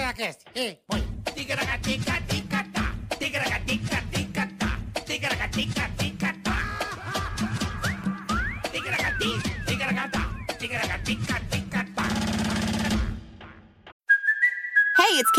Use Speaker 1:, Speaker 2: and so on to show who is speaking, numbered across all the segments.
Speaker 1: podcast. Ei, põe. Tigaragatica-ticatá. Tigaragatica-ticatá. Tigaragatica-ticatá. Tigaragati, tigaragatá. Tigaragatica-ticatá.
Speaker 2: Hey, it's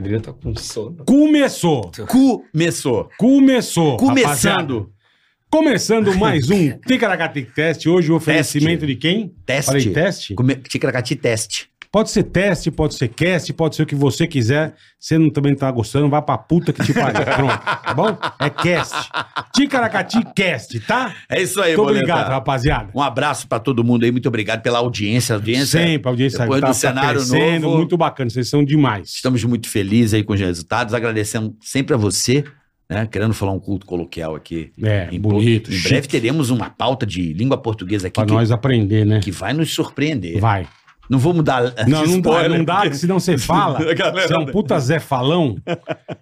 Speaker 3: Adriano tá com sono.
Speaker 4: Começou!
Speaker 5: Começou.
Speaker 4: Começou!
Speaker 5: Começando.
Speaker 4: rapaziada. Começando mais um Ticaracatic Test. Hoje o oferecimento
Speaker 5: Teste.
Speaker 4: de quem?
Speaker 5: Teste.
Speaker 4: Falei teste?
Speaker 5: Come... Ticaracati teste.
Speaker 4: Pode ser teste, pode ser cast, pode ser o que você quiser. Você não, também não tá gostando, vai pra puta que te pariu. Pronto, tá bom? É cast. Ticaracati Cast, tá?
Speaker 5: É isso aí,
Speaker 4: Muito
Speaker 5: Boleta.
Speaker 4: obrigado, rapaziada.
Speaker 5: Um abraço pra todo mundo aí. Muito obrigado pela audiência. audiência
Speaker 4: Sempre, a audiência
Speaker 5: Depois
Speaker 4: tá,
Speaker 5: do
Speaker 4: tá
Speaker 5: cenário
Speaker 4: crescendo,
Speaker 5: novo. Então,
Speaker 4: muito bacana, vocês são demais.
Speaker 5: Estamos muito felizes aí com os resultados. Agradecemos sempre a você, né? Querendo falar um culto coloquial aqui.
Speaker 4: É,
Speaker 5: Em
Speaker 4: bonito,
Speaker 5: Em
Speaker 4: chique.
Speaker 5: breve teremos uma pauta de língua portuguesa aqui
Speaker 4: Pra
Speaker 5: que,
Speaker 4: nós aprender, né?
Speaker 5: que é? vai nos surpreender.
Speaker 4: Vai.
Speaker 5: Não vamos dar eh,
Speaker 4: Não, não dá,
Speaker 5: spoiler.
Speaker 4: não dá, porque senão você fala.
Speaker 5: A galera-
Speaker 4: Você é um puta Zé Falão.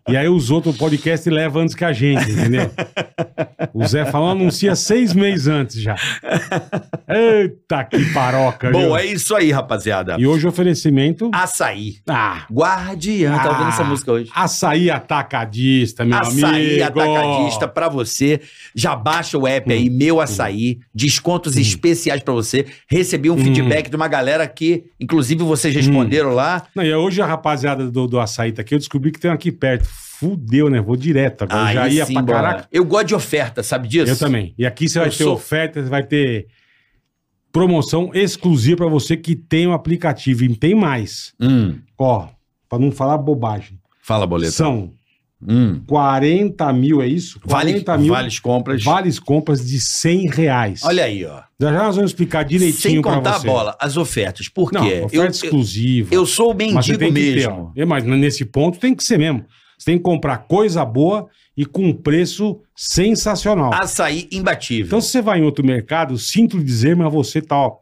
Speaker 4: e aí os outros podcast levam antes que a gente, entendeu? o Zé Falão anuncia seis meses antes já. Eita, que paroca,
Speaker 5: Bom,
Speaker 4: viu?
Speaker 5: é isso aí, rapaziada.
Speaker 4: E hoje o oferecimento.
Speaker 5: Açaí.
Speaker 4: Ah,
Speaker 5: Guardiã. Tá ouvindo
Speaker 4: ah,
Speaker 5: essa música hoje?
Speaker 4: Açaí atacadista, meu
Speaker 5: Açaí
Speaker 4: amigo. Hum.
Speaker 5: Atacadista pra você. Já baixa o app aí, Meu Açaí. Descontos especiais pra você.
Speaker 4: Hum.
Speaker 5: Recebi um feedback de uma galera que, inclusive, vocês responderam lá.
Speaker 4: Não, e hoje a rapaziada do, do açaí tá aqui, eu descobri que tem um aqui perto. Fudeu, né? Vou direto agora. Eu já
Speaker 5: Aí
Speaker 4: ia
Speaker 5: sim,
Speaker 4: pra
Speaker 5: bola.
Speaker 4: caraca.
Speaker 5: Eu gosto de oferta, sabe disso?
Speaker 4: Eu também. E aqui você vai
Speaker 5: Eu
Speaker 4: ter
Speaker 5: sou-
Speaker 4: ofertas, vai ter promoção exclusiva para você que tem o aplicativo. E tem mais.
Speaker 5: Hum,
Speaker 4: Ó, para não falar bobagem.
Speaker 5: fala, boleta.
Speaker 4: São
Speaker 5: Hum.
Speaker 4: 40 mil, é isso?
Speaker 5: Vale,
Speaker 4: 40 mil
Speaker 5: vales compras.
Speaker 4: vales compras de 100 reais.
Speaker 5: Olha aí, ó.
Speaker 4: Já já nós vamos explicar
Speaker 5: Sem
Speaker 4: direitinho para
Speaker 5: contar a
Speaker 4: você.
Speaker 5: bola, as ofertas. Por quê?
Speaker 4: Não, oferta
Speaker 5: eu, eu,
Speaker 4: exclusiva.
Speaker 5: eu sou o
Speaker 4: Mas você
Speaker 5: mendigo
Speaker 4: tem que ter,
Speaker 5: mesmo.
Speaker 4: ó. É, Mas nesse ponto tem que ser mesmo. Você tem que comprar coisa boa e com um preço
Speaker 5: Ah,
Speaker 4: sensacional.
Speaker 5: Açaí imbatível.
Speaker 4: Então, se você vai em outro mercado, sinto lhe dizer, mas você tá, ó.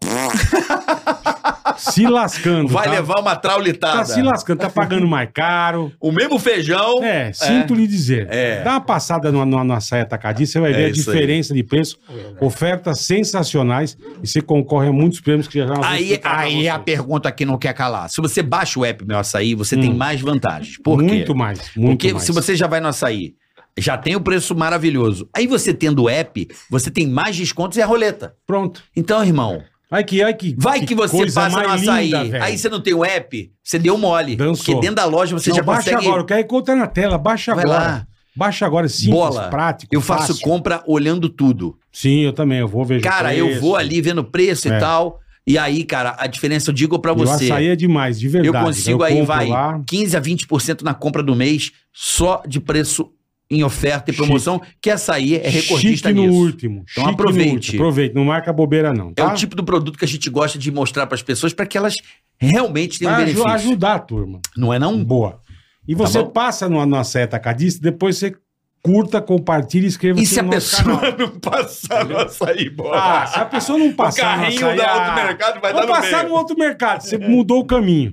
Speaker 4: se lascando.
Speaker 5: Vai
Speaker 4: tá?
Speaker 5: levar uma traulitada.
Speaker 4: Tá se lascando, tá pagando mais caro.
Speaker 5: O mesmo feijão.
Speaker 4: É, sinto lhe dizer.
Speaker 5: É.
Speaker 4: Dá uma passada na, na, na saia tacadista, você vai
Speaker 5: É
Speaker 4: ver a
Speaker 5: isso aí. É
Speaker 4: diferença de preço. Ofertas sensacionais. E você concorre a muitos prêmios que já já nós vamos
Speaker 5: Aí,
Speaker 4: explicar pra
Speaker 5: aí é
Speaker 4: você.
Speaker 5: a pergunta que não quer calar. Se você baixa o app Meu Açaí, você tem mais vantagens. Por quê?
Speaker 4: Hum. Muito mais, muito
Speaker 5: Porque
Speaker 4: mais.
Speaker 5: se você já vai no Açaí, já tem o preço maravilhoso. Aí você tendo o app, você tem mais descontos e a roleta.
Speaker 4: Pronto.
Speaker 5: Então, irmão,
Speaker 4: Ai que, ai que,
Speaker 5: vai que, você
Speaker 4: coisa
Speaker 5: passa no
Speaker 4: mais
Speaker 5: Açaí.
Speaker 4: linda, velho.
Speaker 5: aí você não tem o app, você deu mole.
Speaker 4: Dançou.
Speaker 5: Porque dentro da loja você
Speaker 4: Não,
Speaker 5: já
Speaker 4: baixa
Speaker 5: consegue...
Speaker 4: agora, o QR Code tá na tela, baixa
Speaker 5: Vai
Speaker 4: agora.
Speaker 5: lá.
Speaker 4: Baixa agora, é simples,
Speaker 5: Bola,
Speaker 4: prático,
Speaker 5: eu faço
Speaker 4: fácil.
Speaker 5: compra olhando tudo.
Speaker 4: Sim, eu também, eu vou ver.
Speaker 5: Cara, eu vou ali vendo preço
Speaker 4: É.
Speaker 5: e tal. E aí, cara, a diferença eu digo pra
Speaker 4: para você.
Speaker 5: você.
Speaker 4: O açaí é demais, de
Speaker 5: Eu
Speaker 4: verdade. né?
Speaker 5: consigo aí,
Speaker 4: compro
Speaker 5: vai,
Speaker 4: lá.
Speaker 5: 15 a 20% na compra do mês, só de preço em oferta e promoção, que açaí é recordista
Speaker 4: Chique no
Speaker 5: nisso.
Speaker 4: último.
Speaker 5: Então
Speaker 4: chique
Speaker 5: aproveite.
Speaker 4: no último. Aproveite, não marca bobeira não,
Speaker 5: É
Speaker 4: tá?
Speaker 5: o tipo do produto que a gente gosta de mostrar para as pessoas para que elas realmente tenham
Speaker 4: Pra aju-
Speaker 5: benefício.
Speaker 4: ajudar a turma.
Speaker 5: Não é não?
Speaker 4: Boa. E você
Speaker 5: bom.
Speaker 4: passa no, na Saia Tacadista, depois você curta, compartilha e inscreva-se
Speaker 5: E se a
Speaker 4: no nosso
Speaker 5: pessoa
Speaker 4: canal.
Speaker 5: não passar no açaí,
Speaker 4: Ah,
Speaker 5: bora?
Speaker 4: se a pessoa não passar no
Speaker 5: carrinho
Speaker 4: açaí,
Speaker 5: da
Speaker 4: ah,
Speaker 5: outro mercado vai
Speaker 4: vou
Speaker 5: dar no
Speaker 4: passar
Speaker 5: meio.
Speaker 4: no outro mercado, você mudou o caminho.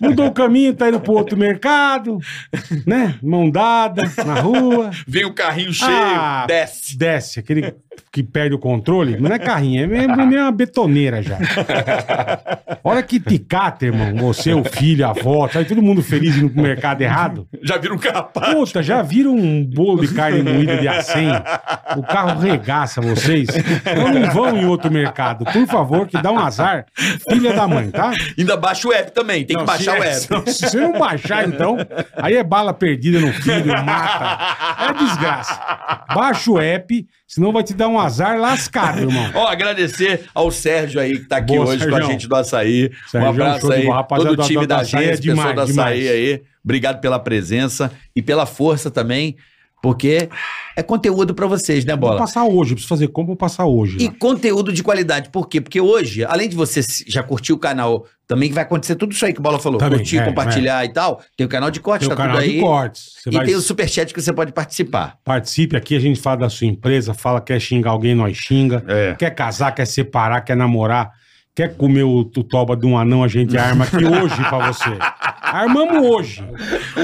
Speaker 4: mudou o caminho, tá indo pro outro mercado, né? Mão dada, na rua.
Speaker 5: Vem o carrinho cheio,
Speaker 4: Ah,
Speaker 5: desce.
Speaker 4: Desce, aquele que perde o controle. Não é carrinho, é mesmo, é mesmo uma betoneira já. Olha que ticata, irmão. Você, o filho, a avó, sai todo mundo feliz indo pro mercado errado.
Speaker 5: Já vira um capaz.
Speaker 4: Puta, já viram um bolo de carne moída de acém? O carro regaça vocês. Então não vão em outro mercado. Por favor, que dá um azar. Filha da mãe, tá?
Speaker 5: Ainda baixa o app também, tem
Speaker 4: Não,
Speaker 5: que baixar
Speaker 4: se-
Speaker 5: o
Speaker 4: é,
Speaker 5: app.
Speaker 4: se- Se você não baixar, então, aí é bala perdida no filho, mata. É desgraça. Baixa o app, senão vai te dar um azar lascado, irmão.
Speaker 5: Ó, agradecer ao Sérgio aí que tá aqui
Speaker 4: Boa,
Speaker 5: hoje com
Speaker 4: Sérgio.
Speaker 5: a gente do Açaí.
Speaker 4: Sérgio,
Speaker 5: um abraço
Speaker 4: show de
Speaker 5: aí,
Speaker 4: bola. Rapaziada
Speaker 5: todo o
Speaker 4: do-
Speaker 5: time
Speaker 4: do-
Speaker 5: da
Speaker 4: do Açaí é
Speaker 5: agência, pessoal
Speaker 4: demais,
Speaker 5: do Açaí
Speaker 4: demais.
Speaker 5: aí. Obrigado pela presença e pela força também, porque é conteúdo pra vocês, né,
Speaker 4: Vou
Speaker 5: Bola?
Speaker 4: passar hoje, eu preciso fazer como vou passar hoje.
Speaker 5: E conteúdo de qualidade. Por quê? Porque hoje, além de você se- já curtir o canal Também que vai acontecer tudo isso aí que o Bola falou.
Speaker 4: Também,
Speaker 5: Curtir,
Speaker 4: é,
Speaker 5: compartilhar e tal. Tem o canal de corte,
Speaker 4: Tem
Speaker 5: tá
Speaker 4: o canal
Speaker 5: tudo aí.
Speaker 4: de cortes. Você
Speaker 5: e
Speaker 4: vai
Speaker 5: tem o superchat que você pode participar.
Speaker 4: Participe aqui, a gente fala da sua empresa, fala quer xingar alguém, nós xinga.
Speaker 5: É.
Speaker 4: Quer casar, quer separar, quer namorar, quer comer o tutoba de um anão, a gente arma aqui hoje pra você. Armamos hoje.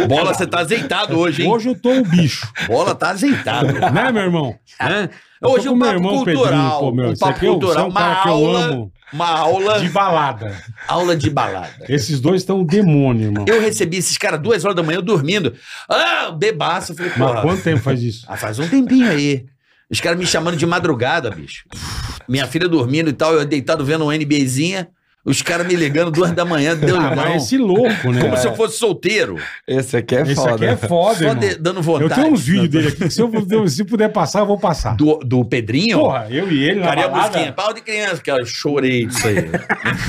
Speaker 5: Bola, você tá azeitado hoje, hein?
Speaker 4: Hoje eu tô o bicho.
Speaker 5: Bola tá azeitado.
Speaker 4: Né, meu irmão? Né?
Speaker 5: Hã?
Speaker 4: Eu tô
Speaker 5: Hoje
Speaker 4: com
Speaker 5: um
Speaker 4: meu
Speaker 5: papo
Speaker 4: irmão Pedrinho,
Speaker 5: cultural.
Speaker 4: pô, meu,
Speaker 5: um
Speaker 4: esse
Speaker 5: papo
Speaker 4: aqui é um-
Speaker 5: cultural.
Speaker 4: é um
Speaker 5: Uma
Speaker 4: cara que eu
Speaker 5: aula,
Speaker 4: amo.
Speaker 5: uma aula,
Speaker 4: De balada.
Speaker 5: aula de balada.
Speaker 4: Esses dois estão um demônio, irmão.
Speaker 5: Eu recebi esses caras duas horas da manhã eu dormindo. Ah, bebaço. Eu falei,
Speaker 4: Mas
Speaker 5: porra,
Speaker 4: quanto tempo faz isso?
Speaker 5: ah, faz um tempinho aí. Os caras me chamando de madrugada, bicho. Minha filha dormindo e tal, eu deitado vendo um NBAzinha. Os caras me ligando duas da manhã, deu
Speaker 4: Ah,
Speaker 5: não.
Speaker 4: mas esse louco, né?
Speaker 5: Como se eu fosse solteiro.
Speaker 6: Esse aqui é
Speaker 4: Esse
Speaker 6: foda.
Speaker 4: aqui é foda,
Speaker 5: Só
Speaker 4: irmão.
Speaker 5: de- né? dando
Speaker 4: Eu
Speaker 5: vontade.
Speaker 4: tenho uns vídeos dele aqui que se eu se puder passar, eu vou passar.
Speaker 5: Do, do Pedrinho?
Speaker 4: Porra, eu e ele na
Speaker 5: Cara, é e a musiquinha?
Speaker 4: balada.
Speaker 5: Pau de criança, cara. Eu chorei disso aí.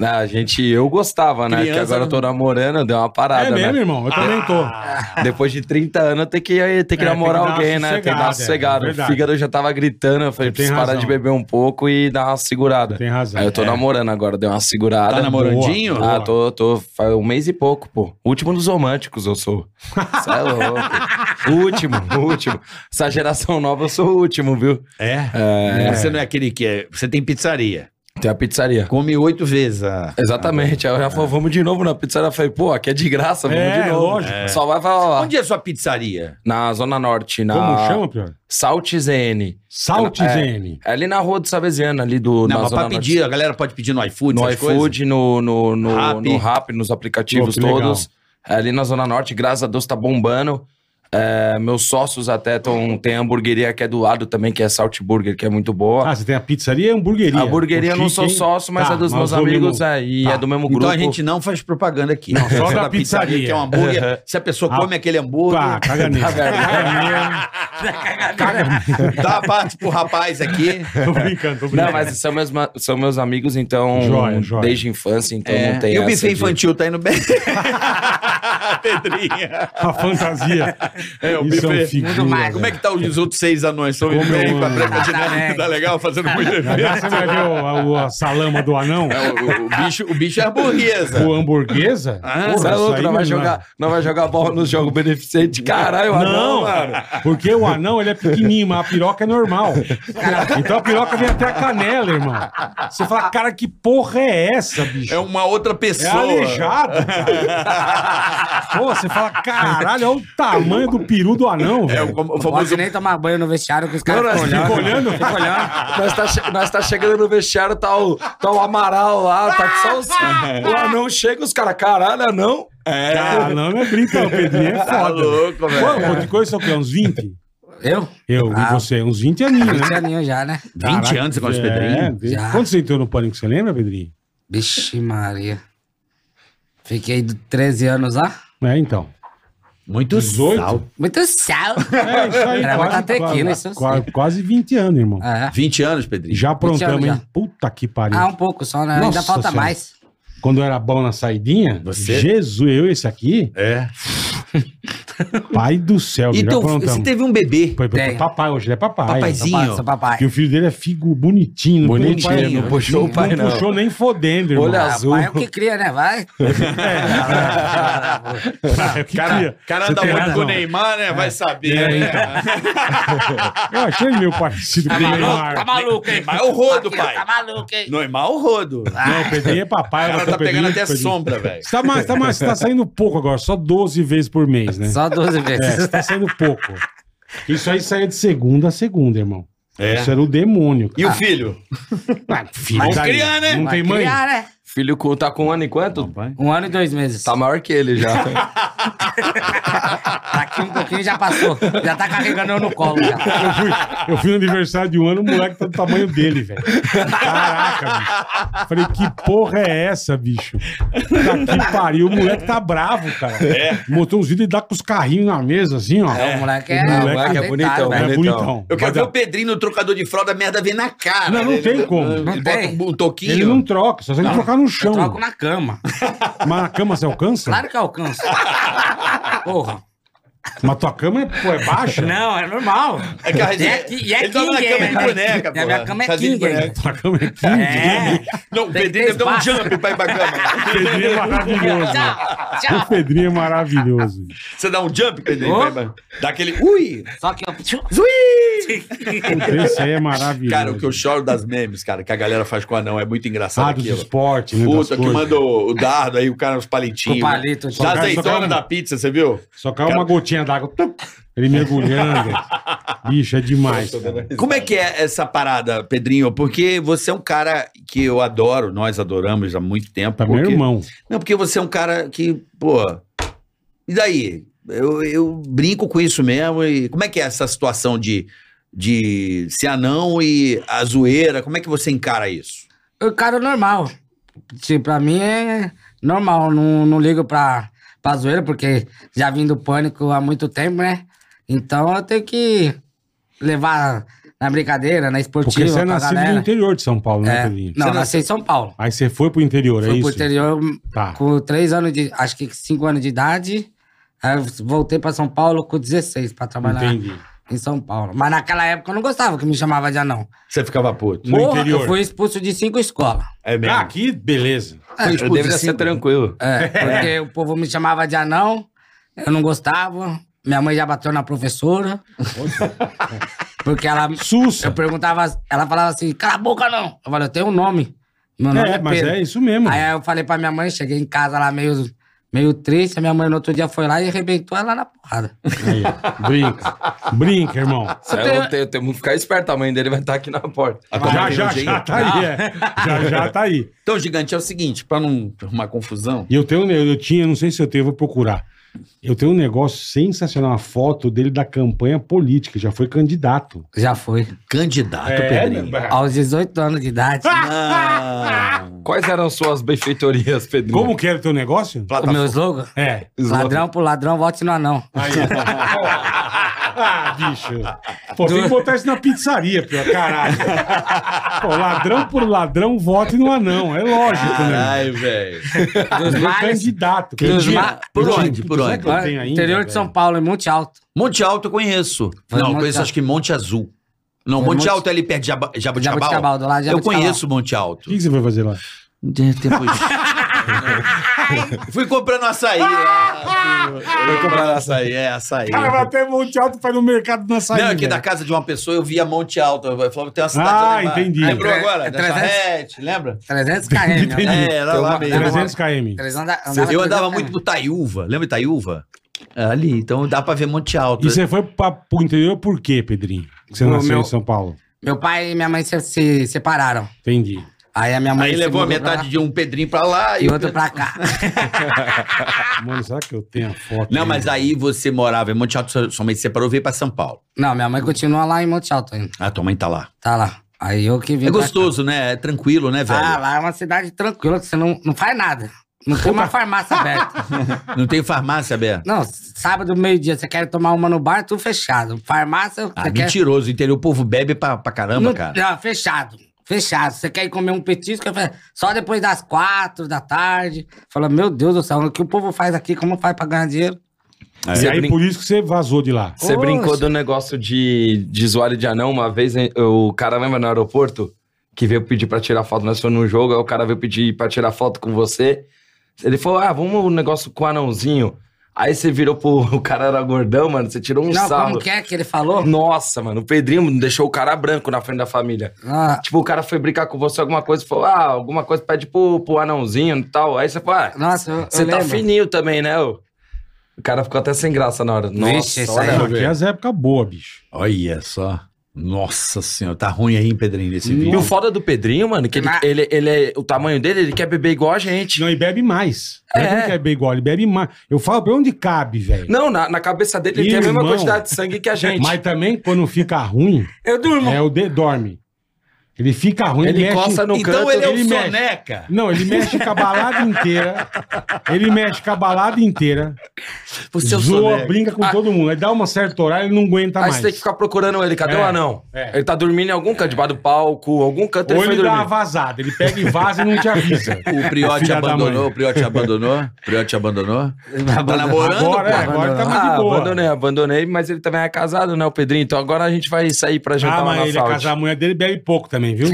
Speaker 6: Ah, a gente, eu gostava, né? Porque
Speaker 5: Criança,
Speaker 6: agora eu tô namorando, deu uma
Speaker 4: É
Speaker 6: parada,
Speaker 4: mesmo,
Speaker 6: né? Ah.
Speaker 4: irmão? Eu também tô.
Speaker 6: Depois de 30 anos, tem que, tem que
Speaker 4: É, tem
Speaker 6: namorar
Speaker 4: que dar uma
Speaker 6: alguém, né? Tem que
Speaker 4: sossegada,
Speaker 6: dar uma
Speaker 4: é,
Speaker 6: sossegada. o
Speaker 4: verdade.
Speaker 6: fígado já tava gritando, eu falei,
Speaker 4: Você tem
Speaker 6: preciso parar
Speaker 4: razão.
Speaker 6: de beber um pouco e dar uma segurada.
Speaker 4: Tem razão.
Speaker 6: Aí eu tô
Speaker 4: É.
Speaker 6: namorando agora, deu uma segurada.
Speaker 5: Tá namorandinho?
Speaker 4: Boa.
Speaker 6: Ah, tô, tô, faz um mês e pouco, pô. Último dos românticos eu sou. Cê é louco. último, último. Essa geração nova eu sou o último, viu?
Speaker 5: É. Você não é aquele que é. Você tem pizzaria.
Speaker 6: Tem a pizzaria.
Speaker 5: Come oito vezes. a-
Speaker 6: Exatamente. Aí eu já falei, vamos de novo na pizzaria. Eu falei, pô, aqui é de graça, vamos
Speaker 4: Tá É,
Speaker 6: de novo.
Speaker 4: lógico.
Speaker 6: É. Só vai falar lá.
Speaker 5: Onde é a sua pizzaria?
Speaker 6: Na Zona Norte, na.
Speaker 4: Como chama, pior?
Speaker 6: Salt ZN.
Speaker 4: Salt
Speaker 6: É.
Speaker 4: ZN.
Speaker 6: É ali na Rua do Savesiano, ali do.
Speaker 5: Não,
Speaker 6: na
Speaker 5: mas
Speaker 6: Zona
Speaker 5: pra
Speaker 6: Norte.
Speaker 5: pedir, a galera pode pedir no iFood,
Speaker 6: No
Speaker 5: essas coisas?
Speaker 6: iFood, no, no, no,
Speaker 5: Rappi.
Speaker 6: no Rappi, nos aplicativos
Speaker 4: Pô, que
Speaker 6: todos. É ali na Zona Norte, graças a Deus, tá bombando. É, meus sócios até tão, tem a hamburgueria que é do lado também, que é Salt Burger, que é muito boa.
Speaker 4: Ah, você tem a pizzaria e a hamburgueria.
Speaker 6: a hamburgueria eu não
Speaker 4: Chique,
Speaker 6: sou
Speaker 4: hein?
Speaker 6: sócio, mas
Speaker 4: Tá,
Speaker 6: é dos meus
Speaker 4: o meu
Speaker 6: amigos
Speaker 4: irmão-
Speaker 6: é, e
Speaker 4: Tá.
Speaker 6: é do mesmo
Speaker 5: Então
Speaker 6: grupo.
Speaker 5: a gente não faz propaganda aqui.
Speaker 4: Não, só da pizzaria.
Speaker 5: Que é um hambúrguer. Se a pessoa
Speaker 4: Ah,
Speaker 5: come aquele hambúrguer,
Speaker 4: Pá, caga nisso. Caga nisso.
Speaker 5: dá a parte pro rapaz aqui.
Speaker 4: Tô brincando, tô brincando.
Speaker 6: Não, mas são meus, ma- são meus amigos, então.
Speaker 4: Né? Joia, joia.
Speaker 6: Desde a infância, então
Speaker 5: É.
Speaker 6: não tem
Speaker 5: E o
Speaker 6: essa
Speaker 5: buffet
Speaker 6: de-
Speaker 5: infantil tá indo bem. Pedrinha.
Speaker 4: A fantasia.
Speaker 5: É, o
Speaker 4: Isso é um
Speaker 5: buffet.
Speaker 4: figura,
Speaker 5: Como
Speaker 4: velho.
Speaker 5: é que tá os outros seis anões? Estão indo
Speaker 4: Como
Speaker 5: bem
Speaker 4: eu
Speaker 5: com a
Speaker 4: amo.
Speaker 5: pré-dinâmica? Tá legal? Fazendo muito
Speaker 4: Já
Speaker 5: evento.
Speaker 4: já você vai ver o, o- a salama do anão.
Speaker 5: É, o, o bicho, o bicho é hamburguesa.
Speaker 4: O hamburguesa?
Speaker 5: Ah,
Speaker 6: Você é louco,
Speaker 4: isso aí
Speaker 6: não vai,
Speaker 4: não-
Speaker 6: jogar, não vai jogar bola nos jogos beneficente. Caralho,
Speaker 4: Não,
Speaker 6: não, mano.
Speaker 4: porque o anão ele é pequenininho, mas a piroca é normal. Então a piroca vem até a canela, irmão. Você fala, cara, que porra é essa, bicho?
Speaker 5: É uma outra
Speaker 4: É
Speaker 5: pessoa.
Speaker 4: aleijado, cara. Pô, você fala, caralho, olha o tamanho do peru do anão,
Speaker 5: É
Speaker 4: velho.
Speaker 5: o, o
Speaker 7: Não
Speaker 5: famoso
Speaker 7: pode nem tomar banho no vestiário que os caras
Speaker 6: Não,
Speaker 7: ficam
Speaker 6: nós
Speaker 7: olhando.
Speaker 4: Fica olhando.
Speaker 6: Fica olhando. nós, tá, che- nós tá chegando no vestiário, tá o, tá o Amaral lá, tá só os, o anão chega, os caras, caralho, anão.
Speaker 4: É. Cara, não, não é brinca, o Pedrinho é
Speaker 5: Tá
Speaker 4: foda.
Speaker 5: louco,
Speaker 4: Pô,
Speaker 5: velho.
Speaker 4: pô, de coisa, o quê? Uns 20?
Speaker 7: Eu?
Speaker 4: Eu e
Speaker 7: Ah.
Speaker 4: você, uns 20 aninhos, né?
Speaker 7: 20 aninhos já, né?
Speaker 5: 20 anos você conhece o Pedrinho?
Speaker 4: É,
Speaker 7: Já.
Speaker 4: Quando você entrou no pânico, você lembra, Pedrinho?
Speaker 7: Vixe Maria. Fiquei de 13 anos lá.
Speaker 4: É, então.
Speaker 5: Muito
Speaker 4: 18?
Speaker 5: sal.
Speaker 7: Muito sal.
Speaker 4: É, isso aí.
Speaker 7: Era
Speaker 4: quase,
Speaker 7: muita tequila,
Speaker 4: quase,
Speaker 7: isso eu sei.
Speaker 4: quase, quase 20 anos, irmão.
Speaker 7: É.
Speaker 5: 20 anos, Pedrinho.
Speaker 4: Já aprontamos,
Speaker 7: 20 anos
Speaker 4: hein? Puta que pariu.
Speaker 7: Ah, um pouco só, né?
Speaker 4: Nossa
Speaker 7: Ainda falta
Speaker 4: Senhora.
Speaker 7: mais.
Speaker 4: Quando eu era bom na saidinha,
Speaker 5: Você-
Speaker 4: Jesus, eu e esse aqui,
Speaker 5: É.
Speaker 4: pai do céu, já
Speaker 5: Então,
Speaker 4: aprontamos.
Speaker 5: você teve um bebê.
Speaker 4: Foi- foi
Speaker 7: Tem.
Speaker 4: Papai hoje, ele é papai.
Speaker 5: Papaizinho.
Speaker 7: Sou pa- sou papai.
Speaker 4: E o filho dele é figo bonitinho.
Speaker 6: Bonitinho,
Speaker 4: não,
Speaker 6: não puxou o pai,
Speaker 4: não.
Speaker 6: não.
Speaker 4: puxou nem fodendo, irmão.
Speaker 6: Olha
Speaker 7: Ah,
Speaker 6: azul.
Speaker 7: Pai é o que cria, né? Vai.
Speaker 4: cara, é que
Speaker 5: Cara,
Speaker 4: cria.
Speaker 5: cara
Speaker 4: Você
Speaker 5: anda
Speaker 4: tem
Speaker 5: muito
Speaker 4: razão.
Speaker 5: com o Neymar, né? Vai saber.
Speaker 4: É,
Speaker 5: né?
Speaker 4: Eu achei ele meio parecido com o Neymar.
Speaker 7: maluco, hein?
Speaker 5: Neymar é o rodo, pai.
Speaker 7: Tá maluco, hein?
Speaker 5: Neymar é o rodo.
Speaker 4: Não, o Pedrinho é papai.
Speaker 5: Ela
Speaker 4: eu tô
Speaker 5: tá pegando
Speaker 4: Pedrinho,
Speaker 5: até
Speaker 4: Pedrinho.
Speaker 5: sombra, velho.
Speaker 4: Você tá, mais- tá mais- você tá saindo pouco agora, só 12 vezes por mês, né?
Speaker 7: Só 12
Speaker 4: É, você
Speaker 7: vezes.
Speaker 4: tá saindo pouco. Isso aí saía de segunda a segunda, irmão. Isso era o demônio, cara. Ah,
Speaker 5: É. E o filho?
Speaker 4: filho
Speaker 5: Vamos criar, né?
Speaker 4: Não
Speaker 7: Vai
Speaker 4: tem mãe?
Speaker 7: criar, né?
Speaker 6: Filho cu- tá com um ano e quanto?
Speaker 7: Um ano e dois meses.
Speaker 6: Tá maior que ele já.
Speaker 7: Daqui um pouquinho já passou. Já tá carregando eu no colo já.
Speaker 4: Eu fui, eu fui no aniversário de um ano, o moleque tá do tamanho dele, velho. Caraca, bicho. Falei, que porra é essa, bicho? Tá que pariu, o moleque tá bravo, cara.
Speaker 5: É.
Speaker 4: Montou uns vídeos e dá com os carrinhos na mesa, assim, ó.
Speaker 7: É, o moleque é.
Speaker 4: O moleque
Speaker 7: tá
Speaker 4: é
Speaker 7: deitado,
Speaker 6: bonitão,
Speaker 7: velho.
Speaker 4: É
Speaker 6: bonitão.
Speaker 4: bonitão.
Speaker 5: Eu quero
Speaker 4: Mas
Speaker 5: ver o Pedrinho no trocador de fralda, a merda vem na cara.
Speaker 4: Não, não
Speaker 5: Ele-
Speaker 4: tem como.
Speaker 5: Ele
Speaker 7: Não
Speaker 5: bota
Speaker 7: tem.
Speaker 5: um toquinho.
Speaker 4: Ele não troca, só se ele trocar no chão.
Speaker 7: Eu troco na cama.
Speaker 4: Mas na cama você alcança?
Speaker 7: Claro que alcanço. Porra.
Speaker 4: Mas tua cama é, pô, é baixa?
Speaker 7: Não, é normal.
Speaker 5: É que a
Speaker 7: E
Speaker 5: gente-
Speaker 7: é, ki- e é
Speaker 5: ele tava na
Speaker 7: king,
Speaker 5: cama
Speaker 7: hein,
Speaker 5: de
Speaker 7: né?
Speaker 5: boneca,
Speaker 7: Minha- Minha
Speaker 5: porra.
Speaker 7: cama é
Speaker 5: Casinha de
Speaker 7: king. hein?
Speaker 5: boneca.
Speaker 4: Tua cama é quinta.
Speaker 7: É.
Speaker 5: Não, o
Speaker 7: Tem três
Speaker 5: Pedrinho deve dar um
Speaker 7: passos.
Speaker 5: jump pra ir pra cama.
Speaker 4: O Pedrinho é maravilhoso.
Speaker 7: Tchau,
Speaker 4: O
Speaker 7: tchau.
Speaker 4: Pedrinho é maravilhoso.
Speaker 5: Você dá um jump, Pedrinho?
Speaker 7: Ô.
Speaker 5: pra ir pra- Dá aquele. Ui!
Speaker 7: Só que eu...
Speaker 5: Zui!
Speaker 4: Esse aí é maravilhoso.
Speaker 5: Cara, o que eu choro das memes, cara, que a galera faz com o anão é muito engraçado
Speaker 4: Ah, dos
Speaker 5: aquilo.
Speaker 4: esportes, né? das
Speaker 5: Puta, que
Speaker 4: coisas.
Speaker 5: mandou o dardo aí, o cara nos palitinhos.
Speaker 7: Com palito,
Speaker 5: né?
Speaker 7: só
Speaker 5: Da
Speaker 4: cara, só
Speaker 5: azeitona
Speaker 4: cara.
Speaker 5: da pizza, você viu?
Speaker 4: Só caiu uma gotinha d'água. tup, Ele mergulhando. Bicho, é demais. cara.
Speaker 5: Como é que é essa parada, Pedrinho? Porque você é um cara que eu adoro, nós adoramos há muito tempo.
Speaker 4: Tá meu
Speaker 5: porque...
Speaker 4: irmão.
Speaker 5: Não, porque você é um cara que, pô. E daí? Eu, eu brinco com isso mesmo. E como é que é essa situação de, de ser anão e a zoeira? Como é que você encara isso?
Speaker 7: Eu cara normal. Tipo, pra mim é normal. Não, não ligo pra, pra zoeira, porque já vim do pânico há muito tempo, né? Então eu tenho que levar na brincadeira, na esportiva,
Speaker 4: Porque você é
Speaker 7: pra
Speaker 4: nascido
Speaker 7: galera.
Speaker 4: no interior de São Paulo, né,
Speaker 7: É.
Speaker 5: um.
Speaker 4: Pedrinho?
Speaker 7: Não, nasci em São Paulo.
Speaker 4: Aí você foi pro interior, é
Speaker 7: Fui
Speaker 4: isso?
Speaker 7: pro interior
Speaker 4: Tá.
Speaker 7: com três anos de. acho que cinco anos de idade. Aí eu voltei pra São Paulo com 16 pra trabalhar
Speaker 4: Entendi.
Speaker 7: em São Paulo. Mas naquela época eu não gostava que me chamava de anão.
Speaker 5: Você ficava puto.
Speaker 4: No
Speaker 7: Porra,
Speaker 4: interior.
Speaker 7: eu fui expulso de cinco escolas.
Speaker 5: É
Speaker 4: Ah,
Speaker 5: mesmo.
Speaker 4: aqui, beleza.
Speaker 6: Eu deveria ser tranquilo.
Speaker 7: É, porque o povo me chamava de anão, eu não gostava. Minha mãe já bateu na professora. porque ela. Eu
Speaker 4: Sussa.
Speaker 7: perguntava, ela falava assim: cala a boca, não. Eu falei, eu tenho um nome. Meu nome é,
Speaker 4: É, mas
Speaker 7: Pedro.
Speaker 4: é isso mesmo.
Speaker 7: Aí eu falei pra minha mãe, cheguei em casa lá meio, meio triste. A minha mãe no outro dia foi lá e arrebentou ela na porrada.
Speaker 4: Aí, ó. brinca. Brinca, irmão.
Speaker 6: Isso aí eu é tenho, tenho que ficar esperto, a mãe dele vai estar aqui na porta.
Speaker 5: A tua
Speaker 4: Já,
Speaker 5: mãe
Speaker 4: já,
Speaker 5: tem um
Speaker 4: já
Speaker 5: jeito.
Speaker 4: tá aí. é. Já, já tá aí.
Speaker 5: Então, gigante, é o seguinte, pra não arrumar confusão.
Speaker 4: E eu tenho, um eu, eu tinha, não sei se eu tenho, eu vou procurar. Eu tenho um negócio sensacional, uma foto dele da campanha política, já foi candidato.
Speaker 7: Já foi.
Speaker 4: Ah,
Speaker 5: Candidato,
Speaker 4: É, né?
Speaker 5: Pedrinho.
Speaker 7: Aos 18 anos de idade.
Speaker 5: Ah,
Speaker 6: Quais eram suas benfeitorias, Pedrinho?
Speaker 4: Como que era o teu negócio?
Speaker 7: o
Speaker 5: tá
Speaker 7: meu slogan?
Speaker 4: É.
Speaker 7: Ladrão pro ladrão, volte no anão.
Speaker 4: Aí, ah, bicho. Pô, tem que botar isso na pizzaria, pior. Caralho. Pô, ladrão por ladrão, vote no anão. É lógico, né?
Speaker 5: Caralho, velho.
Speaker 7: Dos
Speaker 4: Ele é
Speaker 7: males,
Speaker 4: candidato.
Speaker 7: Dos
Speaker 4: candidato.
Speaker 7: ma-
Speaker 5: Por
Speaker 4: Mentira,
Speaker 5: onde? Por
Speaker 4: será
Speaker 5: onde?
Speaker 4: que eu tenho ainda,
Speaker 7: interior de
Speaker 4: velho?
Speaker 7: São Paulo, em Monte Alto.
Speaker 5: Monte Alto eu conheço.
Speaker 7: Foi
Speaker 5: não, eu
Speaker 7: Monte
Speaker 5: conheço
Speaker 7: Alto.
Speaker 5: acho que Monte Azul. Não,
Speaker 7: Foi
Speaker 5: Monte,
Speaker 7: Monte-
Speaker 5: Alto é ali perto de Jaba- Jabuticabal.
Speaker 7: Jabuticabal, do lado de
Speaker 5: Eu
Speaker 7: Jabuticabal.
Speaker 5: conheço Monte
Speaker 4: O
Speaker 5: Alto.
Speaker 4: que, que você vai fazer lá?
Speaker 5: De- Depois... Fui comprando açaí. Ah, filho. Fui comprando açaí, é açaí.
Speaker 4: Cara, vai até Monte Alto faz no mercado né? na saída.
Speaker 5: Não, aqui da casa de uma pessoa eu via Monte Alto. Eu falava, tem uma cidade
Speaker 4: Ah,
Speaker 5: ali embaixo.
Speaker 4: entendi.
Speaker 5: Lembrou
Speaker 7: É,
Speaker 5: agora?
Speaker 7: é
Speaker 5: da
Speaker 7: 300?
Speaker 5: charrete, lembra?
Speaker 7: 300 km.
Speaker 4: Entendi.
Speaker 7: né?
Speaker 5: É, era lá mesmo.
Speaker 4: 300 km.
Speaker 7: Eles anda-
Speaker 5: Eu andava
Speaker 7: 300
Speaker 5: muito
Speaker 7: km.
Speaker 5: pro Taiúva. Lembra Taiúva? É Ali, então dá pra ver Monte Alto.
Speaker 4: E
Speaker 7: é
Speaker 4: você foi pra, pro interior por quê, Pedrinho? Que você
Speaker 7: Pô,
Speaker 4: nasceu
Speaker 7: meu-
Speaker 4: em São Paulo.
Speaker 7: Meu pai e minha mãe se, se separaram.
Speaker 4: Entendi.
Speaker 7: Aí a minha mãe
Speaker 5: Aí
Speaker 7: se
Speaker 5: levou a
Speaker 7: mudou pra
Speaker 5: metade
Speaker 7: lá
Speaker 5: de um Pedrinho pra lá
Speaker 7: e outro pra cá.
Speaker 4: Mano, será que eu tenho a foto?
Speaker 5: Não, mas aí você morava em Monte Alto, sua- sua mãe se separou e veio pra São Paulo.
Speaker 7: Não, minha mãe continua lá em Monte Alto ainda.
Speaker 5: Ah, tua mãe tá lá.
Speaker 7: Tá lá. Aí eu que vim.
Speaker 5: É
Speaker 7: pra
Speaker 5: gostoso, né? É tranquilo, né,
Speaker 7: cá.
Speaker 5: velho?
Speaker 7: Ah, lá é uma cidade tranquila, que você não, não faz nada. Não tem uma farmácia aberta.
Speaker 5: Não tem farmácia, Bé?
Speaker 7: Não, sábado, meio-dia, você quer tomar uma no bar, tudo fechado. Farmácia,
Speaker 5: Ah,
Speaker 7: você quer...
Speaker 5: mentiroso, entendeu? O povo bebe pra, pra caramba,
Speaker 7: Não-
Speaker 5: cara.
Speaker 7: não, fechado. Fechado. Você quer ir comer um petisco? eu falo, Só depois das quatro da tarde. Fala, meu Deus do céu, o que o povo faz aqui? Como faz pra ganhar dinheiro?
Speaker 4: E
Speaker 6: Você
Speaker 4: aí,
Speaker 6: brin-
Speaker 4: por isso que é? você vazou de lá.
Speaker 7: Oxe.
Speaker 6: Você brincou do negócio de, de usuário de anão uma vez, hein? o cara lembra no aeroporto que veio pedir pra tirar foto, nós fomos num jogo, aí o cara veio pedir pra tirar foto com você. Ele falou: "Ah, vamos um negócio com o anãozinho". Aí você virou pro o cara era gordão, mano, você tirou um
Speaker 7: não,
Speaker 6: sarro.
Speaker 7: como que é que ele falou?
Speaker 6: Nossa, mano, o Pedrinho deixou o cara branco na frente da família.
Speaker 7: Ah,
Speaker 6: Tipo, o cara foi brincar com você alguma coisa, falou: "Ah, alguma coisa pede pro, pro anãozinho e tal". Aí você falou: "Ah,
Speaker 7: nossa, eu,
Speaker 6: você
Speaker 7: eu
Speaker 6: tá
Speaker 7: lembro.
Speaker 6: fininho também, né?" ô?" O cara ficou até sem graça na hora. Nossa,
Speaker 7: Vixe, isso aí
Speaker 6: olha,
Speaker 7: é
Speaker 4: Não, aqui é as épocas boas, bicho.
Speaker 5: Olha só. Nossa senhora, tá ruim aí, hein, Pedrinho, nesse
Speaker 6: E o
Speaker 5: vídeo.
Speaker 6: foda do Pedrinho, mano, que ele,
Speaker 7: Na-
Speaker 6: ele, ele é- o tamanho dele, ele quer beber igual a gente.
Speaker 4: Não, e bebe mais. Não é que
Speaker 6: É.
Speaker 4: ele quer beber igual, ele bebe mais. Eu falo pra onde cabe, velho.
Speaker 6: Não, na, na cabeça dele, ele tem a
Speaker 4: Irmão. tá
Speaker 6: mesma quantidade de sangue que a gente.
Speaker 4: Mas também, quando fica ruim,
Speaker 7: Eu durmo.
Speaker 4: é o de dorme. Ele fica ruim,
Speaker 6: ele um
Speaker 4: mexe-
Speaker 6: encosta no
Speaker 5: Então
Speaker 6: canto,
Speaker 5: ele é o
Speaker 4: ele mexe.
Speaker 5: soneca.
Speaker 4: Não, ele mexe com a balada inteira. Ele mexe com a balada inteira.
Speaker 5: Você é o
Speaker 4: Zoa,
Speaker 5: soneca.
Speaker 4: brinca com
Speaker 6: Ah.
Speaker 4: todo mundo. Aí dá uma certa horário ele não aguenta
Speaker 6: Aí
Speaker 4: mais.
Speaker 6: você tem que ficar procurando ele. Cadê
Speaker 4: É,
Speaker 6: o anão?
Speaker 4: é.
Speaker 6: Ele tá dormindo em algum canto, debaixo do palco, algum canto
Speaker 4: Ou
Speaker 6: ele foi
Speaker 4: ele dá uma
Speaker 6: dormir.
Speaker 4: vazada, ele pega e vaza e não te avisa.
Speaker 5: O Prior te
Speaker 4: Filha da
Speaker 5: abandonou, o
Speaker 4: mãe.
Speaker 5: Prior te abandonou, o Prior te abandonou. Tá namorando,
Speaker 4: Agora, é,
Speaker 5: pô?
Speaker 4: agora tá mais
Speaker 6: Ah,
Speaker 4: de boa.
Speaker 6: abandonei, abandonei, mas ele também é casado, né, o Pedrinho? Então agora a gente vai sair pra jantar
Speaker 4: Ah,
Speaker 6: lá na
Speaker 4: mas ele é
Speaker 6: Saúde.
Speaker 4: casar, a mulher dele bebe pouco também, viu?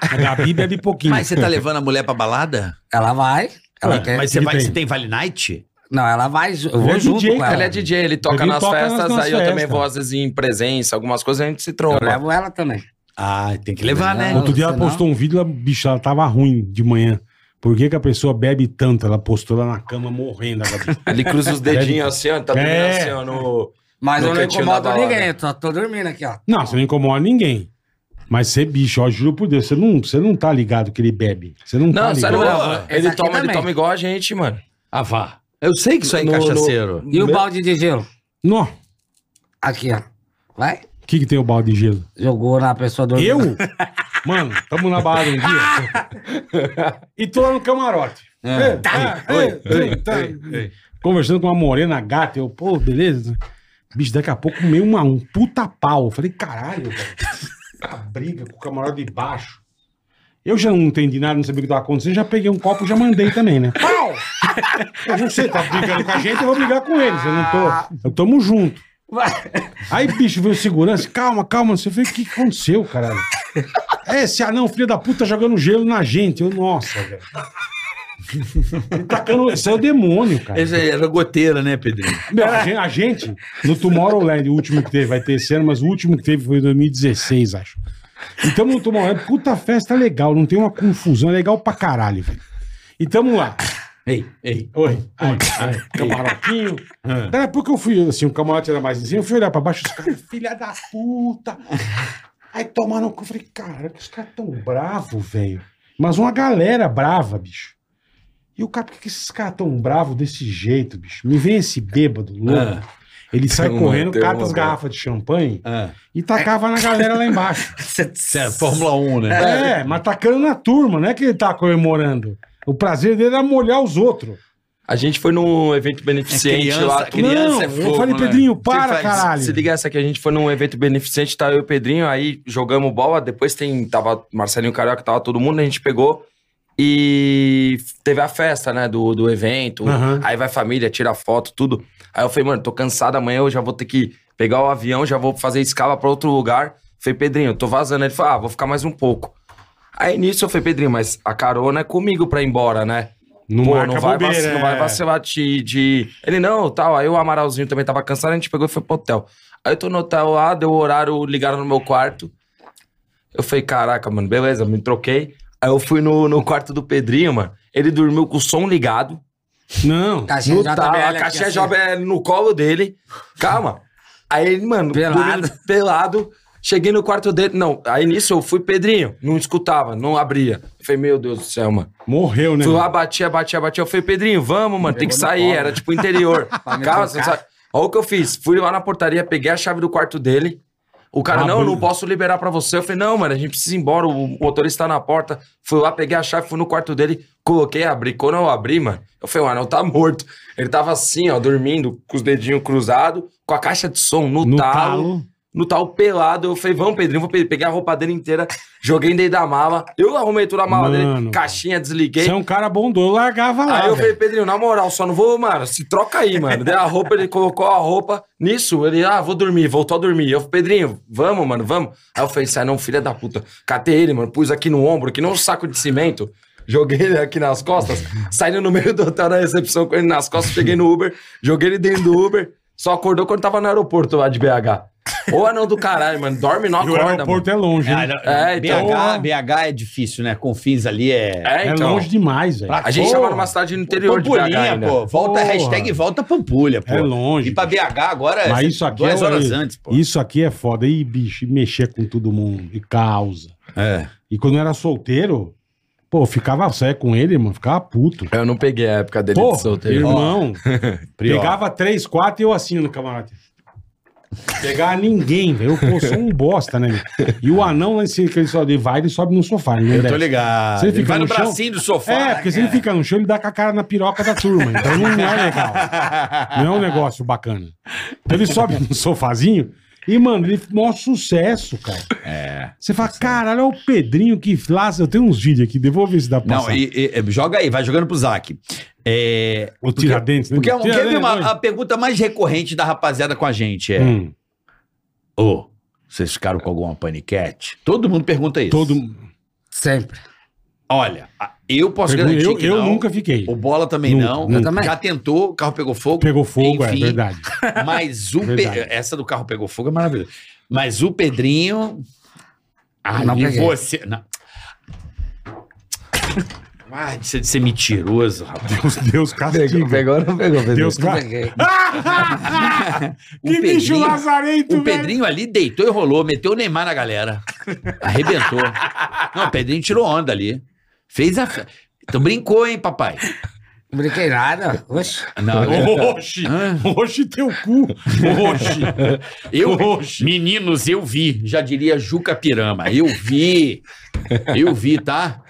Speaker 4: A Gabi bebe pouquinho.
Speaker 5: Mas você tá levando a mulher pra balada?
Speaker 7: Ela vai. Ela quer.
Speaker 5: Mas você
Speaker 4: Ele
Speaker 5: vai,
Speaker 4: tem.
Speaker 5: você É, tem Vale Night?
Speaker 7: Não, ela vai. ju- Eu
Speaker 4: Ele
Speaker 7: vou
Speaker 4: é
Speaker 7: junto
Speaker 4: DJ,
Speaker 7: com
Speaker 4: cara.
Speaker 7: ela.
Speaker 6: Ele é DJ, ele toca
Speaker 4: Ele
Speaker 6: nas
Speaker 4: toca nas-
Speaker 6: festas,
Speaker 4: nas
Speaker 6: aí eu também
Speaker 4: festas.
Speaker 6: vou às vezes em presença, algumas coisas a gente se
Speaker 7: Eu
Speaker 6: tromba.
Speaker 7: levo ela também.
Speaker 5: Ah, tem que levar, né?
Speaker 7: Não.
Speaker 4: Outro dia ela
Speaker 7: Senão-
Speaker 4: postou um vídeo, ela, bicho, ela tava ruim de manhã. Por que, que a pessoa bebe tanto? Ela postou lá na cama morrendo. a Gabi.
Speaker 6: Ele cruza os dedinhos assim, ó, tá dormindo
Speaker 4: É.
Speaker 6: assim, ó, no...
Speaker 7: Mas
Speaker 6: No
Speaker 7: eu não
Speaker 6: cantinho da
Speaker 7: incomodo
Speaker 6: balada.
Speaker 7: ninguém, eu só tô dormindo aqui, ó.
Speaker 4: Não, você não incomoda ninguém. Mas você, bicho, ó, juro por Deus, você não, você não tá ligado que ele bebe. Você não, tá
Speaker 6: Não, é
Speaker 4: ligado.
Speaker 6: sério,
Speaker 7: Boa.
Speaker 6: não. Ele
Speaker 7: Essa aqui
Speaker 6: toma, ele
Speaker 7: também.
Speaker 6: toma igual a gente, mano.
Speaker 5: Ah, vá. Eu sei que isso aí é
Speaker 6: No- no-
Speaker 5: cachaceiro.
Speaker 7: E o balde de gelo?
Speaker 4: Não. O
Speaker 7: Aqui, ó. Vai.
Speaker 4: que, que tem o balde de gelo?
Speaker 7: Jogou na pessoa dormindo.
Speaker 4: Eu? Mano, tamo na balada um dia. e tô lá no camarote. Ei, tá, ei, tá. Conversando com uma morena gata, eu, pô, beleza? Bicho, daqui a pouco meio uma, um puta pau. Eu falei, caralho, velho. A briga com o camarote de baixo. Eu já não entendi nada, não sabia o que tava acontecendo, já peguei um copo e já mandei também, né? Pau! Eu não sei, tá brigando com a gente, eu vou brigar com eles. Eu não tô. Eu tamo junto. Aí, bicho, veio o segurança. Calma, calma. Você falei, o que que aconteceu, caralho? É, esse anão, filho da puta, jogando gelo na gente. Eu, nossa, velho. Ele Tacando, isso é o demônio, cara.
Speaker 5: Esse aí era goteira, né, Pedrinho?
Speaker 4: Meu, a, gen- a gente, no Tomorrowland, o último que teve, vai ter esse ano, mas o último que teve foi em 2016, acho. Então no Tomorrowland, puta festa legal, não tem uma confusão, é legal pra caralho, velho. E tamo lá.
Speaker 5: Ei, ei.
Speaker 4: Oi, oi, oi. Camarotinho. Daí a pouco eu fui, assim, o camarote era mais em cima, eu fui olhar pra baixo, os caras, filha da puta. Aí tomaram, eu falei, cara, que os caras tão bravos, velho. Mas uma galera brava, bicho. E o cara, por que que esses caras tão bravos desse jeito, bicho? Me vem esse bêbado louco. Ele sai
Speaker 6: Ah, Tem uma-
Speaker 4: correndo,
Speaker 6: tem um
Speaker 4: cata
Speaker 6: uma,
Speaker 4: as
Speaker 6: velho.
Speaker 4: garrafas de champanhe
Speaker 5: Ah.
Speaker 4: e tacava na galera lá embaixo.
Speaker 5: Isso é Fórmula 1, né?
Speaker 4: É, mas tacando na turma, não é que ele tá comemorando. O prazer dele era molhar os outros.
Speaker 6: A gente foi num evento beneficente
Speaker 5: criança,
Speaker 6: lá.
Speaker 5: criança. é
Speaker 4: eu
Speaker 5: fogo,
Speaker 4: falei,
Speaker 5: né?
Speaker 4: Pedrinho, para,
Speaker 6: Se-
Speaker 4: caralho.
Speaker 6: Se liga essa aqui, a gente foi num evento beneficente, tá eu e o Pedrinho, aí jogamos bola, depois tem, tava Marcelinho Carioca, tava todo mundo, a gente pegou e teve a festa, né, do, do evento,
Speaker 4: Aham.
Speaker 6: aí vai família, tira foto, tudo. Aí eu falei, mano, tô cansado, amanhã eu já vou ter que pegar o avião, já vou fazer escala pra outro lugar. Falei, Pedrinho, tô vazando. Ele falou, ah, vou ficar mais um pouco. Aí nisso eu falei, Pedrinho, mas a carona é comigo pra ir embora, né?
Speaker 4: Não
Speaker 6: Pô,
Speaker 4: marca
Speaker 6: não vai,
Speaker 4: bobeira,
Speaker 6: vacilar,
Speaker 4: é.
Speaker 6: não vai vacilar de, de- Ele não, tal. Aí o Amaralzinho também tava cansado, a gente pegou e foi pro hotel. Aí eu tô no hotel lá, deu o horário, ligaram no meu quarto. Eu falei, caraca, mano, beleza, me troquei. Aí eu fui no, no quarto do Pedrinho, mano. Ele dormiu com o som ligado.
Speaker 4: Não. tá,
Speaker 7: Caixinha
Speaker 6: No
Speaker 7: JBL
Speaker 6: tal, a
Speaker 7: aqui,
Speaker 6: caixinha
Speaker 4: é
Speaker 7: assim.
Speaker 6: JBL no colo dele. Calma. Aí ele, mano,
Speaker 7: Pelado.
Speaker 6: dormindo pelado. Cheguei no quarto dele. Não, aí nisso eu fui Pedrinho. Não escutava, não abria. Eu falei, meu Deus do céu, mano.
Speaker 4: Morreu, né?
Speaker 6: Fui lá, batia, batia, batia. Eu falei, Pedrinho, vamos, mano, tem que sair. Era tipo interior.
Speaker 7: me
Speaker 6: Calma, você
Speaker 7: trancar.
Speaker 6: não sabe. Olha o que eu fiz. Fui lá na portaria, peguei a chave do quarto dele. O cara,
Speaker 4: Ah,
Speaker 6: não,
Speaker 4: beleza.
Speaker 6: não posso liberar pra você. Eu falei, não, mano, a gente precisa ir embora. O motorista tá na porta. Fui lá, peguei a chave, fui no quarto dele, coloquei, abri. Quando eu abri, mano, eu falei, mano, tá morto. Ele tava assim, ó, dormindo, com os dedinhos cruzados, com a caixa de som no,
Speaker 4: No
Speaker 6: talo
Speaker 4: talo.
Speaker 6: no tal pelado. Eu falei, vamos, Pedrinho, vou pe- pegar a roupa dele inteira, joguei dentro da mala. Eu arrumei toda a mala
Speaker 4: Mano.
Speaker 6: dele, caixinha, desliguei.
Speaker 4: Você é um cara bondoso, eu largava lá.
Speaker 6: Aí eu falei,
Speaker 4: Ah, velho.
Speaker 6: Pedrinho, na moral, só não vou, mano, se troca aí, mano. Dei a roupa, ele colocou a roupa. Nisso, ele, ah, vou dormir, voltou a dormir. Eu falei, Pedrinho, vamos, mano, vamos. Aí eu falei, sai não, filha da puta. Catei ele, mano, pus aqui no ombro, que não um saco de cimento. Joguei ele aqui nas costas, saindo no meio do hotel na recepção com ele nas costas, cheguei no Uber, joguei ele dentro do Uber, só acordou quando tava no aeroporto lá de BH. Ô, anão do caralho, mano, dorme, não
Speaker 4: E o
Speaker 6: acorda,
Speaker 4: aeroporto
Speaker 6: mano.
Speaker 4: é longe,
Speaker 5: Ah,
Speaker 4: né?
Speaker 6: É, então.
Speaker 5: BH, BH é difícil, né? Confins ali é.
Speaker 6: É,
Speaker 4: É
Speaker 6: então.
Speaker 4: longe demais, velho.
Speaker 6: A gente
Speaker 5: Porra.
Speaker 6: tava numa cidade no interior de BH
Speaker 5: Pampulhinha,
Speaker 6: ainda.
Speaker 5: pô. Volta,
Speaker 4: Porra.
Speaker 5: hashtag volta Pampulha, pô.
Speaker 4: É longe,
Speaker 5: E pra
Speaker 4: bicho.
Speaker 5: BH agora é
Speaker 4: Mas isso aqui
Speaker 5: duas
Speaker 4: é
Speaker 5: horas antes, pô.
Speaker 4: Isso aqui é foda. E, bicho, e mexer com todo mundo. E causa.
Speaker 5: É.
Speaker 4: E quando eu era solteiro, pô, eu ficava saia com ele, mano. Ficava puto.
Speaker 6: Eu não peguei a época dele
Speaker 4: Pô,
Speaker 6: de é solteiro.
Speaker 4: irmão.
Speaker 5: Prior.
Speaker 4: Pegava três, quatro e eu assim no camarote. Pegar ninguém, velho. Eu pô, sou um bosta, né? meu? E o anão, né, se que ele, só, ele vai, ele sobe no sofá. né? Ele não
Speaker 5: Eu tô
Speaker 4: desce.
Speaker 5: ligado.
Speaker 4: Você
Speaker 5: Ele
Speaker 4: fica
Speaker 5: vai no
Speaker 4: no chão?
Speaker 5: bracinho do sofá. né?
Speaker 4: É, porque se ele fica no chão, ele dá com a cara na piroca da turma. Então não é legal. Não é um negócio bacana. Então ele sobe no sofazinho e, mano, ele maior sucesso, cara. É. Você fala, caralho, olha o Pedrinho que flasca. Eu tenho uns vídeos aqui, devolve ver se dá pra
Speaker 5: Não,
Speaker 4: passar.
Speaker 5: e, e- e joga aí, vai jogando pro Zac. É,
Speaker 4: O Tiradentes, né?
Speaker 5: porque é um-
Speaker 4: Tiradentes,
Speaker 5: teve
Speaker 4: dois.
Speaker 5: uma, a pergunta mais recorrente da rapaziada com a gente é:
Speaker 4: Hum,
Speaker 5: Ô, vocês ficaram com alguma paniquete? Todo mundo pergunta É. isso.
Speaker 4: todo...
Speaker 7: Sempre.
Speaker 5: Olha, a- eu posso garantir
Speaker 4: Eu,
Speaker 5: que
Speaker 4: eu
Speaker 5: não.
Speaker 4: nunca fiquei.
Speaker 5: O Bola também
Speaker 4: Nunca,
Speaker 5: não.
Speaker 4: nunca.
Speaker 7: Eu também.
Speaker 5: Já tentou, o carro pegou fogo.
Speaker 4: Pegou fogo, é
Speaker 5: Enfim.
Speaker 4: verdade.
Speaker 5: Mas o Pe-
Speaker 4: Verdade.
Speaker 5: essa do carro pegou fogo é maravilhosa. Mas o Pedrinho. Ah,
Speaker 7: Não peguei.
Speaker 5: você. Não. Ah, você de ser mentiroso, rapaz.
Speaker 4: Deus, Deus castiga.
Speaker 6: Pegou, pegou ou não pegou, Pedro?
Speaker 4: Deus castiga.
Speaker 7: Peguei.
Speaker 5: O
Speaker 4: que bicho
Speaker 5: Pedrinho-
Speaker 4: lazarento,
Speaker 5: O
Speaker 4: velho.
Speaker 5: Pedrinho ali deitou e rolou, meteu o Neymar na galera. Arrebentou. Não, o Pedrinho tirou onda ali. Fez a. fe- Então brincou, hein, papai?
Speaker 7: Não brinquei nada. Oxe.
Speaker 5: Não,
Speaker 4: Oxi, oxi teu cu. Oxi.
Speaker 5: Eu,
Speaker 4: Oxe.
Speaker 5: meninos, eu vi, já diria Juca Pirama. Eu vi. Eu vi, tá?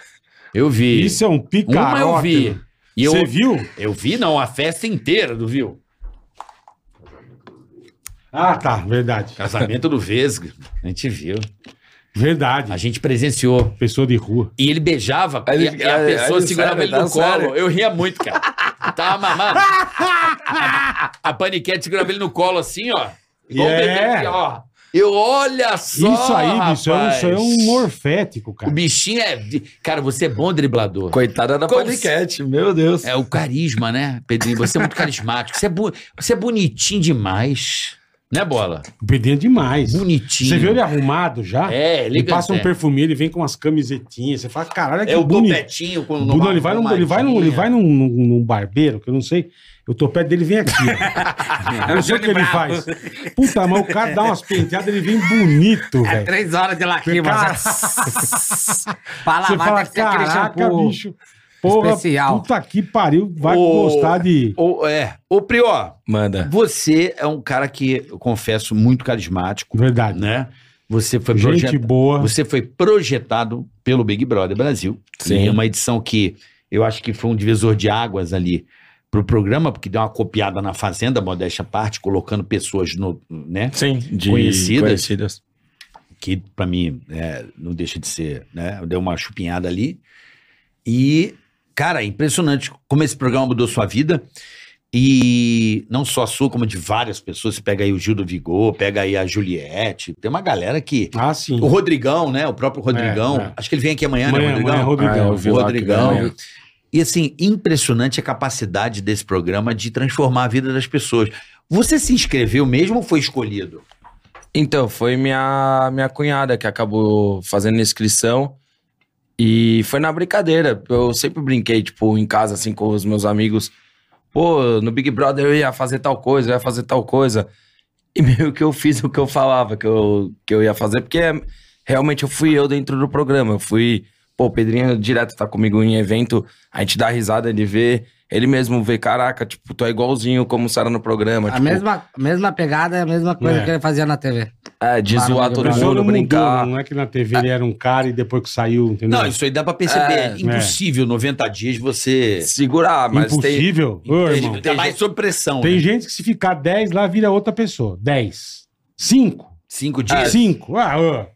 Speaker 5: Eu vi.
Speaker 4: Isso é um picarota.
Speaker 5: Uma eu vi. E eu,
Speaker 4: Você viu?
Speaker 5: eu vi, não, a festa inteira do Viu.
Speaker 4: Ah, tá, verdade.
Speaker 5: Casamento do Vesgo. A gente viu.
Speaker 4: Verdade.
Speaker 5: A gente presenciou.
Speaker 4: Pessoa de rua.
Speaker 5: E ele beijava
Speaker 6: Aí
Speaker 5: e,
Speaker 6: ele-
Speaker 5: e a
Speaker 6: aí-
Speaker 5: pessoa
Speaker 6: aí ele
Speaker 5: segurava
Speaker 6: sério,
Speaker 5: ele no
Speaker 6: tá sério.
Speaker 5: colo. Eu ria muito, cara. Tá, Tava mamando. A paniquete segurava ele no colo assim, ó. Igual
Speaker 4: É.
Speaker 5: o bebê aqui, ó. Eu olha só.
Speaker 4: isso aí, bicho, é um- isso aí é um
Speaker 5: rapaz.
Speaker 4: morfético,
Speaker 5: O
Speaker 4: cara.
Speaker 5: bichinho é. de- Cara, você é bom driblador.
Speaker 6: Coitada da
Speaker 5: Como
Speaker 6: paniquete, meu Deus.
Speaker 5: É o carisma, né, Pedrinho? Você é muito carismático. Você é, bu- você é bonitinho demais. Né, bola?
Speaker 4: O Pedrinho é demais.
Speaker 5: Bonitinho.
Speaker 4: Você viu ele arrumado já?
Speaker 5: É, ele
Speaker 4: ele passa um
Speaker 5: é.
Speaker 4: perfume, ele vem com umas camisetinhas. Você fala, caralho, que
Speaker 5: É o
Speaker 4: bonito.
Speaker 5: topetinho com
Speaker 4: Bu- não, ele vai, num, ele vai, num, ele vai num, num- num barbeiro, que eu não sei. O topete dele vem aqui. ó. eu não sei o que ele faz. Puta, mas o cara dá umas penteadas, ele vem bonito,
Speaker 7: É
Speaker 4: velho.
Speaker 7: três horas de lacrima.
Speaker 4: Cara.
Speaker 7: pra
Speaker 4: Você
Speaker 7: lavar tem
Speaker 4: fala,
Speaker 7: que ser aquele
Speaker 4: caraca,
Speaker 7: shampoo.
Speaker 4: bicho. Porra,
Speaker 7: especial."
Speaker 4: puta que pariu, vai
Speaker 5: Ô,
Speaker 4: gostar de...
Speaker 5: Ô, é. Ô, Prió,
Speaker 6: Manda.
Speaker 5: você é um cara que, eu confesso, muito carismático,
Speaker 4: Verdade.
Speaker 5: né? Você foi,
Speaker 4: Gente
Speaker 5: projet...
Speaker 4: boa.
Speaker 5: você foi projetado pelo Big Brother Brasil.
Speaker 6: Sim.
Speaker 5: E é uma edição que eu acho que foi um divisor de águas ali pro programa, porque deu uma copiada na Fazenda, modéstia à parte, colocando pessoas no, né?
Speaker 6: Sim, de
Speaker 5: Conhecidas.
Speaker 6: conhecidas.
Speaker 5: que pra mim é, não deixa de ser, né? Deu uma chupinhada ali. E, cara, é impressionante como esse programa mudou sua vida. E não só a sua, como de várias pessoas. Você pega aí o Gil do Vigor, pega aí a Juliette. Tem uma galera que.
Speaker 4: Ah, sim.
Speaker 5: O Rodrigão, né? O próprio Rodrigão.
Speaker 4: É, é.
Speaker 5: Acho que ele vem aqui amanhã, né,
Speaker 4: Amanhã,
Speaker 5: Rodrigão?
Speaker 4: amanhã, é Rodrigão.
Speaker 6: Ah, eu vi lá que
Speaker 5: Rodrigão.
Speaker 6: ganha.
Speaker 5: E assim, impressionante a capacidade desse programa de transformar a vida das pessoas. Você se inscreveu mesmo ou foi escolhido?
Speaker 6: Então, foi minha, minha cunhada que acabou fazendo inscrição. E foi na brincadeira. Eu sempre brinquei, tipo, em casa, assim, com os meus amigos. Pô, no Big Brother eu ia fazer tal coisa, eu ia fazer tal coisa. E meio que eu fiz o que eu falava que eu, que eu ia fazer, porque é- realmente eu fui eu dentro do programa. Eu fui. Pô, o Pedrinho direto tá comigo em evento, a gente dá risada, ele vê. Ele mesmo vê, caraca, tipo, tu é igualzinho como você era no programa.
Speaker 7: A
Speaker 6: tipo,
Speaker 7: mesma, mesma pegada, a mesma coisa
Speaker 4: É.
Speaker 7: que ele fazia na TV.
Speaker 6: é, de
Speaker 7: Maravilha,
Speaker 6: zoar todo
Speaker 4: Mas só
Speaker 6: mundo,
Speaker 4: não mudou,
Speaker 6: brincar.
Speaker 4: Não é que na TV ele era um cara e depois que saiu, entendeu?
Speaker 5: Não, isso aí dá pra perceber.
Speaker 6: É,
Speaker 5: É impossível, 90 dias, você.
Speaker 6: segurar, mas tem. um,
Speaker 4: Impossível? Ô,
Speaker 5: Tem-
Speaker 4: irmão.
Speaker 5: tá mais sob pressão.
Speaker 4: Tem
Speaker 5: né?
Speaker 4: gente que se ficar 10 lá vira outra pessoa. 10. 5.
Speaker 5: Cinco dias.
Speaker 4: 5. Ah, ô.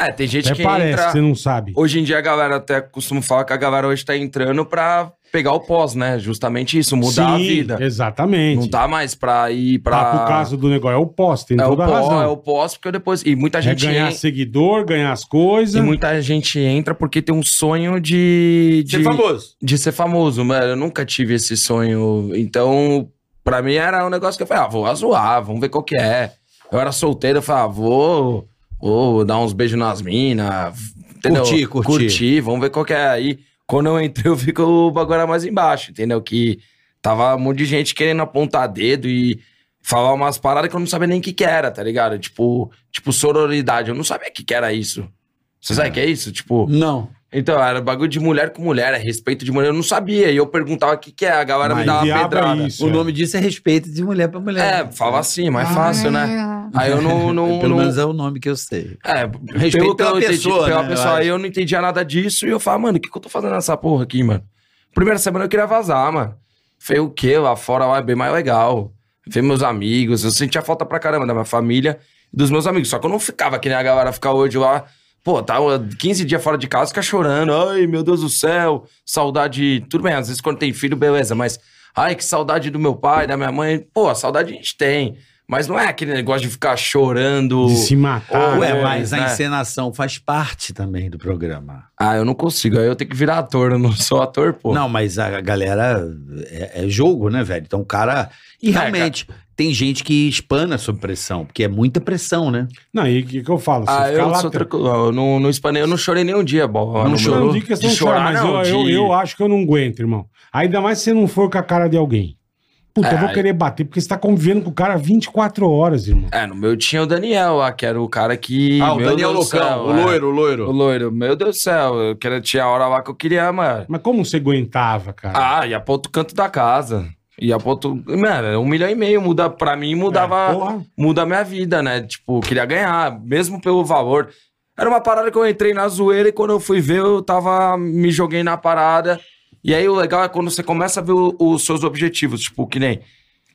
Speaker 6: É, tem É. gente
Speaker 4: Até
Speaker 6: que
Speaker 4: parece que
Speaker 6: entra.
Speaker 4: você não sabe.
Speaker 6: Hoje em dia a galera até costuma falar que a galera hoje tá entrando pra pegar o pós, né? Justamente isso, mudar
Speaker 4: Sim,
Speaker 6: a vida.
Speaker 4: Exatamente.
Speaker 6: Não tá mais pra ir pra.
Speaker 4: Tá pro caso do negócio. É o pós, tem
Speaker 6: é o
Speaker 4: toda a
Speaker 6: pós,
Speaker 4: razão.
Speaker 6: é o pós, porque depois. E muita
Speaker 4: É
Speaker 6: gente.
Speaker 4: ganhar
Speaker 6: en-
Speaker 4: seguidor, ganhar as
Speaker 6: E
Speaker 4: coisas.
Speaker 6: muita gente entra porque tem um sonho de. de
Speaker 5: Ser é famoso.
Speaker 6: de ser famoso, mano. Eu nunca tive esse sonho. Então, pra mim era um negócio que eu falei, ah, vou azoar, vamos ver qual que é. Eu era solteiro, eu falei, ah, vou, vou dar uns beijos nas minas. Entendeu?
Speaker 5: Curtir, curtir.
Speaker 6: Curtir, vamos ver qual que é. Aí, quando eu entrei, eu vi que o bagulho era mais embaixo, entendeu? Que tava um monte de gente querendo apontar dedo e falar umas paradas que eu não sabia nem o que que era, tá ligado? Tipo, tipo sororidade. Eu não sabia o que que era isso. Você sabe o que é isso? Tipo...
Speaker 5: Não.
Speaker 6: Então, era bagulho de mulher com mulher, é respeito de mulher. Eu não sabia. E eu perguntava o que, que é, a galera me
Speaker 5: Mas
Speaker 6: dava
Speaker 4: diabo é
Speaker 6: pedrada.
Speaker 4: isso,
Speaker 5: O
Speaker 4: é.
Speaker 5: nome disso é respeito de mulher pra mulher.
Speaker 6: É, fala assim, mais fácil, né? Aí eu não. não,
Speaker 5: né? Pelo
Speaker 6: não
Speaker 5: menos é o nome que eu sei.
Speaker 6: é,
Speaker 5: Respeito
Speaker 6: pelo que eu
Speaker 5: pela
Speaker 6: entendi,
Speaker 5: pessoa,
Speaker 6: pela
Speaker 5: né, eu
Speaker 6: pessoa.
Speaker 5: acho.
Speaker 6: Aí eu não entendia nada disso e eu falava, mano, o que, que eu tô fazendo nessa porra aqui, mano? Primeira semana eu queria vazar, mano. Falei, o quê? Lá fora lá é bem mais legal. Ver meus amigos. Eu sentia falta pra caramba da minha família e dos meus amigos. Só que eu não ficava que nem a galera fica hoje lá. Pô, tá 15 dias fora de casa, fica chorando. Ai, meu Deus do céu, saudade. Tudo bem, às vezes quando tem filho, beleza, mas. Ai, que saudade do meu pai, da minha mãe. Pô, a saudade a gente tem. Mas não é aquele negócio de ficar chorando.
Speaker 4: De se matar.
Speaker 6: Ou
Speaker 5: Ué,
Speaker 6: é,
Speaker 5: mas a
Speaker 6: né?
Speaker 5: encenação faz parte também do programa.
Speaker 6: Ah, eu não consigo. Aí eu tenho que virar ator. Eu não sou ator, pô.
Speaker 5: Não, mas a galera é, é jogo, né, velho? Então o cara. E
Speaker 6: É,
Speaker 5: realmente, tem gente que espana sob pressão, porque é muita pressão, né?
Speaker 4: Não, e o que, que eu falo? Se
Speaker 6: Ah,
Speaker 4: ficar
Speaker 6: eu
Speaker 4: lá
Speaker 6: sou
Speaker 4: atrás-
Speaker 6: tranquilo. Eu não, não espanei. Eu não chorei nem um dia, bola.
Speaker 4: Não,
Speaker 6: No
Speaker 4: choro,
Speaker 6: meu-
Speaker 4: não digo questão de chorar, mas eu, eu,
Speaker 6: de-
Speaker 4: eu acho que eu não aguento, irmão. Ainda mais se você não for com a cara de alguém. Puta,
Speaker 6: É,
Speaker 4: eu vou
Speaker 6: aí-
Speaker 4: querer bater, porque você tá convivendo com o cara 24 horas, irmão.
Speaker 6: É, no meu tinha o Daniel lá, que era o cara que...
Speaker 5: ah, o
Speaker 6: meu
Speaker 5: Daniel
Speaker 6: Deus do
Speaker 5: Locão,
Speaker 6: céu,
Speaker 5: o
Speaker 6: é.
Speaker 5: loiro, o
Speaker 6: O
Speaker 5: loiro.
Speaker 6: loiro. Meu Deus do céu. Eu queria, tinha a hora lá que eu queria, mano.
Speaker 4: Mas como você aguentava, cara?
Speaker 6: Ah, ia pra outro canto da casa. Ia pra outro... Mano, um milhão e meio. Muda, pra mim, mudava...
Speaker 4: É, porra.
Speaker 6: muda a minha vida, né? Tipo, eu queria ganhar, mesmo pelo valor. Era uma parada que eu entrei na zoeira e quando eu fui ver, eu tava. me joguei na parada. E aí o legal é quando você começa a ver o- os seus objetivos, tipo, que nem.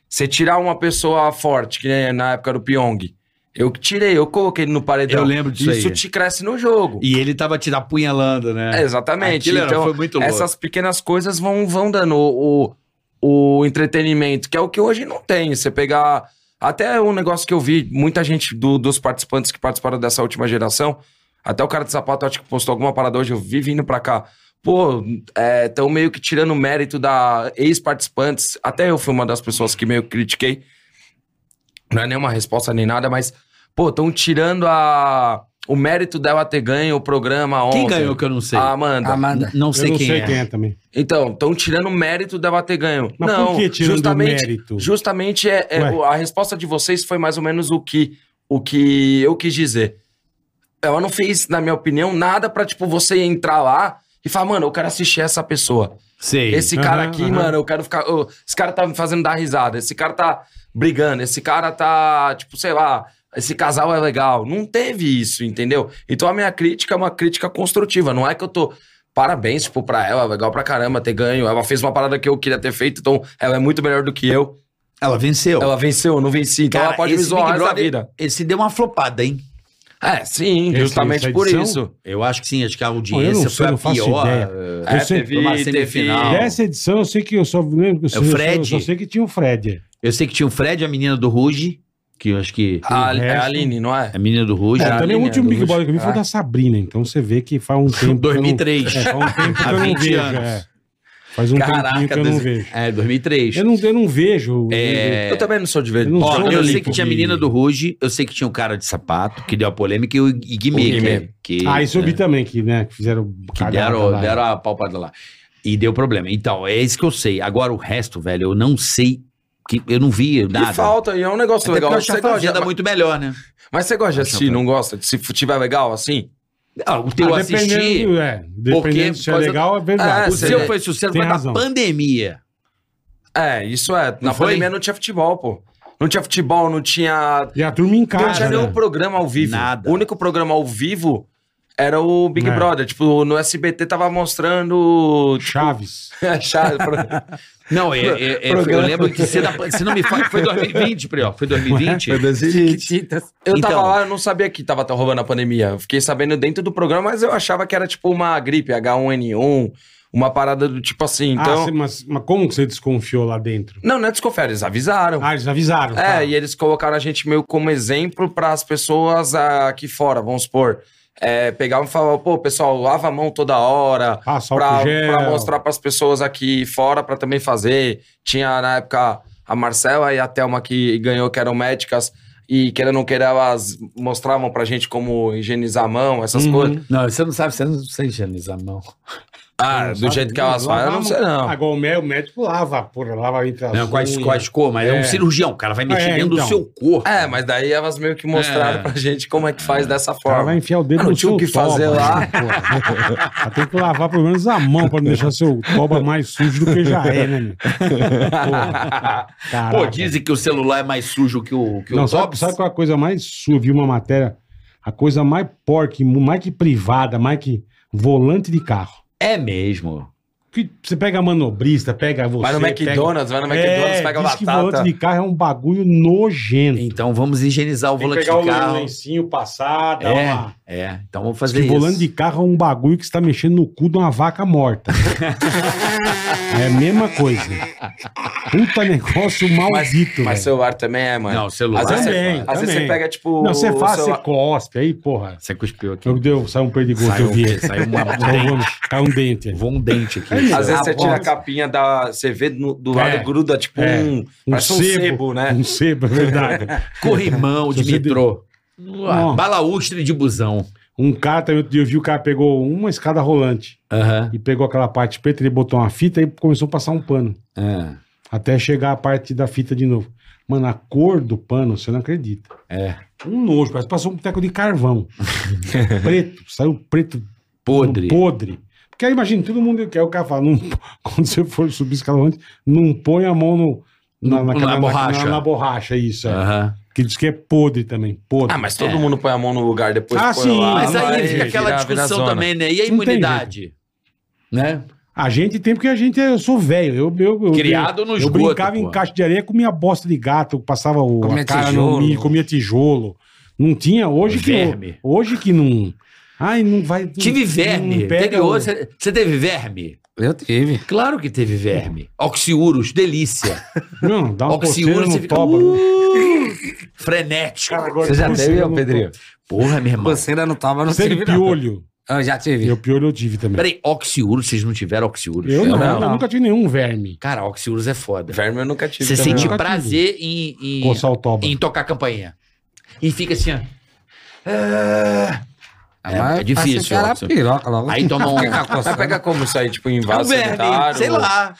Speaker 6: Você tirar uma pessoa forte, que nem na época do Pyong. Eu que tirei, eu coloquei ele no paredão.
Speaker 5: Eu lembro disso
Speaker 6: Isso
Speaker 5: aí.
Speaker 6: te cresce no jogo.
Speaker 5: E ele tava te apunhalando, né?
Speaker 6: É, exatamente.
Speaker 5: Aquilo era-
Speaker 6: então,
Speaker 5: foi muito louco.
Speaker 6: essas pequenas coisas vão, vão dando o, o, o entretenimento, que é o que hoje não tem. Você pegar. Até um negócio que eu vi, muita gente do- dos participantes que participaram dessa última geração, até o cara de sapato, acho que postou alguma parada hoje, eu vi vindo pra cá. Pô, estão meio que tirando o mérito da ex-participantes. Até eu fui uma das pessoas que meio que critiquei. Não é nenhuma resposta nem nada, mas, pô, estão tirando a, o mérito dela ter ganho o programa ontem.
Speaker 5: Quem ganhou que eu não sei?
Speaker 6: A Amanda.
Speaker 7: Amanda.
Speaker 5: Não
Speaker 4: eu
Speaker 5: sei,
Speaker 4: não
Speaker 5: quem,
Speaker 4: sei
Speaker 5: é.
Speaker 4: quem é também.
Speaker 6: Então, estão tirando o mérito dela ter ganho.
Speaker 4: Mas
Speaker 6: não,
Speaker 4: por que tirando
Speaker 6: justamente,
Speaker 4: o mérito?
Speaker 6: Justamente é, é
Speaker 4: Ué.
Speaker 6: o- a resposta de vocês foi mais ou menos o que, o que eu quis dizer. Ela não fez, na minha opinião, nada pra, tipo, você entrar lá e falar, mano, eu quero assistir essa pessoa.
Speaker 5: Sei.
Speaker 6: Esse cara
Speaker 4: Aham,
Speaker 6: aqui,
Speaker 4: aham.
Speaker 6: mano, eu quero ficar. ô, esse cara tá me fazendo dar risada. Esse cara tá brigando. Esse cara tá, tipo, sei lá. Esse casal é legal. Não teve isso, entendeu? Então a minha crítica é uma crítica construtiva. Não é que eu tô. Parabéns, tipo, pra ela. Legal pra caramba ter ganho. Ela fez uma parada que eu queria ter feito. Então ela é muito melhor do que eu.
Speaker 5: Ela venceu.
Speaker 6: Ela venceu, eu não venci. Então
Speaker 5: Então, Cara,
Speaker 6: ela pode me
Speaker 5: esse
Speaker 6: zoar o
Speaker 5: Big
Speaker 6: resto da
Speaker 5: Brother-
Speaker 6: vida.
Speaker 5: Esse deu uma flopada, hein?
Speaker 6: É, sim,
Speaker 4: Esse-
Speaker 6: justamente
Speaker 4: essa
Speaker 6: por
Speaker 4: edição?
Speaker 6: isso.
Speaker 5: Eu acho que sim, acho que a
Speaker 4: Pô, eu
Speaker 5: audiência
Speaker 4: não sei,
Speaker 5: foi a
Speaker 4: não faço
Speaker 5: pior.
Speaker 4: ideia.
Speaker 5: eh,
Speaker 6: É,
Speaker 4: Eu sei-
Speaker 6: teve,
Speaker 5: uma
Speaker 6: teve...
Speaker 5: semifinal. Não.
Speaker 4: Dessa edição eu sei que eu só lembro que eu,
Speaker 5: É o
Speaker 4: eu-
Speaker 5: Fred.
Speaker 4: eu só sei que tinha o Fred. é.
Speaker 5: Eu sei que tinha o Fred, a menina do Ruge, que eu acho que.
Speaker 6: A,
Speaker 4: O
Speaker 6: é a
Speaker 4: resto-
Speaker 6: Aline, não é?
Speaker 5: A menina do Ruge.
Speaker 4: É,
Speaker 6: a
Speaker 4: também o
Speaker 6: Aline,
Speaker 4: último
Speaker 6: do
Speaker 4: Big
Speaker 6: Ruth.
Speaker 4: Brother que eu vi foi
Speaker 6: Ah.
Speaker 4: da Sabrina, então você vê que faz um tempo. que eu não-
Speaker 5: 2003.
Speaker 4: É, faz um tempo que
Speaker 5: Há
Speaker 4: eu não
Speaker 5: 20
Speaker 4: vejo.
Speaker 5: anos.
Speaker 4: é. Faz um
Speaker 6: Caraca,
Speaker 4: tempinho que eu não
Speaker 6: dois-
Speaker 4: vejo.
Speaker 5: É, 2003.
Speaker 4: Eu não, eu não vejo.
Speaker 5: É,
Speaker 6: Eu também não sou de
Speaker 4: Eu
Speaker 6: verde.
Speaker 4: não
Speaker 5: Ó,
Speaker 4: sou
Speaker 5: eu
Speaker 4: um
Speaker 5: sei
Speaker 4: tipo
Speaker 5: que tinha a
Speaker 4: de-
Speaker 5: menina do Ruge, eu sei que tinha o cara de sapato, que deu a polêmica, e o
Speaker 6: O
Speaker 5: Guimê.
Speaker 6: Guimê.
Speaker 5: Que, que,
Speaker 4: Ah, isso eu
Speaker 6: É.
Speaker 4: vi também, que, né, que fizeram.
Speaker 5: que
Speaker 4: cagada
Speaker 5: deram,
Speaker 4: lá.
Speaker 5: deram a palpada lá. E deu problema. Então, é isso que eu sei. Agora o resto, velho, eu não sei. Que, eu não vi nada.
Speaker 6: E falta, e é um negócio
Speaker 5: Até
Speaker 6: legal.
Speaker 5: porque eu acho que
Speaker 6: Você
Speaker 5: a
Speaker 6: gosta,
Speaker 5: Fazenda é
Speaker 6: mas-
Speaker 5: muito melhor, né?
Speaker 6: Mas você gosta de
Speaker 5: Acho
Speaker 6: assistir,
Speaker 5: que-
Speaker 6: não gosta? Se f- tiver legal assim?
Speaker 5: Ah, o teu
Speaker 4: Ah,
Speaker 5: assistir.
Speaker 4: Dependendo, é, dependendo se é
Speaker 5: coisa-
Speaker 4: legal, é
Speaker 6: Ah,
Speaker 4: verdade.
Speaker 5: O
Speaker 6: Você-
Speaker 5: seu foi sucesso
Speaker 4: tem
Speaker 5: por causa da
Speaker 4: razão.
Speaker 5: pandemia.
Speaker 6: É, isso é. Na
Speaker 5: foi?
Speaker 6: pandemia não tinha futebol, pô. Não tinha futebol, não tinha.
Speaker 4: E a turma em
Speaker 6: não tinha
Speaker 4: casa.
Speaker 6: nenhum
Speaker 4: né?
Speaker 6: programa ao vivo.
Speaker 5: Nada.
Speaker 6: O único programa ao vivo era o Big
Speaker 4: É.
Speaker 6: Brother. Tipo, no SBT tava mostrando.
Speaker 4: Chaves. Ah,
Speaker 6: Chá-
Speaker 5: Não, é, é- é- eu lembro que se, da- se não me fala. Foi 2020, Prió. Foi 2020?
Speaker 7: Chiquititas.
Speaker 6: eu tava
Speaker 5: Então.
Speaker 6: lá, eu não sabia que tava tão rolando a pandemia. Eu fiquei sabendo dentro do programa, mas eu achava que era tipo uma gripe, H1N1, uma parada do tipo assim.
Speaker 4: Ah,
Speaker 6: Então.
Speaker 4: cê- mas, mas como que você desconfiou lá dentro?
Speaker 6: Não, não é desconfiar, eles avisaram.
Speaker 4: Ah, eles avisaram. tá.
Speaker 6: É, e eles colocaram a gente meio como exemplo para as pessoas ah, aqui fora, vamos supor. É, pegavam e falavam, pô, pessoal, lava a mão toda hora.
Speaker 4: Ah, só
Speaker 6: Pra,
Speaker 4: o gel.
Speaker 6: pra mostrar para as pessoas aqui fora para também fazer. Tinha na época a Marcela e a Thelma que ganhou, que eram médicas. E querendo ou não querer, elas mostravam pra gente como higienizar a mão, essas
Speaker 4: Uhum.
Speaker 6: coisas.
Speaker 5: Não, você não sabe, você não sei higienizar a mão.
Speaker 6: Ah, do
Speaker 4: sabe?
Speaker 6: jeito que elas
Speaker 4: Lavar
Speaker 6: falam, eu não
Speaker 4: a mão.
Speaker 6: sei não.
Speaker 4: Agora o mé- o médico lava, porra, lava entre as
Speaker 5: Não, Né, com a,
Speaker 4: unhas.
Speaker 5: com a escova, mas é.
Speaker 4: É.
Speaker 5: um cirurgião, o cara vai mexer
Speaker 4: É,
Speaker 5: dentro
Speaker 4: então.
Speaker 5: do seu corpo.
Speaker 6: É, mas daí elas meio que mostraram
Speaker 5: É.
Speaker 6: pra gente como é que faz dessa
Speaker 4: O cara
Speaker 6: forma.
Speaker 4: vai enfiar o dedo
Speaker 6: Ah, não
Speaker 4: no
Speaker 6: tinha
Speaker 4: seu
Speaker 6: o que fazer
Speaker 4: toba,
Speaker 6: lá.
Speaker 4: né, porra? Mas Tem que lavar pelo menos a mão pra não deixar seu toba mais sujo do que já é, né, meu? Porra, caraca.
Speaker 5: Pô, dizem que o celular é mais sujo que o, que
Speaker 4: Não,
Speaker 5: o
Speaker 4: sabe,
Speaker 5: Tops.
Speaker 4: sabe qual é a coisa mais sua? Vi uma matéria, a coisa mais porca, mais que privada, mais que volante de carro.
Speaker 5: É mesmo.
Speaker 4: Que você pega manobrista, pega você.
Speaker 6: Vai no McDonald's, vai no
Speaker 4: pega...
Speaker 6: McDonald's, pega
Speaker 4: diz que
Speaker 6: batata.
Speaker 4: volante de carro é um bagulho nojento.
Speaker 5: Então vamos higienizar o
Speaker 4: Tem que
Speaker 5: volante
Speaker 4: pegar
Speaker 5: de
Speaker 4: o
Speaker 5: carro.
Speaker 4: lencinho passar, dar
Speaker 5: É,
Speaker 4: uma...
Speaker 5: é, então vamos
Speaker 4: Diz que
Speaker 5: fazer isso.
Speaker 4: volante de carro é um bagulho que você tá mexendo no cu de uma vaca morta. é a mesma coisa. Puta negócio maldito,
Speaker 6: Mas
Speaker 4: velho.
Speaker 6: celular também é, mano.
Speaker 4: né?
Speaker 5: Não, o celular
Speaker 6: Às vezes,
Speaker 4: também,
Speaker 6: você, às vezes
Speaker 4: também.
Speaker 6: você pega, tipo.
Speaker 4: Não, você
Speaker 6: o
Speaker 4: faz, você
Speaker 6: celular-
Speaker 4: cospe aí, porra.
Speaker 5: Você cuspiu aqui.
Speaker 4: Meu Deus, saiu um perdigoto,
Speaker 5: Saiu
Speaker 4: eu
Speaker 5: o
Speaker 4: vi.
Speaker 5: quê? Saiu uma- um
Speaker 4: Saiu
Speaker 5: dente.
Speaker 4: um- Caiu um dente.
Speaker 5: Voou um dente aqui.
Speaker 6: Às vezes você
Speaker 4: Ah,
Speaker 6: tira a
Speaker 4: pode.
Speaker 6: capinha da. Você vê no- do lado
Speaker 4: É.
Speaker 6: gruda, tipo
Speaker 4: É.
Speaker 6: um. parece um sebo, né?
Speaker 4: Um sebo, é verdade.
Speaker 5: Corrimão de
Speaker 4: Se você-
Speaker 5: metrô.
Speaker 4: Não.
Speaker 5: Balaústre de busão.
Speaker 4: Um cara também, outro dia eu vi o cara pegou uma escada rolante
Speaker 5: Aham.
Speaker 4: e pegou aquela parte preta, ele botou uma fita e começou a passar um pano.
Speaker 5: É.
Speaker 4: Até chegar a parte da fita de novo. Mano, a cor do pano, você não acredita.
Speaker 5: É.
Speaker 4: Um nojo, parece que passou um teco de carvão. preto, saiu preto
Speaker 5: Podre.
Speaker 4: podre. Porque aí imagina, todo mundo quer, o cara fala, não- quando você for subir escalante, não põe a mão no,
Speaker 5: No- na borracha.
Speaker 4: Na, borracha, isso. É.
Speaker 5: Aham.
Speaker 4: Que diz que é podre também, podre.
Speaker 6: Ah, mas todo mundo põe a mão no lugar depois
Speaker 4: Ah,
Speaker 6: põe
Speaker 4: sim.
Speaker 6: lá.
Speaker 5: Mas
Speaker 6: vai
Speaker 5: aí fica aquela
Speaker 6: virar- virar
Speaker 5: discussão
Speaker 6: zona.
Speaker 5: também, né? E a
Speaker 4: Não tem
Speaker 5: imunidade? Né?
Speaker 4: A gente tem porque a gente, é- eu sou velho. Eu, eu, eu-
Speaker 5: Criado no
Speaker 4: Eu
Speaker 5: esgoto,
Speaker 4: brincava em
Speaker 5: pô.
Speaker 4: caixa de areia, comia bosta de gato, passava o,
Speaker 7: Comia
Speaker 4: a cara
Speaker 7: tijolo.
Speaker 4: no milho, comia tijolo. Não tinha, hoje que,
Speaker 5: Verme.
Speaker 4: hoje que não... Ai, não vai... não-
Speaker 5: Tive
Speaker 4: não
Speaker 5: verme.
Speaker 4: pega
Speaker 5: Teve
Speaker 4: o-
Speaker 5: outro. Você você teve verme?
Speaker 7: Eu tive.
Speaker 5: Claro que teve verme. Oxiurus, delícia.
Speaker 4: Não, dá um coceiro
Speaker 5: Oxiurus, você
Speaker 4: no
Speaker 5: fica.
Speaker 4: toba.
Speaker 5: "Uh!" frenético.
Speaker 6: Você já teve, ô, Pedrinho?
Speaker 5: Porra, meu irmão.
Speaker 7: Coceira no toba não
Speaker 4: Teve
Speaker 7: serve
Speaker 4: piolho.
Speaker 7: não. Eu já tive.
Speaker 4: Eu piolho eu tive também.
Speaker 5: Peraí, oxiurus, vocês não tiveram oxiurus?
Speaker 4: Eu não,
Speaker 6: não.
Speaker 4: eu nunca tive nenhum verme.
Speaker 5: Cara, oxiurus é foda.
Speaker 6: Verme eu nunca tive.
Speaker 5: Você
Speaker 6: também,
Speaker 5: sente
Speaker 6: não.
Speaker 4: Nunca
Speaker 5: prazer em, em,
Speaker 4: Coçar o toba.
Speaker 5: em tocar a campainha. E fica assim, ó. Ah. É,
Speaker 7: Mas
Speaker 5: é difícil,
Speaker 7: Era
Speaker 5: Watson.
Speaker 7: piroca logo.
Speaker 5: Aí toma um.
Speaker 6: Mas pega como isso aí, tipo, em vaso sanitário?
Speaker 5: sei lá.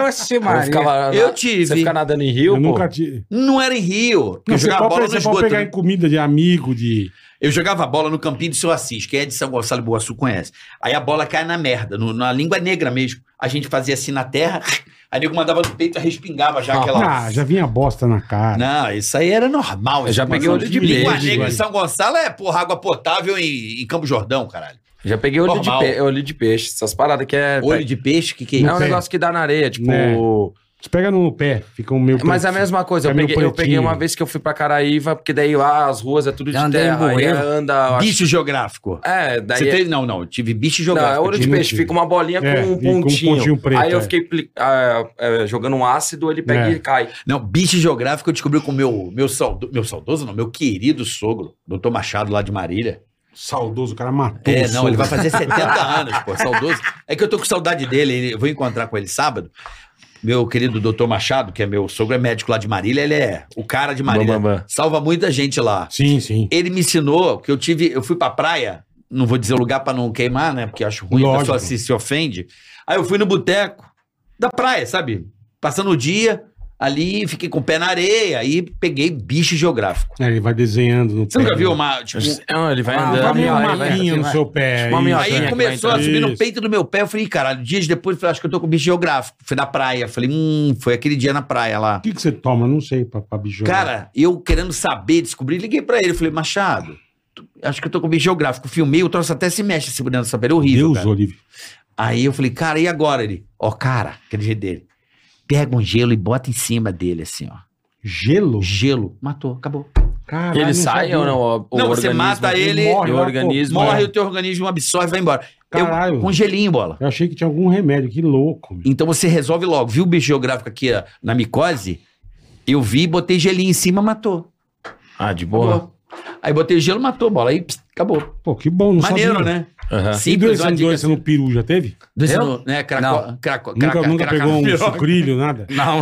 Speaker 7: Oxi,
Speaker 6: Ou
Speaker 7: Maria.
Speaker 6: ficava-
Speaker 5: Eu tive.
Speaker 6: Você fica nadando em rio,
Speaker 4: Eu
Speaker 6: pô?
Speaker 4: nunca tive.
Speaker 5: Não era em Rio.
Speaker 4: Não,
Speaker 5: eu
Speaker 4: você
Speaker 5: jogava
Speaker 4: pode,
Speaker 5: bola
Speaker 4: você
Speaker 5: no
Speaker 4: pode
Speaker 5: esgoto.
Speaker 4: é
Speaker 5: né?
Speaker 4: pegar em comida de amigo, de...
Speaker 5: Eu jogava bola no campinho do seu Assis, que é de São Gonçalo e Boaçu, conhece. Aí a bola cai na merda, no- na língua negra mesmo. A gente fazia assim na terra, aí nego mandava no peito, respingava já aquela. Né?
Speaker 4: Ah, já vinha bosta na cara.
Speaker 5: Não, isso aí era normal.
Speaker 6: Eu já
Speaker 5: isso,
Speaker 6: peguei
Speaker 5: mano.
Speaker 6: olho de
Speaker 5: Língua
Speaker 6: peixe,
Speaker 5: negra em
Speaker 4: velho.
Speaker 5: São Gonçalo é, porra, água potável em, em Campo Jordão, caralho.
Speaker 6: Já peguei olho de,
Speaker 5: Normal.
Speaker 6: pe- olho de peixe, essas paradas que é.
Speaker 5: Olho de peixe, que que é
Speaker 6: É
Speaker 5: isso?
Speaker 6: um
Speaker 4: pé.
Speaker 6: negócio que dá na areia, tipo.
Speaker 4: É. Você pega no pé, fica um meio...
Speaker 6: Mas é a
Speaker 4: preto.
Speaker 6: mesma coisa, eu
Speaker 4: É meio
Speaker 6: peguei, eu peguei
Speaker 4: pretinho.
Speaker 6: uma vez que eu fui pra Caraíva, porque daí lá as ruas é tudo de
Speaker 7: Já andei em
Speaker 6: terra, aí
Speaker 7: bueiro.
Speaker 6: anda. eu acho-
Speaker 5: Bicho geográfico.
Speaker 6: É,
Speaker 5: Você
Speaker 6: daí.
Speaker 5: teve? Não, não, eu tive bicho
Speaker 6: Não, é
Speaker 5: geográfico.
Speaker 6: olho de
Speaker 4: Continua,
Speaker 6: peixe,
Speaker 4: filho.
Speaker 6: fica uma bolinha
Speaker 4: É,
Speaker 6: com um
Speaker 4: e com um
Speaker 6: pontinho.
Speaker 4: pontinho preto,
Speaker 6: aí eu
Speaker 4: é.
Speaker 6: fiquei pli- ah, é, jogando um ácido, ele pega
Speaker 4: É.
Speaker 6: e cai.
Speaker 5: Não, bicho geográfico eu descobri com o meu, meu, saudo, meu saudoso, não, meu querido sogro, doutor Machado lá de Marília.
Speaker 4: Saudoso, o cara matou.
Speaker 5: É,
Speaker 4: o
Speaker 5: não,
Speaker 4: sogro.
Speaker 5: ele vai fazer 70 anos, pô, saudoso. É que eu tô com saudade dele, ele- eu vou encontrar com ele sábado. Meu querido doutor Machado, que é meu sogro, é médico lá de Marília, ele é o cara de Marília.
Speaker 6: Bam, bam, bam.
Speaker 5: Salva muita gente lá.
Speaker 4: Sim, sim.
Speaker 5: Ele me ensinou que eu tive, eu fui pra praia, não vou dizer o lugar pra não queimar, né? Porque acho ruim, a
Speaker 4: Lógico.
Speaker 5: pessoa se, se ofende. Aí eu fui no boteco da praia, sabe? Passando o dia ali, fiquei com o pé na areia, aí peguei bicho geográfico.
Speaker 4: É, ele vai desenhando no
Speaker 5: Você
Speaker 4: pé.
Speaker 5: nunca viu uma, tipo,
Speaker 6: Não, ele vai
Speaker 7: Ah, vai
Speaker 4: Vai
Speaker 6: andando. vai,
Speaker 4: meio
Speaker 7: minhoca,
Speaker 6: vai,
Speaker 4: marquinha no
Speaker 7: vai.
Speaker 4: seu pé.
Speaker 6: Uma
Speaker 4: isso,
Speaker 6: minhoquinha.
Speaker 4: é.
Speaker 5: Aí
Speaker 6: que
Speaker 5: começou
Speaker 6: vai
Speaker 5: a subir no
Speaker 4: Isso.
Speaker 5: peito do meu pé. Eu falei, caralho, dias depois, eu falei, acho que eu tô com bicho geográfico. Fui na praia. Falei, hum, foi aquele dia na praia lá.
Speaker 4: O que, que você toma? Não sei, pra, pra bicho.
Speaker 5: Cara, é eu querendo saber, descobrir, liguei pra ele. Falei, Machado, tu- acho que eu tô com bicho geográfico. Filmei, o troço até se mexe segurando essa pele. Horrível,
Speaker 4: Deus,
Speaker 5: cara.
Speaker 4: Olívio.
Speaker 5: Aí eu falei, cara, e agora? Ele, ó, cara, aquele jeito dele. Pega um gelo e bota em cima dele, assim, ó.
Speaker 4: Gelo?
Speaker 5: Gelo. Matou, acabou.
Speaker 4: Caralho,
Speaker 6: Ele
Speaker 4: não
Speaker 6: sai
Speaker 4: sabia.
Speaker 6: ou não? O, o
Speaker 5: Não, você
Speaker 6: organismo-
Speaker 5: mata ele,
Speaker 6: E
Speaker 4: morre
Speaker 6: o
Speaker 4: lá,
Speaker 6: organismo. né?
Speaker 4: pô,
Speaker 5: Morre, o teu organismo absorve e vai embora. Eu,
Speaker 4: Caralho.
Speaker 5: com gelinho, bola.
Speaker 4: Eu achei que tinha algum remédio, que louco. meu.
Speaker 5: Então você resolve logo. Viu o bicho geográfico aqui ó, na micose? Eu vi, botei gelinho em cima, matou.
Speaker 6: Ah, de boa.
Speaker 5: Acabou. Aí botei gelo, matou bola. Aí pss, acabou.
Speaker 4: Pô, que bom, não
Speaker 5: Maneiro,
Speaker 4: sabia.
Speaker 5: né?
Speaker 6: Aham.
Speaker 4: E
Speaker 5: Simples,
Speaker 4: doença,
Speaker 5: uma dica. assim.
Speaker 4: doença no peru já teve?
Speaker 5: Doença
Speaker 6: Eu?
Speaker 5: no- né? Craco,
Speaker 7: né? Não.
Speaker 5: craco,
Speaker 4: Nunca,
Speaker 5: craca,
Speaker 4: nunca
Speaker 5: craca
Speaker 4: pegou
Speaker 5: na
Speaker 4: um
Speaker 5: piroca.
Speaker 4: sucrilho, nada?
Speaker 7: Não,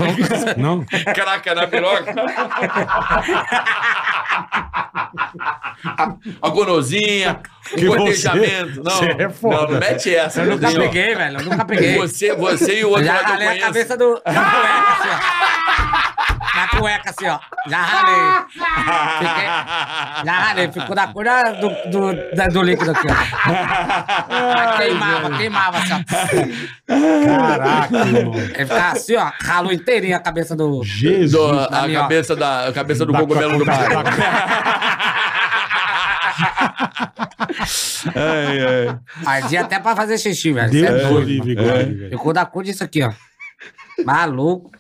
Speaker 4: Não?
Speaker 6: Caraca, na piroca.
Speaker 5: a, a gonosinha,
Speaker 4: Que
Speaker 5: o
Speaker 4: você-
Speaker 5: cortejamento. Não,
Speaker 4: você é foda.
Speaker 5: não, não mete essa.
Speaker 7: Eu nunca
Speaker 5: Rodrigo.
Speaker 7: peguei, velho. Eu nunca peguei.
Speaker 5: assim, Você, você e o outro
Speaker 7: já
Speaker 5: lado eu
Speaker 7: ralei a
Speaker 5: conheço.
Speaker 7: cabeça do. Na cueca, assim, ó. Na cueca, assim, ó. Já ralei. Fiquei- Já ralei. Ficou da cor da- do, do, da- do líquido aqui, ó. Mas queimava, queimava, assim, ó.
Speaker 4: Caraca, irmão.
Speaker 7: Ele ficava assim, ó. Ralou inteirinho a cabeça do.
Speaker 4: Jesus.
Speaker 5: Do- a,
Speaker 7: Ali, ó.
Speaker 5: cabeça da, a cabeça do
Speaker 4: Da-
Speaker 5: cogumelo do
Speaker 4: da-
Speaker 5: pai.
Speaker 7: Ardia até pra fazer xixi, velho. Cê é
Speaker 4: Deus o
Speaker 7: doido.
Speaker 4: livre, guarde,
Speaker 5: É.
Speaker 4: velho.
Speaker 7: Ficou da cor disso aqui, ó. Maluco.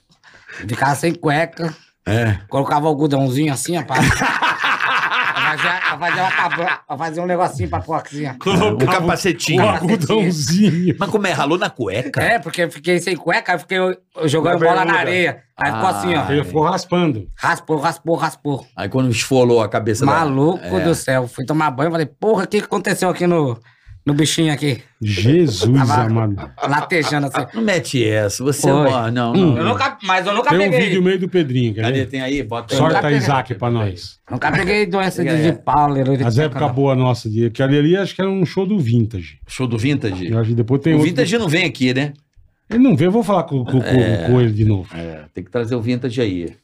Speaker 7: Ficava sem cueca.
Speaker 5: É.
Speaker 7: Colocava o algodãozinho assim, ó. Pra, pra fazer, pra fazer uma cabra- pra fazer um negocinho pra pôr assim, ó.
Speaker 4: Colocava
Speaker 5: O Um capacetinho.
Speaker 4: O um algodãozinho.
Speaker 5: Mas como é? Ralou na cueca?
Speaker 7: É, porque eu fiquei sem cueca, aí eu fiquei eu, jogando
Speaker 4: Na
Speaker 7: bola na
Speaker 4: bermuda.
Speaker 7: areia. Aí ficou assim, ó.
Speaker 4: Ele ficou raspando.
Speaker 7: Raspou, raspou, raspou.
Speaker 5: Aí quando esfolou a cabeça da-
Speaker 7: Maluco do céu. Fui tomar banho, falei, porra, o que que aconteceu aqui no, no bichinho aqui?
Speaker 5: Tá
Speaker 4: Jesus,
Speaker 7: Tava
Speaker 4: amado.
Speaker 7: latejando assim.
Speaker 5: Não mete essa. Você
Speaker 7: Foi.
Speaker 5: não. não,
Speaker 4: Hum.
Speaker 5: não.
Speaker 7: Eu nunca, mas eu nunca
Speaker 4: Tem um
Speaker 7: peguei.
Speaker 4: vídeo meio do Pedrinho, quer
Speaker 5: Cadê?
Speaker 4: ver?
Speaker 5: Tem aí? Bota aí.
Speaker 4: Sorta a Isaac pra nós.
Speaker 7: Nunca peguei doença de,
Speaker 5: É.
Speaker 7: de pau, leroriteca,
Speaker 4: As épocas
Speaker 7: não.
Speaker 4: boas nossas. de- Que ali, ali acho que era um show do Vintage.
Speaker 5: Show do Vintage?
Speaker 4: Eu acho que depois tem
Speaker 5: o
Speaker 4: outro.
Speaker 5: Vintage não vem aqui, né?
Speaker 4: Ele não vê, eu vou falar com, com- com- com ele de novo.
Speaker 5: É, tem que trazer o Vintage aí.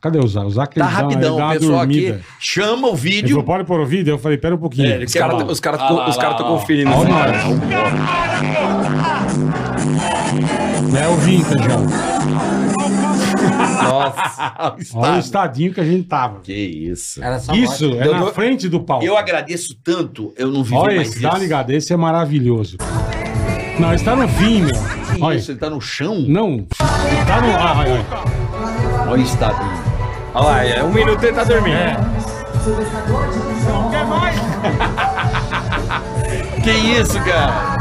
Speaker 4: Cadê o Zac? O Zac ele
Speaker 5: Tá
Speaker 4: dá- ele
Speaker 5: rapidão,
Speaker 4: dá
Speaker 5: o
Speaker 4: uma
Speaker 5: pessoal
Speaker 4: dormida.
Speaker 5: aqui chama o
Speaker 4: Ele falou,
Speaker 5: vídeo.
Speaker 4: pode pôr o vídeo? Eu falei, pera um pouquinho.
Speaker 5: É,
Speaker 6: Os caras
Speaker 5: Olha
Speaker 6: os cara,
Speaker 5: lá,
Speaker 6: os
Speaker 5: olha
Speaker 6: cara
Speaker 5: lá,
Speaker 6: tão conferindo.
Speaker 4: Olha
Speaker 6: assim.
Speaker 4: nós. É o Vintage, ó.
Speaker 6: Nossa.
Speaker 4: Olha
Speaker 5: Tá.
Speaker 4: o estadinho que a gente tava.
Speaker 5: Ah, Que isso.
Speaker 7: Era só
Speaker 4: Isso, é
Speaker 6: Deu
Speaker 4: na
Speaker 6: dor-
Speaker 4: frente do pau.
Speaker 5: Eu agradeço tanto, eu não vivi
Speaker 4: Olha
Speaker 5: mais
Speaker 4: esse,
Speaker 5: isso.
Speaker 4: dá uma ligada. Esse é maravilhoso. Não, esse tá no fim, meu. Olha.
Speaker 5: Isso, ele tá no chão?
Speaker 4: Não. Tá no. Ah, vai, vai.
Speaker 5: Olha o estado.
Speaker 6: Olha lá, é um minuto ele tá dormindo.
Speaker 5: Que isso, cara?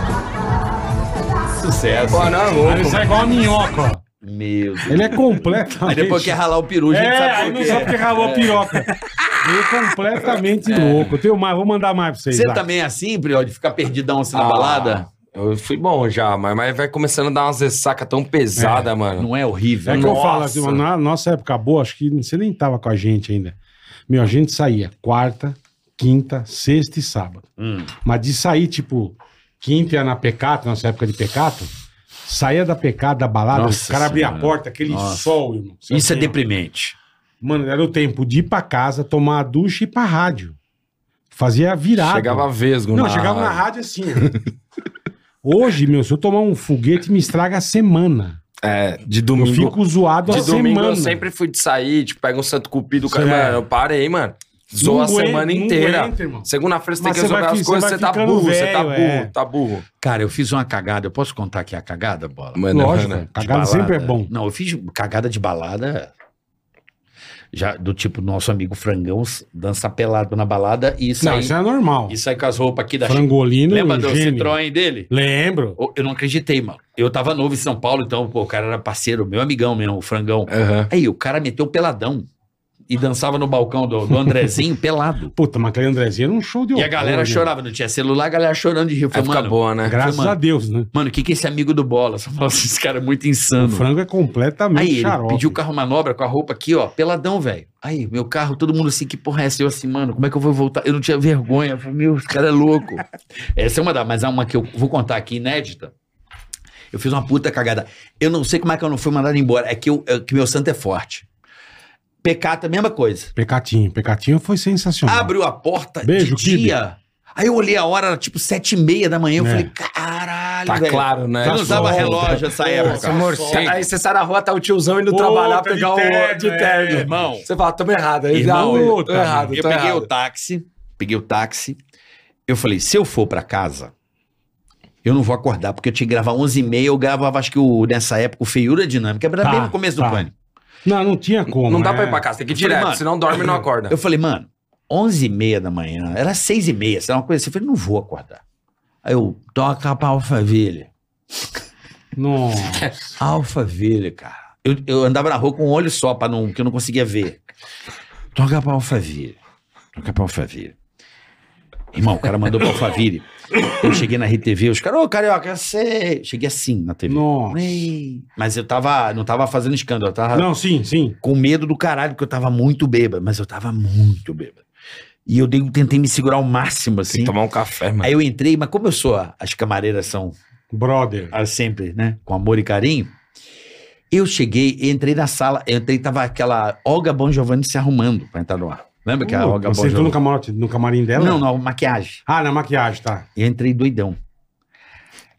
Speaker 5: Sucesso.
Speaker 6: Pô, não, é louco.
Speaker 4: Ele sai igual a minhoca, ó.
Speaker 5: Meu Deus.
Speaker 4: Ele é completamente.
Speaker 5: Aí depois quer ralar o peru, a gente
Speaker 4: É, aí
Speaker 5: sabe por
Speaker 4: não
Speaker 5: quê.
Speaker 4: sabe porque ralou a piroca. Ele é completamente louco. Eu tenho mais, vou mandar mais pra vocês.
Speaker 5: Você
Speaker 4: lá.
Speaker 5: também é assim, Priol, de ficar perdidão assim na
Speaker 6: Ah,
Speaker 5: balada?
Speaker 6: Eu fui bom já, mas, mas vai começando a dar umas ressaca tão pesada, mano.
Speaker 5: Não é horrível.
Speaker 4: É que eu
Speaker 6: Nossa.
Speaker 4: falo assim, mano, na nossa época boa, acho que você nem tava com a gente ainda. Meu, a gente saía quarta, quinta, sexta e sábado.
Speaker 5: Hum.
Speaker 4: Mas de sair, tipo, quinta ia na Pecato, nossa época de Pecato, saía da Pecato, da balada,
Speaker 5: Nossa
Speaker 4: o cara abria a
Speaker 5: Senhora.
Speaker 4: porta, aquele
Speaker 5: Nossa.
Speaker 4: sol, irmão. Sabe
Speaker 5: Isso é
Speaker 4: assim, ó?
Speaker 5: deprimente.
Speaker 4: Mano, era o tempo de ir pra casa, tomar a ducha e ir pra rádio. Fazia virada.
Speaker 6: Chegava vesgo,
Speaker 4: Não,
Speaker 6: na-
Speaker 4: chegava na rádio assim. ó. Hoje, meu, se eu tomar um foguete, me estraga a semana.
Speaker 6: É, de
Speaker 4: Eu
Speaker 6: domingo.
Speaker 4: fico zoado a
Speaker 6: de domingo
Speaker 4: semana.
Speaker 6: eu sempre fui de sair, tipo, pega um santo cupido, cara.
Speaker 4: Cê- é.
Speaker 6: Mano, eu parei, mano. Zoa
Speaker 4: Não
Speaker 6: a semana
Speaker 4: aguenta, não
Speaker 6: inteira.
Speaker 4: aguenta, irmão.
Speaker 6: Segunda-feira você tem
Speaker 4: Mas
Speaker 6: que
Speaker 4: cê vai
Speaker 6: resolver as
Speaker 4: fi-
Speaker 6: coisas,
Speaker 4: cê vai
Speaker 6: você tá
Speaker 4: ficando
Speaker 6: burro, você tá
Speaker 4: velho,
Speaker 6: burro,
Speaker 4: é.
Speaker 6: tá burro.
Speaker 5: Cara, eu fiz uma cagada. Eu posso contar aqui a cagada, Bola?
Speaker 6: Mano,
Speaker 4: Lógico,
Speaker 6: mano.
Speaker 5: De
Speaker 4: cagada
Speaker 5: balada.
Speaker 4: sempre é bom.
Speaker 5: Não, eu fiz cagada de balada já do tipo nosso amigo Frangão s- dança pelado na balada e
Speaker 4: Não,
Speaker 5: sair,
Speaker 4: isso é normal.
Speaker 5: e sair com as roupas aqui da
Speaker 4: Frangolino
Speaker 5: Lembra do
Speaker 4: gênio.
Speaker 5: Citroën dele?
Speaker 4: Lembro.
Speaker 5: Eu- Eu não acreditei, mano. Eu tava novo em São Paulo, então pô, o cara era parceiro, meu amigão mesmo, o Frangão.
Speaker 6: Aham.
Speaker 5: Aí o cara meteu peladão e dançava no balcão do, do Andrezinho pelado.
Speaker 4: Puta, mas aquele Andrezinho era um show de
Speaker 5: E a
Speaker 4: horror,
Speaker 5: galera
Speaker 4: né?
Speaker 5: chorava, não tinha celular, a galera chorando de rir. Eu
Speaker 6: Aí
Speaker 5: falei,
Speaker 6: fica
Speaker 5: mano,
Speaker 6: boa, né?
Speaker 4: Tá Graças
Speaker 5: Mano.
Speaker 4: a Deus, né?
Speaker 5: mano, o que, que é esse amigo do Bola? Só falava assim, esse cara é muito
Speaker 4: O
Speaker 5: insano.
Speaker 4: frango é completamente
Speaker 5: Aí ele
Speaker 4: xarope.
Speaker 5: pediu carro manobra com a roupa aqui, ó, peladão, velho. Aí, meu carro, todo mundo assim, que porra é essa? Eu assim, mano, como é que eu vou voltar? Eu não tinha vergonha. Eu falei, meu, esse cara é louco. essa é uma da, mas há uma que eu vou contar aqui, inédita. Eu fiz uma puta cagada. Eu não sei como é que eu não fui mandado embora. É que, eu, é que meu santo é forte. Pecata, mesma coisa.
Speaker 4: Pecatinho. Pecatinho foi sensacional.
Speaker 5: Abriu a porta
Speaker 4: Uhum. Beijo,
Speaker 5: de dia. Aí eu olhei a hora, era tipo sete e meia da manhã. Eu
Speaker 4: É.
Speaker 5: falei, caralho,
Speaker 6: Tá
Speaker 5: velho.
Speaker 6: claro, né?
Speaker 5: Eu não
Speaker 4: Tá
Speaker 5: usava
Speaker 4: sol,
Speaker 5: relógio essa época.
Speaker 6: Morcego. Aí você sai na rua, tá o tiozão indo
Speaker 4: Pô,
Speaker 6: trabalhar,
Speaker 4: tá de
Speaker 6: pegar o
Speaker 4: terno,
Speaker 6: de
Speaker 4: é,
Speaker 6: terno.
Speaker 5: irmão.
Speaker 6: Você fala, tamo errado. Aí
Speaker 5: Irmão,
Speaker 6: já,
Speaker 4: eu-
Speaker 6: tô errado,
Speaker 5: Eu
Speaker 6: Ah, tô
Speaker 5: peguei
Speaker 6: errado.
Speaker 5: o táxi, peguei o táxi. Eu falei, se eu for pra casa, eu não vou acordar, porque eu tinha que gravar 11h30, eu gravava, acho que o, nessa época, o Feiura Dinâmica, era
Speaker 4: Tá,
Speaker 5: bem no começo
Speaker 4: tá.
Speaker 5: do pânico.
Speaker 4: Não, não tinha como.
Speaker 6: Não dá
Speaker 4: é.
Speaker 6: pra ir pra casa, tem que ir
Speaker 5: Eu falei,
Speaker 6: direto,
Speaker 5: mano,
Speaker 6: senão dorme e não acorda.
Speaker 5: Eu falei, mano, 11h30 da manhã, era 6h30, sei lá, uma coisa assim. Eu falei, não vou acordar. Aí eu, toca pra Alphaville.
Speaker 4: Nossa.
Speaker 5: Alphaville, cara. Eu, eu andava na rua com um olho só, pra não, que eu não conseguia ver. Toca pra Alphaville. Toca pra Alphaville. Irmão, o cara mandou pra Alphaville. Eu cheguei na RTV, os caras, ô carioca, eu sei. Cheguei assim na TV.
Speaker 4: Nossa.
Speaker 5: Ei. Mas eu tava, não tava fazendo escândalo, eu tava
Speaker 4: Não, sim, sim.
Speaker 5: com medo do caralho, porque eu tava muito bêbado, mas eu tava muito bêbado. E eu dei- tentei me segurar ao máximo,
Speaker 6: Tem
Speaker 5: assim.
Speaker 6: que tomar um café, mano.
Speaker 5: Aí eu entrei, mas como eu sou, a- as camareiras são
Speaker 4: Brother.
Speaker 5: ah, sempre, né? Com amor e carinho. Eu cheguei, entrei na sala, entrei, tava aquela Olga Bon Giovanni se arrumando pra entrar no ar. Lembra que a
Speaker 4: Pô,
Speaker 5: Olga Bon
Speaker 4: Oh, você entrou no
Speaker 5: Giovanni?
Speaker 4: camarote, no camarim dela?
Speaker 5: Não, não, maquiagem.
Speaker 4: Ah, na maquiagem, tá.
Speaker 5: Eu entrei doidão.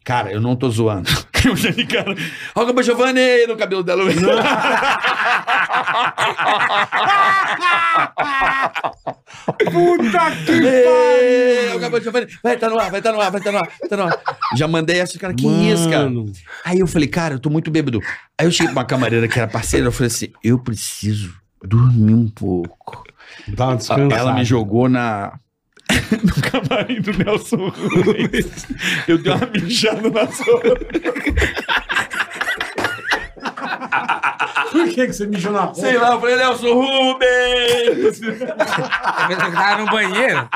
Speaker 5: Cara, eu não tô zoando. Eu já vi, cara, Olga Bon Giovanni no cabelo dela.
Speaker 4: Puta que
Speaker 5: Ei, Olga Bon Giovanni, vai entrar no ar, vai entrar no ar, vai entrar no ar, vai entrar no ar. Já mandei essa, cara, que isso, cara?
Speaker 4: Mano.
Speaker 5: Aí eu falei, cara, eu tô muito bêbado. Aí eu cheguei pra uma camareira que era parceira, eu falei assim, eu preciso dormir um pouco.
Speaker 4: Dá uma descansada.
Speaker 5: Ah, Ela me jogou na. no camarim do Nelson Ruiz. Eu dei uma mijada na sua.
Speaker 4: Por que, que você mijou na roupa?
Speaker 5: lá, eu falei, Nelson Rubens!
Speaker 7: Talvez eu tava no banheiro.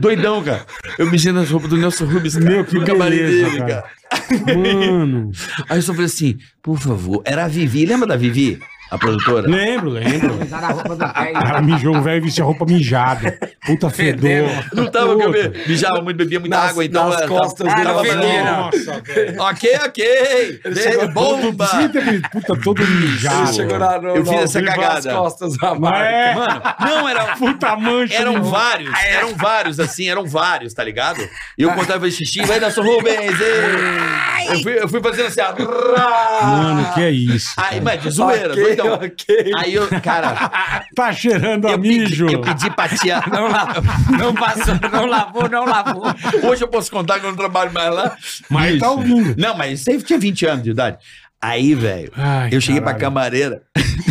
Speaker 5: Doidão, cara. Eu mijei nas roupas do Nelson Rubens. cara,
Speaker 4: Meu, que
Speaker 5: no camarim
Speaker 4: beleza,
Speaker 5: dele,
Speaker 4: cara.
Speaker 5: cara.
Speaker 4: Mano.
Speaker 5: Aí eu só falei assim, por favor, era a Vivi. Lembra da Vivi? A produtora?
Speaker 4: Lembro, lembro.
Speaker 7: Tá na roupa do pé.
Speaker 4: Ela mijou, o velho vestia roupa mijada. Puta fedor.
Speaker 5: Não tava com
Speaker 4: Puta.
Speaker 5: medo. Mijava muito, bebia muita
Speaker 6: Nas-
Speaker 5: água, então.
Speaker 6: nas
Speaker 5: ela
Speaker 6: costas
Speaker 5: tava,
Speaker 7: dele,
Speaker 5: tava
Speaker 7: ela
Speaker 5: fedendo.
Speaker 7: falou,
Speaker 4: Nossa, velho.
Speaker 5: Ok, ok. Dei Bomba.
Speaker 4: Sinta aquele puta todo mijado.
Speaker 5: Ele chegou na- no- Eu fiz no- essa driblou as cagada.
Speaker 6: costas da
Speaker 4: É.
Speaker 5: Mano, não, era,
Speaker 4: Puta mancha.
Speaker 5: eram
Speaker 4: no-
Speaker 5: vários, eram vários, assim, eram vários, tá ligado? E eu contava xixi, vai Nelson Rubens, ei! Eu fui, eu fui fazendo assim, ó.
Speaker 4: Mano, que é isso?
Speaker 5: Aí, mas de zoeira,
Speaker 6: Ok,
Speaker 5: doidão.
Speaker 6: ok.
Speaker 5: Aí eu, cara,
Speaker 4: Tá cheirando a
Speaker 5: eu pedi,
Speaker 4: mijo.
Speaker 5: eu pedi pra tia.
Speaker 7: Não, la- não passou, não lavou, não lavou.
Speaker 5: Hoje eu posso contar que eu não trabalho mais lá.
Speaker 4: Mas tá ouvindo.
Speaker 5: Não, mas sempre tinha 20 anos de idade. Aí, velho,
Speaker 4: Ai,
Speaker 5: eu cheguei pra
Speaker 4: caralho.
Speaker 5: camareira.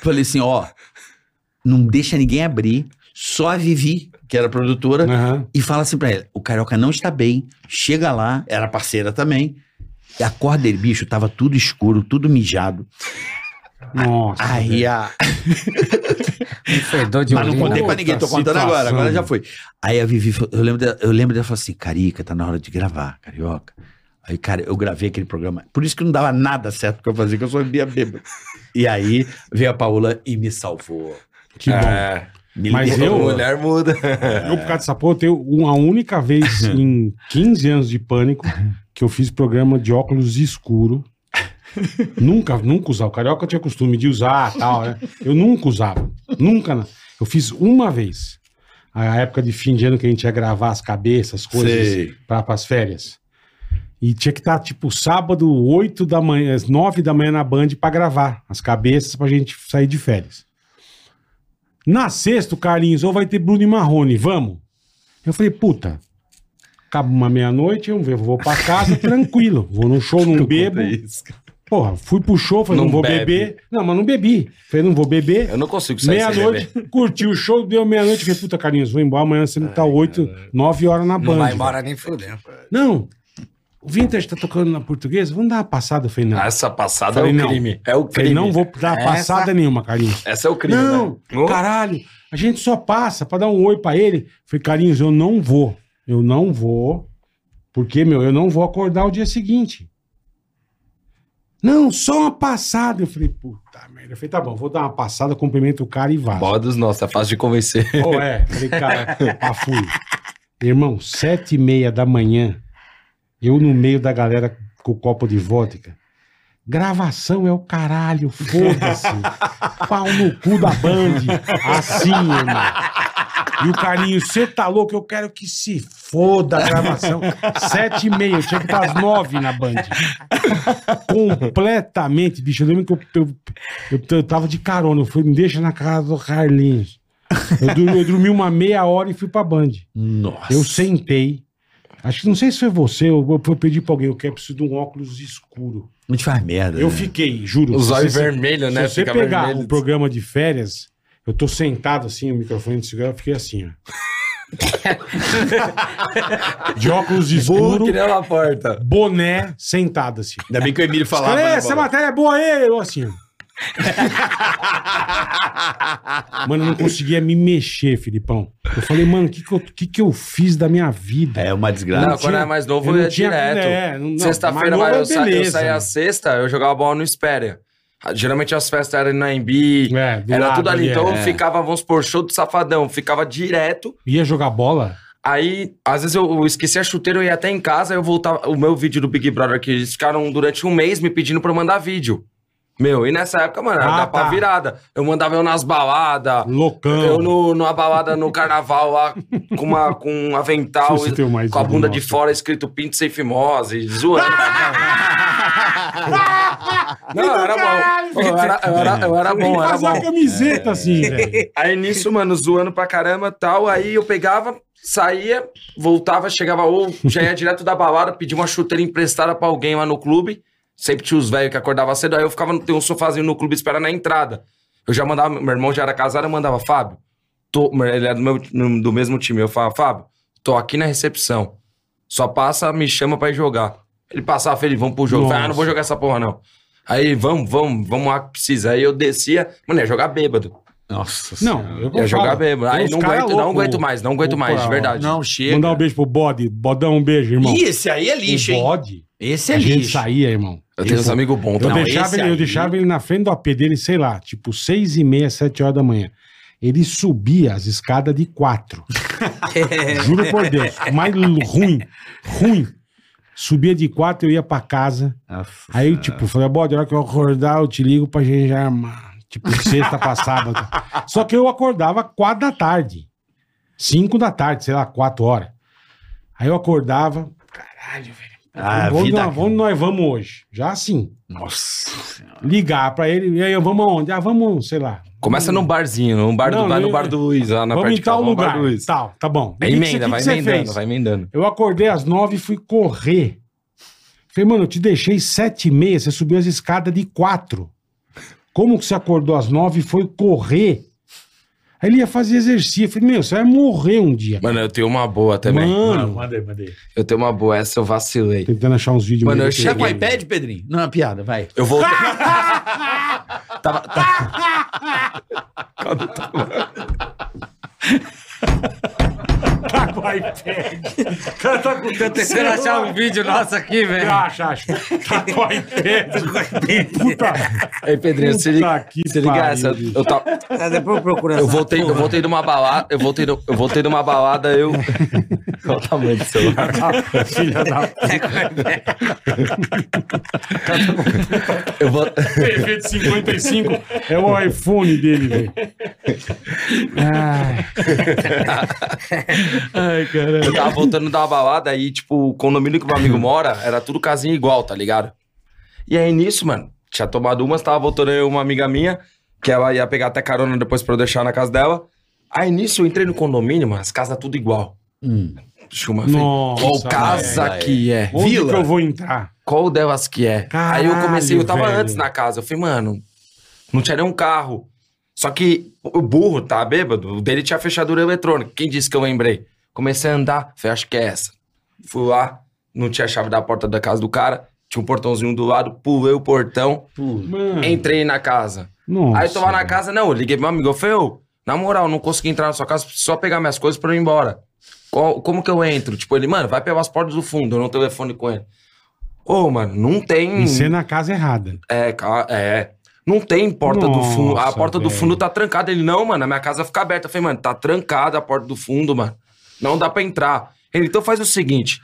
Speaker 5: falei assim, ó, não deixa ninguém abrir, só a Vivi, que era produtora,
Speaker 4: Aham.
Speaker 5: e fala assim pra ela: o carioca não está bem, chega lá, era parceira também. E acorda dele, bicho, tava tudo escuro, tudo mijado.
Speaker 4: Nossa.
Speaker 5: Aí
Speaker 4: velho.
Speaker 5: a.
Speaker 7: Um fedor de
Speaker 5: Mas não
Speaker 7: urina.
Speaker 5: contei pra ninguém, tô
Speaker 4: Puta
Speaker 5: contando
Speaker 4: situação.
Speaker 5: agora, agora já foi. Aí a Vivi, falou- eu lembro dela, eu lembro dela falar assim: Carica, tá na hora de gravar, carioca. Aí, cara, eu gravei aquele programa. Por isso que não dava nada certo que eu fazia, que eu só via bêbado. E aí veio a Paola e me salvou.
Speaker 4: Que bom.
Speaker 6: É.
Speaker 5: Me
Speaker 4: Mas
Speaker 5: liberou.
Speaker 4: eu-
Speaker 6: Mulher muda.
Speaker 4: Eu, por causa dessa porra, eu tenho uma única vez em 15 anos de pânico que eu fiz programa de óculos escuro. nunca, nunca usava. O carioca tinha costume de usar tal, né? Eu nunca usava. Nunca. não. Eu fiz uma vez. A época de fim de ano que a gente ia gravar as cabeças, as coisas,
Speaker 5: Sei.
Speaker 4: para as férias. E tinha que estar, tipo, sábado, 8 da manhã, às 9 da manhã na Band pra gravar as cabeças pra gente sair de férias. Na sexta, o Carlinhos, ou vai ter Bruno e Marrone, vamos. Eu falei, puta, acaba uma meia-noite, eu vou pra casa tranquilo. Vou num show, não bebo. Porra, fui pro show, falei, não,
Speaker 6: Não
Speaker 4: vou
Speaker 6: bebe.
Speaker 4: beber. Não, mas não bebi. Falei, não vou beber.
Speaker 6: Eu não consigo sair sem
Speaker 4: Meia-noite,
Speaker 6: beber.
Speaker 4: curti o show, deu meia-noite. Falei, puta, Carlinhos, vou embora. Amanhã você tá 8, 9 horas na Band.
Speaker 7: Não vai
Speaker 4: velho.
Speaker 7: embora nem fudendo.
Speaker 4: Não. O Vintage tá tocando na portuguesa? Vamos dar uma passada. Eu falei, não.
Speaker 6: Ah, Essa passada
Speaker 4: Falei,
Speaker 6: é o
Speaker 4: não.
Speaker 6: crime. É o crime.
Speaker 4: Falei, não vou dar
Speaker 7: Essa-
Speaker 4: passada nenhuma, Carlinhos.
Speaker 6: Essa é o crime,
Speaker 4: Não,
Speaker 6: né? Ô,
Speaker 4: caralho. A gente só passa pra dar um oi pra ele. Falei, Carlinhos, eu não vou. Eu não vou. Porque, meu, eu não vou acordar o dia seguinte. Não, só uma passada. Eu falei, puta merda. Eu falei, tá bom, vou dar uma passada, cumprimento o cara e vai.
Speaker 6: Bola dos nossos, é fácil de convencer.
Speaker 4: Ou é? Falei, cara, pá, fui. Irmão, sete e meia da manhã, eu no meio da galera com o copo de vodka. Gravação é o caralho, foda-se. Pau no cu da Band. Assim, irmão. E o carinho, você tá louco? Eu quero que se foda a gravação. Sete e meia, eu tinha que estar às nove na Band. Completamente, bicho. Eu lembro que eu, eu, eu, eu tava de carona. Eu fui, me deixa na casa do Carlinhos. Eu dormi, eu dormi uma meia hora e fui pra Band.
Speaker 5: Nossa.
Speaker 4: Eu sentei. Acho que não sei se foi você, eu, eu pedi pra alguém, eu quero preciso de um óculos escuro.
Speaker 5: Não te faz merda.
Speaker 4: Eu
Speaker 5: né?
Speaker 4: fiquei, juro.
Speaker 6: É. Os
Speaker 4: se
Speaker 6: olhos
Speaker 4: você-
Speaker 6: vermelhos, né?
Speaker 4: Se você
Speaker 6: Fica
Speaker 4: pegar
Speaker 6: vermelho.
Speaker 4: um programa de férias, eu tô sentado assim, o microfone de cigarro, eu fiquei assim, ó. de óculos
Speaker 6: Burro
Speaker 4: escuro,
Speaker 6: que nem na porta.
Speaker 4: boné, sentado assim.
Speaker 5: Ainda bem que o Emílio falava.
Speaker 4: Cara,
Speaker 5: né,
Speaker 4: essa
Speaker 5: Paulo?
Speaker 4: matéria é boa aí, eu assim. mano, eu não conseguia me mexer, Filipão. Eu falei, mano, o que que, eu- que que eu fiz da minha vida?
Speaker 5: É uma desgraça.
Speaker 6: Não,
Speaker 4: tinha-
Speaker 6: quando era mais novo,
Speaker 4: eu
Speaker 6: eu,
Speaker 4: não
Speaker 6: ia
Speaker 4: tinha-
Speaker 6: direto.
Speaker 4: é, não- não,
Speaker 6: Sexta-feira,
Speaker 4: mais novo
Speaker 6: vai,
Speaker 4: é
Speaker 6: eu, assim. sa eu
Speaker 4: beleza,
Speaker 6: saía
Speaker 4: né?
Speaker 6: sexta, eu jogava bola no Espéria. Ah, Geralmente as festas eram na Embi,
Speaker 4: É, do
Speaker 6: era
Speaker 4: lado
Speaker 6: tudo ali.
Speaker 4: ali,
Speaker 6: Então
Speaker 4: é.
Speaker 6: eu ficava, vamos por show do Safadão, ficava direto.
Speaker 4: Ia jogar bola?
Speaker 6: Aí, às vezes eu eu esquecia a chuteira, eu ia até em casa, eu voltava. O meu vídeo do Big Brother que eles ficaram durante um mês me pedindo pra eu mandar vídeo. Meu, e nessa época, mano, era
Speaker 4: Ah,
Speaker 6: da pá
Speaker 4: tá.
Speaker 6: virada. Eu mandava eu nas baladas,
Speaker 4: Loucão.
Speaker 6: eu no, numa balada no carnaval lá, com, uma, com um avental,
Speaker 4: Você tem mais
Speaker 6: com a
Speaker 4: uma
Speaker 6: bunda de
Speaker 4: nota.
Speaker 6: fora escrito Pinto Sem Fimose, zoando.
Speaker 4: Ah!
Speaker 6: Não, era bom. Eu era, eu era, eu era
Speaker 4: Tem que
Speaker 6: bom, era
Speaker 4: fazer
Speaker 6: bom. É.
Speaker 4: a camiseta assim, velho.
Speaker 6: Aí nisso, mano, zoando pra caramba e tal. Aí eu pegava, saía, voltava, chegava ou já ia direto da balada, pedia uma chuteira emprestada pra alguém lá no clube. Sempre tinha os velhos que acordava cedo. Aí eu ficava, no- tem um sofazinho no clube esperando na entrada. Eu já mandava, meu irmão já era casado, eu mandava, Fábio, tô, ele era do, meu- no- do mesmo time. Eu falava, Fábio, tô aqui na recepção. Só passa, me chama pra ir jogar. Ele passava, falei, vamos pro jogo. Eu falei, ah, não vou
Speaker 4: Nossa.
Speaker 6: jogar essa porra, não. Aí, vamos, vamos, vamos lá que precisa. Aí eu descia, mano, ia jogar bêbado.
Speaker 5: Nossa
Speaker 4: Não, eu
Speaker 6: Ia
Speaker 4: falo.
Speaker 6: jogar mesmo. Aí
Speaker 4: Os
Speaker 6: não
Speaker 4: cara
Speaker 6: aguento, não
Speaker 4: louco.
Speaker 6: aguento mais, não aguento mais, de
Speaker 4: Opa,
Speaker 6: verdade.
Speaker 5: Não chega.
Speaker 4: Mandar um beijo pro Bode. Bodão, um beijo, irmão.
Speaker 5: Ih, esse aí é lixo,
Speaker 4: o
Speaker 5: hein?
Speaker 4: Bode,
Speaker 5: Esse é
Speaker 4: a gente
Speaker 5: lixo.
Speaker 4: saía, irmão.
Speaker 6: eu tenho uns amigos bons
Speaker 4: Eu
Speaker 5: Não,
Speaker 6: também.
Speaker 4: deixava,
Speaker 5: esse
Speaker 4: ele, eu
Speaker 5: aí-
Speaker 4: deixava ele na frente do AP dele, sei lá, tipo seis e meia, sete horas da manhã. Ele subia as escadas de quatro. Juro por Deus. Mas l- ruim, ruim. Subia de quatro, eu ia pra casa. Aí
Speaker 5: Ah.
Speaker 4: eu, tipo, falei, bode, a hora que eu acordar, eu te ligo pra gente já armar. Tipo, de sexta pra sábado. Só que eu acordava quatro da tarde. Cinco da tarde, sei lá, quatro horas. Aí eu acordava, caralho, velho.
Speaker 5: Ah,
Speaker 4: onde,
Speaker 5: vida-
Speaker 4: nós, onde nós vamos hoje? Já assim
Speaker 5: Nossa.
Speaker 4: ligar pra ele. E aí, vamos aonde? Ah, vamos, sei lá.
Speaker 6: Começa num barzinho, num bar do,
Speaker 4: Não,
Speaker 6: vai no
Speaker 4: eu-
Speaker 6: bar do Luiz, lá na
Speaker 4: vamos
Speaker 6: parte
Speaker 4: em
Speaker 6: de cá,
Speaker 4: tal
Speaker 6: vamos no bar
Speaker 4: lugar.
Speaker 6: do Luiz.
Speaker 4: Tal, tá bom.
Speaker 6: Vai
Speaker 4: E o que que você-
Speaker 6: emenda,
Speaker 4: que
Speaker 6: vai
Speaker 4: que você
Speaker 6: emendando,
Speaker 4: fez?
Speaker 6: vai emendando.
Speaker 4: Eu acordei às nove e fui correr. Falei, mano, eu te deixei sete e meia, você subiu as escadas de quatro. Como que você acordou às nove e foi correr? Aí ele ia fazer exercício. Eu falei, meu, você vai morrer um dia.
Speaker 6: Mano, eu tenho uma boa também.
Speaker 4: Mano,
Speaker 6: Eu tenho uma boa, essa eu vacilei.
Speaker 4: tentando achar uns vídeos.
Speaker 6: Mano,
Speaker 4: meus
Speaker 6: eu
Speaker 4: aqui.
Speaker 5: Tá com o
Speaker 6: Cheguei.
Speaker 5: iPad, Pedrinho? Não, é piada, vai.
Speaker 6: Eu voltei.
Speaker 5: Tava, tá-
Speaker 4: Tá com iPad.
Speaker 7: Tô tentando achar um vídeo nosso aqui, velho.
Speaker 4: Acha, acha. Tá com iPad. Puta.
Speaker 6: Aí, Pedrinho, se
Speaker 4: Puta
Speaker 6: liga,
Speaker 4: que
Speaker 6: se liga
Speaker 4: pariu,
Speaker 6: essa.
Speaker 4: bicho.
Speaker 6: Eu, tava-
Speaker 7: Tá, Depois eu procuro essa
Speaker 6: eu voltei, eu voltei de uma balada, eu voltei, de- eu voltei de uma balada, eu. Olha o tamanho do celular.
Speaker 4: Filha da puta.
Speaker 6: Eu vou...
Speaker 4: TV de 55 é o iPhone dele, velho.
Speaker 6: Eu tava voltando da balada e, tipo, o condomínio que meu amigo mora era tudo casinha igual, tá ligado? E aí nisso, mano, tinha tomado umas, tava voltando eu e uma amiga minha, que ela ia pegar até carona depois pra eu deixar na casa dela. Aí nisso eu entrei no condomínio, mano, as casas tudo igual.
Speaker 5: Hum,
Speaker 6: Chuma, falei,
Speaker 4: Nossa,
Speaker 6: qual casa
Speaker 5: velho.
Speaker 6: que é?
Speaker 4: Onde
Speaker 5: Vila.
Speaker 4: que eu vou entrar?
Speaker 6: Qual delas que é? aí eu comecei, eu tava
Speaker 4: Caralho,
Speaker 6: antes
Speaker 4: velho.
Speaker 6: na casa. Eu falei, mano, não tinha nenhum carro. Só que o burro tá bêbado, o dele tinha fechadura eletrônica. Quem disse que eu lembrei? Comecei a andar, falei, acho que é essa. Fui lá, não tinha a chave da porta da casa do cara, tinha um portãozinho do lado, pulei o portão,
Speaker 4: Mano,
Speaker 6: entrei na casa.
Speaker 4: nossa,
Speaker 6: Aí eu tô lá na
Speaker 4: velho.
Speaker 6: casa, não, eu liguei pro meu amigo, eu falei, ô, na moral, não consegui entrar na sua casa, preciso só pegar minhas coisas pra eu ir embora. Qual- como que eu entro? Tipo, ele, mano, vai pelas portas do fundo, eu não telefone com ele. Ô, mano, não tem...
Speaker 4: E ser na casa errada.
Speaker 6: É, ca- é. Não tem porta do fundo. A
Speaker 4: Nossa,
Speaker 6: porta do
Speaker 4: velho.
Speaker 6: fundo tá trancada. Ele, não, mano, a minha casa fica aberta. Eu falei, mano, tá trancada a porta do fundo, mano. Não dá pra entrar. Ele, então faz o seguinte.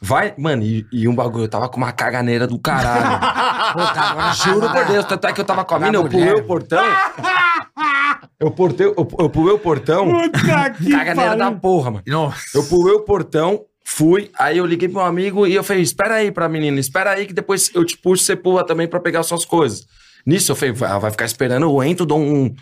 Speaker 6: Vai, mano, e, e um bagulho, eu tava com uma caganeira do caralho.
Speaker 7: Pô, tava na casa
Speaker 6: Juro
Speaker 7: da-
Speaker 6: por Deus, tanto é que eu tava com a
Speaker 7: da
Speaker 6: mina, eu
Speaker 7: mulher,
Speaker 6: pulei o
Speaker 7: mano.
Speaker 6: portão. Eu, portei, eu, eu pulei o portão,
Speaker 4: Puta que
Speaker 6: caganeira da porra, mano.
Speaker 5: Nossa.
Speaker 6: Eu pulei o portão, fui, aí eu liguei pro meu amigo e eu falei, espera aí pra menina, espera aí que depois eu te puxo, você pula também pra pegar suas coisas. Nisso eu falei, "Vai- ela vai ficar esperando, eu entro, dou um...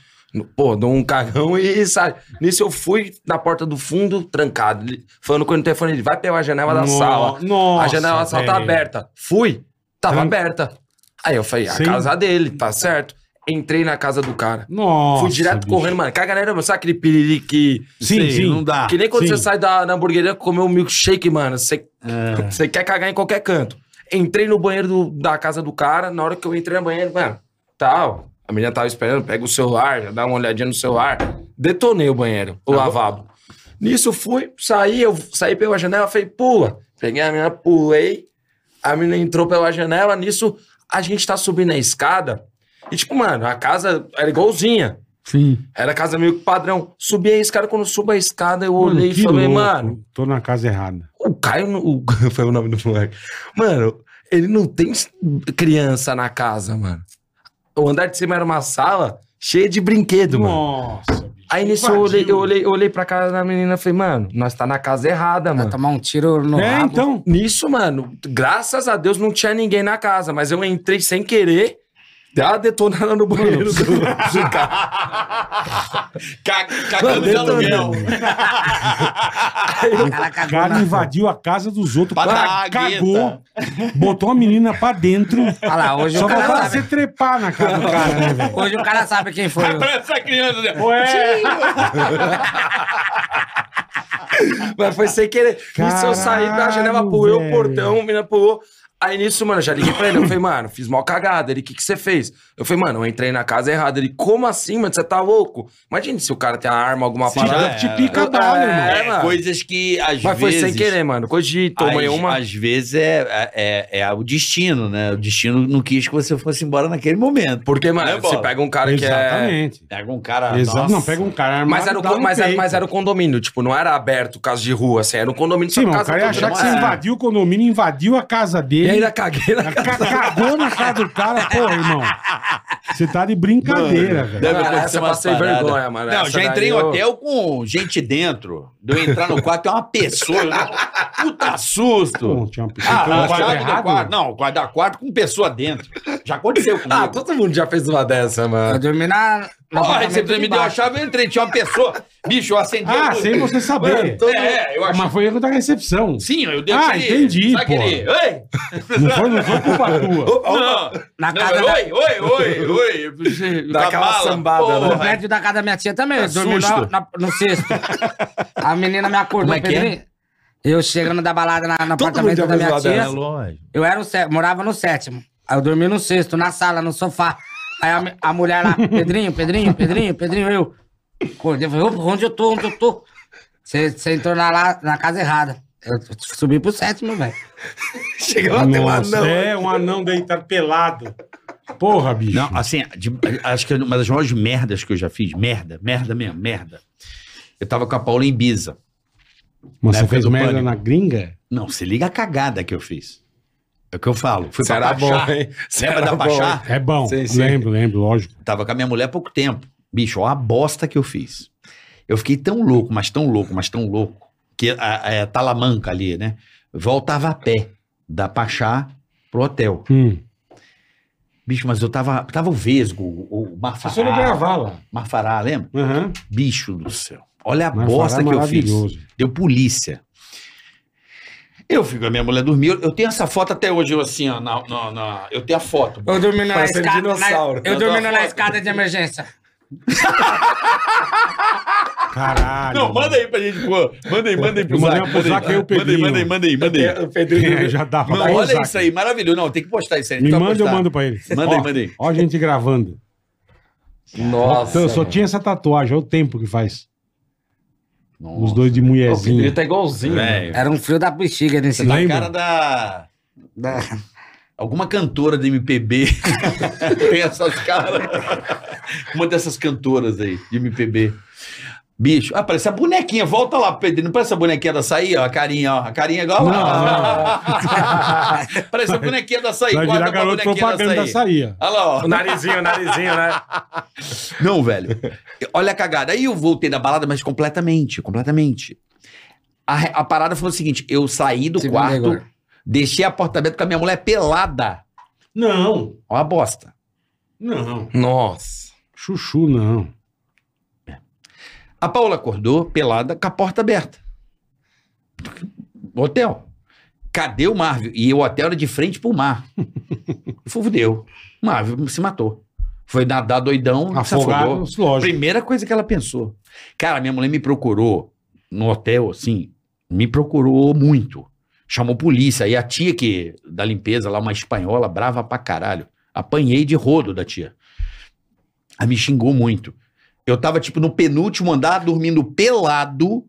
Speaker 6: Pô, dou um cagão e sai. Nisso eu fui na porta do fundo, trancado, li- falando com ele no telefone, ele vai pela janela da
Speaker 4: No-
Speaker 6: sala.
Speaker 4: nossa,
Speaker 6: a janela da sala tá
Speaker 4: velho.
Speaker 6: aberta. Fui, tava
Speaker 4: Tran-
Speaker 6: aberta. Aí eu falei, "É a
Speaker 4: Sim.
Speaker 6: casa dele, tá certo. Entrei na casa do cara.
Speaker 4: Nossa,
Speaker 6: Fui direto
Speaker 4: bicho.
Speaker 6: correndo, mano. Caganeira, mano, sabe aquele piriri que...
Speaker 4: Sim,
Speaker 5: Sei,
Speaker 4: sim.
Speaker 5: Não dá.
Speaker 6: Que nem quando
Speaker 4: Ah, sim.
Speaker 6: você sai da na hamburgueria comer um milkshake, mano. Você você quer cagar em qualquer canto. Entrei no banheiro do- da casa do cara, na hora que eu entrei no banheiro, mano, tal. A menina tava esperando, pega o celular, já dá uma olhadinha no celular. Detonei o banheiro, o lavabo. Nisso fui, saí, eu saí pela janela, falei, pula. Peguei a menina, pulei. A menina entrou pela janela, nisso a gente tá subindo a escada. E tipo, mano, a casa era igualzinha.
Speaker 4: Sim.
Speaker 6: Era casa meio que padrão. Subi a escada, quando subo a escada, eu
Speaker 4: Mano,
Speaker 6: olhei e
Speaker 4: que
Speaker 6: falei,
Speaker 4: louco.
Speaker 6: mano,
Speaker 4: Tô na casa errada.
Speaker 6: o Caio. não- O... Foi o nome do moleque. Mano, ele não tem s- criança na casa, mano. O andar de cima era uma sala cheia de brinquedo, mano.
Speaker 4: Nossa, bicho.
Speaker 6: Aí nisso
Speaker 4: Vadio.
Speaker 6: eu olhei, eu, olhei, eu olhei pra casa da menina e falei, mano, nós tá na casa errada,
Speaker 7: Vai
Speaker 5: Ah.
Speaker 6: mano.
Speaker 7: tomar um tiro no
Speaker 4: É,
Speaker 7: rabo.
Speaker 4: então.
Speaker 6: Nisso, mano, graças a Deus não tinha ninguém na casa, mas eu entrei sem querer. Deu uma detonada no banheiro do, do carro.
Speaker 5: Cagando de aluguel.
Speaker 7: O cara
Speaker 4: O
Speaker 7: cagou
Speaker 4: cara
Speaker 7: na...
Speaker 4: invadiu a casa dos outros,
Speaker 5: Pra
Speaker 4: cara,
Speaker 5: dar a gueta.
Speaker 4: cagou, botou a menina pra dentro.
Speaker 7: Olha lá, hoje
Speaker 4: Só
Speaker 7: o cara
Speaker 4: faltava
Speaker 7: sabe.
Speaker 4: você trepar na casa do cara, né, velho?
Speaker 7: Hoje o cara sabe quem foi.
Speaker 5: Essa criança, né?
Speaker 4: Ué,
Speaker 6: Mas foi sem querer. nisso eu saí da janela,
Speaker 4: Caralho,
Speaker 6: pulei o
Speaker 4: velho.
Speaker 6: portão, a menina pulou. Aí nisso, mano, eu já liguei pra ele. Eu falei, mano, fiz mal cagada. Ele, o que, que você fez? Eu falei, mano, eu entrei na casa errada. Ele, como assim, mano? Você tá louco? Imagina se o cara tem a arma, alguma
Speaker 4: te-
Speaker 6: parada.
Speaker 4: te, pica a
Speaker 6: Eu-
Speaker 4: bala,
Speaker 6: é,
Speaker 4: irmão.
Speaker 5: É, coisas que às
Speaker 6: Mas foi
Speaker 5: vezes.
Speaker 6: sem querer, mano. Cogi, tomei
Speaker 5: às,
Speaker 6: uma.
Speaker 5: Às vezes é, é, é o destino, né? O destino não quis que você fosse embora naquele momento.
Speaker 6: Porque, mano,
Speaker 5: Né,
Speaker 6: você
Speaker 5: bola?
Speaker 6: pega um cara que é.
Speaker 4: Exatamente.
Speaker 5: Pega um cara.
Speaker 4: Exato.
Speaker 5: nossa.
Speaker 4: Não, pega um cara armado.
Speaker 6: Mas era, o,
Speaker 4: dá
Speaker 6: con-
Speaker 4: um
Speaker 6: mas, era,
Speaker 4: peito.
Speaker 6: mas era o condomínio, tipo, não era aberto casa de rua, assim, era o condomínio
Speaker 4: Sim,
Speaker 6: só
Speaker 4: mano, o
Speaker 6: casa
Speaker 4: cara ia
Speaker 6: toda
Speaker 4: achar que você
Speaker 6: morada.
Speaker 4: invadiu o condomínio, invadiu a casa
Speaker 6: E
Speaker 4: dele.
Speaker 6: ainda caguei na
Speaker 4: ca- Cagou na casa do cara, porra, irmão. Você tá de brincadeira, velho.
Speaker 5: Deve
Speaker 6: Cara,
Speaker 5: acontecer
Speaker 6: essa eu
Speaker 5: uma
Speaker 6: passei
Speaker 5: parada.
Speaker 6: vergonha, mano.
Speaker 5: Não,
Speaker 6: Essa
Speaker 5: já entrei em
Speaker 6: daí eu-
Speaker 5: hotel com gente dentro. De eu entrar no quarto, é uma pessoa. né? Puta susto.
Speaker 4: Pô, tinha uma pessoa
Speaker 5: Ah,
Speaker 4: que tava
Speaker 5: a chave do
Speaker 4: errado,
Speaker 5: quarto.
Speaker 4: velho.
Speaker 5: Não, o quarto da quarto com pessoa dentro. Já aconteceu comigo.
Speaker 6: Ah, todo mundo já fez uma dessa,
Speaker 7: Eu
Speaker 6: mano.
Speaker 7: dormi na. no
Speaker 5: Porra,
Speaker 7: apartamento
Speaker 5: você me
Speaker 7: de
Speaker 5: deu a
Speaker 7: baixo.
Speaker 5: chave, eu entrei. Tinha uma pessoa. Bicho, eu acendi. a
Speaker 4: Ah,
Speaker 5: luz.
Speaker 4: sem você saber.
Speaker 5: É, é, eu achei.
Speaker 4: Mas foi erro da recepção.
Speaker 5: Sim, eu dei
Speaker 4: Ah,
Speaker 5: aquele-
Speaker 4: entendi,
Speaker 5: sabe
Speaker 4: pô.
Speaker 5: aquele, Oi!
Speaker 4: Não foi, não foi culpa tua.
Speaker 5: Não,
Speaker 7: Na
Speaker 5: não,
Speaker 7: casa
Speaker 5: é,
Speaker 7: da-
Speaker 5: Oi, oi, oi, oi. Eu pensei,
Speaker 6: Dá aquela
Speaker 5: bala,
Speaker 6: sambada, né?
Speaker 7: No
Speaker 5: porra.
Speaker 7: prédio da casa da minha tia também. Eu dormi
Speaker 5: É Susto.
Speaker 7: no, na- no cesto. A menina me acordou.
Speaker 5: Como é que é?
Speaker 7: Pedrinho. Eu chegando da balada na, no apartamento
Speaker 6: já
Speaker 7: da
Speaker 6: fez
Speaker 7: minha
Speaker 6: uma
Speaker 7: tia.
Speaker 6: dessa.
Speaker 5: né?
Speaker 7: Eu era o sé- morava no sétimo. Aí eu dormi no sexto, na sala, no sofá. Aí a, me- a mulher lá, Pedrinho, Pedrinho, Pedrinho, Pedrinho, eu. Acordei, falei, opa, onde eu tô, onde eu tô? Você entrou na, lá, na casa errada. Eu subi pro sétimo, velho.
Speaker 6: Chegou até um
Speaker 4: Nossa,
Speaker 6: anão.
Speaker 4: É, um anão deitado pelado. Porra, bicho.
Speaker 5: Não, assim, de- acho que uma das maiores merdas que eu já fiz, merda, merda mesmo, merda. Eu tava com a Paula em Ibiza.
Speaker 4: Mas
Speaker 5: Na
Speaker 4: você
Speaker 5: época
Speaker 4: fez
Speaker 5: do
Speaker 4: merda
Speaker 5: pânico.
Speaker 4: na gringa?
Speaker 5: Não, se liga a cagada que eu fiz. É o que eu falo. Foi
Speaker 6: Você
Speaker 5: pra
Speaker 6: era
Speaker 5: Baixar.
Speaker 6: bom, hein? Você
Speaker 5: Lembra
Speaker 6: era
Speaker 5: da
Speaker 6: bom,
Speaker 5: Baixar?
Speaker 4: É bom.
Speaker 6: Sim, sim.
Speaker 4: Lembro, lembro, lógico.
Speaker 5: Tava com a minha mulher há pouco tempo. Bicho, olha a bosta que eu fiz. Eu fiquei tão louco, mas tão louco, mas tão louco, que a, a- a Talamanca ali, né? Voltava a pé da Pachá pro hotel.
Speaker 4: Hum.
Speaker 5: Bicho, mas eu tava. Tava o Vesgo, o, o Mafará.
Speaker 4: Você não
Speaker 6: Ah,
Speaker 4: gravar lá.
Speaker 5: Mafará, lembra?
Speaker 4: Aham.
Speaker 5: Bicho do céu. Olha a
Speaker 4: Mas
Speaker 5: bosta
Speaker 4: falar
Speaker 5: que eu fiz.
Speaker 4: é maravilhoso.
Speaker 5: Deu polícia. Eu fico com a minha mulher dormir. Eu, eu tenho essa foto até hoje, eu assim, ó. na- na- na- eu tenho a foto.
Speaker 7: Eu dormindo na
Speaker 6: Parecendo
Speaker 7: escada. na-
Speaker 6: dinossauro.
Speaker 7: eu
Speaker 5: Eu
Speaker 7: dormindo
Speaker 5: tô
Speaker 7: na
Speaker 5: foda.
Speaker 7: escada de emergência.
Speaker 4: Caralho.
Speaker 5: Não, manda aí pra gente, pô. Manda aí, manda aí pro
Speaker 4: Eu mandei uma
Speaker 5: Zac.
Speaker 4: pro Zac, aí eu
Speaker 5: manda, aí,
Speaker 4: peguei
Speaker 5: manda aí, manda aí, manda aí.
Speaker 6: O Pedrinho-
Speaker 4: É, já dá pra
Speaker 5: Não, olha isso aí, maravilhoso. Não, tem que postar isso aí.
Speaker 4: Me
Speaker 5: tem que
Speaker 4: manda, eu
Speaker 5: postar.
Speaker 4: mando pra ele.
Speaker 5: Manda
Speaker 4: Ó,
Speaker 5: aí, manda aí. Tá
Speaker 4: Ó, a gente gravando.
Speaker 6: Nossa.
Speaker 4: Então, eu só
Speaker 6: mano.
Speaker 4: tinha essa tatuagem, olha o tempo que faz. Os
Speaker 5: Nossa,
Speaker 4: dois de
Speaker 6: O Pedrinho
Speaker 4: mulherzinha.
Speaker 6: tá igualzinho, velho.
Speaker 5: velho.
Speaker 7: Era um frio da bexiga nesse
Speaker 5: Você tá a
Speaker 4: Lembra?
Speaker 5: cara da...
Speaker 6: Né?
Speaker 7: da-
Speaker 5: Alguma cantora de MPB tem essas caras. Uma dessas cantoras aí, de MPB. Bicho, ah, parece a bonequinha. Volta lá, Pedrinho. Não parece a bonequinha da açaí, ó, a carinha, ó. A carinha igual.
Speaker 4: Não,
Speaker 5: parece a é bonequinha da açaí.
Speaker 4: Vai
Speaker 5: Guarda
Speaker 4: virar
Speaker 5: pra
Speaker 4: garoto
Speaker 5: bonequinha
Speaker 4: propaganda da saía.
Speaker 5: Olha lá, ó.
Speaker 6: O narizinho, o narizinho, né?
Speaker 5: Não, velho. Olha a cagada. Aí eu voltei da balada, mas completamente, completamente. A, re- a parada foi o seguinte: eu saí do
Speaker 7: Se vira
Speaker 5: quarto,
Speaker 7: agora.
Speaker 5: deixei a porta aberta com a minha mulher é pelada.
Speaker 4: Não,
Speaker 5: Ó a bosta.
Speaker 4: não.
Speaker 6: Nossa.
Speaker 4: Chuchu, não.
Speaker 5: A Paula acordou pelada com a porta aberta. Hotel. Cadê o Marvel? E o hotel era de frente pro mar. Fudeu. Marvel se matou. Foi nadar doidão, se
Speaker 4: Afogado,
Speaker 5: afogou.
Speaker 4: lógico.
Speaker 5: Primeira coisa que ela pensou. Cara, minha mulher me procurou no hotel, assim, me procurou muito. Chamou polícia. E a tia que da limpeza lá, uma espanhola, brava pra caralho. Apanhei de rodo da tia. Ela me xingou muito. Eu tava, tipo, no penúltimo andar, dormindo pelado.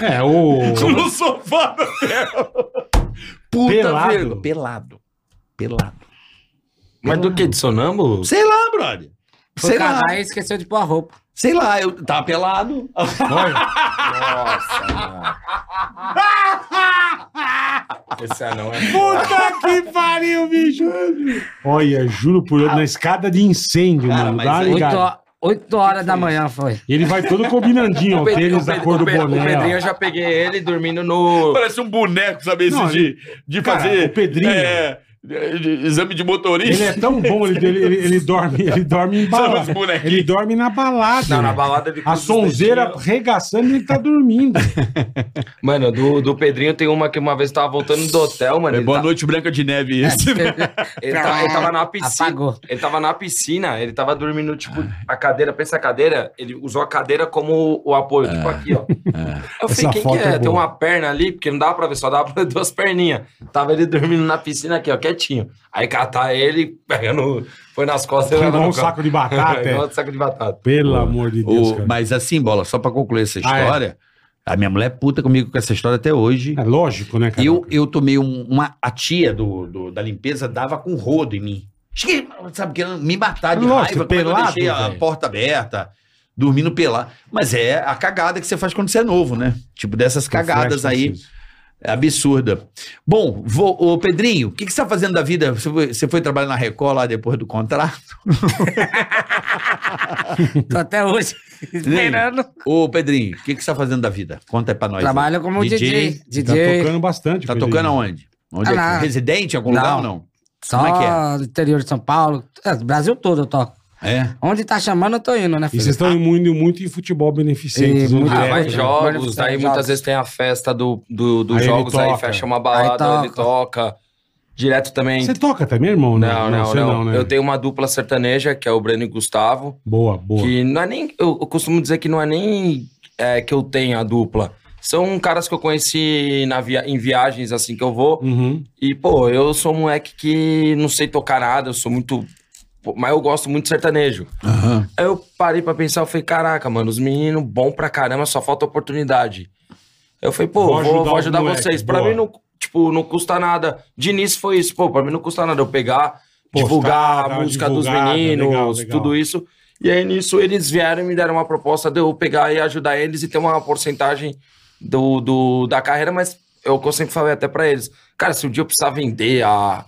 Speaker 4: É, o.
Speaker 5: No sofá do hotel. Puta
Speaker 4: Pelado?
Speaker 5: vergonha. Pelado. Pelado.
Speaker 6: Mas do que? De sonâmbulo?
Speaker 5: Sei lá, brother.
Speaker 7: Foi
Speaker 5: Sei lá.
Speaker 7: cagar e esqueceu de pôr a roupa.
Speaker 5: Sei lá, eu tava pelado.
Speaker 6: é? Nossa, mano. Esse anão é.
Speaker 4: Puta que pariu, bicho! Olha, juro por Deus, na escada de incêndio,
Speaker 5: Cara,
Speaker 4: mano.
Speaker 5: mas é
Speaker 4: Dá
Speaker 6: Tá
Speaker 5: aí-
Speaker 4: uma ligada.
Speaker 7: 8, horas da manhã foi.
Speaker 4: Ele vai todo combinandinho, ó, o tênis da cor do
Speaker 6: é O Pedrinho,
Speaker 4: boné.
Speaker 6: eu já peguei ele dormindo no.
Speaker 8: Parece um boneco, sabe? Esse
Speaker 4: Não,
Speaker 8: de, de
Speaker 4: cara,
Speaker 8: fazer.
Speaker 4: o Pedrinho-
Speaker 8: é, de- de- exame de
Speaker 4: ó. Ele é
Speaker 8: motorista.
Speaker 4: tão bom, ele, ele, ele, ele dorme, ele dorme em balada.
Speaker 8: os bonequinhos?
Speaker 4: Ele dorme na balada.
Speaker 6: Não, na
Speaker 4: né?
Speaker 6: balada ele
Speaker 4: A
Speaker 6: cruza os
Speaker 4: sonzeira
Speaker 6: dedinhos.
Speaker 4: regaçando e ele tá dormindo.
Speaker 6: Mano, do, do Pedrinho tem uma que uma vez tava voltando do hotel, mano.
Speaker 8: É
Speaker 6: ele
Speaker 8: boa
Speaker 6: tá-
Speaker 8: noite, Branca de
Speaker 4: É,
Speaker 8: Neve. Esse, né?
Speaker 6: Ele, tá- ele tava na piscina.
Speaker 7: Apagou.
Speaker 6: Ele tava na piscina, ele tava dormindo, tipo, a cadeira, pensa a cadeira, ele usou a cadeira como o apoio, tipo
Speaker 4: É,
Speaker 6: aqui, ó. Eu
Speaker 4: Essa
Speaker 6: falei, quem que
Speaker 4: foto
Speaker 6: é?
Speaker 4: é boa.
Speaker 6: Tem uma perna ali, porque não dava pra ver, só dava pra ver duas perninhas. Tava ele dormindo na piscina aqui, ó, quietinho. Aí catar ele, pegando, foi nas costas. ele
Speaker 4: Pegou
Speaker 6: lá
Speaker 4: um
Speaker 6: no canto.
Speaker 4: saco de batata.
Speaker 6: Pegou
Speaker 4: é.
Speaker 6: um saco de batata.
Speaker 4: Pelo amor de Deus,
Speaker 5: O-
Speaker 4: cara.
Speaker 5: mas assim, bola, só pra concluir essa
Speaker 4: Ah, é.
Speaker 5: história, a minha mulher é puta comigo com essa história até hoje.
Speaker 4: É lógico, né, cara?
Speaker 5: Eu, eu tomei um- uma. A tia do, do- da limpeza dava com rodo em mim. Cheguei, sabe, querendo me matar de
Speaker 4: Nossa,
Speaker 5: raiva, como é que
Speaker 4: pelado,
Speaker 5: eu deixei a
Speaker 4: velho.
Speaker 5: porta aberta, dormindo pelado. Mas é a cagada que você faz quando você é novo, né? Tipo, dessas cagadas
Speaker 4: Reflexo
Speaker 5: aí.
Speaker 4: disso.
Speaker 5: É absurda. Bom, vou, ô Pedrinho, o que, que você tá fazendo da vida? Você foi, você foi trabalhar na Record lá depois do contrato?
Speaker 7: Tô até hoje esperando.
Speaker 5: Ô, Pedrinho, o que, que você tá fazendo da vida? Conta aí pra nós.
Speaker 7: Trabalho como DJ. DJ.
Speaker 4: Tá tocando bastante.
Speaker 5: Tá
Speaker 4: Pedrinho.
Speaker 5: tocando aonde? Onde
Speaker 7: Ah,
Speaker 5: é?
Speaker 7: lá.
Speaker 5: Residente em algum lugar ou não?
Speaker 7: Só
Speaker 5: Como é que
Speaker 7: no interior de São Paulo. É, Brasil todo eu toco.
Speaker 5: É.
Speaker 7: Onde tá chamando, eu tô indo, né,
Speaker 4: E
Speaker 7: filho?
Speaker 4: vocês estão muito, muito em futebol beneficente.
Speaker 7: E
Speaker 4: no
Speaker 7: muito-
Speaker 6: Ah,
Speaker 4: direto,
Speaker 7: mas
Speaker 6: mais
Speaker 4: né?
Speaker 7: joga,
Speaker 6: jogos, daí
Speaker 7: Jogos.
Speaker 6: muitas vezes tem a festa do, do- dos
Speaker 4: Aí ele
Speaker 6: jogos, aí
Speaker 4: toca.
Speaker 6: fecha uma balada,
Speaker 7: Aí
Speaker 6: ele toca. Direto também.
Speaker 4: Você toca também, irmão?
Speaker 6: Não, não,
Speaker 4: você
Speaker 6: não.
Speaker 4: né?
Speaker 6: Eu tenho uma dupla sertaneja, que é o Breno e Gustavo.
Speaker 4: Boa, boa.
Speaker 6: Que não é nem. Eu, eu costumo dizer que não é nem é, que eu tenho a dupla. São caras que eu conheci na via, em viagens assim que eu vou.
Speaker 4: Uhum.
Speaker 6: E, pô, eu sou um moleque que não sei tocar nada, eu sou muito. pô, Mas eu gosto muito de sertanejo. Aí eu parei pra pensar, eu falei, caraca, mano, os meninos bom pra caramba, só falta oportunidade. Eu falei, pô,
Speaker 4: Vou
Speaker 6: vou,
Speaker 4: ajudar
Speaker 6: vou ajudar,
Speaker 4: os moleque,
Speaker 6: vocês. Pra
Speaker 4: boa.
Speaker 6: mim não, tipo, não custa nada. De início foi isso, pô, pra mim não custa nada eu pegar,
Speaker 4: Postar,
Speaker 6: divulgar
Speaker 4: dar
Speaker 6: a
Speaker 4: uma
Speaker 6: música dos
Speaker 4: divulgada,
Speaker 6: meninos,
Speaker 4: legal, legal.
Speaker 6: tudo isso. E aí nisso eles vieram e me deram uma proposta de eu pegar e ajudar eles e ter uma porcentagem do, do, da carreira, mas é o que eu sempre falei até pra eles. Cara, se um dia eu precisar vender a,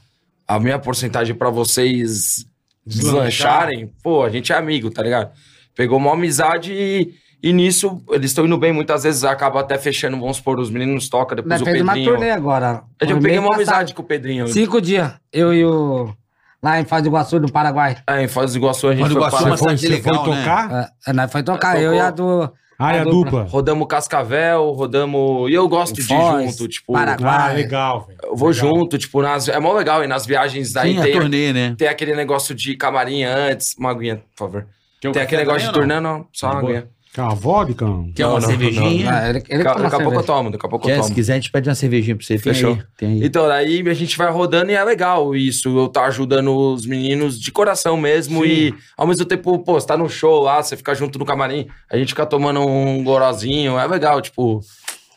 Speaker 6: a minha porcentagem pra vocês
Speaker 4: Deslanchar.
Speaker 6: deslancharem, pô, a gente é amigo, tá ligado? Pegou uma amizade e, e nisso eles estão indo bem. Muitas vezes acaba até fechando, vamos supor, os meninos tocam, depois
Speaker 7: Nós
Speaker 6: o
Speaker 7: fez uma
Speaker 6: Pedrinho.
Speaker 7: turnê agora.
Speaker 6: Eu já
Speaker 7: Foi
Speaker 6: peguei
Speaker 7: mês
Speaker 6: uma
Speaker 7: passado.
Speaker 6: amizade com o Pedrinho.
Speaker 7: Cinco dias. Eu e o. Lá em Faz do Iguaçu, do Paraguai.
Speaker 6: É, em Foz do Iguaçu a gente
Speaker 5: Foz do
Speaker 6: foi
Speaker 5: Iguaçu,
Speaker 6: pra...
Speaker 5: mas-
Speaker 4: Foi,
Speaker 5: Bastante
Speaker 4: você
Speaker 5: legal,
Speaker 4: foi
Speaker 5: né?
Speaker 4: tocar?
Speaker 7: É, nós foi tocar,
Speaker 6: Tocou.
Speaker 7: eu e a do.
Speaker 4: Ah, é a
Speaker 7: A
Speaker 4: dupla.
Speaker 7: dupla.
Speaker 6: Rodamos Cascavel, rodamos... E eu gosto de ir
Speaker 7: Foz,
Speaker 6: junto, tipo...
Speaker 7: Paraguai.
Speaker 4: Ah, legal, velho.
Speaker 6: Eu vou junto, tipo, nas... é mó legal. E nas viagens daí
Speaker 5: Sim, a
Speaker 6: tem,
Speaker 5: turnê, né?
Speaker 6: tem aquele negócio de camarim antes. Uma aguinha, por favor.
Speaker 5: um
Speaker 6: tem aquele
Speaker 5: café
Speaker 6: negócio de
Speaker 5: também,
Speaker 6: turnê, não. Só
Speaker 5: Tá
Speaker 6: uma
Speaker 5: de boa.
Speaker 6: aguinha.
Speaker 4: Quer uma vodka? mano?
Speaker 5: Quer uma
Speaker 6: Não, não,
Speaker 5: cervejinha?
Speaker 7: Ah, ele, ele
Speaker 6: Ca-
Speaker 7: que toma
Speaker 6: Daqui a pouco eu
Speaker 7: cerveja.
Speaker 6: tomo, daqui a pouco eu
Speaker 5: Quer, se
Speaker 6: tomo.
Speaker 5: quiser, a gente pede uma cervejinha pra você. Tem
Speaker 6: Fechou.
Speaker 5: aí, Tem aí.
Speaker 6: Então, daí a gente vai rodando e é legal isso. Eu tá ajudando os meninos de coração mesmo. E ao mesmo tempo, pô, você tá no show lá, você fica junto no camarim, a gente fica tomando um gorozinho, é legal, tipo.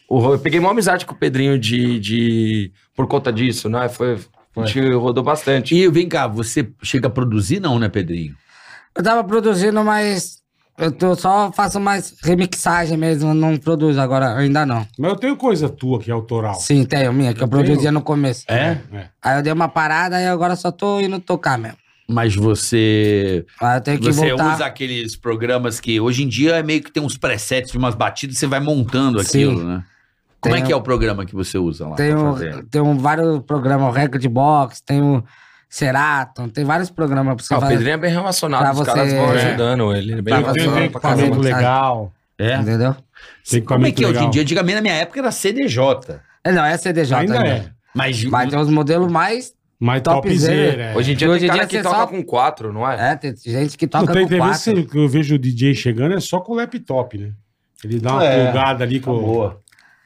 Speaker 6: o ro- eu peguei uma amizade com o Pedrinho de. de por conta disso, né? Foi, A gente rodou bastante.
Speaker 5: E vem cá, você chega a produzir não, né, Pedrinho?
Speaker 7: Eu tava produzindo, mas. Eu tô, só faço mais remixagem mesmo, não produzo agora, ainda não.
Speaker 4: Mas eu tenho coisa tua que é autoral.
Speaker 7: Sim, tenho minha, que eu produzia no começo.
Speaker 5: É?
Speaker 4: É.
Speaker 7: Aí eu dei uma parada e agora só tô indo tocar mesmo.
Speaker 5: Mas você...
Speaker 7: Aí eu tenho que
Speaker 5: Você
Speaker 7: voltar.
Speaker 5: usa aqueles programas que hoje em dia é meio que tem uns presets de umas batidas, você vai montando
Speaker 7: Sim.
Speaker 5: aquilo, né? Como é
Speaker 7: Tem
Speaker 5: que é
Speaker 7: um-
Speaker 5: o programa que você usa lá? pra fazer?
Speaker 7: Tenho, tenho vários programas, o Record Box, tem o Serato, tem vários programas pra você
Speaker 6: Ah, o
Speaker 7: fazer.
Speaker 6: Pedrinho é bem
Speaker 7: Pra
Speaker 6: relacionado, os caras
Speaker 7: você-
Speaker 6: vão
Speaker 4: É.
Speaker 6: ajudando ele. ele é bem
Speaker 7: Pra
Speaker 4: Tem, tem,
Speaker 6: relacionado
Speaker 4: tem
Speaker 6: pra
Speaker 7: fazer
Speaker 4: equipamento
Speaker 6: caramba.
Speaker 7: montagem.
Speaker 4: legal.
Speaker 5: É?
Speaker 7: Entendeu?
Speaker 4: Tem
Speaker 5: Como é que
Speaker 4: equipamento
Speaker 5: é hoje em
Speaker 4: legal.
Speaker 5: dia? Antigamente, na minha época, era CDJ.
Speaker 7: É, Não, é CDJ.
Speaker 4: Ainda
Speaker 7: né?
Speaker 4: é.
Speaker 5: Mas...
Speaker 7: Vai ter os modelos mais.
Speaker 4: Mas
Speaker 7: Top
Speaker 4: topzera.
Speaker 7: zero.
Speaker 4: é.
Speaker 6: Hoje em dia
Speaker 7: Hoje
Speaker 6: tem
Speaker 7: em
Speaker 6: cara
Speaker 7: dia
Speaker 6: que
Speaker 7: você
Speaker 6: toca
Speaker 7: só-
Speaker 6: com quatro, não é?
Speaker 7: É, tem gente que
Speaker 4: Não,
Speaker 7: toca
Speaker 4: tem
Speaker 7: com
Speaker 4: tem vezes
Speaker 7: quatro.
Speaker 4: que eu vejo o DJ chegando é só com o laptop, né? Ele dá uma
Speaker 5: É.
Speaker 4: plugada ali com,
Speaker 5: Boa.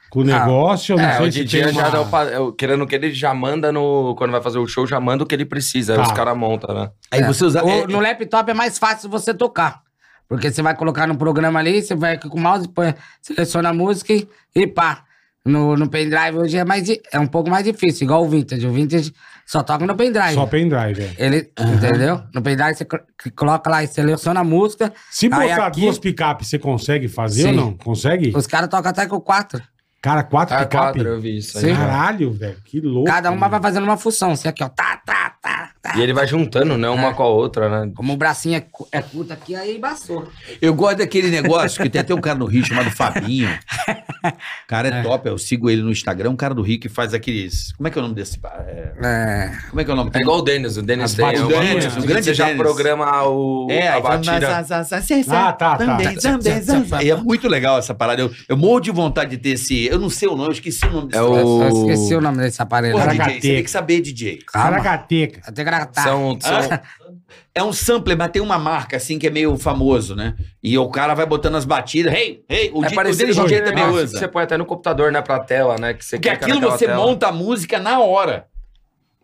Speaker 4: com o negócio. eu não
Speaker 6: É,
Speaker 4: sei
Speaker 6: o
Speaker 4: se
Speaker 6: DJ
Speaker 4: tem
Speaker 6: já
Speaker 4: uma-
Speaker 6: dá o pa- é, o- Querendo que ele já manda no. Quando vai fazer o show, já manda o que ele precisa.
Speaker 4: Tá.
Speaker 6: Aí os caras montam, né?
Speaker 5: Aí você usa...
Speaker 7: Ou
Speaker 5: é-
Speaker 7: no laptop é mais fácil você tocar. Porque você vai colocar no programa ali, você vai aqui com o mouse, põe, seleciona a música e, e pá. No, no pendrive hoje é, mais, di- é um pouco mais difícil, igual o vintage. O vintage só toca no pendrive.
Speaker 4: Só pendrive, é.
Speaker 7: Ele, entendeu? No pendrive você cl- cl- coloca lá e seleciona a música.
Speaker 4: Se
Speaker 7: aí
Speaker 4: botar
Speaker 7: aqui,
Speaker 4: duas picapes, você consegue fazer ou
Speaker 7: Sim.
Speaker 4: não? Consegue?
Speaker 7: Os caras tocam até com quatro.
Speaker 4: Cara,
Speaker 5: Tá,
Speaker 4: quatro
Speaker 5: é
Speaker 6: Ah,
Speaker 4: picapes?
Speaker 6: quatro, eu vi isso aí.
Speaker 7: Sim.
Speaker 6: já.
Speaker 4: Caralho, velho, que louco.
Speaker 7: Cada uma
Speaker 4: mano.
Speaker 7: vai fazendo uma função. Você aqui, ó, tá, tá, tá, tá.
Speaker 6: E ele vai juntando, né?
Speaker 5: É.
Speaker 6: Uma com a outra, né?
Speaker 7: Como o bracinho é, cu- é curto aqui, aí embaçou.
Speaker 5: Eu gosto daquele negócio que tem até um cara no Rio chamado Fabinho. O cara é, top, eu sigo ele no Instagram, um cara do Rio que faz aqueles. Como é que é o nome desse. é,
Speaker 7: É.
Speaker 5: como é que é o nome?
Speaker 6: É igual o Denis, o Denis
Speaker 4: As
Speaker 6: tem.
Speaker 4: batidas,
Speaker 6: uma-
Speaker 4: o Dennis,
Speaker 5: o grande
Speaker 6: Você já
Speaker 5: Dennis.
Speaker 6: programa o,
Speaker 5: É,
Speaker 6: a
Speaker 5: aí faz-
Speaker 6: batida.
Speaker 4: Ah, tá, tá.
Speaker 5: E é muito legal essa parada. Eu, eu morro de vontade de ter esse. Eu não sei o nome, eu esqueci o nome desse
Speaker 6: É
Speaker 7: Eu,
Speaker 6: o-
Speaker 5: negócio.
Speaker 7: eu esqueci o nome desse aparelho.
Speaker 5: Porra,
Speaker 7: Caraca,
Speaker 5: DJ, você tem que saber, DJ.
Speaker 7: Calma.
Speaker 4: Caracateca.
Speaker 7: Até
Speaker 5: tá.
Speaker 7: gratar.
Speaker 6: São,
Speaker 5: Ah,
Speaker 6: são,
Speaker 5: É um sampler, mas tem uma marca assim que é meio famoso, né? E o cara vai botando as batidas. Hey, hey, o,
Speaker 6: é
Speaker 5: di- o
Speaker 6: parecido
Speaker 5: DJ,
Speaker 6: com aquele
Speaker 5: também
Speaker 6: negócio que
Speaker 5: usa.
Speaker 6: você põe até no computador, né? Pra tela, né? Que você
Speaker 5: Porque
Speaker 6: clica
Speaker 5: aquilo
Speaker 6: naquela
Speaker 5: você
Speaker 6: tela.
Speaker 5: monta a música na hora.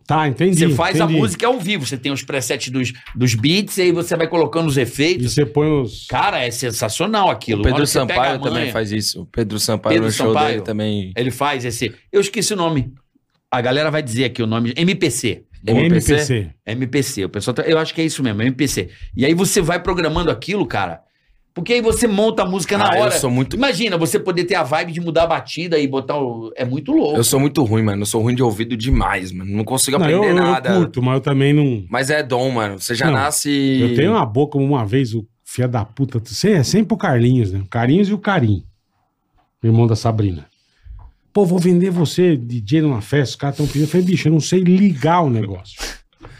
Speaker 4: Tá, entendi.
Speaker 5: Você faz
Speaker 4: entendi.
Speaker 5: a música ao vivo. Você tem os presets dos, dos beats, aí você vai colocando os
Speaker 4: E
Speaker 5: efeitos.
Speaker 4: você põe os.
Speaker 5: Cara, é sensacional aquilo.
Speaker 6: O
Speaker 5: Na hora
Speaker 6: Pedro
Speaker 5: que você pega a
Speaker 6: Sampaio também
Speaker 5: manha,
Speaker 6: faz isso. O Pedro Sampaio
Speaker 5: Pedro
Speaker 6: no show
Speaker 5: Sampaio.
Speaker 6: dele também.
Speaker 5: Ele faz esse. Eu esqueci o nome. A galera vai dizer aqui o nome. MPC.
Speaker 4: MPC.
Speaker 5: MPC. O pessoal tá- Eu acho que é isso mesmo, MPC. E aí você vai programando aquilo, cara. Porque aí você monta a música na
Speaker 6: Ah,
Speaker 5: hora.
Speaker 6: Eu sou muito
Speaker 5: Imagina, você poder ter a vibe de mudar a batida e botar o. É muito louco.
Speaker 6: Eu sou muito ruim, mano. Eu sou ruim de ouvido demais, mano. Não consigo
Speaker 4: Não, eu,
Speaker 6: aprender
Speaker 4: eu
Speaker 6: nada.
Speaker 4: curto, mas eu também não.
Speaker 6: Mas é dom, mano. Você já
Speaker 4: Não,
Speaker 6: nasce.
Speaker 4: Eu tenho uma boca uma vez, o filho da puta. Você é sempre o Carlinhos, né? O Carlinhos e o Carim. Irmão da Sabrina. Pô, vou vender você, DJ, numa festa. Os caras estão pedindo. Eu falei, bicho, eu não sei ligar o negócio.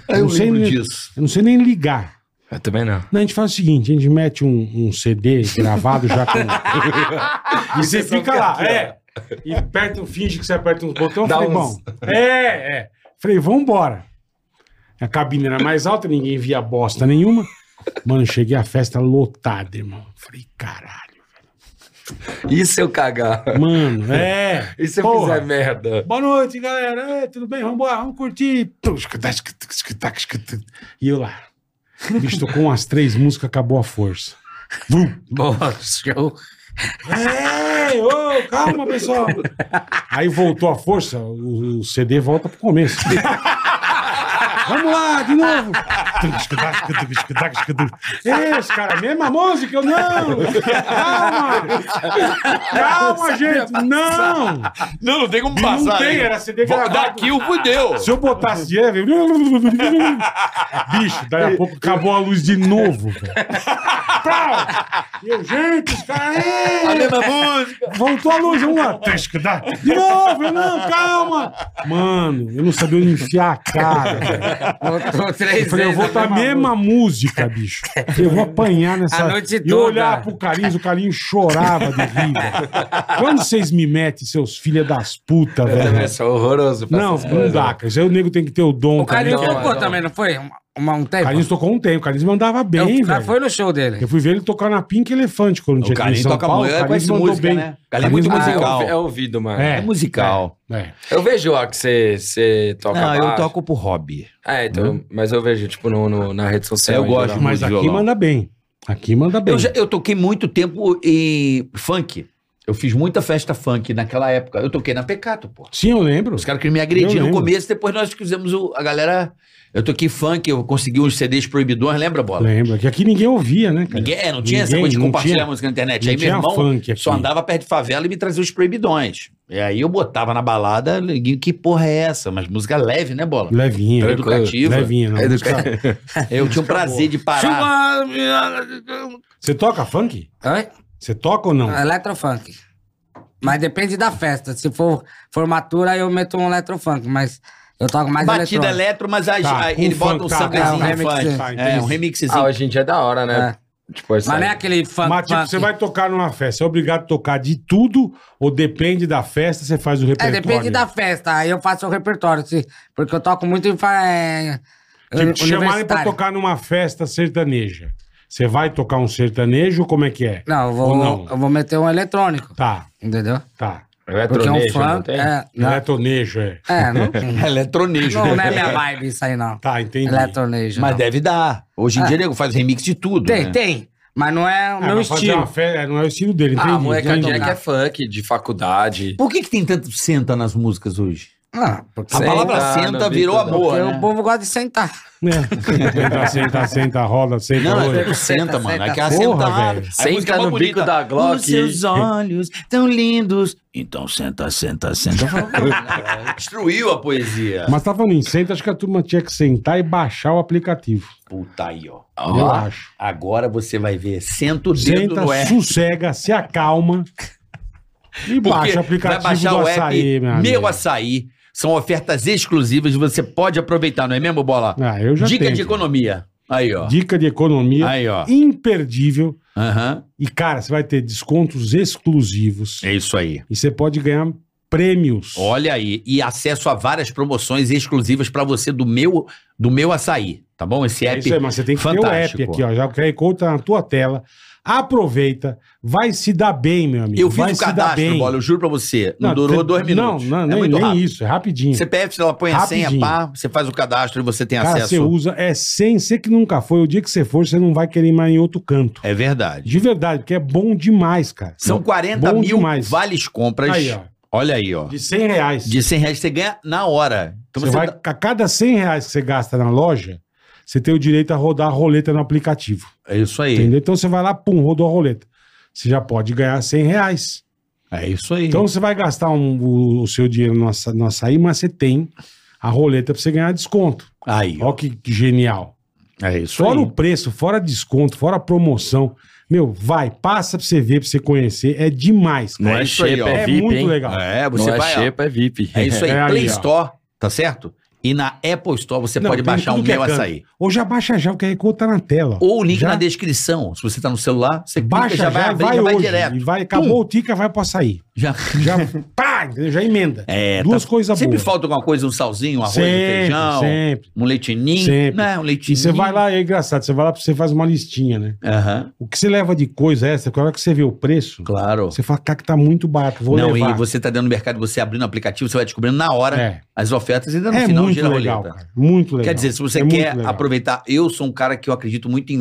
Speaker 4: Eu não sei nem-
Speaker 5: disso.
Speaker 4: Eu não sei nem ligar.
Speaker 6: Eu também não.
Speaker 4: Não, a gente faz o seguinte, a gente mete um, um CD gravado já com... e você fica lá, é. E aperta, finge que você aperta uns botões, eu
Speaker 6: Dá
Speaker 4: falei,
Speaker 6: uns-
Speaker 4: bom... É, é. Falei, vambora. A cabine era mais alta, ninguém via bosta nenhuma. Mano, cheguei à festa lotada, irmão. Falei, caralho.
Speaker 6: E se eu cagar?
Speaker 4: Mano, é.
Speaker 6: E se eu
Speaker 4: porra.
Speaker 6: fizer merda?
Speaker 4: Boa noite, galera. É, tudo bem? Vambora, vamos curtir. E eu lá. O bicho tocou umas três músicas, acabou a força. Vum.
Speaker 7: Boa, show.
Speaker 4: É, ô, calma, pessoal. Aí voltou a força, o, o CD volta pro começo. Vamos lá, de novo. É, os caras, mesma música? Eu, Não! Calma! Calma, gente! Não!
Speaker 8: Não, não tem como
Speaker 4: Não
Speaker 8: passar.
Speaker 4: tem,
Speaker 8: né?
Speaker 4: era Ah, CD
Speaker 8: Vou dar
Speaker 4: gravado.
Speaker 8: aqui o fudeu.
Speaker 4: Se eu botasse Ever. Bicho, daí a pouco acabou a luz de novo, velho. Prau! E eu, gente, os caras. é.
Speaker 5: A mesma música.
Speaker 4: Voltou a luz, vamos
Speaker 5: Tá
Speaker 4: lá. Trisca, dá. De novo, eu, não, calma. Mano, eu não sabia onde enfiar a cara. velho.
Speaker 7: Voltou
Speaker 4: Eu
Speaker 7: três
Speaker 4: falei, eu
Speaker 7: vezes
Speaker 4: vou tá pra
Speaker 5: é
Speaker 4: mesma música, bicho. Eu vou apanhar nessa.
Speaker 7: A noite
Speaker 4: E eu
Speaker 7: toda.
Speaker 4: olhar pro Carinhos, o Carinho chorava de rir. velho. Quando vocês me metem, seus filhas das putas,
Speaker 6: Eu também
Speaker 4: velho.
Speaker 6: sou horroroso. pra
Speaker 4: Não,
Speaker 6: essas
Speaker 4: não
Speaker 6: coisas.
Speaker 4: dá, cara. Isso aí o nego tem que ter o dom.
Speaker 7: O Carinho
Speaker 6: Não,
Speaker 7: tocou
Speaker 6: não.
Speaker 7: também, não foi? Um, uma- um tempo?
Speaker 4: O Carinhos tocou um tempo, o Carinhos mandava bem,
Speaker 7: eu,
Speaker 4: velho.
Speaker 7: Foi no show dele.
Speaker 4: Eu fui ver ele tocar na Pink Elefante quando
Speaker 5: O
Speaker 4: tinha aqui em
Speaker 5: Carlinhos
Speaker 4: São
Speaker 5: toca
Speaker 4: Paulo.
Speaker 5: muito,
Speaker 4: o
Speaker 5: é
Speaker 4: Carlinhos
Speaker 5: conhece
Speaker 4: mandou
Speaker 5: música,
Speaker 4: bem.
Speaker 5: né? O Carlinhos é muito
Speaker 6: Ah, é
Speaker 5: musical.
Speaker 6: ouvi- É ouvido, mano.
Speaker 4: É.
Speaker 5: É musical.
Speaker 4: É.
Speaker 6: Eu vejo ó, que você- você toca
Speaker 5: Não, eu
Speaker 6: baixo.
Speaker 5: toco por hobby.
Speaker 6: É, então,
Speaker 4: Uhum.
Speaker 6: mas eu vejo, tipo, no, no- na rede social.
Speaker 5: Eu
Speaker 6: em
Speaker 5: gosto
Speaker 6: geral.
Speaker 4: Mas aqui
Speaker 5: violão.
Speaker 4: manda bem. Aqui manda bem.
Speaker 5: Eu, já- eu toquei muito tempo em funk. Eu fiz muita festa funk naquela época. Eu toquei na Pecato, pô.
Speaker 4: Sim, eu lembro.
Speaker 5: Os caras queriam me agredir
Speaker 4: Eu
Speaker 5: no
Speaker 4: lembro.
Speaker 5: começo, depois nós fizemos o, a galera. Eu toquei funk, eu consegui uns CDs proibidões, lembra, bola?
Speaker 4: Lembro. É Que aqui ninguém ouvia, né, cara?
Speaker 5: Ninguém, é, não tinha essa
Speaker 4: Ninguém,
Speaker 5: coisa de
Speaker 4: não
Speaker 5: compartilhar
Speaker 4: tinha-
Speaker 5: música na internet.
Speaker 4: não
Speaker 5: Aí meu
Speaker 4: tinha
Speaker 5: irmão
Speaker 4: funk aqui.
Speaker 5: só andava perto de favela e me trazia os proibidões. E aí eu botava na balada, liguinho, que porra é essa? Mas música leve, né, bola?
Speaker 4: Levinha.
Speaker 5: Era educativa.
Speaker 4: Levinha, não.
Speaker 5: Eu tinha o prazer de parar.
Speaker 4: Você toca funk?
Speaker 7: Oi?
Speaker 4: Você toca ou não?
Speaker 7: Ah, Eletrofunk. Mas depende da festa. Se for formatura, eu meto um eletrofunk, mas eu toco mais
Speaker 5: Batida
Speaker 7: eletrônico.
Speaker 5: eletro, mas as-
Speaker 4: Tá,
Speaker 5: a-
Speaker 4: com
Speaker 5: ele
Speaker 4: funk,
Speaker 5: bota um
Speaker 4: tá,
Speaker 7: tá,
Speaker 5: samplezinho de
Speaker 7: um
Speaker 5: funk.
Speaker 7: remixzinho.
Speaker 4: Tá, entendi.
Speaker 5: é, um remixzinho.
Speaker 6: Ah, hoje em dia é da hora, né? Tipo, essa...
Speaker 7: Mas não é aquele funk.
Speaker 4: Mas, tipo,
Speaker 7: funk.
Speaker 4: você vai tocar numa festa. É obrigado a tocar de tudo ou depende da festa, você faz o
Speaker 7: É,
Speaker 4: repertório?
Speaker 7: depende da festa. Aí eu faço o repertório, se- porque eu toco muito em. fa- é,
Speaker 4: Tipo, te chamarem pra
Speaker 7: universitário.
Speaker 4: tocar numa festa sertaneja. Você vai tocar um sertanejo, como é que é?
Speaker 7: Não, eu
Speaker 4: Ou
Speaker 7: vou,
Speaker 4: não?
Speaker 7: eu vou meter um eletrônico,
Speaker 4: Tá,
Speaker 7: entendeu?
Speaker 4: tá.
Speaker 7: Porque é um
Speaker 6: Eletronejo, não
Speaker 7: funk.
Speaker 6: tem?
Speaker 7: É, não,
Speaker 4: Eletronejo, é.
Speaker 7: é, não,
Speaker 5: Eletronejo.
Speaker 7: não, não é minha vibe isso aí, não. é
Speaker 4: Tá, entendi.
Speaker 7: Eletronejo.
Speaker 5: Mas
Speaker 7: não.
Speaker 5: deve dar. Hoje em dia, nego faz remix de tudo.
Speaker 7: então. Tem,
Speaker 5: né?
Speaker 7: tem. Mas não é o
Speaker 4: é- Ah,
Speaker 7: meu
Speaker 4: mas fazer
Speaker 7: estilo.
Speaker 4: uma fe- é, não é o estilo dele, entendi.
Speaker 6: Ah, molecadinha
Speaker 4: entendi.
Speaker 6: que é funk, de faculdade.
Speaker 5: Por que, que tem tanto senta nas músicas hoje?
Speaker 7: Ah, porque
Speaker 5: A
Speaker 6: Senta
Speaker 5: palavra
Speaker 6: na
Speaker 5: senta
Speaker 6: vida
Speaker 5: virou
Speaker 6: da-
Speaker 5: amor,
Speaker 7: porque
Speaker 5: né?
Speaker 7: o povo gosta de sentar.
Speaker 4: É. Senta, senta, senta, roda, senta.
Speaker 5: Não,
Speaker 4: roda.
Speaker 5: é senta, mano. É que é
Speaker 4: Porra,
Speaker 5: assentado.
Speaker 4: velho.
Speaker 5: Aí a música é
Speaker 6: Senta
Speaker 5: mó
Speaker 6: no bico
Speaker 5: bonita.
Speaker 6: da Glock.
Speaker 5: Os seus olhos tão lindos. Então senta, senta, senta. Eu falo, "Pô, cara, Destruiu a poesia.
Speaker 4: Mas tá falando em senta, acho que a turma tinha que sentar e baixar o aplicativo.
Speaker 5: Puta aí, ó.
Speaker 4: Eu
Speaker 5: Ó,
Speaker 4: acho.
Speaker 5: Agora você vai ver. Senta o dedo
Speaker 4: Senta,
Speaker 5: no R.
Speaker 4: sossega, se acalma. E baixa o aplicativo
Speaker 5: vai baixar
Speaker 4: do
Speaker 5: o app
Speaker 4: açaí, meu
Speaker 5: Meu,
Speaker 4: amigo.
Speaker 5: Açaí. São ofertas exclusivas que você pode aproveitar, não é mesmo, Bola?
Speaker 4: Ah, eu já
Speaker 5: Dica
Speaker 4: tento.
Speaker 5: de economia. Aí, ó.
Speaker 4: Dica de economia
Speaker 5: Aí, ó.
Speaker 4: imperdível.
Speaker 5: Aham.
Speaker 4: E, cara, você vai ter descontos exclusivos.
Speaker 5: É isso aí.
Speaker 4: E você pode ganhar prêmios.
Speaker 5: Olha aí, e acesso a várias promoções exclusivas pra você do meu do meu açaí, tá bom? Esse
Speaker 4: É
Speaker 5: app.
Speaker 4: isso aí, mas você tem que
Speaker 5: fantástico.
Speaker 4: ter o app aqui, ó. Já o QR Code tá na tua tela. Aproveita. Vai se dar bem, meu amigo.
Speaker 5: Eu fiz
Speaker 4: vai
Speaker 5: o
Speaker 4: se dar
Speaker 5: cadastro,
Speaker 4: bem.
Speaker 5: bola, eu juro pra você. Não, durou
Speaker 4: cê-
Speaker 5: dois minutos.
Speaker 4: Não, não,
Speaker 5: é
Speaker 4: nem,
Speaker 5: muito
Speaker 4: nem
Speaker 5: rápido.
Speaker 4: isso. É rapidinho.
Speaker 5: CPF, ela põe a senha,
Speaker 4: Rapidinho.
Speaker 5: pá, você faz o cadastro e você tem
Speaker 4: Cara, você
Speaker 5: acesso.
Speaker 4: usa. É sem ser que nunca foi. O dia que você for, você não vai querer ir mais em outro canto.
Speaker 5: É verdade.
Speaker 4: De verdade, porque é bom demais, cara.
Speaker 5: São 40
Speaker 4: Bom
Speaker 5: mil
Speaker 4: demais.
Speaker 5: vales compras.
Speaker 4: Aí, ó.
Speaker 5: Olha aí, ó.
Speaker 4: De 100 reais.
Speaker 5: De 100 reais você ganha na hora. Então
Speaker 4: você vai, A cada 100 reais que você gasta na loja, você tem o direito a rodar a roleta no aplicativo.
Speaker 5: É isso aí.
Speaker 4: Entendeu? Então você vai lá, pum, rodou a roleta. Você já pode ganhar 100 reais.
Speaker 5: É isso aí.
Speaker 4: Então você vai gastar um- o, o seu dinheiro no, aça, no açaí, mas você tem a roleta pra você ganhar desconto.
Speaker 5: aí, ó.
Speaker 4: Ó que genial.
Speaker 5: É isso
Speaker 4: Fora
Speaker 5: aí.
Speaker 4: o preço, fora desconto, fora promoção. Meu, vai, passa pra você ver, pra você conhecer. É demais,
Speaker 6: Não
Speaker 4: cara.
Speaker 5: É
Speaker 6: é
Speaker 5: isso aí, ó.
Speaker 6: xepa,
Speaker 4: É,
Speaker 6: é VIP,
Speaker 4: muito
Speaker 6: hein?
Speaker 4: legal.
Speaker 5: É, você
Speaker 6: Não é
Speaker 5: vai. ó.
Speaker 6: xepa, é VIP.
Speaker 5: É isso aí.
Speaker 4: É aí,
Speaker 5: Play
Speaker 4: ó.
Speaker 5: Store, tá certo? E na Apple Store você
Speaker 4: Não,
Speaker 5: pode
Speaker 4: tem
Speaker 5: baixar
Speaker 4: tudo
Speaker 5: o
Speaker 4: que é
Speaker 5: meu
Speaker 4: canto.
Speaker 5: açaí.
Speaker 4: Ou já baixa já, o QR Code tá na tela. ó.
Speaker 5: Ou o link
Speaker 4: Já
Speaker 5: na descrição. Se você tá no celular, você clica,
Speaker 4: Baixa já,
Speaker 5: já vai abrir,
Speaker 4: vai,
Speaker 5: já vai
Speaker 4: hoje,
Speaker 5: direto.
Speaker 4: E vai, acabou o tica, vai pra sair.
Speaker 5: Já...
Speaker 4: Já, pá, entendeu? já emenda.
Speaker 5: É,
Speaker 4: Duas coisas
Speaker 5: Sempre
Speaker 4: boas.
Speaker 5: falta alguma coisa, um salzinho, um arroz, um feijão,
Speaker 4: sempre.
Speaker 5: um leitinho.
Speaker 4: Sempre.
Speaker 5: Né? Um leitinho.
Speaker 4: E você vai lá, é engraçado, você vai lá, você faz uma listinha, né?
Speaker 5: Aham,
Speaker 4: O que você leva de coisa extra, quando a hora que você vê o preço,
Speaker 5: claro.
Speaker 4: você fala, cara, que tá muito barato, vou
Speaker 5: não,
Speaker 4: levar.
Speaker 5: e você tá dentro do mercado, você abrindo o aplicativo, você vai descobrindo na hora
Speaker 4: É,
Speaker 5: as ofertas e ainda no
Speaker 4: é
Speaker 5: final
Speaker 4: muito
Speaker 5: gira a
Speaker 4: legal,
Speaker 5: roleta.
Speaker 4: cara. Muito legal.
Speaker 5: Quer dizer, se você
Speaker 4: É muito
Speaker 5: quer
Speaker 4: legal.
Speaker 5: aproveitar, eu sou um cara que eu acredito muito em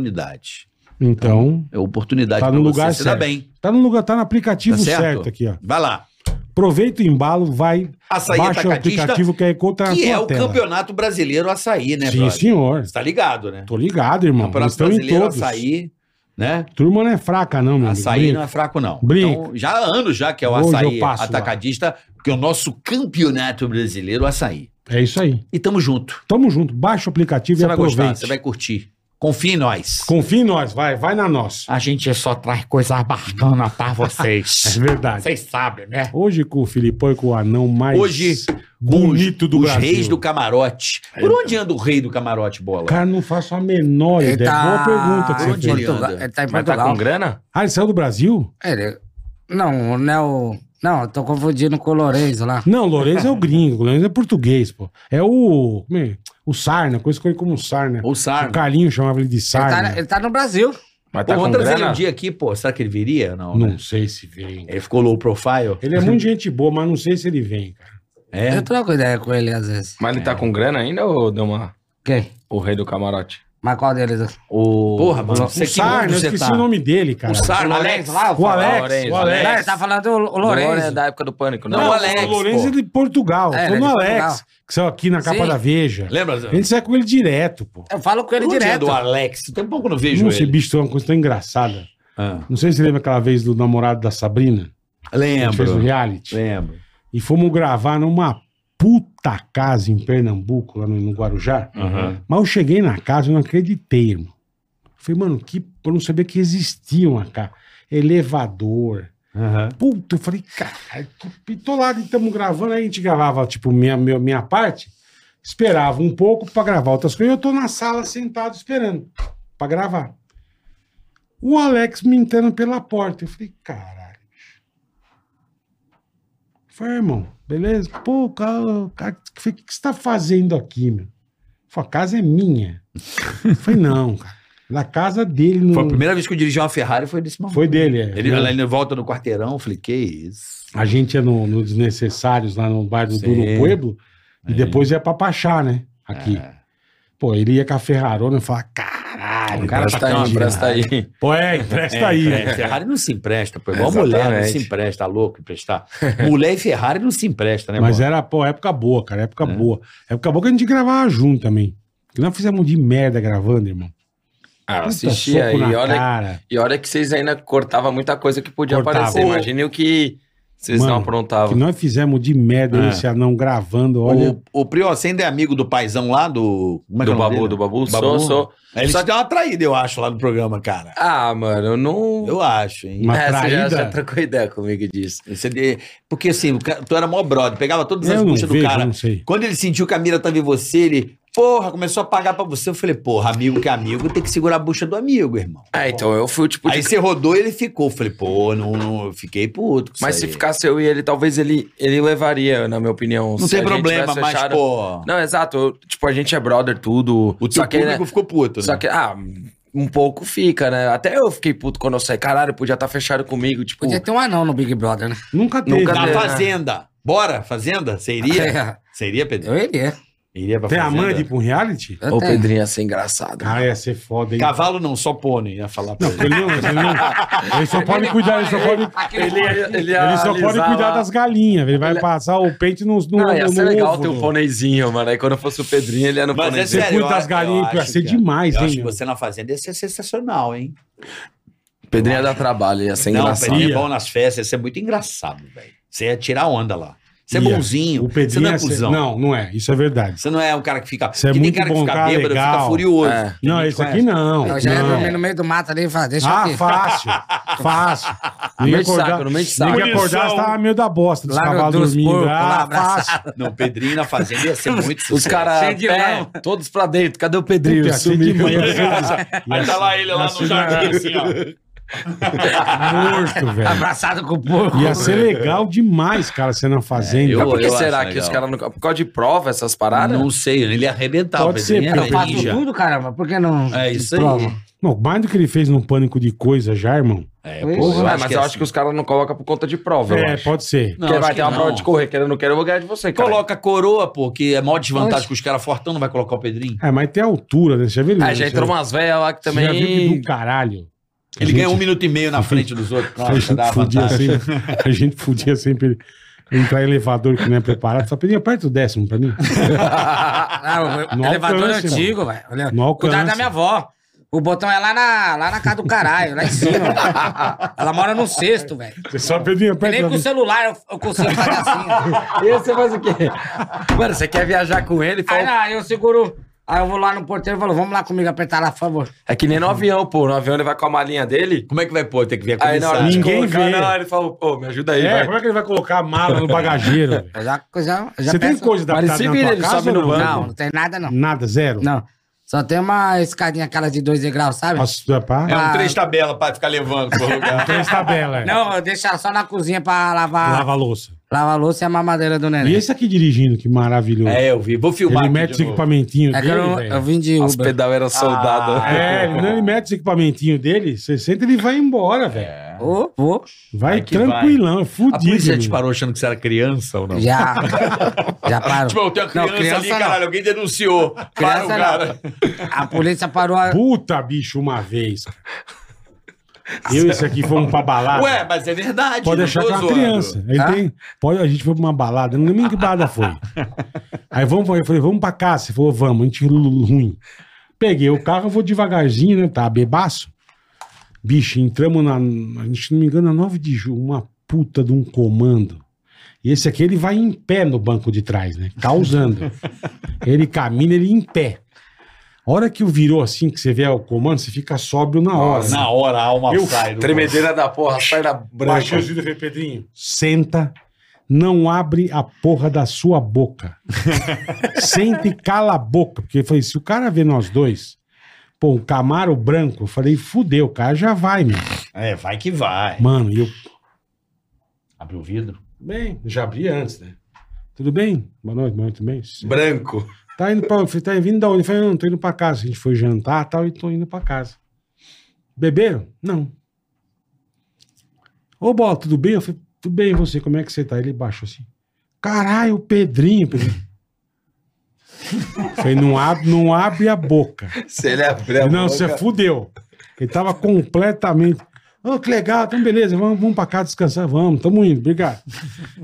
Speaker 5: oportunidade.
Speaker 4: Então,
Speaker 5: É oportunidade
Speaker 4: Tá
Speaker 5: pra
Speaker 4: no
Speaker 5: você
Speaker 4: lugar
Speaker 5: se dar
Speaker 4: certo.
Speaker 5: bem.
Speaker 4: tá no lugar, tá no aplicativo
Speaker 5: Tá certo?
Speaker 4: certo? aqui, ó.
Speaker 5: Vai lá.
Speaker 4: Aproveita o embalo, vai,
Speaker 5: Açaí
Speaker 4: baixa o
Speaker 5: Atacadista,
Speaker 4: aplicativo que é conta na
Speaker 5: que
Speaker 4: tua
Speaker 5: é o
Speaker 4: tela.
Speaker 5: campeonato brasileiro açaí, né,
Speaker 4: Sim,
Speaker 5: brother?
Speaker 4: senhor.
Speaker 5: Você tá ligado, né?
Speaker 4: Tô ligado, irmão. Eles
Speaker 5: Campeonato
Speaker 4: Estão em
Speaker 5: brasileiro,
Speaker 4: todos.
Speaker 5: açaí, né?
Speaker 4: Turma não é fraca, não, meu amigo.
Speaker 5: Açaí não é fraco, não.
Speaker 4: Brinca.
Speaker 5: Então, já há anos já que é o
Speaker 4: Hoje
Speaker 5: açaí
Speaker 4: eu passo lá.
Speaker 5: atacadista, que é o nosso campeonato brasileiro açaí.
Speaker 4: É isso aí.
Speaker 5: E tamo junto.
Speaker 4: Tamo junto. Baixa o aplicativo
Speaker 5: Você
Speaker 4: e
Speaker 5: vai
Speaker 4: aproveite.
Speaker 5: gostar, você vai curtir. Confia em nós.
Speaker 4: Confia em nós, vai, vai na nossa.
Speaker 9: A gente só traz coisas bacanas pra vocês.
Speaker 4: É verdade.
Speaker 9: Vocês sabem, né?
Speaker 4: Hoje com o Filipão e com o anão mais
Speaker 5: Hoje,
Speaker 4: bonito
Speaker 5: os,
Speaker 4: do
Speaker 5: os
Speaker 4: Brasil. É.
Speaker 5: reis do camarote. Por onde anda o rei do camarote, bola?
Speaker 4: Cara, não faço a menor
Speaker 7: Ele
Speaker 4: ideia.
Speaker 7: tá-
Speaker 4: é Boa pergunta que você
Speaker 5: Onde ele é?
Speaker 4: fez.
Speaker 7: Portugal-
Speaker 5: anda?
Speaker 7: Ele tá em
Speaker 6: Mas tá
Speaker 7: Portugal.
Speaker 6: com grana?
Speaker 4: Ah, ele saiu do Brasil?
Speaker 7: Ele- Não, não é o... Não, eu tô confundindo com o Lourenço lá.
Speaker 4: Não, Lourenço é o gringo, Lourenço é português, pô. É o. como é? O Sarna, coisa que ele como Sarna.
Speaker 5: Ou
Speaker 4: O
Speaker 5: Sarna. é
Speaker 4: Carlinho chamava ele de
Speaker 7: Ele tá,
Speaker 4: Sarna.
Speaker 7: ele tá no Brasil.
Speaker 6: Mas
Speaker 5: Pô,
Speaker 6: tá com
Speaker 5: vamos trazer ele um
Speaker 6: grana?
Speaker 5: dia aqui, pô. Será que ele viria? Não, né? É,
Speaker 4: Não sei se vem.
Speaker 5: Ele ficou low profile?
Speaker 4: Ele é muito gente boa, mas não sei se ele vem, cara.
Speaker 5: É.
Speaker 7: Eu troco ideia com ele às vezes.
Speaker 6: Mas ele tá com grana ainda ou deu uma...
Speaker 7: Quem?
Speaker 6: O rei do camarote?
Speaker 7: Mas qual deles?
Speaker 6: O...
Speaker 5: Porra, mano. Você
Speaker 4: O
Speaker 5: que
Speaker 4: Sarna,
Speaker 5: mundo
Speaker 4: eu
Speaker 5: você
Speaker 4: esqueci
Speaker 5: tá?
Speaker 4: o nome dele, cara.
Speaker 5: O Sarna, Alex.
Speaker 7: lá?
Speaker 4: O Alex,
Speaker 6: Lourenço,
Speaker 4: o Alex.
Speaker 7: Não, ele tá falando o o
Speaker 6: Lourenço é
Speaker 7: Lourenço.
Speaker 6: da época do pânico, né?
Speaker 5: Não,
Speaker 6: não?
Speaker 5: o Alex,
Speaker 4: O Lourenço
Speaker 5: pô.
Speaker 4: é de Portugal.
Speaker 7: É,
Speaker 4: Tô
Speaker 7: ele é
Speaker 4: no
Speaker 7: de
Speaker 4: Alex,
Speaker 7: Portugal.
Speaker 4: que saiu aqui na capa
Speaker 7: Sim.
Speaker 4: da Veja.
Speaker 5: Lembra?
Speaker 4: A gente sai com ele direto, pô.
Speaker 7: Eu falo com ele
Speaker 4: é
Speaker 5: Onde anda
Speaker 7: direto.
Speaker 5: o Alex? Tem um pouco que eu não vejo
Speaker 4: Não,
Speaker 5: ele.
Speaker 4: esse bicho tem uma coisa tão engraçada.
Speaker 5: Ah.
Speaker 4: Não sei se você lembra aquela vez do namorado da Sabrina. que a gente fez o
Speaker 5: Lembro.
Speaker 4: reality.
Speaker 5: Lembro.
Speaker 4: E fomos gravar numa puta casa em Pernambuco, lá no, no Guarujá. Mas eu cheguei na casa e não acreditei, irmão. Falei, mano, que, eu não sabia que existia uma casa. Elevador. Puta, eu falei, caralho, que pitolado. E estamos gravando, aí a gente gravava, tipo, minha, minha, minha parte, esperava um pouco pra gravar outras coisas. Eu tô na sala sentado esperando pra gravar. O Alex me entrando pela porta. Eu falei, caralho. bicho." Eu Falei, irmão, beleza? Pô, cara, cara, eu falei, o que que você tá fazendo aqui, meu? Ele Falei, a casa é minha. Eu falei, não, cara. Na casa dele. No...
Speaker 5: Foi a primeira vez que eu dirigi uma Ferrari, foi desse momento.
Speaker 4: Foi dele, é.
Speaker 5: Ele, ela ainda volta no quarteirão, eu falei, que isso?
Speaker 4: A gente ia no, no Desnecessários, lá no bairro do
Speaker 5: Sim.
Speaker 4: no Pueblo,
Speaker 6: É.
Speaker 4: e depois ia pra Pachá, né? Aqui. Pô, ele ia com a Ferrarona e falava, caralho,
Speaker 5: Ferrari.
Speaker 6: O cara tá
Speaker 5: pra
Speaker 6: aí,
Speaker 5: cama,
Speaker 6: presta aí.
Speaker 4: Pô, é, empresta
Speaker 5: É,
Speaker 4: aí.
Speaker 5: é, Ferrari não se empresta, pô. Igual mulher não se
Speaker 6: Exatamente.
Speaker 5: empresta, tá louco emprestar. Mulher e Ferrari não se empresta, né,
Speaker 4: Mas
Speaker 5: mano?
Speaker 4: era, pô, época boa, cara. Época
Speaker 6: É.
Speaker 4: boa. Época boa que a gente gravava junto também. Que nós fizemos de merda gravando, irmão.
Speaker 6: Ah,
Speaker 4: Puta,
Speaker 6: assisti
Speaker 4: soco
Speaker 6: aí.
Speaker 4: na
Speaker 6: Olha,
Speaker 4: cara.
Speaker 6: e olha que vocês ainda cortavam muita coisa que podia
Speaker 4: Cortava.
Speaker 6: aparecer. Imagine o que vocês não
Speaker 4: Mano, Que
Speaker 6: aprontavam.
Speaker 4: nós fizemos de merda
Speaker 5: É.
Speaker 4: esse anão gravando, olha.
Speaker 5: O, o Prior, você ainda é amigo do paizão lá do. Como é que
Speaker 6: Do
Speaker 5: é o nome
Speaker 6: babu,
Speaker 5: dele?
Speaker 6: do babu,
Speaker 5: Babu.
Speaker 6: sou, sou.
Speaker 5: Aí Ele
Speaker 6: Só
Speaker 5: te deu uma traída, eu acho, lá no programa, cara.
Speaker 6: Ah, mano, eu não.
Speaker 5: Eu acho, hein?
Speaker 4: Uma
Speaker 6: É, você já,
Speaker 4: traída?
Speaker 6: já trocou ideia comigo disso.
Speaker 5: Esse de- Porque assim, o cara- tu era mó brother, pegava todas as
Speaker 4: eu não
Speaker 5: buchas
Speaker 4: vejo,
Speaker 5: do cara.
Speaker 4: não sei.
Speaker 5: Quando ele sentiu que a mira tava em você, ele, porra, começou a pagar pra você. Eu falei, porra, amigo que é amigo, tem que segurar a bucha do amigo, irmão.
Speaker 6: Ah, então eu fui o tipo de.
Speaker 5: Aí você rodou e ele ficou. Eu falei, pô, não, não eu fiquei puto. com
Speaker 6: mas
Speaker 5: isso
Speaker 6: se
Speaker 5: aí.
Speaker 6: ficasse eu e ele, talvez ele, ele levaria, na minha opinião.
Speaker 5: Não
Speaker 6: Se a
Speaker 5: tem
Speaker 6: gente
Speaker 5: problema,
Speaker 6: tivesse
Speaker 5: mas,
Speaker 6: fechado-
Speaker 5: pô.
Speaker 6: Não, exato. eu- tipo, a gente é brother, tudo.
Speaker 5: O teu
Speaker 6: só que,
Speaker 5: público
Speaker 6: né,
Speaker 5: ficou puto, né?
Speaker 6: Só que, ah, um pouco fica, né? Até eu fiquei puto quando eu saí. Caralho, podia estar fechado comigo. Tipo,
Speaker 7: Podia ter um anão no Big Brother, né?
Speaker 4: Nunca teve.
Speaker 6: Nunca
Speaker 5: Na
Speaker 6: teve.
Speaker 5: fazenda. Bora, fazenda? Você iria?
Speaker 6: É.
Speaker 5: Você iria, Pedro?
Speaker 7: Eu iria.
Speaker 5: Iria pra
Speaker 4: Tem a
Speaker 5: fazenda?
Speaker 4: mãe de ir pra um reality?
Speaker 5: tá
Speaker 7: Eu
Speaker 6: Ô,
Speaker 7: tenho.
Speaker 6: Pedrinho, ia ser engraçado.
Speaker 4: Ah, ia ser foda, hein?
Speaker 5: Cavalo não, só pônei, ia falar pra
Speaker 4: Não,
Speaker 5: ele.
Speaker 4: ele, não, ele, não- ele só pode cuidar, ele só pode,
Speaker 6: Ele, ele, ia
Speaker 4: ele só pode
Speaker 6: alisar
Speaker 4: cuidar
Speaker 6: lá.
Speaker 4: das galinhas. Ele vai
Speaker 6: Ele- é-
Speaker 4: passar o pente nos no,
Speaker 6: Não, ia
Speaker 4: no-
Speaker 6: ser
Speaker 4: no
Speaker 6: legal
Speaker 4: ovo,
Speaker 6: ter um
Speaker 4: no-
Speaker 6: pôneizinho, mano. Aí quando eu fosse o Pedrinho, ele ia no
Speaker 5: Mas é
Speaker 6: pôneizinho.
Speaker 4: Você
Speaker 5: Sério,
Speaker 4: cuida
Speaker 5: eu-
Speaker 4: das galinhas,
Speaker 5: eu
Speaker 4: que ia
Speaker 5: acho
Speaker 4: ser
Speaker 5: que- é.
Speaker 4: demais,
Speaker 5: Eu
Speaker 4: hein?
Speaker 5: acho que
Speaker 4: meu?
Speaker 5: você na fazenda ia ser sensacional, hein?
Speaker 6: Pedrinho ia dar trabalho, ia ser
Speaker 5: é- não, o
Speaker 6: engraçado.
Speaker 5: Pedrinho é bom nas festas, ia ser muito engraçado, velho. Você ia tirar onda lá. Você é
Speaker 4: Ia.
Speaker 5: bonzinho,
Speaker 4: O
Speaker 5: você
Speaker 4: Pedrinho
Speaker 5: não
Speaker 4: é
Speaker 5: é
Speaker 4: ser...
Speaker 5: cuzão.
Speaker 4: Não, não é. Isso é verdade.
Speaker 5: Você não é um cara que fica.
Speaker 4: Você é
Speaker 5: que
Speaker 4: muito
Speaker 5: tem
Speaker 4: bom,
Speaker 5: cara que fica
Speaker 4: cara,
Speaker 5: bêbado,
Speaker 4: legal.
Speaker 5: fica furioso.
Speaker 6: É.
Speaker 4: Não, esse aqui não.
Speaker 7: Eu já é ia
Speaker 4: não.
Speaker 7: dormir no meio do mato ali e falar, deixa
Speaker 4: Ah,
Speaker 7: aqui. Ah,
Speaker 4: fácil. Fácil.
Speaker 6: No
Speaker 4: Ninguém
Speaker 6: meio de
Speaker 4: Ah, acordar,
Speaker 6: saco, no meio de saco.
Speaker 4: ninguém acordar, você tava meio da bosta dos
Speaker 7: Lá no-
Speaker 4: cavalos
Speaker 7: dos
Speaker 4: dormindo.
Speaker 7: porcos, lá
Speaker 4: ah,
Speaker 7: abraçado.
Speaker 4: fácil.
Speaker 5: Não, o Pedrinho na fazenda ia ser muito
Speaker 6: Os
Speaker 5: sucesso.
Speaker 6: caras,
Speaker 7: Cheio de
Speaker 6: pé, todos pra dentro. Cadê o Pedrinho?
Speaker 4: Puta, ia ser
Speaker 6: Sumiu.
Speaker 4: demais, ia ser- ia
Speaker 8: Aí tá
Speaker 4: ser
Speaker 8: lá ele, lá no jardim, assim, ó.
Speaker 4: Morto, velho.
Speaker 7: Abraçado com o porco.
Speaker 4: É. Ia ser legal demais, cara, ser
Speaker 6: É,
Speaker 4: na fazenda.
Speaker 5: eu-
Speaker 6: Mas por que
Speaker 5: eu
Speaker 6: será
Speaker 5: acho
Speaker 6: que
Speaker 5: legal.
Speaker 6: os caras não. Por causa de prova, essas paradas?
Speaker 5: Não sei, ele ia arrebentar.
Speaker 4: Pode
Speaker 5: o Pedrinho
Speaker 4: ser,
Speaker 5: era
Speaker 7: Eu faço
Speaker 5: ninja.
Speaker 7: tudo, caramba. Por que não?
Speaker 5: É isso aí.
Speaker 7: prova?
Speaker 4: Não, mais do que ele fez num pânico de coisa já, irmão.
Speaker 5: É,
Speaker 7: Porra,
Speaker 5: pô,
Speaker 6: Ah, mas eu
Speaker 5: é
Speaker 6: acho que os caras não colocam por conta de prova. eu
Speaker 4: É,
Speaker 6: acho.
Speaker 4: pode ser.
Speaker 5: Não,
Speaker 6: Porque
Speaker 5: acho
Speaker 6: vai
Speaker 5: que
Speaker 6: ter uma
Speaker 5: não.
Speaker 6: prova de correr, querendo ou não quero, eu vou ganhar de você, cara.
Speaker 5: Coloca a coroa, pô, que é maior desvantagem que os caras fortão não vai colocar o Pedrinho.
Speaker 4: É, mas tem altura, né? Você já viu?
Speaker 6: Ah, já entrou umas velhas lá que
Speaker 4: também. Já viu que
Speaker 6: também.
Speaker 4: do caralho.
Speaker 5: Ele
Speaker 4: ganha
Speaker 5: ganha um minuto e meio na frente dos outros.
Speaker 4: a,
Speaker 5: Nossa,
Speaker 4: gente
Speaker 5: dá uma
Speaker 4: fudia
Speaker 5: vantagem.
Speaker 4: sempre, a gente fudia sempre entrar em elevador que não é preparado. Só pedia perto o décimo pra mim.
Speaker 7: Ah, o
Speaker 4: No
Speaker 7: elevador
Speaker 4: alcance,
Speaker 7: antigo, velho.
Speaker 4: No alcance.
Speaker 7: Cuidado da minha avó. O botão é lá na, lá na casa do caralho, lá em cima. velho. Ela mora no sexto, velho.
Speaker 4: Você só pedia perto
Speaker 7: Nem
Speaker 4: pra
Speaker 7: com o
Speaker 4: mim.
Speaker 7: celular eu, eu consigo fazer assim.
Speaker 6: E aí você faz o quê? Mano, você quer viajar com ele?
Speaker 7: Aí
Speaker 6: Fala...
Speaker 7: lá, eu seguro. Aí eu vou lá no porteiro e falo, vamos lá comigo apertar lá, por favor.
Speaker 6: É que nem no avião, pô. No avião ele vai com a malinha dele.
Speaker 5: Como é que vai pôr? Tem que ver a
Speaker 6: Aí na hora
Speaker 5: comissão.
Speaker 6: de
Speaker 4: Ninguém
Speaker 6: colocar,
Speaker 4: vê.
Speaker 6: na hora ele fala, pô, me ajuda aí,
Speaker 4: É,
Speaker 6: vai.
Speaker 4: como é que ele vai colocar a mala no bagageiro? velho?
Speaker 7: Eu já, eu já, eu já
Speaker 4: Você tem
Speaker 7: peço-
Speaker 4: coisa
Speaker 6: Mas ele
Speaker 4: adaptada
Speaker 6: se
Speaker 4: na
Speaker 6: vira,
Speaker 4: tua
Speaker 6: ele
Speaker 4: casa
Speaker 6: sobe
Speaker 4: ou
Speaker 6: no
Speaker 4: não?
Speaker 6: banco.
Speaker 7: Não, não tem nada não.
Speaker 4: Nada, zero?
Speaker 7: Não. Só tem uma escadinha aquela de dois degraus, sabe?
Speaker 4: Nossa, pá.
Speaker 5: É um
Speaker 7: Ah.
Speaker 5: três tabela pra ficar levando pro lugar.
Speaker 4: Três tabelas. é.
Speaker 7: Não, eu deixo ela só na cozinha pra lavar,
Speaker 4: Lava a louça.
Speaker 7: lavar a louça e a mamadeira do
Speaker 4: E
Speaker 7: neném.
Speaker 4: esse aqui dirigindo, que maravilhoso.
Speaker 5: É, eu vi. Vou filmar
Speaker 4: ele
Speaker 5: aqui
Speaker 4: mete os
Speaker 5: de novo.
Speaker 4: equipamentinhos
Speaker 7: É que
Speaker 4: dele,
Speaker 7: eu,
Speaker 4: velho.
Speaker 7: eu vim de
Speaker 6: Os
Speaker 7: Uber.
Speaker 6: pedal era soldado.
Speaker 4: É, ele, não, ele mete os equipamentinhos dele, você senta e ele vai embora, velho.
Speaker 7: Ô, ô,
Speaker 4: Vai
Speaker 5: Vai que
Speaker 4: tranquilão, é
Speaker 5: A
Speaker 4: fudido.
Speaker 5: polícia te
Speaker 4: meu.
Speaker 5: parou achando que você era criança ou não?
Speaker 7: Já. Já parou.
Speaker 8: Tipo, eu tenho uma criança, ali, caralho, alguém denunciou. Para o
Speaker 7: Criança
Speaker 8: cara.
Speaker 7: não. A polícia parou. A...
Speaker 4: Puta, bicho, uma vez. cara. Eu e esse aqui fomos pra balada.
Speaker 5: Ué, mas é verdade.
Speaker 4: Ah. pode
Speaker 5: não
Speaker 4: achar
Speaker 5: tô
Speaker 4: que é uma
Speaker 5: zoando.
Speaker 4: criança. Ele
Speaker 7: Tá?
Speaker 4: tem, pode, a gente foi pra uma balada, eu não lembro nem que balada foi. Aí vamos, eu falei, vamos pra casa. Você falou, vamos, a gente ru- ruim. Peguei o carro, eu vou devagarzinho, né? Tá, bebaço. Bicho, entramos na. A gente, se não me engano, na 9 de julho, uma puta de um comando. E esse aqui, ele vai em pé no banco de trás, né? Causando. ele camina, ele em pé. A hora que o virou assim, que você vê o comando, você fica sóbrio na hora. né?
Speaker 5: Na hora a alma
Speaker 4: Eu-
Speaker 5: sai do
Speaker 6: Tremedeira da porra, sai da branca.
Speaker 4: Baixou os vidros, eu falei, Pedrinho, senta, não abre a porra da sua boca. Senta e cala a boca. Porque eu falei, se o cara vê nós dois, pô, um Camaro branco, eu falei, fudeu, o cara já vai, meu.
Speaker 5: É, vai que vai.
Speaker 4: Mano, e eu,
Speaker 5: Abre o vidro.
Speaker 4: bem, já abri antes, né? Tudo bem? Boa noite, boa noite, tudo bem?
Speaker 6: Branco.
Speaker 4: Tá indo pra, eu falei, tá vindo da onde? Eu falei, não, tô indo pra casa. A gente foi jantar e tal, e tô indo pra casa. Beberam? Não. Ô, Bola, tudo bem? Eu falei, tudo bem, e você, como é que você tá? Ele baixou assim. Caralho, o Pedrinho, Pedrinho. Falei, não abre, não abre a boca.
Speaker 6: Se ele abrir a
Speaker 4: não,
Speaker 6: boca-
Speaker 4: você é fudeu. Ele tava completamente. Ah, que legal, então beleza, vamos, vamos pra cá descansar, vamos, tamo indo, obrigado.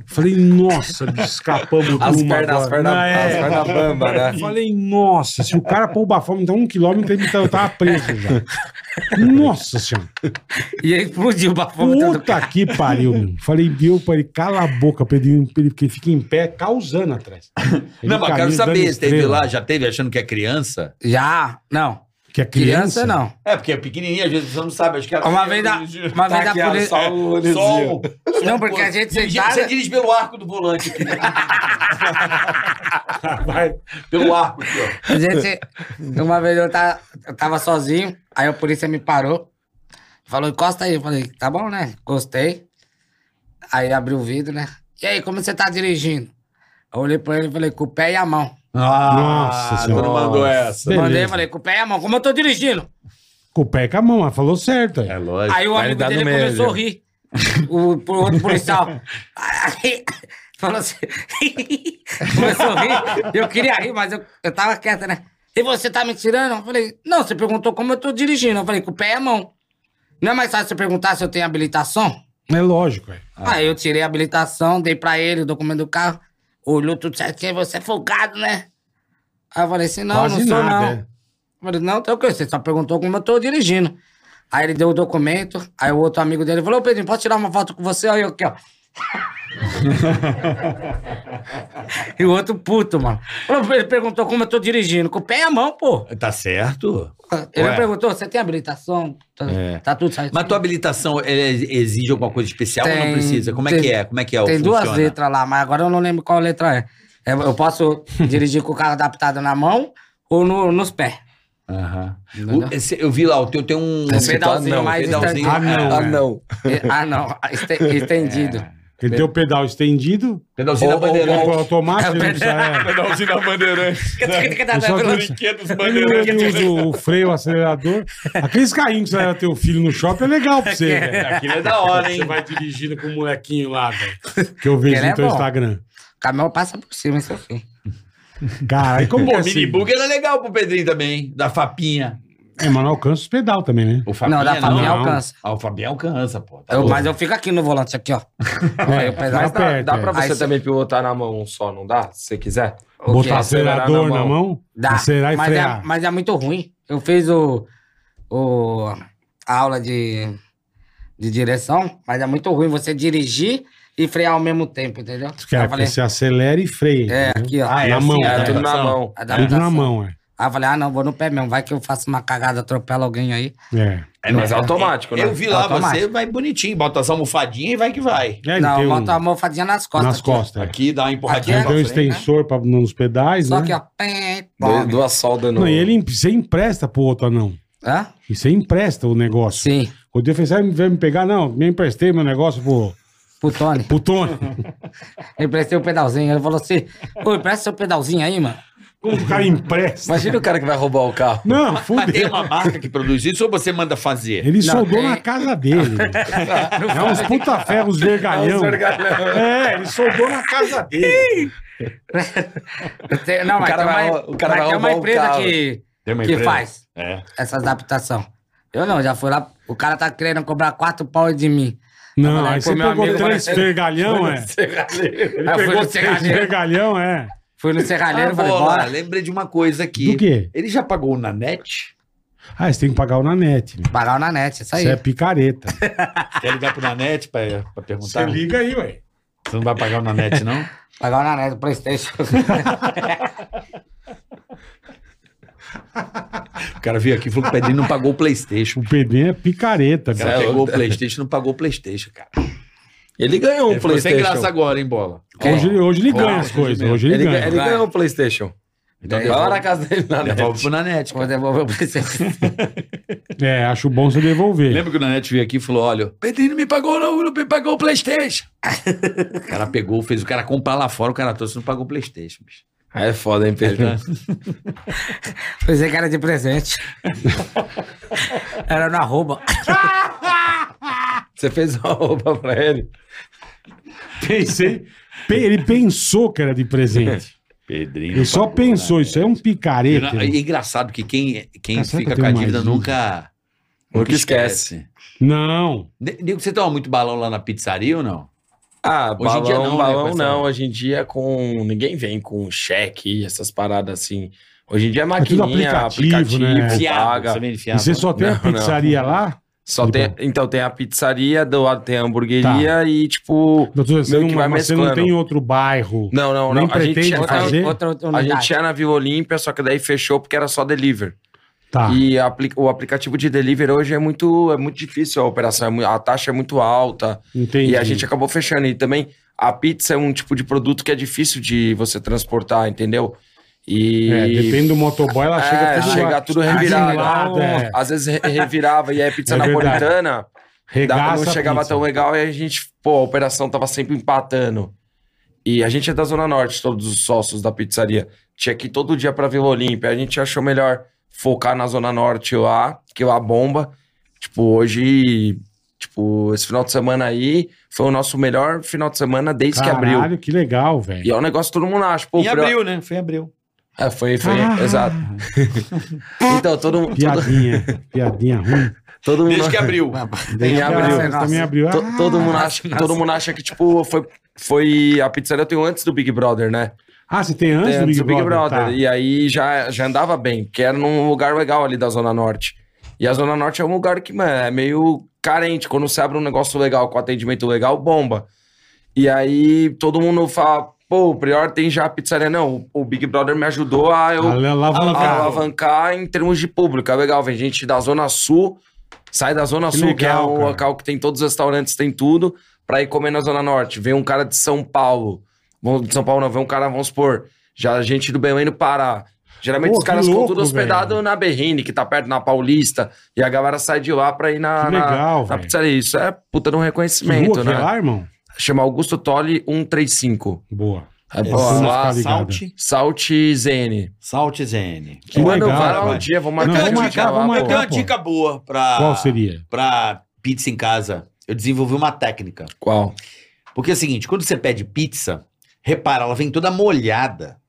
Speaker 4: Falei, nossa, escapamos de
Speaker 6: As
Speaker 4: uma
Speaker 6: pernas, as
Speaker 4: agora.
Speaker 6: pernas,
Speaker 4: Ah, é.
Speaker 6: as pernas bamba, né?
Speaker 4: Falei, nossa, se o cara pôr o bafome, então um quilômetro, ele tá- eu tava preso já. Nossa senhora.
Speaker 7: E aí explodiu o bafome todo.
Speaker 4: Puta que pariu, meu. Falei, deu pra ele, cala a boca, Pedrinho, pra ele- porque ele fica em pé, causando atrás. Ele
Speaker 5: Não, mas
Speaker 4: caminha
Speaker 5: quero saber
Speaker 4: dando
Speaker 5: se teve
Speaker 4: estrela.
Speaker 5: lá, já teve achando que é criança?
Speaker 7: Já, não.
Speaker 4: Que é
Speaker 7: Criança,
Speaker 4: criança,
Speaker 7: não.
Speaker 5: É, porque é pequenininha, às vezes você não sabe. Acho que é assim, ela
Speaker 7: Uma vez da, uma vez da
Speaker 6: Aqui, ó,
Speaker 7: polícia.
Speaker 6: só o
Speaker 5: É, Só
Speaker 6: Olizinho.
Speaker 5: um-
Speaker 7: Não, porque a gente
Speaker 5: Dirigir-
Speaker 7: sentada-
Speaker 5: Você dirige pelo arco do volante aqui. né?
Speaker 4: Vai.
Speaker 5: pelo arco aqui, ó.
Speaker 7: Gente, uma vez eu tava, eu tava sozinho, aí a polícia me parou, falou, encosta aí. Eu falei, tá bom, né? Gostei. Aí abriu o vidro, né? E aí, como você tá dirigindo? Eu olhei pra ele e falei, com o pé e a mão.
Speaker 4: Nossa
Speaker 5: tu
Speaker 4: senhora.
Speaker 5: Ah, não mandou essa.
Speaker 4: Beleza.
Speaker 7: Mandei, falei, com o pé e a mão, como eu tô dirigindo?
Speaker 4: Com o pé e com a mão, ela falou certo. é. aí.
Speaker 5: É, lógico.
Speaker 7: Aí o
Speaker 6: Vai
Speaker 7: amigo
Speaker 6: dar no
Speaker 7: dele
Speaker 6: meio,
Speaker 7: começou a
Speaker 6: né?
Speaker 7: rir. O, pro outro policial. Aí, falou assim. começou a rir. Eu queria rir, mas eu, eu tava quieta, né? E você tá me tirando? Eu falei, não, você perguntou como eu tô dirigindo. Eu falei, com o pé e a mão. Não é mais fácil você perguntar se eu tenho habilitação?
Speaker 4: É lógico, é.
Speaker 7: Aí eu tirei a habilitação, dei pra ele o documento do carro, olhou tudo certinho, você é folgado, né? Aí eu falei assim, não,
Speaker 4: Quase
Speaker 7: não sou
Speaker 4: nada,
Speaker 7: não.
Speaker 4: é.
Speaker 7: Eu falei, não, tranquilo, você só perguntou como eu tô dirigindo. Aí ele deu o documento, aí o outro amigo dele falou, ô Pedrinho, posso tirar uma foto com você? Aí eu aqui, ó. e o outro puto, mano. Falou, Ele perguntou como eu tô dirigindo, com o pé e a mão, pô.
Speaker 5: Tá certo.
Speaker 7: Ele
Speaker 5: Ué.
Speaker 7: perguntou, você tem habilitação? Tá,
Speaker 4: É.
Speaker 7: tá tudo certo.
Speaker 5: Mas tua habilitação ela exige alguma coisa especial ou não
Speaker 7: Tem-
Speaker 5: precisa? Como é
Speaker 7: tem-
Speaker 5: que é? Como é que é?
Speaker 7: Tem
Speaker 5: Funciona?
Speaker 7: duas letras lá, mas agora eu não lembro qual letra é. É, Eu posso dirigir com o carro adaptado na mão ou no- nos pés.
Speaker 5: Aham. O- esse- eu vi lá, o teu tem um
Speaker 7: Tem um pedalzinho
Speaker 5: um
Speaker 7: mais
Speaker 5: pedalzinho.
Speaker 7: estendido.
Speaker 5: é,
Speaker 4: Ah,
Speaker 6: Ah, não.
Speaker 7: E- ah, não. este- Estendido.
Speaker 4: Ele tem o pedal estendido,
Speaker 5: pedalzinho da
Speaker 4: o,
Speaker 5: bandeirante.
Speaker 4: o automático, ele não precisa, é.
Speaker 8: Pedalzinho da bandeirante.
Speaker 7: Tá,
Speaker 8: Brinquedos
Speaker 4: Ele
Speaker 8: bandeirantes.
Speaker 4: usa o freio, o acelerador. Aqueles carrinhos que você leva teu filho no shopping é legal pra você, velho.
Speaker 5: Aquilo é da hora, hein?
Speaker 4: Você vai dirigindo com o molequinho lá, velho. Que eu vejo
Speaker 7: Ele
Speaker 4: no
Speaker 7: é
Speaker 4: teu
Speaker 7: bom.
Speaker 4: Instagram.
Speaker 7: O caminhão passa por cima, isso é assim. aqui.
Speaker 4: Caralho, como que é
Speaker 5: Pô,
Speaker 4: assim?
Speaker 5: minibug era legal pro Pedrinho também, hein? Da Fapinha.
Speaker 4: É, mas não alcança os pedal também, né?
Speaker 5: O Fapinha
Speaker 7: Não, da é família
Speaker 4: não.
Speaker 7: alcança.
Speaker 5: Ah, o Fabinho alcança, pô. Tá
Speaker 7: Eu-
Speaker 5: louco.
Speaker 7: É, mas eu fico aqui no volante, aqui, ó. Aí eu pego-
Speaker 4: mais
Speaker 7: mas dá-
Speaker 4: perto,
Speaker 6: Dá pra
Speaker 4: é.
Speaker 6: você
Speaker 7: Aí,
Speaker 6: também pilotar na mão só, não dá? Se você quiser.
Speaker 7: o que
Speaker 4: Botar
Speaker 7: é?
Speaker 6: acelerar
Speaker 4: acelerador
Speaker 6: na
Speaker 4: na
Speaker 6: mão.
Speaker 4: mão,
Speaker 7: Dá.
Speaker 4: acelerar e
Speaker 7: mas, é,
Speaker 4: frear.
Speaker 7: mas é muito ruim. Eu fiz o, o, a aula de, de direção, mas é muito ruim você dirigir e frear ao mesmo tempo, entendeu?
Speaker 4: Que é,
Speaker 7: eu falei,
Speaker 4: que você acelera e freia.
Speaker 7: é,
Speaker 4: entendeu?
Speaker 7: aqui, ó.
Speaker 4: na mão.
Speaker 6: É,
Speaker 4: né?
Speaker 6: tudo
Speaker 5: tá.
Speaker 6: na mão.
Speaker 7: A
Speaker 4: Tudo na
Speaker 7: adaptação.
Speaker 4: mão, é.
Speaker 7: Aí eu falei, ah, não, vou no pé mesmo. Vai que eu faço uma cagada, atropelo alguém aí.
Speaker 4: É.
Speaker 6: mas é automático, né?
Speaker 5: Eu vi lá,
Speaker 7: Automático.
Speaker 5: você vai bonitinho, bota as almofadinhas e vai que vai.
Speaker 4: É, ele
Speaker 7: não,
Speaker 4: tem um-
Speaker 7: bota a almofadinha nas costas.
Speaker 4: nas
Speaker 7: aqui, ó.
Speaker 4: costas. é.
Speaker 5: Aqui dá uma empurradinha.
Speaker 4: Ele
Speaker 7: Aqui
Speaker 4: tem um
Speaker 7: é- frente, né?
Speaker 4: extensor pra, nos pedais,
Speaker 7: Só
Speaker 4: né?
Speaker 7: que, ó. pem,
Speaker 6: Du-
Speaker 7: pom.
Speaker 6: Duas soldas no.
Speaker 4: Não, e ele em- você empresta pro outro anão.
Speaker 7: Hã?
Speaker 4: E você empresta o negócio.
Speaker 7: Sim,
Speaker 4: O dia fez, vai me pegar? Não, me emprestei meu negócio pro,
Speaker 7: pro Tony.
Speaker 4: pro Tony.
Speaker 7: Eu Emprestei o pedalzinho. Ele falou assim, ô, empresta seu pedalzinho aí, mano.
Speaker 4: Como o cara empresta?
Speaker 6: Imagina o cara que vai roubar o carro.
Speaker 4: Não,
Speaker 5: Mas tem
Speaker 4: fudeu.
Speaker 5: uma marca que produz isso ou você manda fazer?
Speaker 4: Ele
Speaker 7: Não,
Speaker 4: soldou
Speaker 7: tem-
Speaker 4: na casa dele. é uns puta ferros vergalhão. É, ele soldou na casa dele.
Speaker 7: Eu tenho- Não, mas
Speaker 6: cara
Speaker 7: tem
Speaker 6: vai
Speaker 7: uma,
Speaker 6: rou- o cara
Speaker 7: mas
Speaker 6: vai
Speaker 7: tem uma
Speaker 6: roubar o
Speaker 7: empresa
Speaker 6: carro.
Speaker 7: que, que faz
Speaker 4: É.
Speaker 7: essa adaptação. Eu não, já fui lá. O cara tá querendo cobrar quatro pau de mim.
Speaker 4: Não,
Speaker 7: Mas
Speaker 4: aí
Speaker 7: aí
Speaker 4: você
Speaker 7: foi meu
Speaker 4: pegou
Speaker 7: amigo,
Speaker 4: três
Speaker 7: mas-
Speaker 4: vergalhão, é.
Speaker 7: Aí
Speaker 4: Ele
Speaker 7: eu fui
Speaker 4: pegou
Speaker 7: no
Speaker 4: três
Speaker 7: serralheiro.
Speaker 4: vergalhão, é.
Speaker 7: Fui no serralheiro
Speaker 5: Ah,
Speaker 7: e falei,
Speaker 5: bola,
Speaker 7: bora.
Speaker 5: lembrei de uma coisa aqui.
Speaker 4: Do quê?
Speaker 5: Ele já pagou na net?
Speaker 4: Ah, você tem que pagar o Nanete. meu.
Speaker 7: Pagar na net, isso aí.
Speaker 4: Isso é picareta.
Speaker 5: Quer ligar pro Nanete pra, pra perguntar? Você,
Speaker 4: liga aí, ué.
Speaker 5: não vai pagar o Nanete, não?
Speaker 7: Pagar o Nanete do Playstation.
Speaker 5: O cara veio aqui e falou que o Pedrinho não pagou o Playstation.
Speaker 4: O PD é picareta,
Speaker 5: O
Speaker 4: bicho.
Speaker 5: cara
Speaker 6: É,
Speaker 5: pegou o
Speaker 6: eu-
Speaker 5: Playstation e não pagou o Playstation, cara.
Speaker 6: Ele ganhou um
Speaker 5: Ele
Speaker 4: é
Speaker 5: ficou sem
Speaker 6: PlayStation.
Speaker 5: graça agora, hein, bola?
Speaker 4: Hoje, ele- hoje ele ganha
Speaker 5: Hoje
Speaker 4: as coisas.
Speaker 5: mesmo.
Speaker 4: Hoje ele,
Speaker 6: Ele,
Speaker 4: ganha.
Speaker 6: ga- ele ganhou um PlayStation.
Speaker 5: Então
Speaker 6: Vai lá na casa dele na
Speaker 5: Devolve
Speaker 6: net.
Speaker 5: pro Nanete.
Speaker 7: né? Vou devolver o Playstation.
Speaker 4: É, acho bom você devolver.
Speaker 5: Lembra que o Nanete veio aqui e falou: olha, o Pedrinho não me pagou, não, não me pagou o Playstation. o cara pegou, fez o cara comprar lá fora, o cara trouxe e não pagou o Playstation, bicho.
Speaker 6: Aí é foda, hein, Pedro?
Speaker 7: Pensei que era de presente. era no arroba.
Speaker 6: Você fez uma roupa pra ele.
Speaker 4: Pensei. pe- Ele pensou que era de presente.
Speaker 8: Pedrinho.
Speaker 4: Ele só pensou, isso é um picareta.
Speaker 5: É engraçado que quem, quem
Speaker 4: Caceta,
Speaker 5: fica
Speaker 4: tem
Speaker 5: com a
Speaker 4: mais
Speaker 5: dívida
Speaker 4: dívida.
Speaker 5: nunca. Nunca esquece.
Speaker 4: Não.
Speaker 5: Ne- Nego, você toma muito balão lá na pizzaria ou não?
Speaker 6: Ah,
Speaker 5: Hoje em
Speaker 6: balão,
Speaker 5: dia não, né,
Speaker 6: balão
Speaker 5: parceiro?
Speaker 6: não. Hoje em dia é com ninguém vem com cheque, essas paradas assim. Hoje em dia é
Speaker 4: tudo
Speaker 6: maquininha,
Speaker 4: aplicativo,
Speaker 6: aplicativo,
Speaker 4: né?
Speaker 5: É,
Speaker 6: paga.
Speaker 5: Você vende
Speaker 4: E
Speaker 5: fiado?
Speaker 4: você só tem a
Speaker 6: Não, não.
Speaker 4: pizzaria lá?
Speaker 6: Só
Speaker 4: Tipo-
Speaker 6: tem, então tem a pizzaria, do lado tem a hamburgueria
Speaker 4: Tá.
Speaker 6: e tipo
Speaker 4: Doutor, você,
Speaker 6: Meio
Speaker 4: não,
Speaker 6: que vai
Speaker 4: mas você não
Speaker 6: mesclando.
Speaker 4: tem outro bairro.
Speaker 6: não, não,
Speaker 4: Nem
Speaker 6: não. A gente,
Speaker 4: pretende
Speaker 6: tinha,
Speaker 4: fazer.
Speaker 6: a,
Speaker 7: Outra outra
Speaker 6: a gente é
Speaker 7: unidade.
Speaker 6: tinha na Vila Olímpia, só que daí fechou porque era só deliver.
Speaker 4: Tá.
Speaker 6: E a apli- o aplicativo de delivery hoje é muito, é muito difícil a operação, é mu- a taxa é muito alta.
Speaker 4: Entendi.
Speaker 6: E a gente acabou fechando. E também a pizza é um tipo de produto que é difícil de você transportar, entendeu? E.
Speaker 4: É, depende do motoboy, ela
Speaker 6: É,
Speaker 4: chega tudo
Speaker 6: chega
Speaker 4: lá-
Speaker 6: tudo
Speaker 4: azinhado,
Speaker 6: revirado.
Speaker 4: é.
Speaker 6: Às vezes re- revirava e aí a pizza
Speaker 4: É verdade.
Speaker 6: napolitana dava-
Speaker 4: Regaça
Speaker 6: não chegava
Speaker 4: pizza.
Speaker 6: tão legal e a gente, pô, a operação tava sempre empatando. E a gente é da Zona Norte, todos os sócios da pizzaria. Tinha que ir todo dia pra Vila Olímpia. A gente achou melhor focar na Zona Norte lá, que lá bomba. Tipo, hoje, tipo, esse final de semana aí foi o nosso melhor final de semana desde que abriu.
Speaker 4: Caralho, que legal,
Speaker 6: E
Speaker 4: velho.
Speaker 6: é um negócio que todo mundo acha. Pô,
Speaker 5: Em
Speaker 6: pra-
Speaker 5: abril, né? Foi em abril.
Speaker 6: É, foi, foi,
Speaker 4: Ah.
Speaker 6: exato. Então, todo, mundo- todo,
Speaker 4: Piadinha, piadinha ruim.
Speaker 6: todo mundo.
Speaker 5: Desde que abriu.
Speaker 6: Em abril.
Speaker 4: Você também abriu.
Speaker 6: To-
Speaker 4: Ah,
Speaker 6: todo, mundo acha, todo mundo acha que, tipo, foi, foi. A pizzaria eu tenho antes do Big Brother, né?
Speaker 4: Ah, você tem antes
Speaker 6: Tem
Speaker 4: do Big Brother? tá.
Speaker 6: E aí já, já andava bem, que era num lugar legal ali da Zona Norte. E a Zona Norte é um lugar que, mano, é meio carente. Quando você abre um negócio legal com atendimento legal, bomba. E aí todo mundo fala, pô, o Prior tem já a pizzaria. Não, o Big Brother me ajudou a eu
Speaker 4: Ah, lá- lá- lá- lá-
Speaker 6: alavancar em termos de público. É legal, vem gente da Zona Sul, sai da Zona
Speaker 4: Que
Speaker 6: Sul, que é
Speaker 4: legal,
Speaker 6: um
Speaker 4: cara.
Speaker 6: local que tem todos os restaurantes, tem tudo, pra ir comer na Zona Norte. Vem um cara de São Paulo, Vamos- de São Paulo não, vem um cara, vamos supor, já a gente do Belém do Pará. Geralmente
Speaker 4: Pô,
Speaker 6: os
Speaker 4: que
Speaker 6: caras ficam
Speaker 4: louco,
Speaker 6: tudo hospedado
Speaker 4: velho.
Speaker 6: na Berrine, que tá perto, na Paulista, e a galera sai de lá pra ir na,
Speaker 4: Que
Speaker 6: na-
Speaker 4: legal,
Speaker 6: na,
Speaker 4: velho.
Speaker 6: pizzaria. Isso é puta de um
Speaker 4: Que
Speaker 6: reconhecimento,
Speaker 4: rua que é
Speaker 6: né?
Speaker 4: lá, irmão?
Speaker 6: Chama Augusto Tolle 135.
Speaker 4: Boa.
Speaker 6: É,
Speaker 5: É,
Speaker 6: pô,
Speaker 4: Santa
Speaker 6: lá,
Speaker 4: Tá ligado.
Speaker 5: Salte,
Speaker 6: Salt ZN.
Speaker 5: Salte Zene.
Speaker 4: Que
Speaker 6: Mano,
Speaker 4: legal,
Speaker 6: vai lá
Speaker 4: velho.
Speaker 6: um dia, vamos
Speaker 4: Não,
Speaker 6: marcar
Speaker 4: vamos
Speaker 6: um
Speaker 4: marcar,
Speaker 6: dia lá,
Speaker 4: vamos
Speaker 6: pô.
Speaker 5: Eu tenho uma
Speaker 4: pô.
Speaker 5: dica boa pra,
Speaker 4: Qual seria?
Speaker 5: pra pizza em casa. Eu desenvolvi uma técnica.
Speaker 6: Qual?
Speaker 5: Porque é o seguinte, quando você pede pizza, repara, ela vem toda molhada.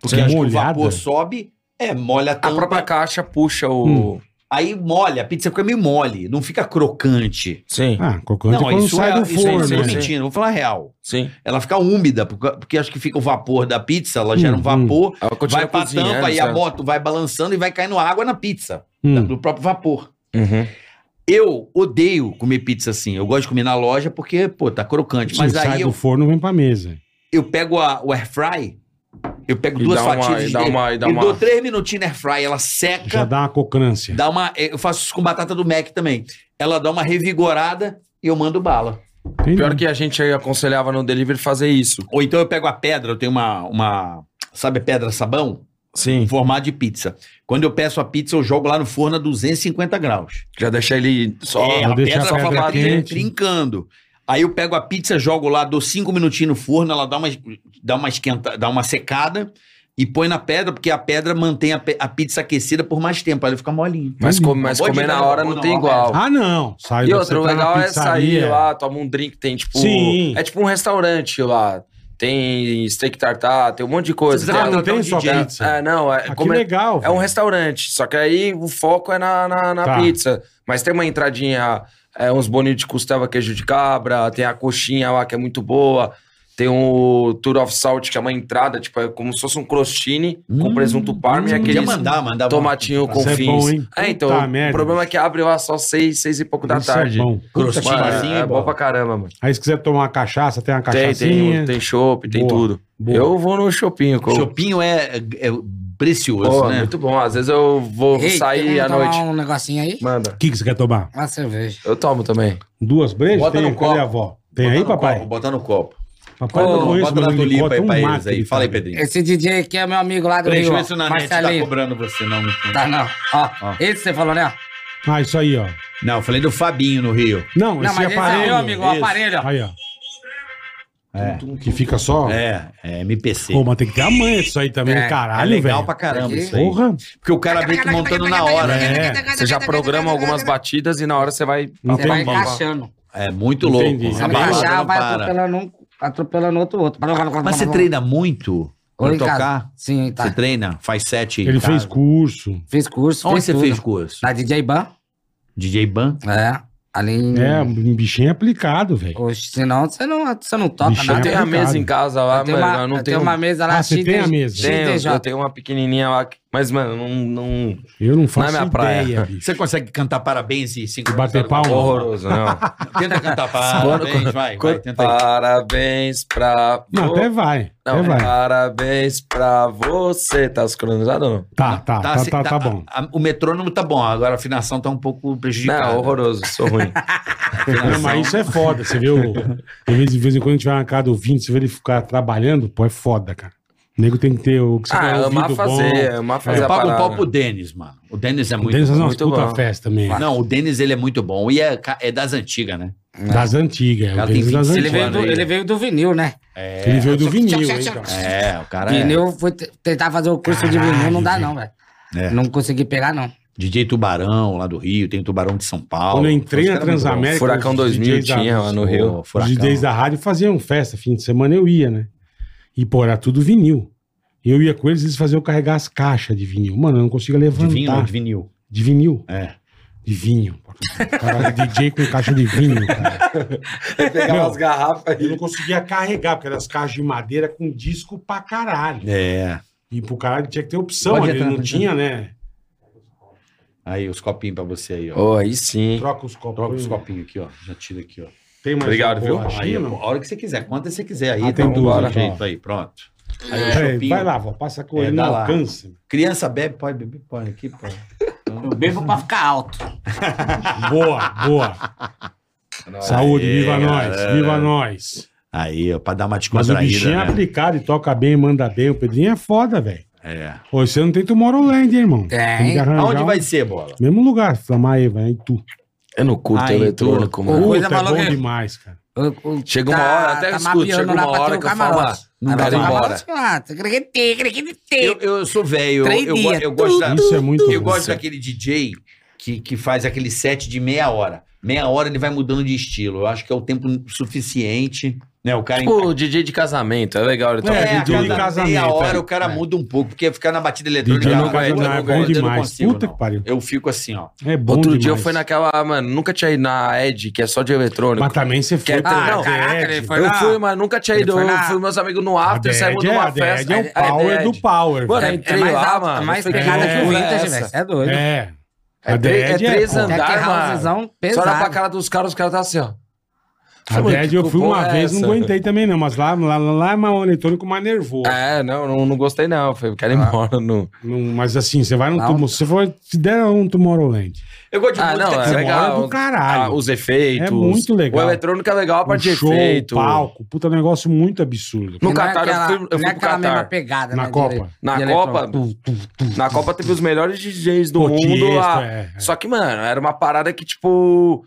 Speaker 5: Porque
Speaker 4: Sim,
Speaker 5: acho que o
Speaker 4: molhada?
Speaker 5: vapor sobe, é, molha a
Speaker 6: A
Speaker 5: tampa.
Speaker 6: própria caixa puxa o...
Speaker 4: Hum.
Speaker 5: Aí molha, a pizza fica meio mole, não fica crocante.
Speaker 6: Sim,
Speaker 4: Ah, crocante
Speaker 5: não,
Speaker 4: quando
Speaker 5: isso
Speaker 4: sai
Speaker 5: é,
Speaker 4: do
Speaker 5: isso é- isso eu tô
Speaker 4: forno. né?
Speaker 5: mentindo, vou falar real.
Speaker 6: sim.
Speaker 5: Ela fica úmida, porque, porque acho que fica o vapor da pizza, ela gera um
Speaker 4: Hum,
Speaker 5: vapor,
Speaker 6: Ela continua
Speaker 5: vai pra
Speaker 6: cozinhando,
Speaker 5: tampa e a
Speaker 6: sabe?
Speaker 5: moto vai balançando e vai caindo água na pizza, da-
Speaker 4: Hum.
Speaker 5: do próprio vapor.
Speaker 6: Uhum.
Speaker 5: Eu odeio comer pizza assim. Eu gosto de comer na loja porque, pô, tá crocante. Mas
Speaker 4: Sim,
Speaker 5: aí
Speaker 4: sai
Speaker 5: eu
Speaker 4: do forno vem pra mesa.
Speaker 5: eu pego a, o air fry, eu pego
Speaker 6: E
Speaker 5: duas
Speaker 6: dá uma-
Speaker 5: fatias
Speaker 6: e
Speaker 5: de
Speaker 6: dá uma- e dá uma-
Speaker 5: dou três minutinhos na air fry, ela seca,
Speaker 4: Já dá uma cocrância.
Speaker 5: dá uma, é, eu faço isso com batata do Mac também. Ela dá uma revigorada e eu mando bala.
Speaker 4: Entendi.
Speaker 6: Pior que a gente aí aconselhava no delivery fazer isso.
Speaker 5: Ou então eu pego a pedra, eu tenho uma, uma sabe a pedra sabão?
Speaker 6: Sim.
Speaker 5: Em formato de pizza. Quando eu peço a pizza, eu jogo lá no forno a 250 graus.
Speaker 6: Já deixar ele só...
Speaker 5: é,
Speaker 4: vou
Speaker 5: a
Speaker 4: deixar a
Speaker 5: pedra,
Speaker 4: pedra
Speaker 5: fica
Speaker 4: quente.
Speaker 5: Né? trincando. Aí eu pego a pizza, jogo lá, dou cinco minutinhos no forno, ela dá uma, dá uma esquenta, dá uma secada e põe na pedra, porque a pedra mantém a, pe- a pizza aquecida por mais tempo, aí ela fica molinha.
Speaker 6: Mas, come, mas
Speaker 5: Boa
Speaker 6: comer
Speaker 5: dica,
Speaker 6: na
Speaker 5: né?
Speaker 6: hora
Speaker 5: Boa,
Speaker 6: não
Speaker 5: não,
Speaker 6: tem
Speaker 5: ó,
Speaker 6: igual.
Speaker 4: Ah, não. Sai
Speaker 6: E
Speaker 4: do-
Speaker 6: outro
Speaker 4: você tá na
Speaker 6: legal é sair
Speaker 4: pizzaria.
Speaker 6: lá, toma um drink, tem tipo...
Speaker 4: Sim.
Speaker 6: É tipo um restaurante lá. Tem steak tartar, tem um monte de coisa.
Speaker 5: Você
Speaker 6: Tem
Speaker 4: Ah,
Speaker 5: precisa
Speaker 4: não
Speaker 6: a-
Speaker 4: tem
Speaker 5: um
Speaker 4: só
Speaker 5: DJ.
Speaker 4: pizza.
Speaker 6: É, não, é
Speaker 4: Ah, que
Speaker 6: comer-
Speaker 4: legal.
Speaker 6: É um
Speaker 4: velho.
Speaker 6: restaurante, só que aí o foco é na, na, na
Speaker 4: Tá.
Speaker 6: pizza. Mas tem uma entradinha, é, uns boninhos de costela, queijo de cabra, tem a coxinha lá que é muito boa, tem o tour of salt, que é uma entrada, tipo, é como se fosse um crostini com
Speaker 4: Hum,
Speaker 6: presunto parma e
Speaker 5: Queria
Speaker 6: aqueles
Speaker 5: mandar, mandar.
Speaker 6: tomatinho com
Speaker 4: Isso é
Speaker 6: fins.
Speaker 4: bom, hein?
Speaker 6: É, então,
Speaker 4: Puta
Speaker 6: o
Speaker 4: merda.
Speaker 6: problema é que abre lá só seis, seis e pouco da
Speaker 4: Isso é
Speaker 6: tarde.
Speaker 4: bom. Puta
Speaker 5: Crostinho
Speaker 6: Mano,
Speaker 5: assim,
Speaker 6: é bom
Speaker 5: bola.
Speaker 6: pra caramba, mano.
Speaker 4: Aí se quiser tomar uma cachaça, tem uma
Speaker 6: Tem, tem,
Speaker 4: cachaçinha.
Speaker 6: tem chopp, tem
Speaker 4: Boa,
Speaker 6: tudo.
Speaker 4: boa.
Speaker 6: Eu vou no shoppinho,
Speaker 5: O
Speaker 6: co-
Speaker 5: chopinho é, é precioso,
Speaker 6: Pô,
Speaker 5: né?
Speaker 6: muito bom. Às vezes eu vou
Speaker 7: Ei,
Speaker 6: sair
Speaker 7: tem
Speaker 6: à
Speaker 7: como tomar
Speaker 6: noite.
Speaker 7: um negocinho aí?
Speaker 6: Manda.
Speaker 4: O que, que você quer tomar?
Speaker 7: Uma cerveja.
Speaker 6: Eu tomo também.
Speaker 4: Duas brejas?
Speaker 5: Bota
Speaker 4: Tem,
Speaker 5: no
Speaker 4: cadê
Speaker 5: copo.
Speaker 4: a avó? Tem
Speaker 5: Bota
Speaker 4: aí,
Speaker 5: no
Speaker 4: papai?
Speaker 5: Copo, bota no copo.
Speaker 4: Papai
Speaker 5: Bota
Speaker 4: não
Speaker 5: no-
Speaker 4: conheço,
Speaker 5: bota
Speaker 4: mas
Speaker 5: na
Speaker 4: ele
Speaker 5: tulipa
Speaker 4: bota
Speaker 5: aí
Speaker 4: um
Speaker 5: pra eles
Speaker 4: mato
Speaker 5: aí.
Speaker 4: que
Speaker 5: Fala aí,
Speaker 4: tá.
Speaker 5: Pedrinho.
Speaker 7: Esse DJ aqui é meu amigo lá do
Speaker 5: Deixa
Speaker 7: Rio.
Speaker 5: eu
Speaker 7: ó.
Speaker 5: ver se o Nanete tá
Speaker 7: Marcelinho.
Speaker 5: cobrando você, não.
Speaker 7: Tá, não. Ó,
Speaker 5: Ó.
Speaker 7: esse você falou, né?
Speaker 4: Ah, isso aí, ó.
Speaker 5: Não, eu falei do Fabinho no Rio.
Speaker 4: Não,
Speaker 7: Não,
Speaker 4: esse
Speaker 7: mas esse
Speaker 4: aparelho.
Speaker 7: é meu amigo, o
Speaker 5: esse.
Speaker 7: aparelho, ó.
Speaker 4: Aí, ó. Que fica só.
Speaker 5: É, é MPC.
Speaker 4: Pô, mas tem que ter a manha disso aí também,
Speaker 7: É,
Speaker 4: caralho,
Speaker 5: é legal
Speaker 4: velho.
Speaker 5: pra caramba isso aí.
Speaker 4: Porra.
Speaker 5: Porque o cara vem montando na hora. né?
Speaker 4: É.
Speaker 6: Você já programa algumas batidas e na hora você vai.
Speaker 4: Não
Speaker 7: Você vai
Speaker 4: tem como.
Speaker 7: encaixando.
Speaker 5: É muito
Speaker 4: Entendi.
Speaker 5: louco.
Speaker 4: Você
Speaker 7: Se
Speaker 5: A
Speaker 7: não
Speaker 5: balada
Speaker 7: encaixar,
Speaker 5: não
Speaker 7: vai
Speaker 5: para.
Speaker 7: atropelando um, atropelando outro, outro.
Speaker 5: Mas você treina muito?
Speaker 7: Ou
Speaker 5: Pra
Speaker 7: em casa.
Speaker 5: tocar?
Speaker 7: Sim, tá.
Speaker 5: Você treina? Faz sete em
Speaker 4: Ele
Speaker 5: casa?
Speaker 4: fez curso.
Speaker 7: Fiz curso.
Speaker 5: Onde
Speaker 7: fiz
Speaker 5: você
Speaker 7: tudo.
Speaker 5: fez curso?
Speaker 7: Na DJ Ban.
Speaker 5: DJ Ban?
Speaker 7: É. Ali em...
Speaker 4: É, um bichinho aplicado, velho.
Speaker 7: Oxe, senão você não, você não toca
Speaker 4: Bicho,
Speaker 7: nada.
Speaker 4: é
Speaker 6: Eu tenho a mesa em casa lá,
Speaker 7: Eu tenho
Speaker 6: mas
Speaker 7: uma,
Speaker 6: eu
Speaker 7: eu
Speaker 6: não
Speaker 7: tenho
Speaker 6: tenho.
Speaker 7: uma mesa lá.
Speaker 4: Ah, você tem a
Speaker 7: XDJ.
Speaker 4: mesa?
Speaker 6: Tenho,
Speaker 7: XDJ.
Speaker 6: eu tenho uma pequenininha lá. que- Mas, mano, não. não
Speaker 4: Eu não faço
Speaker 6: Não é minha
Speaker 4: ideia,
Speaker 6: praia.
Speaker 4: bicho.
Speaker 5: Você consegue cantar parabéns e cinco
Speaker 4: Bater palma.
Speaker 6: horroroso, não.
Speaker 5: Tenta cantar parabéns, vai, vai, tenta aí.
Speaker 6: Parabéns pra.
Speaker 4: Não,
Speaker 6: vo-
Speaker 4: até vai.
Speaker 6: Não, é
Speaker 4: até vai. Tá,
Speaker 6: parabéns pra você. Tá sincronizado ou não?
Speaker 4: Tá, tá, tá,
Speaker 5: se-
Speaker 4: tá, tá bom.
Speaker 5: a- a- o metrônomo tá bom, agora a afinação tá um pouco prejudicada.
Speaker 6: Não, horroroso, sou ruim.
Speaker 5: tá
Speaker 4: Não, mas isso é foda, você viu? De vez, de vez em quando a gente vai na casa do ouvinte, você vê ele ficar trabalhando, pô, é foda, cara. O nego tem que ter o que você
Speaker 6: ah,
Speaker 4: fala,
Speaker 6: amar
Speaker 4: ouvido
Speaker 6: fazer,
Speaker 4: bom.
Speaker 6: amar
Speaker 5: Eu
Speaker 6: fazer a
Speaker 5: pago um
Speaker 6: parada.
Speaker 5: pau pro Denis, mano. O Denis é
Speaker 4: Tem
Speaker 5: muito
Speaker 4: que fazer
Speaker 5: bom.
Speaker 4: umas
Speaker 6: muito
Speaker 4: puta
Speaker 6: bom.
Speaker 4: festa também.
Speaker 5: Não, o Denis ele é muito bom. E é, ca- é das antigas, né?
Speaker 4: Das antigas, é
Speaker 5: Ela
Speaker 4: o
Speaker 5: tem
Speaker 4: Denis das
Speaker 5: 25
Speaker 7: Ele veio,
Speaker 4: antigas.
Speaker 7: do, ele veio do vinil, né?
Speaker 4: Ele veio do vinil, hein, cara.
Speaker 5: É, o cara é.
Speaker 7: Vinil, fui t- tentar fazer o curso de vinil, não dá não, velho.
Speaker 5: É.
Speaker 7: Não consegui pegar, não.
Speaker 5: DJ Tubarão, lá do Rio, tem o Tubarão de São Paulo.
Speaker 4: Quando eu entrei na
Speaker 5: um
Speaker 4: Transamérica.
Speaker 6: Furacão
Speaker 4: os
Speaker 6: 2000
Speaker 4: DJs da-
Speaker 6: tinha lá no
Speaker 5: Pô,
Speaker 6: Rio.
Speaker 4: Os
Speaker 5: furacão.
Speaker 4: DJs da rádio faziam festa, fim de semana eu ia, né? E, pô, era tudo vinil. Eu ia com eles, eles faziam eu carregar as caixas de vinil. Mano, eu não conseguia levantar.
Speaker 5: De vinho, não, de vinil.
Speaker 4: De vinil.
Speaker 5: É.
Speaker 4: De vinho. Cara, DJ com caixa de vinho, cara.
Speaker 6: Pegar
Speaker 4: Meu.
Speaker 6: umas garrafas
Speaker 4: Eu
Speaker 6: aí.
Speaker 4: não conseguia carregar, porque eram as caixas de madeira com disco pra caralho.
Speaker 5: É.
Speaker 4: E pro caralho tinha que ter opção,
Speaker 5: Pode
Speaker 4: ele
Speaker 5: entrar,
Speaker 4: não
Speaker 5: pode
Speaker 4: tinha, né?
Speaker 5: Aí, os copinhos pra você aí, ó.
Speaker 6: Oh, aí sim.
Speaker 4: Troca os copos. né?
Speaker 5: Troca os copinhos aqui, ó. Já tira aqui, ó.
Speaker 4: Tem mais um
Speaker 6: Obrigado,
Speaker 4: uma
Speaker 6: viu?
Speaker 4: borrachinha,
Speaker 5: Aí, ó,
Speaker 4: não?
Speaker 5: a hora que você quiser, quantas você quiser. Aí,
Speaker 4: Ah,
Speaker 5: tá
Speaker 4: tem
Speaker 5: bom,
Speaker 4: duas,
Speaker 5: do
Speaker 4: ó.
Speaker 5: jeito aí, pronto. Aí, o
Speaker 4: É,
Speaker 5: chopinho.
Speaker 4: vai lá, vó, passa com
Speaker 5: É,
Speaker 4: ele,
Speaker 5: dá
Speaker 4: não
Speaker 5: lá.
Speaker 4: alcança.
Speaker 5: Criança bebe, pode beber, pode aqui, pode.
Speaker 7: Eu bebo pra ficar alto.
Speaker 4: Boa, boa. Saúde,
Speaker 5: Aê,
Speaker 4: viva nós,
Speaker 5: galera.
Speaker 4: viva nós.
Speaker 5: Aí, ó, pra dar uma
Speaker 4: Mas o
Speaker 5: descontraída,
Speaker 4: bichinho é
Speaker 5: né?
Speaker 4: aplicado e toca bem, manda bem. O Pedrinho é foda, velho.
Speaker 5: É.
Speaker 4: Ô, Você não tem Tomorrowland, hein, irmão?
Speaker 7: Tem.
Speaker 4: que arranjar
Speaker 5: Aonde
Speaker 4: um-
Speaker 5: vai ser, bola?
Speaker 4: Mesmo lugar, Flamaeva, em tu.
Speaker 6: É no culto
Speaker 5: Aí,
Speaker 6: eletrônico,
Speaker 7: Uma
Speaker 6: mano.
Speaker 7: tu-
Speaker 4: Puta,
Speaker 7: coisa
Speaker 4: é bom
Speaker 7: maluca.
Speaker 4: demais, cara.
Speaker 7: O- o-
Speaker 6: Chega uma
Speaker 7: tá-
Speaker 6: hora, até
Speaker 7: tá
Speaker 6: escuto, chega
Speaker 7: mapeando
Speaker 6: uma
Speaker 7: lá pra
Speaker 6: hora
Speaker 7: ter o
Speaker 6: que eu falo, ah,
Speaker 7: camarote.
Speaker 6: não
Speaker 7: Vai
Speaker 6: quero ir
Speaker 7: ter o
Speaker 6: embora.
Speaker 7: camarote, ah, tá greguetê, greguetê.
Speaker 5: Eu, eu sou velho, eu,
Speaker 7: Três
Speaker 5: eu, go-
Speaker 7: dias.
Speaker 5: eu gosto da-
Speaker 4: Isso é muito
Speaker 5: Eu
Speaker 4: bom.
Speaker 5: gosto daquele DJ que, que faz aquele set de meia hora. Meia hora ele vai mudando de estilo. Eu acho que é o tempo suficiente, né? O cara...
Speaker 6: Tipo, DJ de casamento, é legal. Ele toca
Speaker 4: É,
Speaker 6: de
Speaker 4: DJ de
Speaker 6: tudo.
Speaker 4: ca- casamento,
Speaker 5: meia hora
Speaker 4: é.
Speaker 5: o cara
Speaker 4: É.
Speaker 5: muda um pouco, porque ficar na batida eletrônica...
Speaker 4: DJ
Speaker 5: eu
Speaker 4: no
Speaker 5: não aguento,
Speaker 4: casamento é
Speaker 5: eu não
Speaker 4: bom
Speaker 5: aguento, eu não
Speaker 4: demais.
Speaker 5: consigo,
Speaker 4: Puta
Speaker 5: não.
Speaker 4: que pariu.
Speaker 5: Eu fico assim, ó.
Speaker 4: É bom
Speaker 6: Outro
Speaker 4: demais.
Speaker 6: dia eu fui naquela, ah, mano, nunca tinha ido na Ed, que é só de eletrônico.
Speaker 4: Mas também você
Speaker 6: Que
Speaker 4: foi
Speaker 6: é-
Speaker 4: pra
Speaker 6: Ah, não,
Speaker 7: caraca,
Speaker 4: Ed.
Speaker 7: ele foi-
Speaker 6: Eu
Speaker 7: na-
Speaker 6: fui, mas nunca tinha
Speaker 7: Ele
Speaker 6: ido.
Speaker 7: foi
Speaker 6: Eu
Speaker 7: na-
Speaker 6: fui meus amigos no
Speaker 4: A
Speaker 6: after, saímos
Speaker 4: Dead é,
Speaker 6: numa
Speaker 4: a Dead
Speaker 6: festa.
Speaker 4: é o
Speaker 6: a- a
Speaker 4: power
Speaker 6: Dead.
Speaker 4: do power,
Speaker 6: Mano,
Speaker 4: velho.
Speaker 6: é- Entrei lá, mano,
Speaker 7: é mais
Speaker 6: falei,
Speaker 7: pegada que
Speaker 4: "Que
Speaker 7: o
Speaker 4: porra
Speaker 6: é
Speaker 7: vintage,
Speaker 6: essa?"
Speaker 7: velho. Cê É doido.
Speaker 4: É.
Speaker 6: É, três, é
Speaker 4: Dead
Speaker 6: três
Speaker 4: pô.
Speaker 7: andar,
Speaker 6: andares,
Speaker 7: Tech housezão
Speaker 6: mano. Só olha pra
Speaker 7: pesado.
Speaker 6: cara dos caras, os caras tá assim, ó.
Speaker 4: A
Speaker 6: Mano,
Speaker 4: Dead
Speaker 6: que
Speaker 4: eu fui
Speaker 6: porra
Speaker 4: uma
Speaker 6: é
Speaker 4: vez, não
Speaker 6: essa?
Speaker 4: aguentei também não, mas lá, lá, lá, lá é mais eletrônico mais nervoso.
Speaker 6: É, não, não, não gostei não. Falei, quero ir
Speaker 7: Ah.
Speaker 6: embora. Não.
Speaker 4: Não, mas assim, você vai num
Speaker 7: Lá-
Speaker 4: tumor, você foi, se der um Tomorrowland.
Speaker 5: Eu gosto de
Speaker 6: Ah,
Speaker 5: música
Speaker 6: não,
Speaker 5: que
Speaker 6: é
Speaker 5: você
Speaker 4: mora
Speaker 6: legal.
Speaker 4: do caralho.
Speaker 6: Ah, os efeitos.
Speaker 4: É muito legal.
Speaker 6: O eletrônico é legal a
Speaker 4: Um
Speaker 6: parte de
Speaker 4: show,
Speaker 6: efeito.
Speaker 4: palco, puta negócio muito absurdo.
Speaker 7: Não
Speaker 6: No
Speaker 7: é
Speaker 6: Catar, eu
Speaker 7: aquela-
Speaker 6: fui- eu fui
Speaker 7: Não é
Speaker 6: pro
Speaker 7: aquela mesma
Speaker 6: Catar.
Speaker 7: pegada,
Speaker 4: Na
Speaker 7: né, de-
Speaker 4: Copa.
Speaker 6: Na
Speaker 7: de
Speaker 6: Copa,
Speaker 7: eletrônico.
Speaker 6: Na Copa teve os melhores DJs do
Speaker 4: Pô,
Speaker 6: mundo
Speaker 4: Tiesto,
Speaker 6: lá.
Speaker 4: é, é.
Speaker 6: Só que, mano, era uma parada que, tipo.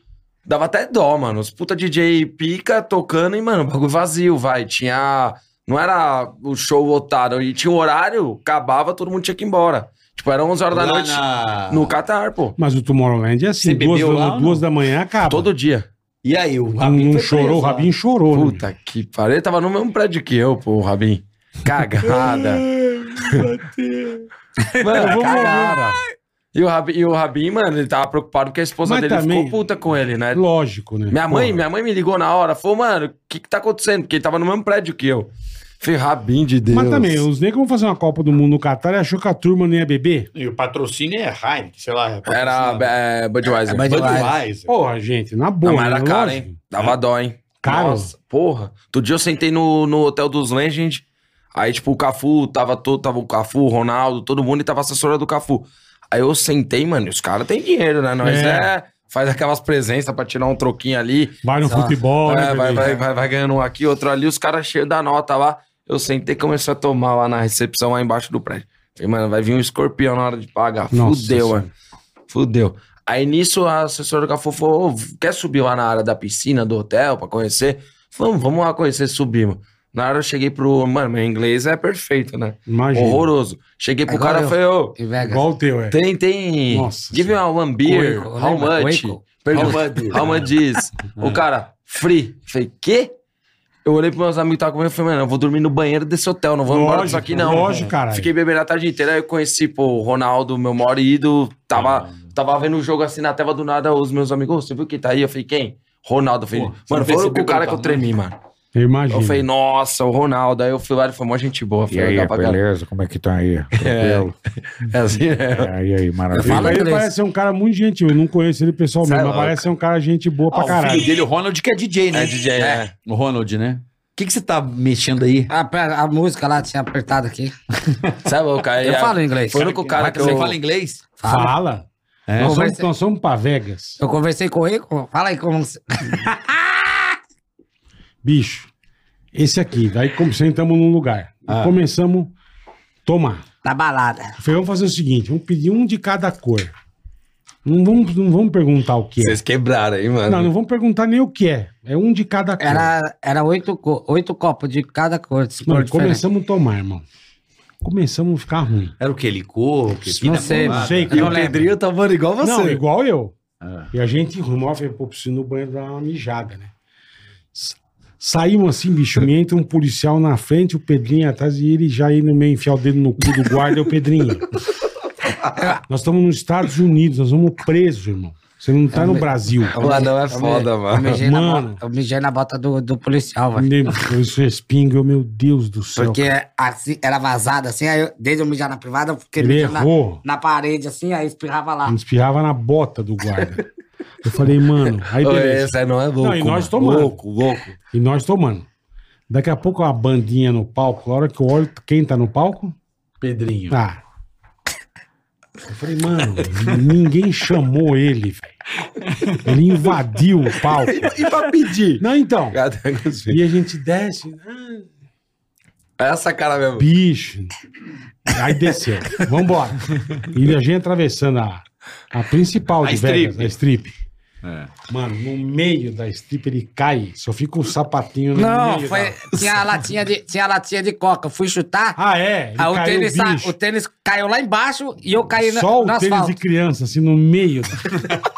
Speaker 6: Dava até dó, mano. Os puta DJ pica tocando e, mano, bagulho vazio, vai. Tinha. Não era o show lotado. E tinha um horário, acabava, todo mundo tinha que ir embora. Tipo, era 11 horas da
Speaker 5: Lá
Speaker 6: noite
Speaker 5: na-
Speaker 6: no Qatar, pô.
Speaker 4: Mas o Tomorrowland é
Speaker 5: Você
Speaker 4: assim, duas,
Speaker 5: bebeu
Speaker 4: da-
Speaker 5: lá ou
Speaker 4: duas
Speaker 5: não?
Speaker 4: da manhã acaba.
Speaker 6: Todo dia.
Speaker 5: E aí, o
Speaker 4: não,
Speaker 5: Rabin
Speaker 4: não
Speaker 5: foi
Speaker 4: chorou,
Speaker 5: preso
Speaker 4: o
Speaker 5: lá.
Speaker 4: Rabinho chorou. né?
Speaker 6: Puta que pariu. Ele tava no mesmo prédio que eu, pô, o Rabin. Cagada. mano, cagada. E o, Rabin, e o Rabin, mano, ele tava preocupado porque a esposa
Speaker 4: Mas
Speaker 6: dele
Speaker 4: também-
Speaker 6: ficou puta com ele, né?
Speaker 4: Lógico, né?
Speaker 6: Minha mãe,
Speaker 4: Porra.
Speaker 6: minha mãe me ligou na hora, falou, mano, o que que tá acontecendo? Porque ele tava no mesmo prédio que eu. Falei, Rabin de Deus.
Speaker 4: Mas também, os negros vão fazer uma Copa do Mundo no Catar e achou que a turma não ia beber?
Speaker 8: E o patrocínio é Heineken, sei lá. é
Speaker 6: Era
Speaker 8: patrocinado.
Speaker 6: é, Budweiser.
Speaker 7: É Budweiser.
Speaker 8: Budweiser.
Speaker 4: Porra, gente, na boa.
Speaker 6: Não, mas era
Speaker 4: né?
Speaker 6: caro,
Speaker 4: Lógico.
Speaker 6: hein? Dava dó, hein?
Speaker 4: Caro?
Speaker 6: Nossa, porra. Todo dia eu sentei no, no hotel dos Legends. Aí, tipo, o Cafu, tava todo, tava o Cafu, o Ronaldo, todo mundo, e tava a assessora do Cafu. Aí eu sentei, mano, e os caras têm dinheiro, né? Nós
Speaker 4: É.
Speaker 6: é. faz aquelas presenças pra tirar um troquinho ali.
Speaker 4: Vai no
Speaker 6: Sei lá.
Speaker 4: futebol, né,
Speaker 6: É, vai,
Speaker 4: bebê?
Speaker 6: vai, vai, vai ganhando um aqui, outro ali, os caras cheios da nota lá. Eu sentei e comecei a tomar lá na recepção, lá embaixo do prédio. Falei, mano, vai vir um escorpião na hora de pagar.
Speaker 4: Nossa
Speaker 6: Fudeu,
Speaker 4: Senhora.
Speaker 6: mano. Fudeu. Aí nisso a assessora do Cafu falou: "Ô, quer subir lá na área da piscina do hotel pra conhecer? Vamos, vamos lá conhecer, subimos. Na hora eu cheguei pro. Mano, meu inglês é perfeito, né?
Speaker 4: Imagina.
Speaker 6: Horroroso. Cheguei pro
Speaker 7: É igual
Speaker 6: cara e
Speaker 7: eu.
Speaker 6: falei: ô,
Speaker 7: Em Vegas.
Speaker 4: Igual o teu, é.
Speaker 6: tem, tem.
Speaker 4: Nossa
Speaker 6: Give me a one beer.
Speaker 7: Oico,
Speaker 6: how
Speaker 7: lembra?
Speaker 6: much?
Speaker 7: Oico.
Speaker 6: Pergunta, how much is? o cara, free. Falei, quê? Eu olhei pros meus amigos que estavam comigo e falei, mano, eu vou dormir no banheiro desse hotel, não vou embora disso
Speaker 4: Lógico,
Speaker 6: aqui, não.
Speaker 4: lógico, caralho.
Speaker 6: Fiquei bebendo a tarde inteira, aí eu conheci, pô, o Ronaldo, meu maior ídolo, tava, tava vendo o jogo assim na tela do nada, os meus amigos, "Ô, você viu quem tá aí? Eu falei, quem? Ronaldo. Eu falei,
Speaker 8: Pô, você
Speaker 6: mano,
Speaker 8: não
Speaker 6: foi o único
Speaker 8: percebeu
Speaker 6: cara
Speaker 8: que
Speaker 6: que
Speaker 8: ele
Speaker 6: eu
Speaker 8: tá, né?
Speaker 6: tremi, mano.
Speaker 4: Eu imagino.
Speaker 6: Eu falei, nossa, o Ronaldo. Aí eu fui lá, ele foi mó gente boa.
Speaker 9: E
Speaker 6: Foi
Speaker 9: aí,
Speaker 6: legal pra caralho.
Speaker 9: beleza? Como é que tá aí? Tranquilo?
Speaker 6: É assim, né?
Speaker 9: É, e aí,
Speaker 4: Ele-
Speaker 9: maravilha?
Speaker 7: Fala
Speaker 4: ele
Speaker 7: inglês.
Speaker 4: parece ser um cara muito gentil. Eu não conheço ele pessoalmente,
Speaker 6: Cê é
Speaker 4: mas
Speaker 6: louco.
Speaker 4: parece ser um cara gente boa pra
Speaker 5: o
Speaker 4: caralho.
Speaker 5: filho dele, o Ronald, que é DJ, né?
Speaker 6: É DJ, é.
Speaker 5: O Ronald, né? O que, que você tá mexendo aí?
Speaker 7: Ah, pera, a música lá tinha apertado aqui.
Speaker 6: Sabe, o cara.
Speaker 7: Eu falo inglês.
Speaker 6: Foi o único cara que
Speaker 5: Você
Speaker 6: eu.
Speaker 5: fala inglês?
Speaker 7: Fala.
Speaker 4: Fala.
Speaker 5: É.
Speaker 4: Nós, somos,
Speaker 7: Conversa-
Speaker 4: nós somos pra Vegas.
Speaker 7: Eu conversei com ele. com- Fala aí como.
Speaker 4: Bicho, esse aqui. Daí como sentamos num lugar. E
Speaker 6: Ah.
Speaker 4: Começamos a tomar.
Speaker 7: Da tá balada.
Speaker 4: Eu falei, vamos fazer o seguinte, vamos pedir um de cada cor. Não vamos, não vamos perguntar o que é.
Speaker 6: Vocês quebraram, hein, mano?
Speaker 4: Não, não vamos perguntar nem o que é. É um de cada cor.
Speaker 7: Era, era oito, co- oito copos de cada cor. de cor
Speaker 4: Mano,
Speaker 7: diferente.
Speaker 4: começamos a tomar, irmão. Começamos a ficar ruim.
Speaker 5: Era o que? Licor? O que?
Speaker 7: Não
Speaker 5: Pina
Speaker 7: sei,
Speaker 5: colada?
Speaker 7: não
Speaker 4: sei.
Speaker 6: E o Pedrinho tá voando igual você.
Speaker 4: Não, igual eu.
Speaker 5: Ah.
Speaker 4: E a gente rumou, eu falei, pô, preciso ir no banheiro dar uma mijada, né? S- Saímos assim, bicho, me entra um policial na frente, o Pedrinho atrás, e ele já aí no meio enfiar o dedo no cu do guarda, é o Pedrinho. nós estamos nos Estados Unidos, nós vamos presos, irmão. Você não tá no Brasil.
Speaker 6: O Adão
Speaker 7: Eu
Speaker 6: é
Speaker 7: me-
Speaker 6: foda,
Speaker 7: Eu
Speaker 6: mano.
Speaker 7: mijei, na
Speaker 4: Mano.
Speaker 7: bota, eu mijei na bota do, do policial, velho.
Speaker 4: Isso respingo, meu Deus do céu.
Speaker 7: Porque assim, era vazado assim, aí eu, desde eu mijar na privada, eu fiquei
Speaker 4: Ele
Speaker 7: mijando na,
Speaker 4: errou.
Speaker 7: na parede assim, aí espirrava lá.
Speaker 4: Me espirrava na bota do guarda. Eu falei, mano, aí
Speaker 6: Ô,
Speaker 4: beleza.
Speaker 6: Esse aí não é louco.
Speaker 4: Não, e nós
Speaker 6: mano.
Speaker 4: tomando.
Speaker 6: Louco, louco.
Speaker 4: E nós tomando. Daqui a pouco a bandinha no palco, a hora que eu olho, quem tá no palco?
Speaker 5: Pedrinho.
Speaker 4: Ah. Eu falei, mano, ninguém chamou ele, velho. Ele invadiu o palco.
Speaker 6: E pra pedir?
Speaker 4: Não, então.
Speaker 6: Essa
Speaker 4: E a gente desce, ah,
Speaker 5: É
Speaker 6: cara mesmo.
Speaker 4: bicho. Aí desceu. Vambora. E a gente atravessando a, a principal
Speaker 5: A
Speaker 4: de Vegas,
Speaker 5: strip. É.
Speaker 4: a strip. Mano, no meio da strip ele cai, só fica o sapatinho no
Speaker 7: Não,
Speaker 4: meio.
Speaker 7: foi,
Speaker 4: da-
Speaker 7: tinha, a latinha de, tinha a latinha de coca, eu fui chutar,
Speaker 4: Ah, é? Ele
Speaker 7: aí o
Speaker 4: caiu,
Speaker 7: tênis, sa-
Speaker 4: bicho.
Speaker 7: o tênis caiu lá embaixo e eu caí na,
Speaker 4: Só o
Speaker 7: no
Speaker 4: tênis
Speaker 7: asfalto.
Speaker 4: de criança, assim, no meio.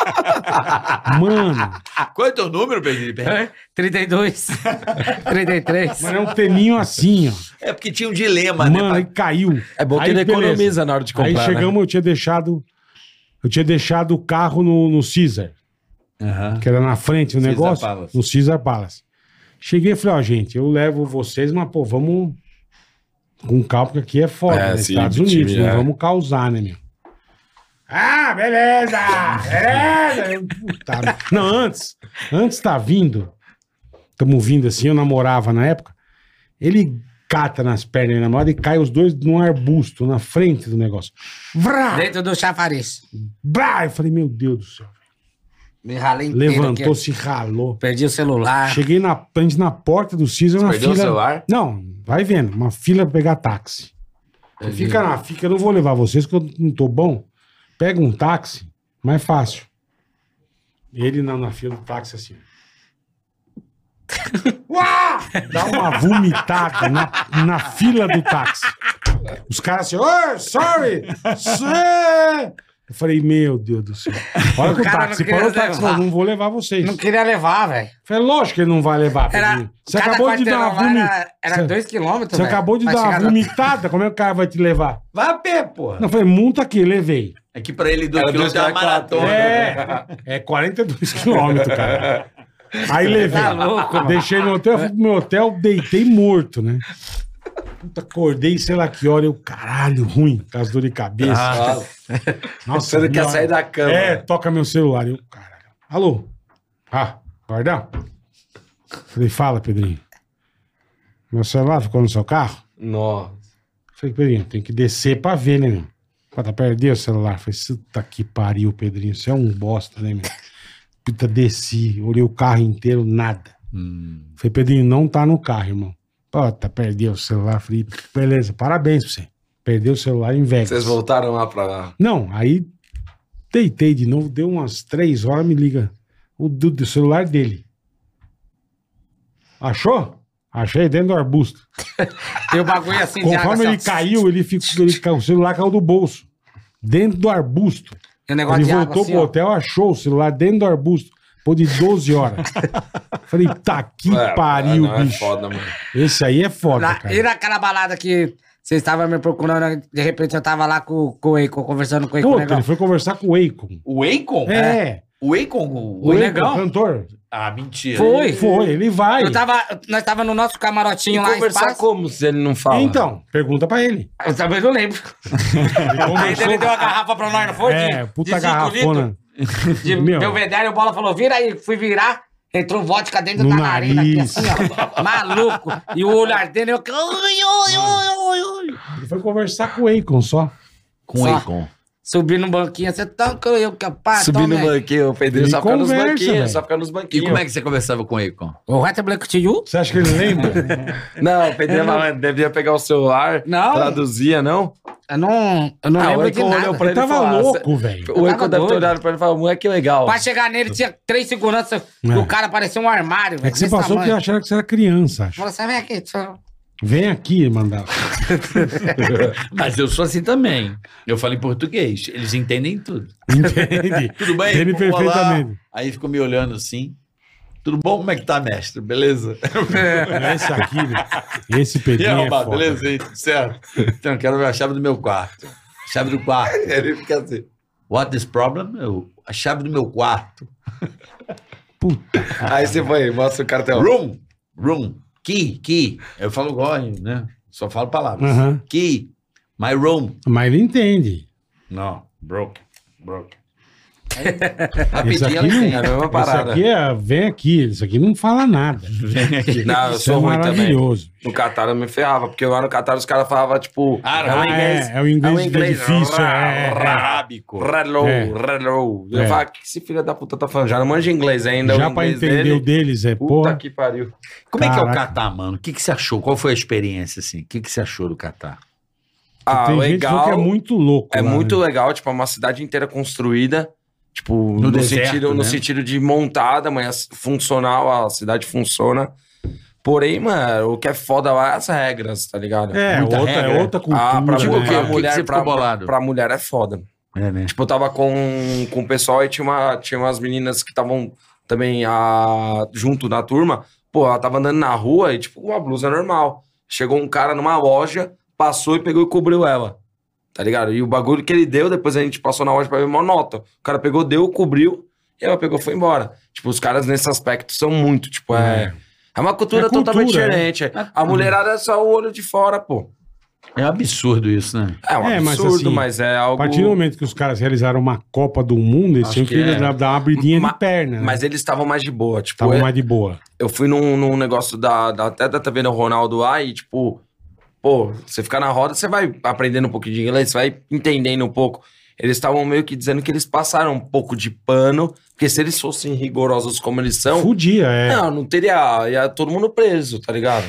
Speaker 4: da- Mano,
Speaker 6: Ah.
Speaker 5: Qual é o teu número, Pedrinho?
Speaker 7: 32, 33.
Speaker 4: mas é um teninho assim, ó.
Speaker 5: É porque tinha um dilema,
Speaker 4: Mano, aí
Speaker 5: né?
Speaker 4: caiu.
Speaker 6: É bom que
Speaker 4: Aí,
Speaker 6: ele
Speaker 4: beleza.
Speaker 6: economiza na hora de comprar.
Speaker 4: Aí
Speaker 6: né?
Speaker 4: chegamos, eu tinha deixado. Eu tinha deixado o carro no, no Caesar,
Speaker 5: Aham.
Speaker 4: que era na frente o
Speaker 5: Caesar
Speaker 4: negócio.
Speaker 5: Palace.
Speaker 4: No Caesar Palace. Cheguei e falei, ó, gente, eu levo vocês, mas, pô, vamos com calma, porque aqui é foda,
Speaker 6: É,
Speaker 4: né?
Speaker 6: sim,
Speaker 4: Estados
Speaker 6: time,
Speaker 4: Unidos, não
Speaker 6: é.
Speaker 4: vamos causar, né, meu? Ah, beleza! Beleza! Eu, puta, não, antes, antes tá vindo, estamos vindo assim, eu namorava na época, ele cata nas pernas da namorada e cai os dois num arbusto, na frente do negócio. Vrá!
Speaker 7: Dentro do chafariz.
Speaker 4: Brá! Eu falei, meu Deus do céu.
Speaker 7: Me ralei inteiro
Speaker 4: Levantou,
Speaker 7: aqui,
Speaker 4: se ralou.
Speaker 7: ó. Perdi o celular.
Speaker 4: Cheguei na frente, na porta do Caesar, uma
Speaker 8: Perdeu o
Speaker 4: fila...
Speaker 8: celular?
Speaker 4: Não, vai vendo, uma fila pra pegar táxi. Falei, Fica na fica, eu não vou levar vocês, que eu não tô bom. Pega um táxi, mais fácil. Ele na, na fila do táxi, assim. Uá! Dá uma vomitada na, na fila do táxi. Os caras assim, oh, sorry! Sorry!" Eu falei, meu Deus do céu. Olha que o
Speaker 7: cara não
Speaker 4: táxi,
Speaker 7: queria
Speaker 4: parou o táxi,
Speaker 7: levar.
Speaker 4: falou, não vou levar vocês.
Speaker 7: Não queria levar, velho.
Speaker 4: Falei, lógico que ele não vai levar,
Speaker 7: Era,
Speaker 4: Pedrinho. Você
Speaker 7: cada
Speaker 4: acabou de dar
Speaker 7: quarteirão
Speaker 4: uma
Speaker 7: lá
Speaker 4: vomitada.
Speaker 7: Era, era dois quilômetros,
Speaker 4: Você
Speaker 7: velho,
Speaker 4: acabou de
Speaker 7: pra
Speaker 4: dar uma
Speaker 7: chegar no-
Speaker 4: vomitada, como é que o cara vai te levar?
Speaker 5: Vai a pé, porra.
Speaker 4: Não, eu falei, multa aqui, levei.
Speaker 5: É que pra ele dois
Speaker 6: Era
Speaker 5: quilômetros é uma
Speaker 6: dois pra quatro.
Speaker 5: maratona.
Speaker 4: É, é 42 quilômetros, cara. Aí levei.
Speaker 7: Tá louco, mano.
Speaker 4: Deixei no hotel, fui pro meu hotel, deitei morto, né? Puta, acordei, sei lá que hora, eu, caralho, ruim, com as dor de cabeça.
Speaker 6: Ah,
Speaker 4: Nossa,
Speaker 6: Você não quer
Speaker 4: minha-
Speaker 6: sair da cama.
Speaker 4: É, toca meu celular. Eu, caralho. Alô? Ah, guarda? Falei, fala, Pedrinho. Meu celular ficou no seu carro?
Speaker 6: Nossa.
Speaker 4: Falei, Pedrinho, tem que descer pra ver, né, meu? Pra perder o celular. Falei, puta que pariu, Pedrinho. Você é um bosta, né, meu? Puta, desci. Olhei o carro inteiro, nada.
Speaker 5: Hum.
Speaker 4: Falei, Pedrinho, não tá no carro, irmão. tá Puta, perdeu o celular. Falei, beleza, parabéns pra você. Perdeu o celular em Vegas.
Speaker 6: Vocês voltaram lá pra lá.
Speaker 4: Não, aí deitei de novo, deu umas três horas, me liga. O do, do celular dele. Achou? Achei dentro do arbusto.
Speaker 7: E o bagulho assim de água.
Speaker 4: Conforme ele
Speaker 7: assim, ó.
Speaker 4: caiu, ele ficou, ele caiu- o celular caiu do bolso. Dentro do arbusto.
Speaker 7: E o um negócio
Speaker 4: ele
Speaker 7: de água
Speaker 4: voltou
Speaker 7: assim,
Speaker 4: pro
Speaker 7: ó.
Speaker 4: hotel, achou o celular dentro do arbusto. Pô, de 12 horas. Falei, tá que
Speaker 6: É,
Speaker 4: pariu,
Speaker 6: não, é
Speaker 4: bicho.
Speaker 6: foda, mano.
Speaker 4: Esse aí é foda,
Speaker 7: Na-
Speaker 4: cara.
Speaker 7: e naquela balada que vocês estavam me procurando, né, de repente eu tava lá com, com o Eiko, conversando com o Eiko, né,
Speaker 4: Puta,
Speaker 7: negão.
Speaker 4: ele foi conversar com o Akon.
Speaker 8: O Akon?
Speaker 4: É.
Speaker 8: O Akon?
Speaker 7: O
Speaker 4: Akon,
Speaker 7: Negão?
Speaker 4: cantor?
Speaker 8: Ah, mentira.
Speaker 7: Foi.
Speaker 4: Foi, ele vai.
Speaker 7: Eu tava, nós tava no nosso
Speaker 6: E
Speaker 7: camarotinho lá,
Speaker 6: conversar
Speaker 7: espaço.
Speaker 6: como se ele não fala?
Speaker 4: Então, pergunta pra ele.
Speaker 7: Eu também não lembro.
Speaker 4: Ele
Speaker 7: Aí
Speaker 4: conversou-
Speaker 7: ele deu a garrafa pra nós, não foi?
Speaker 4: É, puta
Speaker 7: cinco
Speaker 4: garrafona.
Speaker 7: litros, De
Speaker 4: Meu.
Speaker 7: Belvedere, o Bola falou, vira aí. Fui virar, entrou vodka dentro
Speaker 4: No
Speaker 7: da narina aqui,
Speaker 4: nariz.
Speaker 7: assim, ó. Maluco. E o olho ardendo, eu... Ui, ui, ui, ui, ui.
Speaker 4: Ele foi conversar com o Akon só.
Speaker 5: Com
Speaker 7: Só.
Speaker 5: Akon.
Speaker 7: Subi no banquinho, você tão que eu que eu pá,
Speaker 6: Subir
Speaker 7: tão,
Speaker 6: no
Speaker 7: né?
Speaker 6: banquinho, o Pedrinho
Speaker 4: E
Speaker 6: só fica nos
Speaker 4: conversa, velho.
Speaker 6: banquinhos, só fica nos
Speaker 5: E
Speaker 6: banquinhos.
Speaker 5: como é que você conversava com o Akon?
Speaker 7: O Reta Black to you?
Speaker 4: Você acha que ele lembra?
Speaker 6: É, Não, o Pedrinho lá devia pegar o celular,
Speaker 7: Não.
Speaker 6: traduzia, não?
Speaker 7: Eu não, eu não
Speaker 6: Ah, o
Speaker 7: lembro de
Speaker 6: Eiko olhou
Speaker 7: nada.
Speaker 6: pra
Speaker 4: ele
Speaker 6: ele
Speaker 4: tava
Speaker 6: falar,
Speaker 4: louco, velho.
Speaker 6: O
Speaker 7: tava
Speaker 6: Eco deve ter
Speaker 7: doido.
Speaker 6: olhado pra ele e falado, moleque legal.
Speaker 7: Pra chegar nele, tinha três seguranças. O cara parecia um armário, velho.
Speaker 4: É que você
Speaker 7: desse
Speaker 4: passou porque
Speaker 7: tamanho.
Speaker 4: acharam que você era criança, acho.
Speaker 7: Falou assim, vem aqui, tchau.
Speaker 4: Vem aqui, mandar.
Speaker 8: Mas eu sou assim também. Eu falo em português. Eles entendem tudo.
Speaker 4: Entende?
Speaker 5: Tudo bem?
Speaker 4: Entende
Speaker 5: Vamos falar.
Speaker 4: perfeitamente.
Speaker 5: Aí ficou me olhando assim. Tudo bom? Como é que tá, mestre? Beleza?
Speaker 4: Esse aqui, né? esse
Speaker 5: E
Speaker 4: pedrinho
Speaker 5: aí,
Speaker 4: é
Speaker 5: Roberto,
Speaker 4: foda.
Speaker 5: beleza? hein? Tudo certo? Então, eu quero ver a chave do meu quarto. Chave do quarto. Ele fica assim. What is problem? Eu, a chave do meu quarto.
Speaker 6: Aí você foi, mostra o cartão.
Speaker 5: Room, room, key, key. Eu falo igual, né? Só falo palavras.
Speaker 4: Aham.
Speaker 5: Key, my room.
Speaker 4: Mas ele entende.
Speaker 5: Não, broke, broke.
Speaker 4: Esse aqui, um não,
Speaker 5: Rapidinho ela entende.
Speaker 6: É a mesma
Speaker 4: esse
Speaker 6: parada.
Speaker 4: aqui é, vem aqui, isso aqui não fala nada.
Speaker 6: Não, eu
Speaker 4: Isso
Speaker 6: sou
Speaker 4: é
Speaker 6: ruim também.
Speaker 4: maravilhoso.
Speaker 6: No Catar eu me ferrava, porque lá no Catar os caras falavam, tipo,
Speaker 4: Ah,
Speaker 6: é um inglês.
Speaker 4: é, é o inglês, difícil, é, é.
Speaker 6: Rábico. Relou,
Speaker 4: É.
Speaker 6: relou.
Speaker 4: É.
Speaker 6: Eu falo, "Ah, que esse filho da puta tá falando? Já não manja inglês ainda.
Speaker 4: Já
Speaker 6: o
Speaker 4: pra
Speaker 6: inglês
Speaker 4: entender o
Speaker 6: dele.
Speaker 4: deles é
Speaker 6: Puta
Speaker 4: porra.
Speaker 6: que pariu.
Speaker 5: Como é que é o
Speaker 4: Caraca.
Speaker 5: Catar, mano? O que, que você achou? Qual foi a experiência, assim? O que, que você achou do Catar?
Speaker 6: Ah,
Speaker 4: tem gente que falou
Speaker 6: legal.
Speaker 4: que é muito louco.
Speaker 6: É
Speaker 4: lá,
Speaker 6: muito
Speaker 4: né?
Speaker 6: legal, tipo, é uma cidade inteira construída, tipo, no,
Speaker 5: deserto,
Speaker 6: sentido,
Speaker 5: né?
Speaker 6: no sentido de montada, mas funcional, a cidade funciona. Porém, mano, o que é foda lá é as regras, tá ligado?
Speaker 4: É,
Speaker 5: Muita
Speaker 4: outra,
Speaker 5: regra.
Speaker 4: é outra cultura.
Speaker 6: ah, pra,
Speaker 5: Tipo
Speaker 6: mu-
Speaker 5: o quê?
Speaker 6: pra
Speaker 5: O que que
Speaker 6: mulher,
Speaker 5: você
Speaker 6: pra,
Speaker 5: ficou bolado?
Speaker 6: pra mulher é foda.
Speaker 5: É, né?
Speaker 6: Tipo, eu tava com, com o pessoal e tinha, uma, tinha umas meninas que estavam também a, junto da turma. Pô, ela tava andando na rua e, tipo, uma blusa normal. Chegou um cara numa loja, passou e pegou e cobriu ela. Tá ligado? E o bagulho que ele deu, depois a gente passou na loja pra ver uma nota. O cara pegou, deu, cobriu, e ela pegou e foi embora. Tipo, os caras nesse aspecto são muito, tipo, é. É uma cultura,
Speaker 4: É cultura,
Speaker 6: totalmente
Speaker 4: é.
Speaker 6: diferente. A mulherada é só o olho de fora, pô.
Speaker 5: É um absurdo isso, né?
Speaker 6: É um
Speaker 4: É, mas
Speaker 6: absurdo, mas,
Speaker 4: assim,
Speaker 6: é
Speaker 4: A
Speaker 6: algo.
Speaker 4: partir do momento que os caras realizaram uma Copa do Mundo, eles
Speaker 5: Acho
Speaker 4: tinham que,
Speaker 5: que é.
Speaker 4: dar dar uma abridinha
Speaker 6: Ma-
Speaker 4: de perna. né?
Speaker 6: Mas eles estavam mais de boa, tipo,
Speaker 4: Tava
Speaker 6: é-
Speaker 4: mais de boa.
Speaker 6: eu fui num, num negócio da, da, até da TV do Ronaldo lá e, tipo, pô, você ficar na roda, você vai aprendendo um pouquinho de inglês, você vai entendendo um pouco. Eles estavam meio que dizendo que eles passaram um pouco de pano, porque se eles fossem rigorosos como eles são,
Speaker 4: Fudia, é.
Speaker 6: não, não teria, ia todo mundo preso, tá ligado?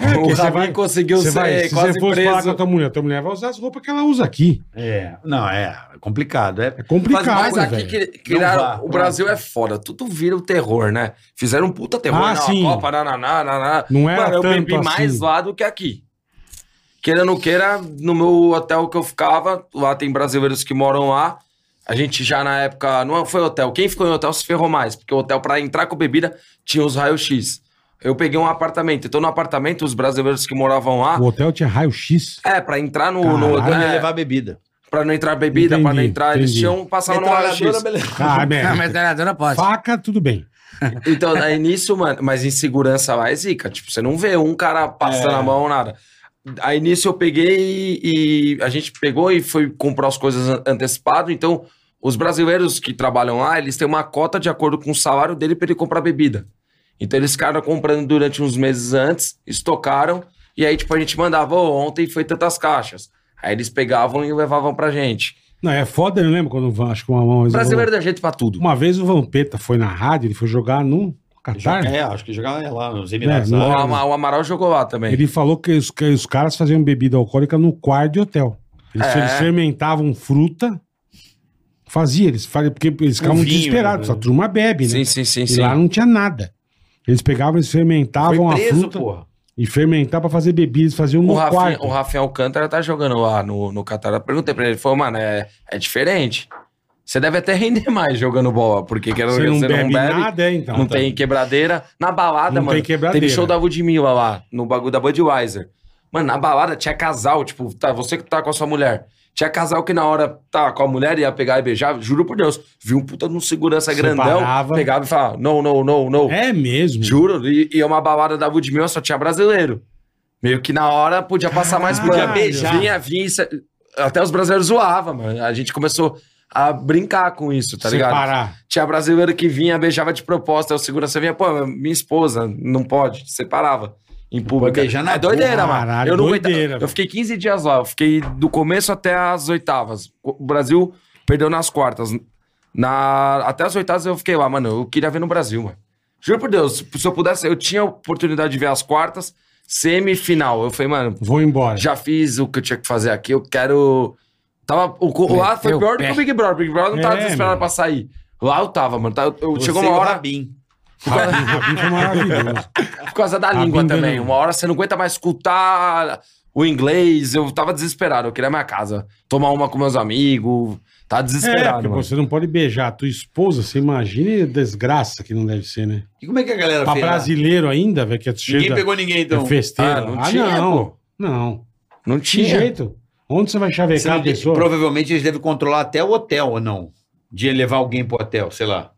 Speaker 4: É, porque
Speaker 6: o
Speaker 4: você
Speaker 6: Rabi
Speaker 4: vai-
Speaker 6: conseguiu
Speaker 4: Você
Speaker 6: ser
Speaker 4: vai, se
Speaker 6: quase
Speaker 4: você fosse falar com a
Speaker 6: preso.
Speaker 4: tua mulher, tua mulher vai usar as roupas que ela usa aqui.
Speaker 5: É. Não, é é complicado. É,
Speaker 4: É complicado,
Speaker 6: Mas aqui
Speaker 4: velho.
Speaker 6: que,
Speaker 5: Não
Speaker 6: criaram,
Speaker 5: vá,
Speaker 6: o
Speaker 5: pronto.
Speaker 6: Brasil é foda, tudo vira o terror, né? Fizeram um puta terror
Speaker 4: Ah,
Speaker 6: na
Speaker 4: sim.
Speaker 6: Copa, nananá, nananá.
Speaker 4: Não era
Speaker 6: Mano, eu
Speaker 4: tanto
Speaker 6: bebi mais
Speaker 4: assim.
Speaker 6: lá do que aqui. Queira ou não queira, no meu hotel que eu ficava, lá tem brasileiros que moram lá. A gente já na época, não foi hotel, quem ficou em hotel se ferrou mais, porque o hotel pra entrar com bebida tinha os raios-x. Eu peguei um apartamento, então no apartamento os brasileiros que moravam lá,
Speaker 4: O hotel tinha raio-x.
Speaker 6: é, pra entrar no... no
Speaker 4: Caralho.
Speaker 6: é,
Speaker 5: levar bebida.
Speaker 6: pra não entrar bebida, pra não
Speaker 4: Entendi,
Speaker 6: entrar, eles
Speaker 4: entendi.
Speaker 6: tinham, passavam no raio-x.
Speaker 5: beleza.
Speaker 4: Ah,
Speaker 7: Não,
Speaker 4: merda.
Speaker 7: mas ganhadora pode.
Speaker 4: Faca, tudo bem.
Speaker 6: Então, aí nisso, mano, mas insegurança lá é zica. Tipo, você não vê um cara
Speaker 4: É.
Speaker 6: passando a mão, nada. Aí nisso eu peguei e, e a gente pegou e foi comprar as coisas an- antecipado. Então, os brasileiros que trabalham lá, eles têm uma cota de acordo com o salário dele pra ele comprar bebida. Então, eles ficaram comprando durante uns meses antes, estocaram. E aí, tipo, a gente mandava, "Ô, ontem foi tantas caixas. Aí eles pegavam e levavam pra gente.
Speaker 4: Não, é foda, eu lembro quando eu- acho que uma, uma,
Speaker 6: O
Speaker 4: vez,
Speaker 6: brasileiro dá jeito pra tudo.
Speaker 4: uma vez o Vampeta foi na rádio, ele foi jogar no Catar.
Speaker 8: É, acho que jogava lá nos
Speaker 4: Tá. É,
Speaker 8: Emirados.
Speaker 4: não
Speaker 5: né?
Speaker 6: O,
Speaker 8: Árabes.
Speaker 6: Ama- o Amaral jogou lá também.
Speaker 4: Ele falou que os, que os caras faziam bebida alcoólica no quarto de hotel. Eles,
Speaker 6: É.
Speaker 4: eles fermentavam fruta, fazia, eles faziam, porque eles ficavam
Speaker 8: vinho,
Speaker 4: desesperados,
Speaker 8: né?
Speaker 4: a turma bebe, né?
Speaker 6: Um Sim, sim, sim,
Speaker 4: e
Speaker 6: sim.
Speaker 4: lá não tinha nada. Eles pegavam, eles fermentavam
Speaker 5: Foi preso,
Speaker 4: a fruta
Speaker 5: porra.
Speaker 4: e fermentavam pra fazer bebida, eles faziam no
Speaker 6: O Rafinha,
Speaker 4: quarto.
Speaker 6: o Rafinha Alcântara tá jogando lá no, no Qatar. Eu perguntei pra ele, ele falou, mano, é, é diferente. Você deve até render mais jogando bola, porque querendo
Speaker 4: Você
Speaker 6: ou
Speaker 4: não
Speaker 6: não, você
Speaker 4: bebe
Speaker 6: não bebe.
Speaker 4: nada, é, então.
Speaker 6: não tem quebradeira. Na balada,
Speaker 4: Não
Speaker 6: mano.
Speaker 4: tem quebradeira.
Speaker 6: Teve show da Ludmilla lá, no bagulho da Budweiser. Mano, na balada tinha casal, tipo, tá, você que tá com a sua mulher. Tinha casal que na hora tá com a mulher ia pegar e beijar, juro por Deus. Viu um puta de um segurança grandão,
Speaker 4: Separava.
Speaker 6: pegava e falava, não, não, não, não.
Speaker 4: É mesmo.
Speaker 6: Juro, e, e uma balada da Ludmilla só tinha brasileiro. Meio que na hora podia passar mais
Speaker 4: Caralho.
Speaker 6: pano. Vinha, vinha, isso- até os brasileiros zoavam, mano. A gente começou a brincar com isso, tá ligado?
Speaker 4: Separar.
Speaker 6: Tinha brasileiro que vinha, beijava de proposta, aí o segurança vinha, pô, minha esposa, não pode, separava. Em público.
Speaker 5: beijar na
Speaker 6: é doideira, mano.
Speaker 4: Caralho,
Speaker 6: eu não
Speaker 4: doideira,
Speaker 6: aguentava.
Speaker 4: velho.
Speaker 6: Eu fiquei 15 dias lá, eu fiquei do começo até as oitavas. O Brasil perdeu nas quartas. Na... Até as oitavas eu fiquei lá, mano. Eu queria ver no Brasil, mano. Juro por Deus, se eu pudesse, eu tinha a oportunidade de ver as quartas, semifinal. Eu falei, mano,
Speaker 4: Vou embora.
Speaker 6: já fiz o que eu tinha que fazer aqui, eu quero. Tava, o, o- lá foi
Speaker 7: Meteu o
Speaker 6: pior do
Speaker 7: pé.
Speaker 6: que o Big Brother. O Big Brother não tava
Speaker 4: É,
Speaker 6: desesperado
Speaker 4: meu.
Speaker 6: pra sair. Lá eu tava, mano. Tá, eu- eu-
Speaker 5: Você
Speaker 6: chegou
Speaker 5: e
Speaker 6: uma
Speaker 5: o
Speaker 6: hora
Speaker 5: Rabin.
Speaker 4: Rabinho, Rabinho foi maravilhoso.
Speaker 6: por causa da
Speaker 4: A
Speaker 6: língua
Speaker 4: pinga
Speaker 6: também.
Speaker 4: não.
Speaker 6: Uma hora você não aguenta mais escutar o inglês. Eu tava desesperado, eu queria minha casa. Tomar uma com meus amigos. Tava
Speaker 4: É,
Speaker 6: desesperado,
Speaker 4: porque
Speaker 6: mano.
Speaker 4: você não pode beijar a tua esposa, você imagina a desgraça que não deve ser, né?
Speaker 5: E como é que a galera
Speaker 4: Pra
Speaker 5: fez? lá?
Speaker 4: brasileiro ainda, velho, que é cheio
Speaker 5: Ninguém
Speaker 4: da-
Speaker 5: pegou ninguém, então.
Speaker 4: da festeira.
Speaker 6: Ah,
Speaker 4: Ah,
Speaker 6: não
Speaker 4: não.
Speaker 6: tinha,
Speaker 4: não. não.
Speaker 6: Não
Speaker 4: Que
Speaker 6: tinha.
Speaker 4: jeito? Onde você vai
Speaker 5: Você não
Speaker 4: chavecar a
Speaker 5: tem-
Speaker 4: pessoa?
Speaker 5: Provavelmente eles devem controlar até o hotel ou não. De levar alguém pro hotel, sei lá.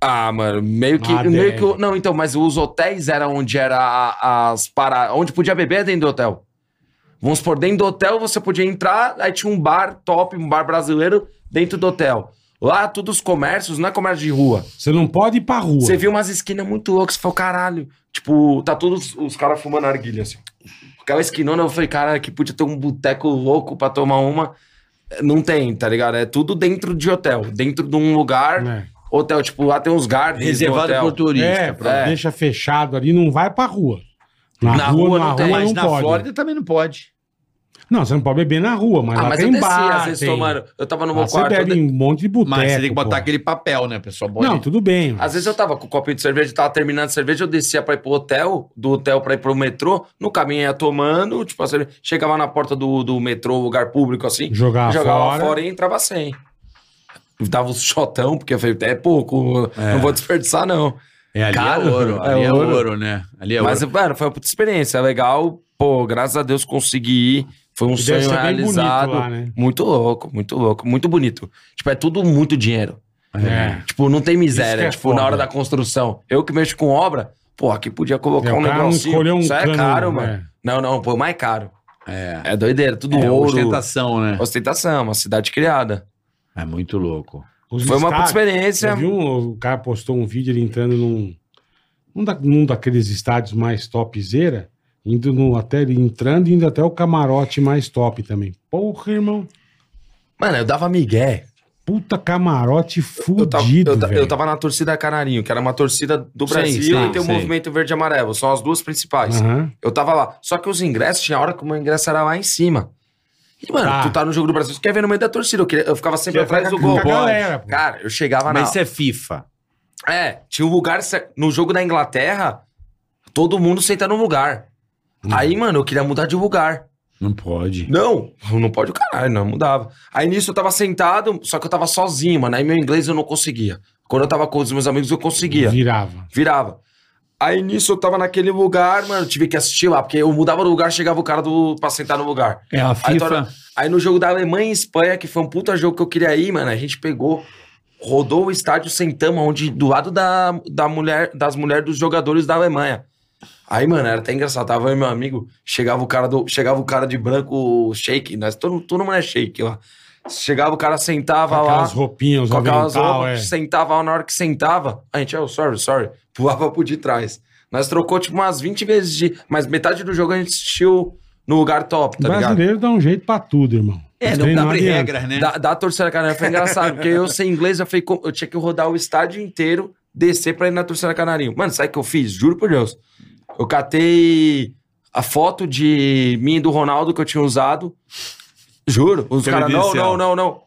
Speaker 6: Ah, mano, meio que,
Speaker 4: Ah,
Speaker 6: meio
Speaker 4: deve.
Speaker 6: que. eu- Não, então, mas os hotéis era onde era a- as para Onde podia beber é dentro do hotel. Vamos supor, dentro do hotel você podia entrar, aí tinha um bar top, um bar brasileiro dentro do hotel. Lá, todos os comércios, não é comércio de rua.
Speaker 4: Você não pode ir pra rua.
Speaker 6: Você viu umas esquinas muito loucas, você falou, caralho. Tipo, tá todos os caras fumando arguilha, assim. Aquela esquinona, eu falei, cara, que podia ter um boteco louco pra tomar uma. Não tem, tá ligado? É tudo dentro de hotel. Dentro de um lugar,
Speaker 4: É.
Speaker 6: hotel, tipo, lá tem uns gardens
Speaker 5: Reservado
Speaker 6: no
Speaker 5: pro
Speaker 6: hotel.
Speaker 5: turista.
Speaker 4: É,
Speaker 6: pra-
Speaker 4: deixa fechado ali, não vai pra rua. Na,
Speaker 6: Na
Speaker 4: rua,
Speaker 6: rua
Speaker 4: na
Speaker 6: não tem,
Speaker 4: rua
Speaker 5: Mas
Speaker 4: É, não
Speaker 5: na
Speaker 4: pode.
Speaker 5: Flórida também não pode.
Speaker 4: Não, você não pode beber na rua, mas
Speaker 6: Ah,
Speaker 4: lá
Speaker 6: mas eu
Speaker 4: tem
Speaker 6: desci,
Speaker 4: bar.
Speaker 6: às vezes,
Speaker 4: tem...
Speaker 6: tomando. Eu tava no
Speaker 4: Lá
Speaker 6: meu
Speaker 4: você
Speaker 6: quarto. eu
Speaker 4: bebe
Speaker 6: de-
Speaker 4: em um monte de boteco.
Speaker 5: Mas você tem que botar
Speaker 4: pô.
Speaker 5: aquele papel, né, pessoal? Pode-
Speaker 4: Não, tudo bem.
Speaker 6: Às vezes eu tava com o copinho de cerveja, tava terminando a cerveja, eu descia pra ir pro hotel, do hotel pra ir pro metrô, no caminho ia tomando, tipo, a cerveja, chegava na porta do, do metrô, lugar público, assim,
Speaker 4: Jogava fora.
Speaker 6: e entrava sem. Dava um shotão, porque eu falei, é pouco, não vou desperdiçar, não.
Speaker 5: É, ali
Speaker 6: Caro.
Speaker 5: é ouro.
Speaker 6: É
Speaker 5: Ali é, ouro.
Speaker 6: ouro.
Speaker 5: né? Ali é
Speaker 6: Mas,
Speaker 5: ouro.
Speaker 6: mano, foi uma puta experiência, legal, pô, graças a Deus consegui ir, foi um
Speaker 4: E deve
Speaker 6: sonho
Speaker 4: ser bem bonito
Speaker 6: realizado.
Speaker 4: lá, né?
Speaker 6: Muito louco, muito louco, muito bonito. Tipo, é tudo muito dinheiro.
Speaker 4: É.
Speaker 6: Tipo, não tem
Speaker 4: Isso que
Speaker 6: miséria,
Speaker 4: é
Speaker 6: tipo,
Speaker 4: foda.
Speaker 6: na hora da construção. Eu que mexo com obra, pô, aqui podia colocar
Speaker 4: É, o
Speaker 6: um
Speaker 4: cara não
Speaker 6: negocinho.
Speaker 4: escolheu um
Speaker 6: Isso aí
Speaker 4: cano,
Speaker 6: é caro,
Speaker 4: né?
Speaker 6: mano. Não, não, pô, mais caro.
Speaker 5: É.
Speaker 6: É doideira, tudo
Speaker 5: É,
Speaker 6: ouro. Ostentação.
Speaker 5: ostentação, né?
Speaker 6: uma cidade criada.
Speaker 5: É muito louco.
Speaker 4: Os
Speaker 6: Foi uma puta
Speaker 4: destaques-
Speaker 6: experiência.
Speaker 4: Eu vi um, o cara postou um vídeo ele entrando num, num, da- num daqueles estádios mais topzera, indo no, até ele entrando e indo até o camarote mais top também. Porra, irmão.
Speaker 6: Mano, eu dava migué.
Speaker 4: Puta camarote
Speaker 6: Eu tava, eu,
Speaker 4: fudido,
Speaker 6: ta-
Speaker 4: velho.
Speaker 6: eu tava na torcida Canarinho, que era uma torcida do
Speaker 5: Sim,
Speaker 6: Brasil
Speaker 5: sim,
Speaker 6: e tem o
Speaker 5: sim.
Speaker 6: movimento verde e amarelo. São as duas principais.
Speaker 4: Aham.
Speaker 6: Eu tava lá. Só que os ingressos, tinha hora que o meu ingresso era lá em cima. E, mano,
Speaker 4: Tá.
Speaker 6: tu tá no jogo do Brasil, tu quer ver no meio da torcida. Eu, queria- eu ficava sempre
Speaker 4: Você
Speaker 6: atrás
Speaker 4: fica
Speaker 6: do
Speaker 4: com
Speaker 6: gol.
Speaker 4: a galera, pô.
Speaker 6: Cara, eu chegava na.
Speaker 5: Mas isso é FIFA.
Speaker 6: É, tinha um lugar. ce- No jogo da Inglaterra, todo mundo senta num lugar. Aí, mano, eu queria mudar de lugar.
Speaker 5: Não pode.
Speaker 6: Não, não pode o caralho, não, mudava. Aí nisso eu tava sentado, só que eu tava sozinho, mano. Aí meu inglês eu não conseguia. Quando eu tava com os meus amigos, eu conseguia.
Speaker 4: Virava.
Speaker 6: Virava. Aí nisso eu tava naquele lugar, mano, tive que assistir lá, porque eu mudava do lugar, chegava o cara do, pra sentar no lugar.
Speaker 5: É a
Speaker 6: Aí, toda- aí no jogo da Alemanha e Espanha, que foi um puta jogo que eu queria ir, mano, a gente pegou, rodou o estádio, sentamos onde, do lado da, da mulher, das mulheres dos jogadores da Alemanha. Aí, mano, era até engraçado. Tava eu e meu amigo, chegava o cara do, chegava o cara de branco shake, nós, todo, todo mundo é shake lá. Chegava o cara,
Speaker 4: Com
Speaker 6: sentava lá,
Speaker 4: aquelas roupinhas, os
Speaker 6: com aquelas
Speaker 4: avental,
Speaker 6: roupas,
Speaker 4: é.
Speaker 6: sentava lá na hora que sentava, a gente, oh, sorry, sorry, pulava por de trás. Nós trocou, tipo, umas 20 vezes de... Mas metade do jogo a gente assistiu no lugar top, tá ligado?
Speaker 4: brasileiro dá um jeito pra tudo, irmão.
Speaker 5: É,
Speaker 4: Esse
Speaker 5: não
Speaker 4: trem
Speaker 5: abre
Speaker 4: adianta.
Speaker 5: regras, né?
Speaker 6: Da, da torcida canarinha foi engraçado, porque eu sem inglês, eu, falei, "Co- eu tinha que rodar o estádio inteiro, descer pra ir na torcida canarinho. Mano, sabe o que eu fiz? Juro por Deus. Eu catei a foto de mim e do Ronaldo que eu tinha usado. Juro. Os caras, não, não, não, não.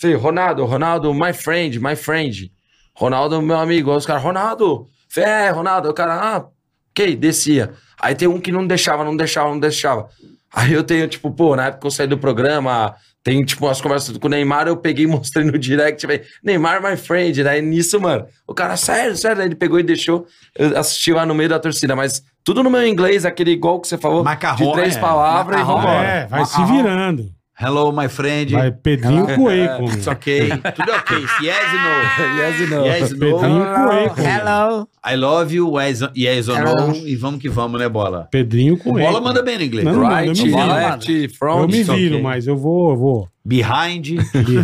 Speaker 6: Falei, Ronaldo, Ronaldo, my friend, my friend. Ronaldo, meu amigo. Aí os caras, Ronaldo. Falei, é, Ronaldo. Aí O cara, ah, ok, descia. Aí tem um que não deixava, não deixava, não deixava. Aí eu tenho, tipo, pô, na época que eu saí do programa, Tem, tipo, as conversas com o Neymar, eu peguei e mostrei no direct, velho. Neymar, my friend, né? E nisso, mano. O cara, sério, sério. Aí Ele pegou e deixou. Eu assisti lá no meio da torcida, mas tudo no meu inglês, aquele igual que você falou.
Speaker 5: Macarrão,
Speaker 6: de três
Speaker 5: é.
Speaker 6: palavras
Speaker 5: Macarrão,
Speaker 6: e vambora.
Speaker 4: É, vai se virando.
Speaker 5: Hello, my friend.
Speaker 4: Vai Pedrinho Coeco.
Speaker 5: It's ok. Tudo é ok. Yes e no.
Speaker 6: Yes e no.
Speaker 4: é
Speaker 5: Yes e no.
Speaker 4: Pedrinho
Speaker 7: Hello,
Speaker 4: Coeco.
Speaker 7: hello.
Speaker 5: I love you. Yes, yes or no. E vamos que vamos, né, Bola?
Speaker 4: Pedrinho Coelho.
Speaker 5: Bola manda bem no inglês.
Speaker 4: Não, não, eu me
Speaker 6: Right,
Speaker 4: viro.
Speaker 6: left, front.
Speaker 4: Eu me
Speaker 6: it's
Speaker 4: viro,
Speaker 6: okay.
Speaker 4: mas eu vou, eu vou.
Speaker 5: Behind.
Speaker 4: Behind,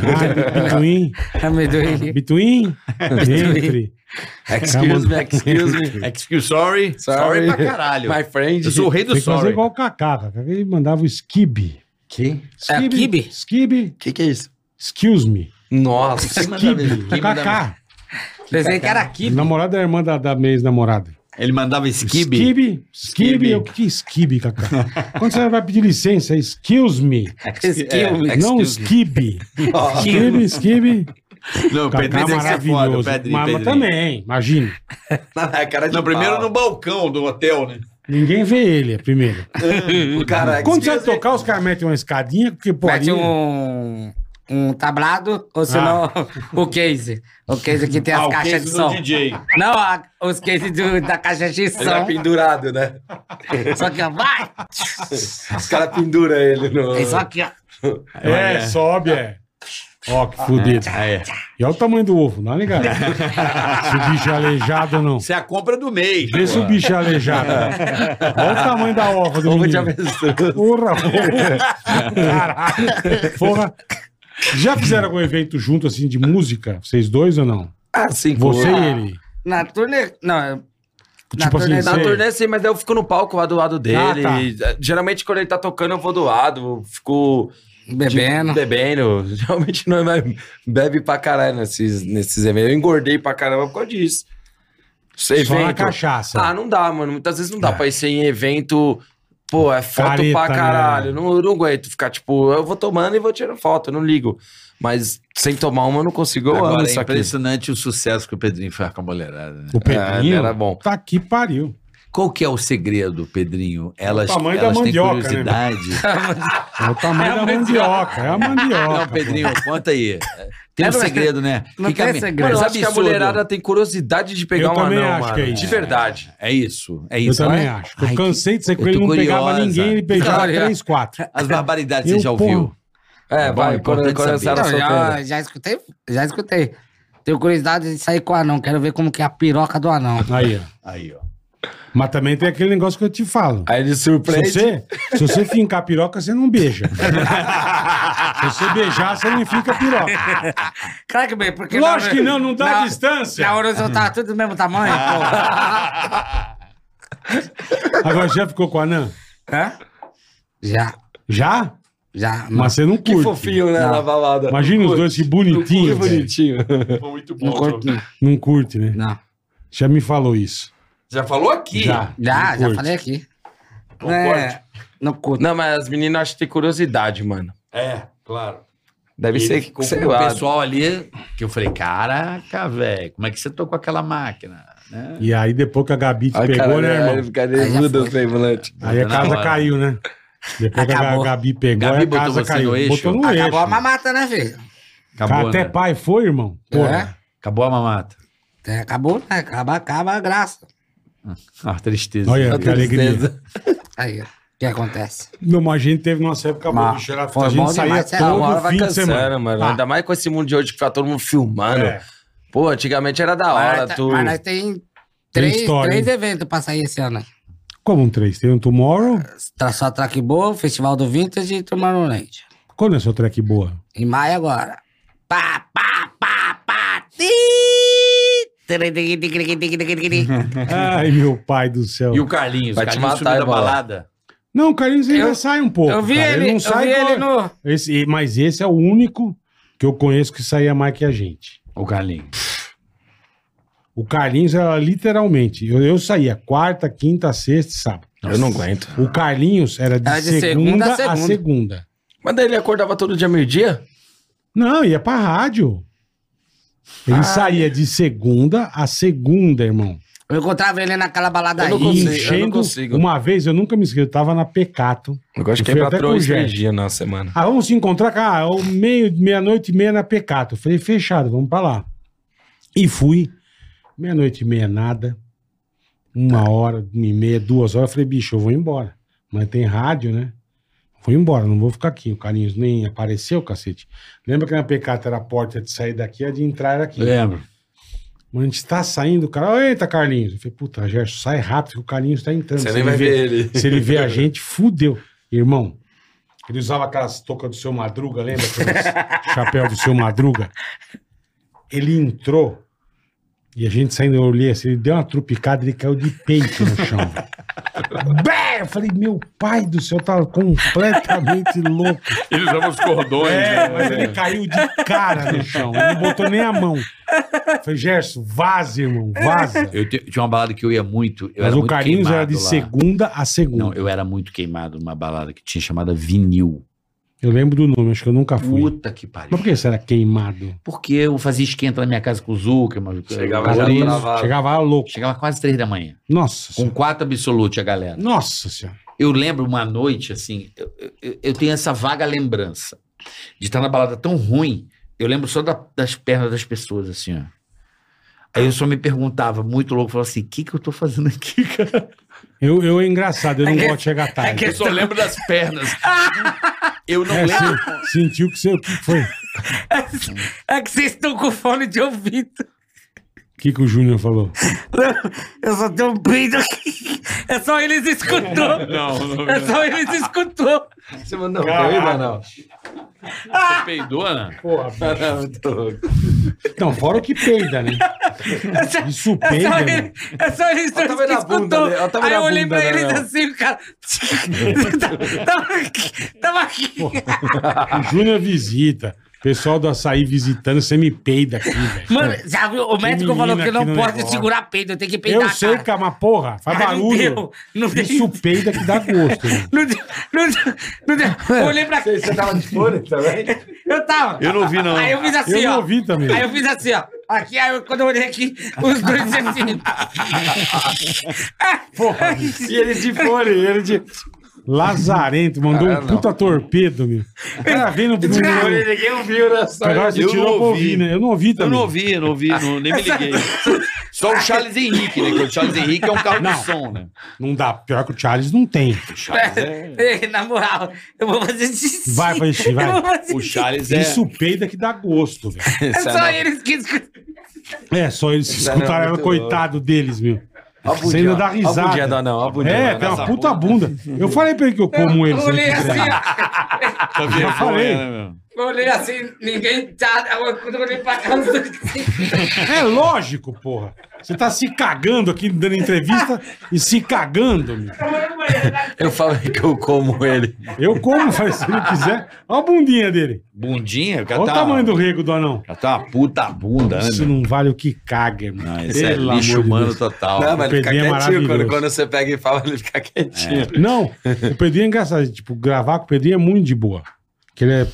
Speaker 4: between,
Speaker 7: Amendoim.
Speaker 4: between, entre.
Speaker 6: Excuse me, excuse me.
Speaker 5: Excuse sorry. Sorry,
Speaker 6: Sorry.
Speaker 5: pra caralho.
Speaker 6: My friend.
Speaker 5: Eu sou o rei
Speaker 4: Tem
Speaker 5: do
Speaker 4: que fazer
Speaker 5: sorry.
Speaker 4: igual o Kaká, Kaká. Ele mandava o skib.
Speaker 6: Que?
Speaker 7: É, kibe?
Speaker 4: Skib,
Speaker 6: Que que é isso?
Speaker 4: excuse me.
Speaker 6: Nossa.
Speaker 5: Quem mandava-
Speaker 4: Skib,
Speaker 5: quem
Speaker 4: o
Speaker 5: mandava-
Speaker 4: Kaká.
Speaker 7: Pensei que era kibe.
Speaker 4: Namorada da irmã da, da minha ex-namorada.
Speaker 5: Ele mandava skib.
Speaker 4: Skib, skib, eu- que skib, Kaká? Quando você vai pedir licença, é excuse me.
Speaker 6: É.
Speaker 7: Skill.
Speaker 4: Não
Speaker 5: É, excuse me.
Speaker 4: skib. Skib, skib.
Speaker 5: Não, o
Speaker 4: Kaká
Speaker 5: Pedrinho tem que ser foda. o
Speaker 4: maravilhoso.
Speaker 5: Pedrinho,
Speaker 4: Mas mas
Speaker 5: Pedrinho.
Speaker 4: também, imagina.
Speaker 6: A é cara de
Speaker 5: Não, primeiro
Speaker 6: pau.
Speaker 5: no balcão do hotel, né?
Speaker 4: Ninguém vê ele, é primeiro.
Speaker 6: O cara,
Speaker 4: Quando você vai
Speaker 6: excuse me.
Speaker 4: tocar, os caras metem uma escadinha, porque pô,
Speaker 7: Mete
Speaker 4: ali-
Speaker 7: um, um tablado, ou senão o case. O case que tem as
Speaker 5: Ah, o
Speaker 7: caixas
Speaker 5: case
Speaker 7: de
Speaker 5: do
Speaker 7: som.
Speaker 5: DJ.
Speaker 7: Não, a- os cases do- da caixa de
Speaker 6: Ele é
Speaker 7: som.
Speaker 6: pendurado, né?
Speaker 7: Só que ó, vai!
Speaker 6: Os caras penduram ele no...
Speaker 7: É só que ó.
Speaker 4: É, sobe, é. Ó, que fudido.
Speaker 5: é.
Speaker 4: E olha o tamanho do ovo, não é ligado? Se o bicho é aleijado ou não.
Speaker 5: Isso é a compra do mês.
Speaker 4: Vê se o bicho é aleijado. né? Olha o tamanho da ova do
Speaker 6: Ovo de
Speaker 4: menino.
Speaker 6: avestruz.
Speaker 4: Porra, porra. Caralho. Porra. Já fizeram algum evento junto, assim, de música? Vocês dois ou não?
Speaker 6: Ah, sim.
Speaker 4: Você
Speaker 6: pô.
Speaker 4: e ele.
Speaker 7: Na turnê. Não, eu- na
Speaker 4: Tipo assim,
Speaker 7: turnê
Speaker 6: Na
Speaker 4: Sei.
Speaker 6: turnê, sim, mas daí eu fico no palco lá do lado dele.
Speaker 4: Ah,
Speaker 6: Geralmente, quando ele tá tocando, eu vou do lado. Fico tipo,
Speaker 7: bebendo.
Speaker 6: bebendo. Geralmente, não é, bebe pra caralho nesses, nesses eventos. Eu engordei pra caramba por causa disso. Esse
Speaker 4: Só na
Speaker 6: evento.
Speaker 4: cachaça.
Speaker 6: Ah, não dá, mano. Muitas vezes não dá pra ir sem evento. Pô, é foto
Speaker 4: É. Careta,
Speaker 6: pra
Speaker 4: né?
Speaker 6: caralho. Não, eu não aguento ficar, tipo, eu vou tomando e vou tirando foto, eu não ligo. Mas sem tomar uma eu não consigo. Eu amo
Speaker 5: Agora,
Speaker 6: isso
Speaker 5: é
Speaker 6: aqui.
Speaker 5: impressionante o sucesso que o Pedrinho faz com a mulherada. né?
Speaker 4: O Pedrinho.
Speaker 6: Ah, era bom.
Speaker 4: Tá que pariu.
Speaker 5: Qual que é o segredo, Pedrinho? Elas,
Speaker 4: O tamanho da
Speaker 5: elas têm
Speaker 4: mandioca, né?
Speaker 5: curiosidade.
Speaker 4: É o tamanho da mandioca. É a mandioca.
Speaker 5: Não, Pedrinho, conta aí. Tem
Speaker 7: É,
Speaker 5: um
Speaker 7: não é-
Speaker 5: segredo, né?
Speaker 7: não tem
Speaker 5: me-
Speaker 7: segredo.
Speaker 5: Mano,
Speaker 6: Mano, eu
Speaker 5: é
Speaker 6: acho que a
Speaker 5: absurdo.
Speaker 6: mulherada tem curiosidade de pegar
Speaker 4: Eu
Speaker 6: um
Speaker 4: também
Speaker 6: anão,
Speaker 4: acho
Speaker 6: mano.
Speaker 4: que é isso.
Speaker 6: De verdade.
Speaker 5: É isso, é
Speaker 4: Eu
Speaker 5: isso.
Speaker 4: também
Speaker 5: né?
Speaker 4: acho. Eu
Speaker 5: Ai, que-
Speaker 4: cansei de ser com
Speaker 5: eu
Speaker 4: ele,
Speaker 5: tô
Speaker 4: não pegava
Speaker 5: curiosa.
Speaker 4: ninguém, ele beijava três, quatro.
Speaker 5: As barbaridades
Speaker 4: Eu,
Speaker 5: você já ouviu.
Speaker 4: porra.
Speaker 6: É, vai,
Speaker 5: é
Speaker 6: quando,
Speaker 5: importante
Speaker 6: quando essa
Speaker 5: saber.
Speaker 6: era
Speaker 7: Não,
Speaker 6: solteira.
Speaker 7: já, já escutei. Já escutei. Tenho curiosidade de sair com o anão. Quero ver como que é a piroca do anão.
Speaker 4: Aí, ó.
Speaker 5: Aí, ó.
Speaker 4: Mas também tem aquele negócio que eu te falo.
Speaker 6: Aí ele
Speaker 4: Se
Speaker 6: surpreende.
Speaker 4: você, se você fincar a piroca, você não beija. se você beijar, você não fica a piroca.
Speaker 7: Claro que bem, porque.
Speaker 4: Lógico que não, não dá distância.
Speaker 7: Na horizontal, tudo do mesmo tamanho, pô.
Speaker 4: Agora, já ficou com a anã?
Speaker 7: Hã? Já.
Speaker 4: Já?
Speaker 7: Já.
Speaker 4: Mas você não curte.
Speaker 6: Que fofinho, né? Na balada.
Speaker 4: Imagina os dois, que
Speaker 6: Que
Speaker 4: bonitinho. velho.
Speaker 6: bonitinho.
Speaker 7: Não curto,
Speaker 4: Não curte, né?
Speaker 7: não.
Speaker 4: Já me falou isso.
Speaker 6: Já falou aqui.
Speaker 4: Já.
Speaker 7: Já,
Speaker 4: Não
Speaker 7: já
Speaker 4: curte.
Speaker 7: falei aqui. Não é, não curto.
Speaker 6: Não, mas as meninas acho que tem curiosidade, mano.
Speaker 5: É, claro.
Speaker 6: Deve
Speaker 5: Ele
Speaker 6: ser,
Speaker 5: ficou
Speaker 6: sei
Speaker 5: com o
Speaker 6: lá.
Speaker 5: pessoal ali que eu falei, caraca, velho, como é que você tocou aquela máquina? Né?
Speaker 4: E aí, depois que a Gabi te
Speaker 6: Ai,
Speaker 4: pegou,
Speaker 6: caralho, é
Speaker 4: né,
Speaker 6: Aí
Speaker 4: irmão?
Speaker 6: fica nervudo o semblante.
Speaker 4: Aí a
Speaker 5: Na
Speaker 4: casa
Speaker 5: hora.
Speaker 4: caiu, né? Depois
Speaker 7: Acabou.
Speaker 4: que a Gabi pegou,
Speaker 5: Gabi
Speaker 4: a
Speaker 5: botou
Speaker 4: casa
Speaker 5: você
Speaker 4: caiu.
Speaker 5: no eixo?
Speaker 4: Botou no eixo.
Speaker 7: Acabou a mamata, né, filho?
Speaker 5: Acabou,
Speaker 4: Até
Speaker 5: né?
Speaker 4: pai foi, irmão? Porra.
Speaker 7: É?
Speaker 5: Acabou a mamata.
Speaker 7: É, acabou, né? Acaba, acaba a graça.
Speaker 5: Ah, tristeza.
Speaker 7: é
Speaker 4: Olha que alegria.
Speaker 6: Tristeza.
Speaker 7: Aí, ó. o que acontece?
Speaker 4: Não, mas a gente teve nossa época boa,
Speaker 7: Mas
Speaker 4: bicho. Era,
Speaker 7: foi
Speaker 4: a gente
Speaker 7: bom
Speaker 4: saía
Speaker 7: demais,
Speaker 4: todo
Speaker 7: sei lá,
Speaker 6: Uma hora vai
Speaker 4: fim de semana.
Speaker 6: cansando, mano.
Speaker 4: Ah,
Speaker 6: Ainda tá mais com esse mundo de hoje que fica todo mundo filmando.
Speaker 4: é.
Speaker 6: Pô, antigamente era da
Speaker 7: mas,
Speaker 6: hora,
Speaker 7: nós te-
Speaker 6: tu.
Speaker 7: mas nós tem três,
Speaker 4: história,
Speaker 7: três
Speaker 4: hein?
Speaker 7: eventos pra sair esse ano.
Speaker 4: Como um 3? Tem um Tomorrow?
Speaker 7: Tá só track boa, Festival do Vintage e Tomando Lente.
Speaker 4: Quando é sua track boa?
Speaker 7: Em maio agora. Pá, pá, pá, pá. ti. É.
Speaker 4: Ai, meu pai do céu.
Speaker 5: E o Carlinhos?
Speaker 6: Vai te
Speaker 5: Carlinhos
Speaker 6: matar,
Speaker 5: sumiu da
Speaker 6: hein, Bola?
Speaker 5: balada.
Speaker 4: Não, o Carlinhos ainda
Speaker 7: Eu-
Speaker 4: sai um pouco.
Speaker 7: Eu vi
Speaker 4: cara.
Speaker 7: ele,
Speaker 4: não
Speaker 7: eu
Speaker 4: sai
Speaker 7: vi ele
Speaker 4: igual-
Speaker 7: no.
Speaker 4: Esse- Mas esse é o único que eu conheço que saía mais que a gente.
Speaker 5: O Carlinhos.
Speaker 4: O Carlinhos era literalmente. Eu, eu saía quarta, quinta, sexta e sábado.
Speaker 6: Eu não aguento.
Speaker 4: O Carlinhos era de,
Speaker 7: Era de
Speaker 4: segunda,
Speaker 7: segunda a
Speaker 4: a
Speaker 7: segunda.
Speaker 4: segunda.
Speaker 6: Mas daí ele acordava todo dia meio-dia?
Speaker 4: Não, ia
Speaker 6: Ah.
Speaker 4: pra rádio. Ele saía de segunda a segunda, irmão.
Speaker 7: Eu encontrava ele naquela balada
Speaker 6: Eu
Speaker 7: aí.
Speaker 6: não consigo, eu não
Speaker 4: Enchendo.
Speaker 6: consigo.
Speaker 4: Uma vez, eu nunca me esqueci, eu tava na Pecato.
Speaker 6: Eu gosto de
Speaker 4: Eu fui
Speaker 6: quebrar
Speaker 4: até com
Speaker 6: três
Speaker 4: o Jé.
Speaker 6: três dias na semana.
Speaker 4: Ah, vamos se encontrar cá, ao meio, meia-noite e meia na Pecato. Eu falei, fechado, vamos pra lá. E fui. Meia-noite e meia nada. Uma hora, uma e meia, duas horas. Eu falei, bicho, eu vou embora. Mas tem rádio, né? Vou embora, não vou ficar aqui. O Carlinhos nem apareceu, cacete. Lembra que na Pecato era a porta de sair daqui, a de entrar era
Speaker 6: É.
Speaker 4: aqui.
Speaker 8: Lembro.
Speaker 4: Mas a gente tá saindo, o cara. Eita, Carlinhos. Eu falei, puta, Gerson, sai rápido que o Carlinhos tá entrando.
Speaker 6: Você
Speaker 4: Se
Speaker 6: nem
Speaker 4: ele
Speaker 6: vai
Speaker 4: vê-
Speaker 6: ver ele.
Speaker 4: se ele vê a gente, fudeu. Irmão, ele usava aquelas toucas do seu Madruga, lembra? Aqueles chapéu do seu Madruga. Ele entrou e a gente saindo, eu olhei assim, ele deu uma trupicada, ele caiu de peito no chão. velho. Bé! Eu falei, meu pai do céu, tá completamente louco.
Speaker 8: Eles usam os cordões.
Speaker 4: É,
Speaker 8: né?
Speaker 4: mas ele caiu de cara no chão, ele não botou nem a mão. Eu falei, Gerson, vaza, irmão, vaza.
Speaker 8: Eu te- tinha uma balada que eu ia muito. Eu
Speaker 4: Mas
Speaker 8: era
Speaker 4: o
Speaker 8: muito
Speaker 4: Carlinhos era
Speaker 8: queimado
Speaker 4: de
Speaker 8: lá.
Speaker 4: segunda a segunda.
Speaker 8: Não, eu era muito queimado numa balada que tinha chamada Vinil.
Speaker 4: Eu lembro do nome, acho que eu nunca fui.
Speaker 8: Puta que pariu.
Speaker 4: Mas por que isso era queimado?
Speaker 8: Porque eu fazia esquenta na minha casa com o Zucker, mas
Speaker 6: Chegava
Speaker 8: mas
Speaker 6: já
Speaker 8: era um-
Speaker 6: travado.
Speaker 4: Chegava lá louco.
Speaker 8: Chegava quase três da manhã.
Speaker 4: Nossa
Speaker 8: Com
Speaker 4: senhora.
Speaker 8: quatro absolutos a galera.
Speaker 4: Nossa senhora.
Speaker 8: Eu lembro uma noite, assim, eu, eu- eu tenho essa vaga lembrança de estar na balada tão ruim, eu lembro só da- das pernas das pessoas, assim, ó. Aí eu só me perguntava, muito louco, falava assim, o que que eu tô fazendo aqui, cara?
Speaker 4: Eu, eu é engraçado, eu não
Speaker 7: É que-
Speaker 4: gosto de chegar tarde.
Speaker 8: Eu só lembro das pernas. Eu não
Speaker 4: É,
Speaker 8: lembro.
Speaker 4: você sentiu que você. O que foi? O
Speaker 7: É que vocês estão com fone um de ouvido.
Speaker 4: que, que o Júnior falou?
Speaker 7: Eu só tenho um peido aqui. É só eles escutou. Não, não. É só eles escutou.
Speaker 6: Você mandou um doida, não?
Speaker 8: Você peidou, né?
Speaker 4: Porra,
Speaker 6: é Tô-
Speaker 4: Não, fora o que peida, né? Isso
Speaker 7: É
Speaker 4: peida, né?
Speaker 7: só,
Speaker 4: mano.
Speaker 7: ele, é só eles
Speaker 6: Ó,
Speaker 7: dois
Speaker 6: tá vendo
Speaker 7: que
Speaker 6: a bunda
Speaker 7: escutou.
Speaker 6: dele? Ó, tá vendo
Speaker 7: Aí eu
Speaker 6: a
Speaker 7: olhei
Speaker 6: bunda
Speaker 7: pra eles
Speaker 6: dela?
Speaker 7: assim, o cara. tava aqui, tava aqui.
Speaker 4: O Júnior visita. O pessoal do açaí visitando, você me peida aqui, velho.
Speaker 7: Mano, já viu? O médico
Speaker 4: menina
Speaker 7: falou que
Speaker 4: aqui
Speaker 7: não
Speaker 4: no
Speaker 7: pode
Speaker 4: negócio.
Speaker 7: segurar peido, eu tenho que peidar.
Speaker 4: Eu sei,
Speaker 7: cara.
Speaker 4: cara, mas porra, faz
Speaker 7: Mas não
Speaker 4: barulho.
Speaker 7: deu, não deu.
Speaker 4: Isso peida que dá gosto. né?
Speaker 7: Não deu, não deu, não deu. Eu olhei pra cá.
Speaker 6: Você tava de folha também?
Speaker 7: Eu tava. Eu não vi, não. Aí eu fiz assim,
Speaker 4: Eu
Speaker 7: ó.
Speaker 4: não vi também.
Speaker 7: Aí eu fiz assim, ó. Aqui, aí eu- quando eu olhei aqui, os dois assim.
Speaker 4: Porra,
Speaker 6: E ele de folha, e ele de.
Speaker 4: Lazarento, mandou
Speaker 6: Caralho,
Speaker 4: um
Speaker 6: não.
Speaker 4: puta torpedo, meu. O cara rindo pro
Speaker 6: Olha, Ninguém né? viu nessa.
Speaker 4: Agora você
Speaker 5: Eu
Speaker 4: tirou
Speaker 5: não
Speaker 4: pra ouvir,
Speaker 5: ouvi.
Speaker 4: né? Eu não ouvi
Speaker 5: Eu
Speaker 4: também.
Speaker 5: não ouvi, não ouvi, não- nem me liguei. Só o Charles Henrique, né? Que o Charles Henrique é um carro de som, né?
Speaker 4: Não dá. Pior que o Charles não tem.
Speaker 7: Ei, É, na moral, eu vou fazer
Speaker 5: É,
Speaker 7: xixi.
Speaker 4: Vai fazer xixi, vai.
Speaker 7: Eu vou fazer
Speaker 5: O
Speaker 7: xixi.
Speaker 5: Charles é.
Speaker 4: Isso peida que dá gosto, velho.
Speaker 7: É só eles que escutam.
Speaker 4: É, só eles se escutaram.
Speaker 6: muito
Speaker 4: coitado deles, meu.
Speaker 6: Ó a
Speaker 4: Você
Speaker 6: bundinha,
Speaker 4: ainda
Speaker 6: ó.
Speaker 4: dá
Speaker 6: Ó a
Speaker 4: risada.
Speaker 6: bundinha do anão, ó a bundinha
Speaker 4: é,
Speaker 6: do
Speaker 4: tem
Speaker 6: anão.
Speaker 4: uma puta bunda. Eu falei pra ele que eu como eles.
Speaker 7: Eu olhei
Speaker 4: né, que
Speaker 7: assim,
Speaker 4: tem.
Speaker 7: ó.
Speaker 5: Tá vergonha,
Speaker 4: falei.
Speaker 5: né, meu?
Speaker 7: Eu olhei assim, ninguém tá. Agora, Quando eu olhei pra cá, os dois assim.
Speaker 4: É lógico, porra. Você tá se cagando aqui, dando entrevista e se cagando, meu.
Speaker 6: Eu falo que eu como ele.
Speaker 4: Eu como, faz se ele quiser. Olha a bundinha dele.
Speaker 5: Bundinha, o cara
Speaker 4: Olha o
Speaker 5: tá.
Speaker 4: tamanho do rego do anão.
Speaker 5: Já tá uma puta bunda, né?
Speaker 4: Isso
Speaker 5: meu?
Speaker 4: não vale o que caga, irmão.
Speaker 5: Não, esse é
Speaker 4: Pelo
Speaker 5: lixo
Speaker 4: amor de
Speaker 5: humano
Speaker 4: Deus.
Speaker 5: total.
Speaker 6: Não, mas ele
Speaker 4: Pedrinho
Speaker 6: fica
Speaker 4: é
Speaker 6: quietinho. Quando,
Speaker 4: maravilhoso.
Speaker 6: quando você pega e fala, ele fica quietinho.
Speaker 4: Não, o Pedrinho é engraçado. Tipo, gravar com o Pedrinho é muito de boa. Que ele é...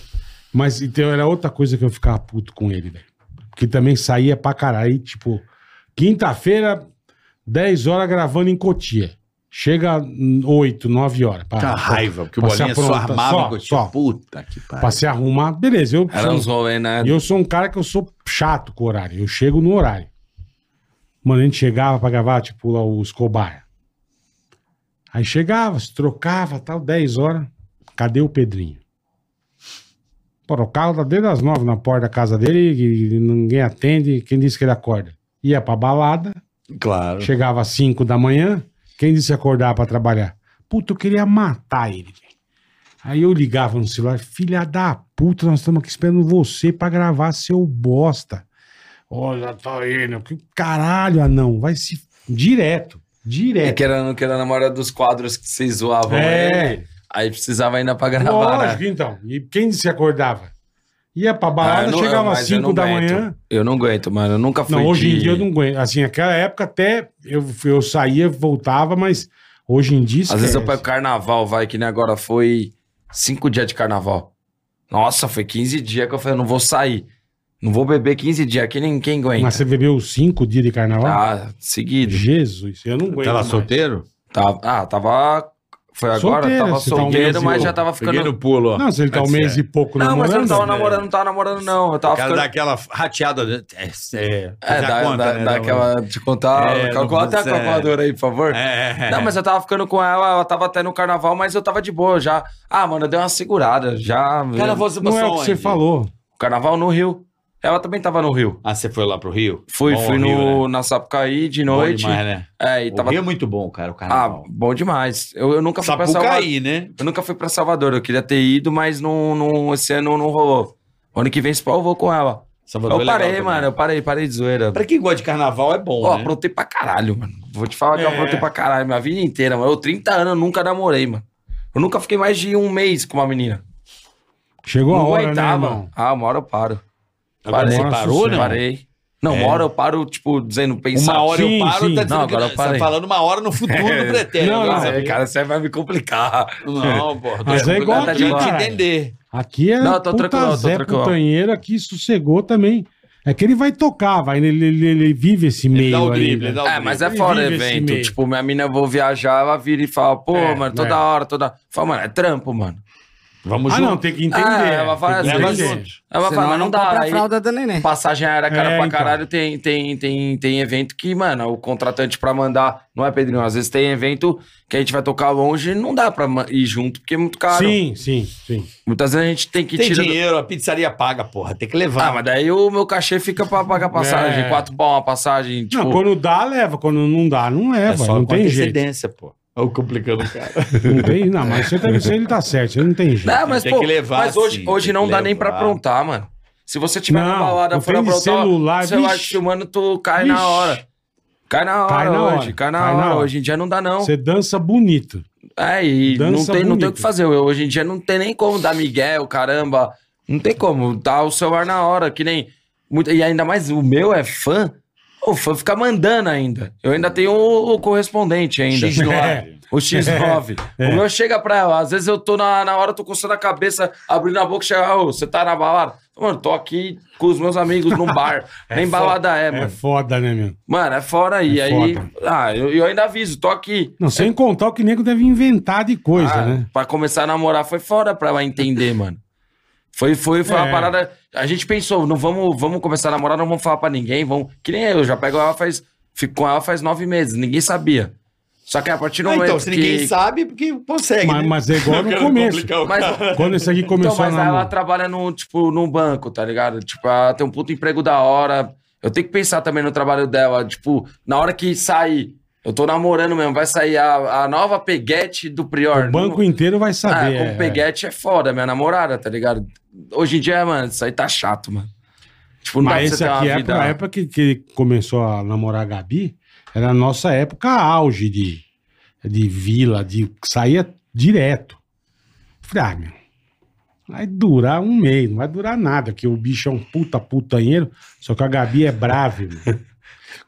Speaker 4: Mas então era outra coisa que eu ficava puto com ele, velho. Porque também saía pra caralho. Tipo, quinta-feira, 10 horas gravando em Cotia. Chega hum, 8, 9 horas. Pra,
Speaker 5: Tá raiva, porque o
Speaker 4: pra se
Speaker 5: Bolinha só
Speaker 4: aprontar,
Speaker 5: armava
Speaker 4: só,
Speaker 5: com o tio.
Speaker 4: só.
Speaker 5: Puta que pariu.
Speaker 4: pra se arrumar. Beleza, eu
Speaker 6: Era
Speaker 4: sou-
Speaker 6: um zoom, hein, né?
Speaker 4: E eu sou um cara que eu sou chato com o horário. Eu chego no horário. Mano, a gente chegava pra gravar, tipo, lá o Escobar. Aí chegava, se trocava, tal, 10 horas. Cadê o Pedrinho? Pô, o carro tá desde as 9 na porta da casa dele e, e ninguém atende. Quem disse que ele acorda? Ia pra balada,
Speaker 5: Claro.
Speaker 4: chegava às 5 da manhã. Quem disse acordar pra trabalhar? Puta, eu queria matar ele. velho. Aí eu ligava no celular, filha da puta, nós estamos aqui esperando você pra gravar seu bosta. Olha, tá indo. Que caralho, anão. Vai se. Direto.
Speaker 6: É
Speaker 4: Direto.
Speaker 6: que era, que era na maioria dos quadros que vocês zoavam
Speaker 4: É.
Speaker 6: ele. Aí precisava ainda pra gravar, né?
Speaker 4: Lógico, então. E quem disse acordava? Ia pra
Speaker 6: Ah,
Speaker 4: balada,
Speaker 6: eu não- eu-
Speaker 4: chegava às
Speaker 6: mas eu
Speaker 4: 5
Speaker 6: não
Speaker 4: da
Speaker 6: aguento.
Speaker 4: manhã.
Speaker 6: Eu não aguento, mano. Eu nunca fui
Speaker 4: Não, hoje
Speaker 6: de-
Speaker 4: em dia eu não aguento. Assim, naquela época até eu, eu saía, voltava, mas hoje em dia.
Speaker 6: Às vezes eu
Speaker 4: esquece.
Speaker 6: pego carnaval, vai, que nem agora foi cinco dias de carnaval. Nossa, foi 15 dias que eu falei, não vou sair. Não vou beber 15 dias, aqui ninguém aguenta.
Speaker 4: Mas você bebeu cinco dias de carnaval?
Speaker 6: Tá, seguido.
Speaker 4: Jesus, eu não aguento.
Speaker 8: Tava
Speaker 4: mais.
Speaker 8: solteiro?
Speaker 6: Tava, ah, tava. Foi agora,
Speaker 4: Solteira,
Speaker 6: tava
Speaker 4: você tá um
Speaker 6: solteiro,
Speaker 4: mês e
Speaker 6: mas
Speaker 4: pouco.
Speaker 6: já tava
Speaker 8: Peguei
Speaker 6: ficando.
Speaker 8: no pulo, ó.
Speaker 4: Não, se ele tá um
Speaker 8: Antes,
Speaker 4: mês
Speaker 8: é.
Speaker 4: e pouco
Speaker 6: Não, mas eu não
Speaker 4: namorando.
Speaker 6: tava namorando, não tava namorando, não. Eu tava
Speaker 8: O cara dá
Speaker 6: ficando.
Speaker 8: aquela rateada. né? É, é,
Speaker 6: É,
Speaker 8: já
Speaker 6: dá,
Speaker 8: conta,
Speaker 6: dá,
Speaker 8: né,
Speaker 6: dá
Speaker 8: não,
Speaker 6: aquela de contar.
Speaker 8: É,
Speaker 6: calcula
Speaker 8: não
Speaker 6: até a
Speaker 8: consegue.
Speaker 6: calculadora aí, por favor.
Speaker 8: É, é,
Speaker 6: Não, mas eu tava ficando com ela, ela tava até no carnaval, mas eu tava de boa já. Ah, mano, eu dei uma segurada. Já.
Speaker 8: Carnaval, você
Speaker 4: Não é
Speaker 8: passou
Speaker 4: o que você
Speaker 8: onde?
Speaker 4: falou.
Speaker 6: Carnaval no Rio. Ela também tava no Rio.
Speaker 8: Ah, você foi lá pro Rio?
Speaker 6: Fui,
Speaker 8: Bom
Speaker 6: fui
Speaker 8: Rio,
Speaker 6: no,
Speaker 8: né?
Speaker 6: na Sapucaí de
Speaker 8: Bom
Speaker 6: noite.
Speaker 8: demais, né?
Speaker 6: É, e
Speaker 8: O
Speaker 6: tava.
Speaker 8: Rio é muito bom, cara, o
Speaker 6: Ah,
Speaker 8: carnaval.
Speaker 6: bom demais. Eu, eu nunca fui pra Salvador.
Speaker 8: Sapucaí, né?
Speaker 6: Eu nunca fui pra Salvador. Eu queria ter ido, mas não, não, esse ano não rolou. Ano que vem, se pau, eu vou com ela.
Speaker 8: Salvador é
Speaker 6: eu
Speaker 8: legal
Speaker 6: parei,
Speaker 8: também.
Speaker 6: mano. Eu parei, parei de zoeira.
Speaker 8: Pra quem gosta de carnaval é bom,
Speaker 6: Ó,
Speaker 8: né?
Speaker 6: aprontei pra caralho, mano. Vou te falar que eu
Speaker 4: É.
Speaker 6: aprontei pra caralho minha vida inteira, mano. Eu, 30 anos, eu nunca namorei, mano. Eu nunca fiquei mais de um mês com uma menina.
Speaker 4: Chegou a
Speaker 6: não
Speaker 4: hora, né,
Speaker 6: aguentava.
Speaker 4: irmão?
Speaker 6: ah, uma hora eu paro.
Speaker 8: Agora
Speaker 6: parei.
Speaker 8: você parou, né?
Speaker 6: Parei. Não, uma hora eu paro, tipo, dizendo, pensar.
Speaker 8: Uma hora
Speaker 4: Sim,
Speaker 8: eu paro,
Speaker 4: sim.
Speaker 8: tá dizendo
Speaker 6: Não, agora
Speaker 8: que-
Speaker 6: eu
Speaker 8: você
Speaker 6: parei.
Speaker 8: tá falando uma hora no futuro, no pretérito.
Speaker 4: Não,
Speaker 8: Agora
Speaker 4: não,
Speaker 8: você-
Speaker 6: Ai, cara, você vai me complicar.
Speaker 8: Não, porra.
Speaker 4: Mas é igual
Speaker 6: tá
Speaker 4: aqui,
Speaker 6: de boa.
Speaker 8: Tem que
Speaker 4: cara.
Speaker 8: entender.
Speaker 4: Aqui é
Speaker 6: Não, eu tô
Speaker 4: puta
Speaker 6: tranquilo, eu tô
Speaker 4: Zé
Speaker 6: tranquilo.
Speaker 4: Putanheiro aqui sossegou também. É que ele vai tocar, vai. Ele, ele, ele vive esse meio
Speaker 8: Dá o
Speaker 4: aí,
Speaker 8: drible,
Speaker 4: né?
Speaker 8: dá o
Speaker 6: É,
Speaker 8: drible.
Speaker 6: mas é
Speaker 4: Ele
Speaker 6: fora
Speaker 4: vive esse
Speaker 6: evento.
Speaker 4: meio.
Speaker 6: Tipo, minha mina, eu vou viajar, ela vira e fala, pô,
Speaker 4: É,
Speaker 6: mano, toda
Speaker 4: é.
Speaker 6: hora, toda. Fala, mano, é trampo, mano.
Speaker 8: Vamos
Speaker 4: Ah,
Speaker 8: junto.
Speaker 4: não, tem que entender.
Speaker 6: Ah, ela vai
Speaker 4: tem que
Speaker 8: Leva
Speaker 4: entender.
Speaker 8: junto.
Speaker 6: Ela
Speaker 7: Senão
Speaker 6: fala,
Speaker 7: não
Speaker 6: não dá.
Speaker 7: compra a
Speaker 6: Aí,
Speaker 7: fralda do neném.
Speaker 6: Passagem era cara
Speaker 4: É,
Speaker 6: pra
Speaker 4: então.
Speaker 6: caralho. Tem, tem, tem, tem evento que, mano, o contratante pra mandar. Não é, Pedrinho? Às vezes tem evento que a gente vai tocar longe e não dá pra ma- ir junto, porque é muito caro.
Speaker 4: Sim, sim, sim.
Speaker 6: Muitas vezes a gente tem que
Speaker 8: Tem
Speaker 6: tirar. do-
Speaker 8: dinheiro, a pizzaria paga, porra. Tem que
Speaker 6: Ah,
Speaker 8: levar.
Speaker 6: mas daí o meu cachê fica pra pagar passagem.
Speaker 4: É.
Speaker 6: Quatro pau uma passagem. Tipo, é
Speaker 4: Não, quando dá, leva. Quando não dá, não
Speaker 8: É
Speaker 4: leva. É, não tem jeito.
Speaker 8: pô. Olha o complicando o cara.
Speaker 4: Não, tem, não, mas você, tá, você- ele tá certo, você não tem jeito.
Speaker 6: Não, mas,
Speaker 8: Tem
Speaker 6: pô,
Speaker 8: que levar,
Speaker 6: mas hoje,
Speaker 8: sim,
Speaker 6: hoje
Speaker 8: tem
Speaker 6: não
Speaker 8: que
Speaker 6: dá nem pra
Speaker 8: levar.
Speaker 6: aprontar, mano. Se você tiver
Speaker 4: Não,
Speaker 6: uma balada,
Speaker 4: não
Speaker 6: for
Speaker 4: tem de
Speaker 6: aprontar,
Speaker 4: celular,
Speaker 6: celular
Speaker 4: vixe.
Speaker 6: te filmando, tu cai
Speaker 4: Vixe.
Speaker 6: na hora. Cai na hora
Speaker 4: Cai na
Speaker 6: hoje,
Speaker 4: hora,
Speaker 6: cai na
Speaker 4: cai na
Speaker 6: hora.
Speaker 4: hora.
Speaker 6: Hoje em dia não dá, não.
Speaker 4: Você dança bonito.
Speaker 6: É, e não
Speaker 4: Dança
Speaker 6: tem, não tem o
Speaker 4: bonito.
Speaker 6: que fazer. Eu- hoje em dia não tem nem como dar Miguel, caramba. Não tem como. Dá o celular na hora, que nem. Muita, e ainda mais o meu é fã. O fã fica mandando ainda. Eu ainda tenho o, o correspondente ainda.
Speaker 4: É.
Speaker 6: O X9. O meu chega pra ela. Às vezes eu tô na, na hora, eu tô coçando a cabeça, abrindo a boca, chega, ô, você tá na balada? Mano, tô aqui com os meus amigos num bar. nem balada é,
Speaker 4: É
Speaker 6: mano.
Speaker 4: foda, né, meu?
Speaker 6: Mano, é fora aí.
Speaker 4: É
Speaker 6: aí,
Speaker 4: foda.
Speaker 6: ah, eu, eu ainda aviso, tô aqui.
Speaker 4: Não, sem contar o que nego deve inventar de coisa,
Speaker 6: Ah,
Speaker 4: né?
Speaker 6: Pra começar a namorar foi fora pra ela entender, mano. Foi, foi, foi
Speaker 4: É.
Speaker 6: uma parada. A gente pensou, não vamos, vamos começar a namorar, não vamos falar pra ninguém, vamos. Que nem eu, já pego ela faz. Fico com ela faz nove meses, ninguém sabia. Só que a partir do
Speaker 8: Ah,
Speaker 6: momento.
Speaker 8: então, se
Speaker 6: que...
Speaker 8: ninguém sabe, porque consegue.
Speaker 4: Mas,
Speaker 8: né?
Speaker 4: mas é igual
Speaker 8: Eu
Speaker 4: no
Speaker 8: quero
Speaker 4: começo.
Speaker 8: complicar o
Speaker 6: Mas-
Speaker 8: cara.
Speaker 4: Quando esse aqui
Speaker 6: Então,
Speaker 4: começou
Speaker 6: mas
Speaker 4: a
Speaker 6: ela
Speaker 4: namorar.
Speaker 6: trabalha no, tipo, num banco, tá ligado? Tipo, ela tem um puto emprego da hora. Eu tenho que pensar também no trabalho dela. Tipo, na hora que sair, eu tô namorando mesmo, vai sair a, a nova peguete do Prior.
Speaker 4: O banco inteiro vai saber.
Speaker 6: Ah,
Speaker 4: é,
Speaker 6: com peguete é foda, minha namorada, tá ligado? Hoje em dia, mano, isso aí tá chato, mano. Tipo, não
Speaker 4: Mas
Speaker 6: dá pra
Speaker 4: esse
Speaker 6: você ter uma
Speaker 4: aqui é
Speaker 6: vida...
Speaker 4: pra época que, que começou a namorar a Gabi, era a nossa época auge de, de vila, de saía direto. Falei, ah, meu, vai durar um mês, não vai durar nada, porque o bicho é um puta putanheiro, só que a Gabi é brava, irmão.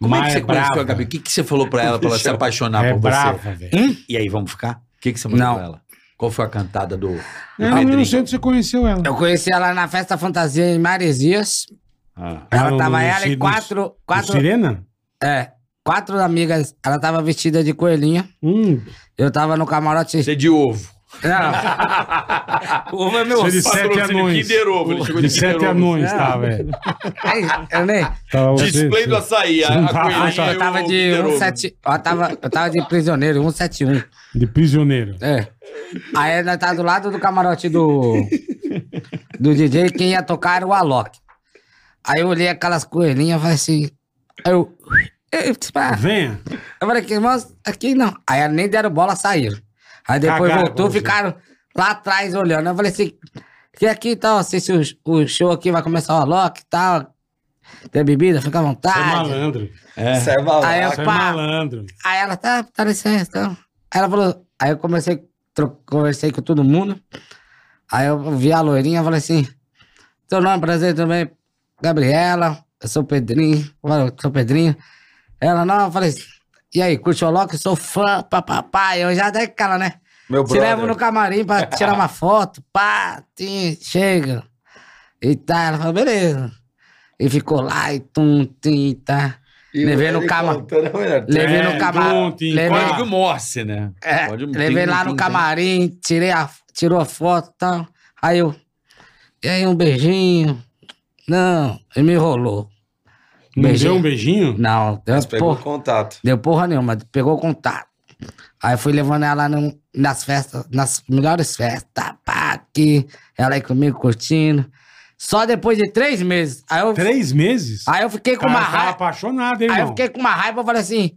Speaker 8: Como é que
Speaker 4: Mas
Speaker 8: você conheceu
Speaker 4: brava.
Speaker 8: a Gabi? O que, que você falou pra ela pra ela se apaixonar
Speaker 4: É
Speaker 8: por você?
Speaker 4: brava, velho.
Speaker 8: E aí, vamos ficar? O que, que você mandou
Speaker 7: Não.
Speaker 8: pra ela? Qual foi a cantada do, do
Speaker 4: Eu não- eu não sei onde você conheceu ela.
Speaker 7: Eu conheci ela na festa fantasia em Maresias.
Speaker 8: Ah.
Speaker 7: Ela
Speaker 4: no- no
Speaker 7: tava ela
Speaker 4: Ci-
Speaker 7: e
Speaker 4: no-
Speaker 7: quatro,
Speaker 4: Quatro...
Speaker 7: quatro,
Speaker 4: Sirena?
Speaker 7: é, quatro amigas. Ela tava vestida de coelhinha.
Speaker 4: Hum,
Speaker 7: Eu tava no camarote.
Speaker 8: Você é de ovo.
Speaker 7: Não,
Speaker 8: Ovo é
Speaker 4: você de sete
Speaker 8: patrocínio
Speaker 4: anões.
Speaker 8: Kinder Ovo, ele chegou
Speaker 4: De
Speaker 8: de
Speaker 4: sete
Speaker 8: Kinder Ovo.
Speaker 4: anões, tá, velho.
Speaker 7: aí, eu nem.
Speaker 4: Tá, você-
Speaker 8: Display do açaí. A,
Speaker 4: Não
Speaker 8: a
Speaker 4: tá
Speaker 8: coelhinha
Speaker 4: funcionando.
Speaker 8: e
Speaker 7: Eu
Speaker 8: o
Speaker 7: tava de
Speaker 4: um
Speaker 8: Kinder Ovo.
Speaker 7: 17. Eu tava, eu tava de prisioneiro, 171.
Speaker 4: De prisioneiro.
Speaker 7: É. Aí nós tá do lado do camarote do. Do DJ, quem ia tocar era o Alok. Aí eu olhei aquelas coelhinhas e falei assim. aí Eu. Eu, tipo, ah,
Speaker 4: Venha.
Speaker 7: eu falei, que irmãos, aqui não. Aí nem deram bola, saíram. Aí depois
Speaker 4: Cagaram
Speaker 7: voltou,
Speaker 4: com você.
Speaker 7: ficaram lá atrás olhando. Eu falei assim, que aqui e tal, se o, o show aqui vai começar o Alok e tal. Tem bebida, fica à
Speaker 4: Você é
Speaker 7: vontade.
Speaker 4: malandro.
Speaker 6: Isso é
Speaker 7: Aí
Speaker 6: balada.
Speaker 7: eu,
Speaker 4: Você é
Speaker 7: pá,
Speaker 4: malandro.
Speaker 7: Aí ela, tá, tá licença, então. Aí ela falou, aí eu comecei, tro- conversei com todo mundo. Aí eu vi a loirinha e falei assim, seu nome, prazer também, Gabriela, eu sou o Pedrinho, eu falei, sou o Pedrinho. Ela, não, eu falei, assim, e aí, curte o Loki? Sou fã, papapá, eu já dei aquela, né?
Speaker 6: Meu
Speaker 7: Te levo no
Speaker 6: brother.
Speaker 7: camarim pra tirar uma foto, pá, tim, chega. E tá, ela falou, beleza. E ficou lá e tum, tim, tá. Levei no cama.
Speaker 6: né?
Speaker 7: Levei
Speaker 4: É,
Speaker 7: no cama.
Speaker 4: tum, tim,
Speaker 7: Levei,
Speaker 4: pá.
Speaker 8: Morse, né?
Speaker 7: é,
Speaker 8: Pode-
Speaker 7: levei
Speaker 8: tem-
Speaker 7: lá
Speaker 8: tem-
Speaker 7: no
Speaker 8: tem-
Speaker 7: camarim, tirei a, tirou a foto e tal. Aí eu. E aí um beijinho. Não, ele me enrolou.
Speaker 4: Não deu
Speaker 7: Beijinho.
Speaker 4: um beijinho?
Speaker 7: Não, deu,
Speaker 6: Mas pegou
Speaker 7: porra,
Speaker 6: contato.
Speaker 7: deu porra nenhuma, pegou contato. Aí fui levando ela num- nas festas, nas melhores festas, pá, aqui, ela aí comigo curtindo. Só depois de três meses. Aí eu,
Speaker 4: Três meses?
Speaker 7: aí eu fiquei com uma
Speaker 4: Cara, tava
Speaker 7: raiva.
Speaker 4: apaixonado, hein,
Speaker 7: Aí eu
Speaker 4: irmão?
Speaker 7: fiquei com uma raiva e falei assim: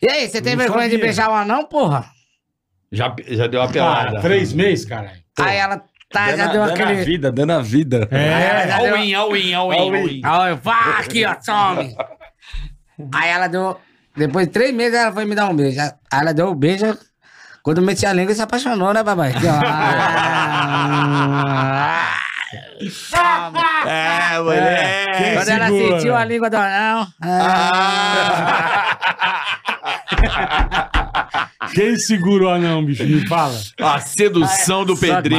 Speaker 7: E aí, você tem
Speaker 4: Não
Speaker 7: vergonha de
Speaker 4: sabia.
Speaker 7: beijar uma não, porra?
Speaker 8: Já, já deu uma pelada.
Speaker 4: Cara, Ah, três meses, caralho.
Speaker 7: Aí ela tá, já
Speaker 6: Dando-
Speaker 7: deu
Speaker 6: dando a
Speaker 7: aquele.
Speaker 6: vida, dando a vida.
Speaker 7: Aí
Speaker 4: É.
Speaker 7: ela já deu-
Speaker 8: All in, all in, all in, all in.
Speaker 7: Aí eu, vá aqui, ó, some. Aí ela deu. Depois de três meses ela foi me dar um beijo. Aí ela deu um beijo. Quando eu meti a língua, se apaixonou, né, babai? Aqui, ó. Ah.
Speaker 5: É,
Speaker 4: Quem
Speaker 7: Quando ela
Speaker 4: segura?
Speaker 7: sentiu a língua do anão. é. ah.
Speaker 4: Quem segurou a não, bicho? Me fala.
Speaker 8: A sedução do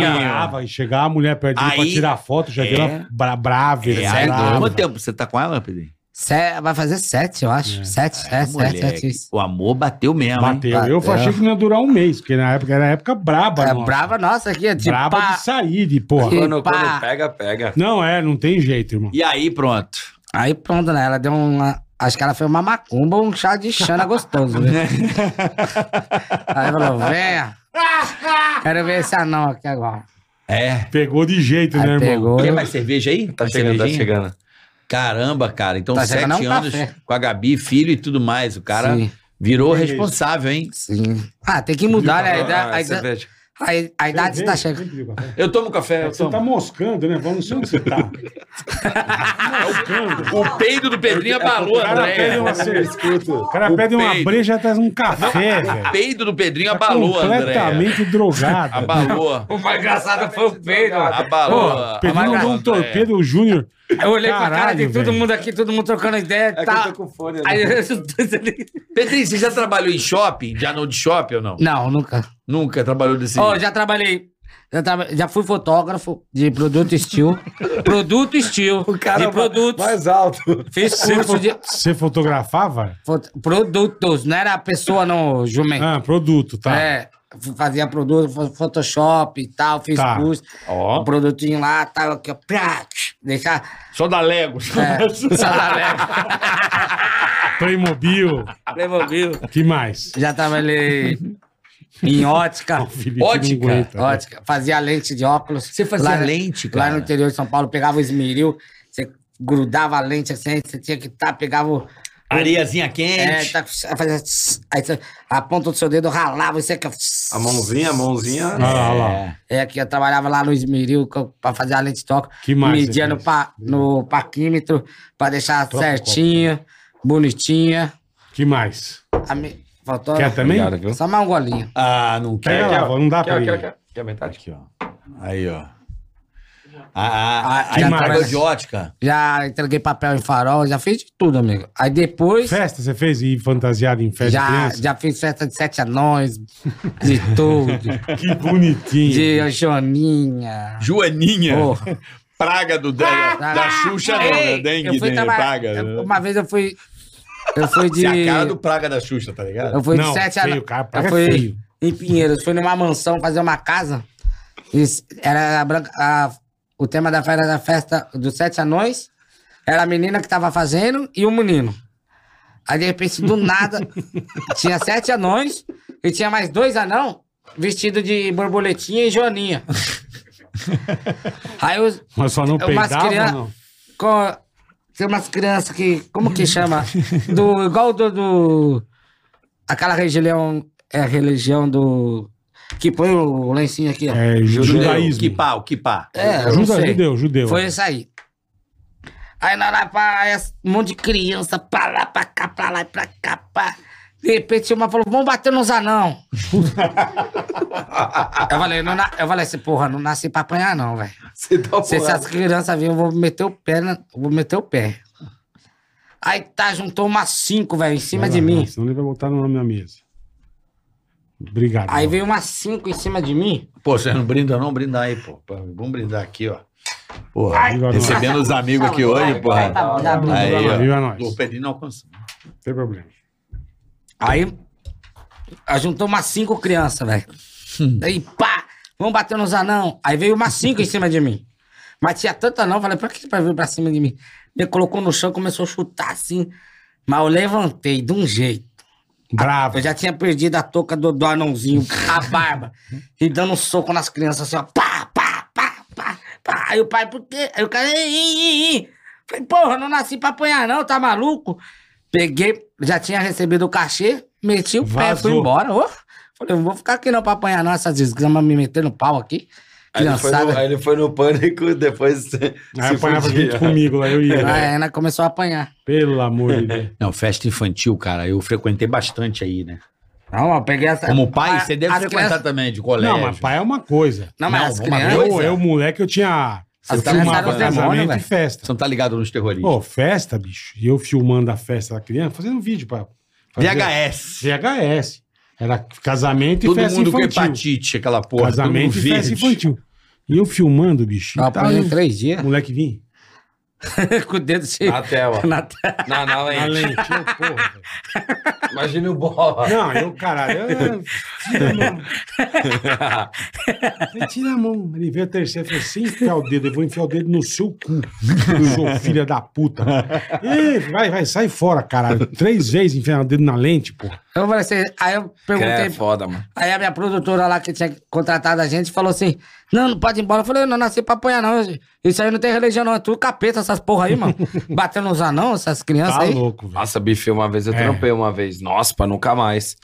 Speaker 4: Ah, vai chegar a mulher perto dele pra
Speaker 5: Aí-
Speaker 4: tirar foto, já deu uma bra brava, ele
Speaker 7: é
Speaker 4: brava.
Speaker 5: Quanto tempo você tá com ela, Pedrinho?
Speaker 7: Se- vai fazer sete, eu acho. Sete, sete, É, sete,
Speaker 5: Moleque,
Speaker 7: sete. isso.
Speaker 5: O amor bateu
Speaker 7: né,
Speaker 5: mesmo, hein?
Speaker 4: Bateu. Eu
Speaker 7: Bateu.
Speaker 4: achei que não ia durar um mês, porque na época era época braba,
Speaker 7: É
Speaker 4: nossa.
Speaker 7: brava nossa aqui, ó, de
Speaker 4: braba
Speaker 7: pá.
Speaker 4: de sair, de porra.
Speaker 7: E-
Speaker 6: Quando,
Speaker 7: pá.
Speaker 6: quando pega, pega.
Speaker 4: Não é, não tem jeito, irmão.
Speaker 5: E aí, pronto.
Speaker 7: Aí pronto, né? Ela deu uma. Acho que ela fez uma macumba ou um chá de chana gostoso, né? Aí falou, venha. Quero ver esse anão aqui agora.
Speaker 5: É.
Speaker 4: Pegou de jeito, né,
Speaker 7: Aí
Speaker 4: irmão?
Speaker 7: Ah, pegou.
Speaker 5: Quer
Speaker 7: eu-
Speaker 5: mais cerveja aí?
Speaker 6: Tá chegando, tá
Speaker 5: Cervejinha?
Speaker 6: chegando.
Speaker 5: Caramba, cara. Então,
Speaker 7: Tá chegando,
Speaker 5: sete
Speaker 7: é um
Speaker 5: anos
Speaker 7: café.
Speaker 5: com a Gabi, filho e tudo mais. O cara
Speaker 7: Sim,
Speaker 5: virou responsável, hein?
Speaker 7: sim. Ah, tem que mudar, né? A
Speaker 6: Ah,
Speaker 7: idade, a idade,
Speaker 6: cerveja.
Speaker 7: a a idade
Speaker 4: Vem,
Speaker 7: tá
Speaker 4: vem,
Speaker 7: chegando.
Speaker 4: vem, vem,
Speaker 5: Eu tomo café,
Speaker 4: É
Speaker 5: eu
Speaker 4: que você
Speaker 5: tomo.
Speaker 4: tá moscando, né? Vamos, não sei onde você tá.
Speaker 8: O peido do Pedrinho abalou,
Speaker 4: O cara pede
Speaker 8: André.
Speaker 4: uma cerveja. O cara pede uma
Speaker 8: peito.
Speaker 4: breja atrás de um café,
Speaker 8: O
Speaker 4: velho.
Speaker 8: peido do Pedrinho
Speaker 4: Tá
Speaker 8: abalou, André.
Speaker 4: completamente drogado.
Speaker 8: Abalou.
Speaker 6: O mais engraçado foi o Pedro.
Speaker 8: Abalou.
Speaker 4: Pedindo
Speaker 7: Amargado,
Speaker 4: um
Speaker 5: É.
Speaker 4: torpedo, o Júnior.
Speaker 7: Eu olhei pra cara de
Speaker 4: Caralho,
Speaker 7: todo
Speaker 4: velho.
Speaker 7: mundo aqui, todo mundo trocando ideia e tal.
Speaker 6: com fone.
Speaker 7: Aí eu...
Speaker 8: Pedrinho, você já trabalhou em shopping? Já não de shopping ou não?
Speaker 7: Não, nunca.
Speaker 8: Nunca trabalhou desse
Speaker 7: Ó, já trabalhei. Já, traba- já fui fotógrafo de produto estilo. produto estilo. de produtos.
Speaker 6: alto.
Speaker 7: Fiz
Speaker 4: Você
Speaker 7: curso
Speaker 4: fo-
Speaker 7: de
Speaker 4: Você fotografava?
Speaker 7: fot- produtos. Não era a pessoa, não, jumento.
Speaker 4: Ah, produto, tá.
Speaker 7: É. f- Fazia produto, fo- Photoshop e tal, fiz
Speaker 4: Tá.
Speaker 7: curso.
Speaker 8: Ó.
Speaker 7: Um produtinho lá, tal, aqui, ó. Plá, deixar.
Speaker 8: Só da Lego.
Speaker 7: É, salário,
Speaker 5: É.
Speaker 4: Playmobil.
Speaker 7: Playmobil.
Speaker 4: que mais?
Speaker 7: Já trabalhei em ótica.
Speaker 4: Felipe não
Speaker 8: Ótica.
Speaker 4: aguenta, né?
Speaker 7: Ótica. Fazia lente de óculos. Você
Speaker 5: fazia lente,
Speaker 7: Lá
Speaker 5: cara?
Speaker 7: no interior de São Paulo, pegava o esmeril, você grudava a lente assim, aí você tinha que tá, pegava o...
Speaker 5: Areiazinha
Speaker 7: É,
Speaker 5: quente.
Speaker 7: tá, fazia, tss, aí você, a ponta do seu dedo ralava, você... que- tss.
Speaker 6: A mãozinha, a mãozinha. tá
Speaker 4: Ah, lá, lá.
Speaker 7: É, que eu trabalhava lá no esmeril co- pra fazer a lente toca.
Speaker 4: Que mais você
Speaker 7: Media no,
Speaker 4: fez?
Speaker 7: pa, no parquímetro pra deixar certinha, bonitinha.
Speaker 4: Que mais?
Speaker 7: A me- Faltou...
Speaker 4: Quer também?
Speaker 6: Obrigado, viu?
Speaker 7: Só mais um golinho.
Speaker 5: Ah, não quer.
Speaker 4: Pega
Speaker 6: Quer,
Speaker 4: lá,
Speaker 6: ó.
Speaker 4: vó, não dá
Speaker 6: Quer,
Speaker 4: pra
Speaker 6: quer,
Speaker 4: ele.
Speaker 6: quer. Quer é metade?
Speaker 5: Aqui, ó. Aí, ó. Ah, ah,
Speaker 7: já
Speaker 5: aí
Speaker 4: mais?
Speaker 5: trabalhou de ótica.
Speaker 7: Já entreguei papel em farol, já fiz de tudo, amigo. Aí depois...
Speaker 4: Festa, você fez ir fantasiado em festa de
Speaker 7: Já,
Speaker 4: criança?
Speaker 7: já fiz festa de sete anões, de tudo,
Speaker 4: Que bonitinho.
Speaker 7: de Anjoninha.
Speaker 8: Joaninha.
Speaker 7: Porra.
Speaker 8: Praga do da, da, da Xuxa, não, né?
Speaker 7: Ei, eu
Speaker 8: Dengue,
Speaker 7: fui
Speaker 8: né?
Speaker 7: trabalhar-
Speaker 8: Praga.
Speaker 7: eu-
Speaker 8: né?
Speaker 7: Uma vez eu fui. Eu fui de.
Speaker 5: Você é a cara do Praga da Xuxa, tá ligado?
Speaker 7: Eu fui
Speaker 4: Não,
Speaker 7: de sete
Speaker 4: feio,
Speaker 7: anões.
Speaker 4: cara,
Speaker 7: Eu
Speaker 4: praga é
Speaker 7: fui
Speaker 4: feio.
Speaker 7: em Pinheiros, fui numa mansão fazer uma casa. E s- era a branca- a- o tema da festa, da festa dos sete anões. Era a menina que tava fazendo e o menino. Aí, de repente, do nada, tinha sete anões e tinha mais dois anão vestido de borboletinha e joaninha. Aí os,
Speaker 4: Mas só não
Speaker 7: umas
Speaker 4: peidava,
Speaker 7: crian-
Speaker 4: não?
Speaker 7: co- tem umas crianças que. Como que chama? Do, igual do, do. Aquela religião. É a religião do. Que põe o lencinho aqui, ó.
Speaker 4: É, judaísmo.
Speaker 5: Que pá, o que pá.
Speaker 7: É, eu não
Speaker 4: Juda-
Speaker 7: sei.
Speaker 4: judeu, judeu.
Speaker 7: Foi isso aí. Aí na hora, pá, aí um monte de criança pra lá, pra cá, pra lá, e pra cá, pá. De repente uma falou, vamos bater nos anão. eu, falei, não, na- eu falei assim, porra, não nasci pra apanhar não, velho.
Speaker 6: Você tá
Speaker 7: Se essas crianças virem, eu vou meter o pé, na- eu vou meter o pé. Aí tá, juntou umas cinco, velho, em cima
Speaker 4: Vai
Speaker 7: de
Speaker 4: lá,
Speaker 7: mim.
Speaker 4: não, Senão ele vai botar na minha mesa. Obrigado.
Speaker 7: Aí
Speaker 4: vó.
Speaker 7: veio umas cinco em cima de mim.
Speaker 5: Pô, vocês não brindam não? Brinda aí, pô. Vamos brindar aqui, ó. Porra,
Speaker 4: Viva nós.
Speaker 5: recebendo os amigos aqui hoje, porra.
Speaker 7: Tá bom, já abriu.
Speaker 5: Aí, ó.
Speaker 4: Viva nós.
Speaker 5: O Pedrinho não alcançou.
Speaker 4: Não tem problema.
Speaker 7: Aí, aí juntou umas cinco crianças, velho.
Speaker 4: Hum.
Speaker 7: Aí, pá, vamos bater nos anão. Aí veio umas cinco em cima de mim. Mas tinha tanto anão, falei, pra que pra vir pra cima de mim? Me colocou no chão, começou a chutar assim. Mas eu levantei de um jeito.
Speaker 4: Bravo.
Speaker 7: Eu já tinha perdido a touca do, do anãozinho, a barba. e dando um soco nas crianças assim, ó. Pá, pá, pá, pá, pá. Aí o pai, por quê? Aí o cara, ei, ei, ei, ei. Falei, porra, eu não nasci pra apanhar não, tá maluco? Peguei, já tinha recebido o cachê, meti o pé,
Speaker 4: Vazou.
Speaker 7: fui embora. Ô. Falei, não vou ficar aqui não pra apanhar não, essas desgramas me metendo pau aqui.
Speaker 6: Aí ele, foi no,
Speaker 7: Criançada.
Speaker 6: aí ele foi no pânico, depois. se-
Speaker 7: Ah,
Speaker 4: Aí
Speaker 6: se
Speaker 4: apanhava
Speaker 6: fudia.
Speaker 4: junto comigo lá, eu ia.
Speaker 7: A Ana começou a apanhar.
Speaker 4: Pelo amor de Deus.
Speaker 8: Não, festa infantil, cara, eu frequentei bastante aí, né?
Speaker 7: Não, eu peguei essa...
Speaker 8: Como pai, você deve
Speaker 7: Tá. as
Speaker 8: frequentar
Speaker 7: crianças-
Speaker 8: também, de colégio.
Speaker 4: Não, mas pai é uma coisa.
Speaker 7: Não, mas
Speaker 8: Não,
Speaker 7: as
Speaker 8: uma vez-
Speaker 7: crianças...
Speaker 4: Eu, eu, moleque, eu tinha.
Speaker 7: As
Speaker 4: Eu
Speaker 7: crianças
Speaker 4: filmava
Speaker 7: eram demônio,
Speaker 4: casamento e
Speaker 7: velho.
Speaker 4: festa.
Speaker 8: Você não tá ligado nos terroristas.
Speaker 4: Pô, festa, bicho. E eu filmando a festa da criança, fazendo vídeo pra. fazer-
Speaker 8: VHS.
Speaker 4: VHS. Era casamento e
Speaker 8: Todo
Speaker 4: festa
Speaker 8: mundo com
Speaker 4: infantil.
Speaker 8: hepatite, aquela porra. todo
Speaker 4: casamento
Speaker 8: mundo
Speaker 4: e festa
Speaker 8: verde.
Speaker 4: infantil. E eu filmando, bicho.
Speaker 7: Eu
Speaker 4: e tal, e
Speaker 6: Tá.
Speaker 7: apanhei
Speaker 4: o
Speaker 7: três dias
Speaker 4: Moleque vinha.
Speaker 7: com o dedo cheio
Speaker 6: Na tela.
Speaker 7: na tela.
Speaker 6: Na, na lente.
Speaker 4: Na lente, eu, porra, velho.
Speaker 6: Imagina o bola.
Speaker 4: Não, eu, caralho. eu- Tira a mão. Ele tira a mão. Ele veio a terceira e falou: assim, sem enfiar o dedo, eu vou enfiar o dedo no seu cu. Eu sou filha da puta. Ih, vai, vai, sai fora, caralho. Três vezes enfiar o dedo na lente, porra.
Speaker 7: Eu falei assim, aí eu perguntei
Speaker 6: É foda, mano.
Speaker 7: Aí a minha produtora lá que tinha contratado a gente falou assim: Não, não pode ir embora. Eu falei: Eu não nasci pra apanhar, não. Isso aí não tem religião, não. É tudo capeta, essas porra aí, mano. Batendo nos anão, essas crianças
Speaker 4: Tá
Speaker 7: aí.
Speaker 4: louco, velho.
Speaker 6: Nossa, bife, uma vez eu
Speaker 4: É.
Speaker 6: trampei uma vez. Nossa, pra nunca mais.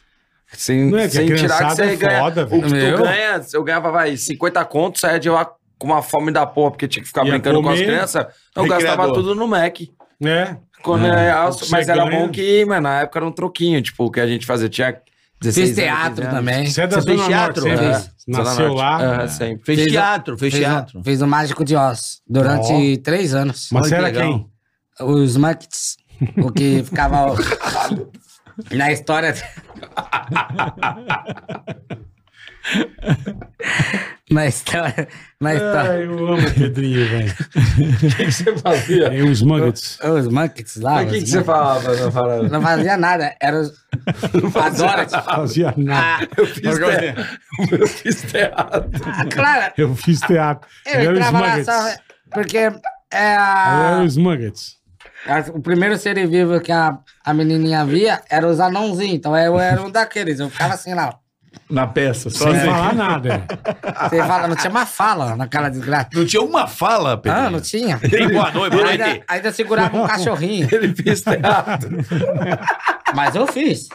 Speaker 6: Sem,
Speaker 4: Não é que a
Speaker 6: Ah, sem tirar que
Speaker 4: criançada
Speaker 6: você
Speaker 4: é
Speaker 6: ganha.
Speaker 4: foda,
Speaker 6: o que
Speaker 4: velho.
Speaker 6: tu
Speaker 7: Meu.
Speaker 6: ganha, eu ganhava, vai, 50 contos, saia de lá com uma fome da porra, porque tinha que ficar
Speaker 4: Ia
Speaker 6: brincando com as
Speaker 4: comer,
Speaker 6: crianças. Então, Eu
Speaker 5: recreador.
Speaker 6: gastava tudo no Mac.
Speaker 4: É.
Speaker 6: Quando é alto,
Speaker 4: Você
Speaker 6: mas era
Speaker 4: ganha.
Speaker 6: bom que, mano, na época era um troquinho, tipo, o que a gente fazia. Tinha 16
Speaker 7: Fiz teatro
Speaker 6: anos, 15 anos.
Speaker 7: também.
Speaker 4: Você é da
Speaker 5: Você fez
Speaker 4: Zona Norte,
Speaker 5: teatro?
Speaker 4: você
Speaker 5: É.
Speaker 4: fez- nasceu
Speaker 6: Zona
Speaker 4: lá. né?
Speaker 6: Norte. É, sempre.
Speaker 5: Fez
Speaker 7: Fez-
Speaker 5: teatro, fez
Speaker 7: Fiz,
Speaker 5: teatro.
Speaker 7: o- fiz o Mágico de Oz durante três anos.
Speaker 4: Mas você
Speaker 5: Olha
Speaker 4: era
Speaker 5: que legal.
Speaker 4: quem?
Speaker 6: é-
Speaker 7: Os Muckets, o que ficava. na história. na história. Na história.
Speaker 4: Ai, eu amo o Pedrinho, velho. um
Speaker 6: O que, que você fazia?
Speaker 4: E os Muggets.
Speaker 7: Os Muckets lá.
Speaker 6: O que,
Speaker 7: os
Speaker 6: que você falava na parada?
Speaker 7: Não fazia nada. Era os- a Dorothy.
Speaker 4: Fazia nada.
Speaker 7: Ah,
Speaker 6: Eu fiz, teatro. eu fiz teatro.
Speaker 7: ah, claro,
Speaker 4: Eu fiz teatro. Eu,
Speaker 7: eu
Speaker 4: era os
Speaker 7: entrava lá
Speaker 4: Muggets.
Speaker 7: só. Porque é
Speaker 4: Eu era
Speaker 7: a-
Speaker 4: os Muggets.
Speaker 7: a- o primeiro ser vivo que a, a menininha via era os anãozinhos. Então eu era um daqueles. Eu ficava assim lá.
Speaker 8: Na peça, só
Speaker 4: Sem
Speaker 8: assim.
Speaker 4: falar nada. né?
Speaker 7: Você fala, não tinha uma fala naquela desgraça.
Speaker 5: Não tinha uma fala, Pedrinho.
Speaker 7: Ah, não tinha.
Speaker 5: Tem boa noite, boa
Speaker 7: Ainda,
Speaker 5: noite.
Speaker 7: ainda eu segurava um cachorrinho.
Speaker 6: Ele fez teatro.
Speaker 7: Mas eu fiz.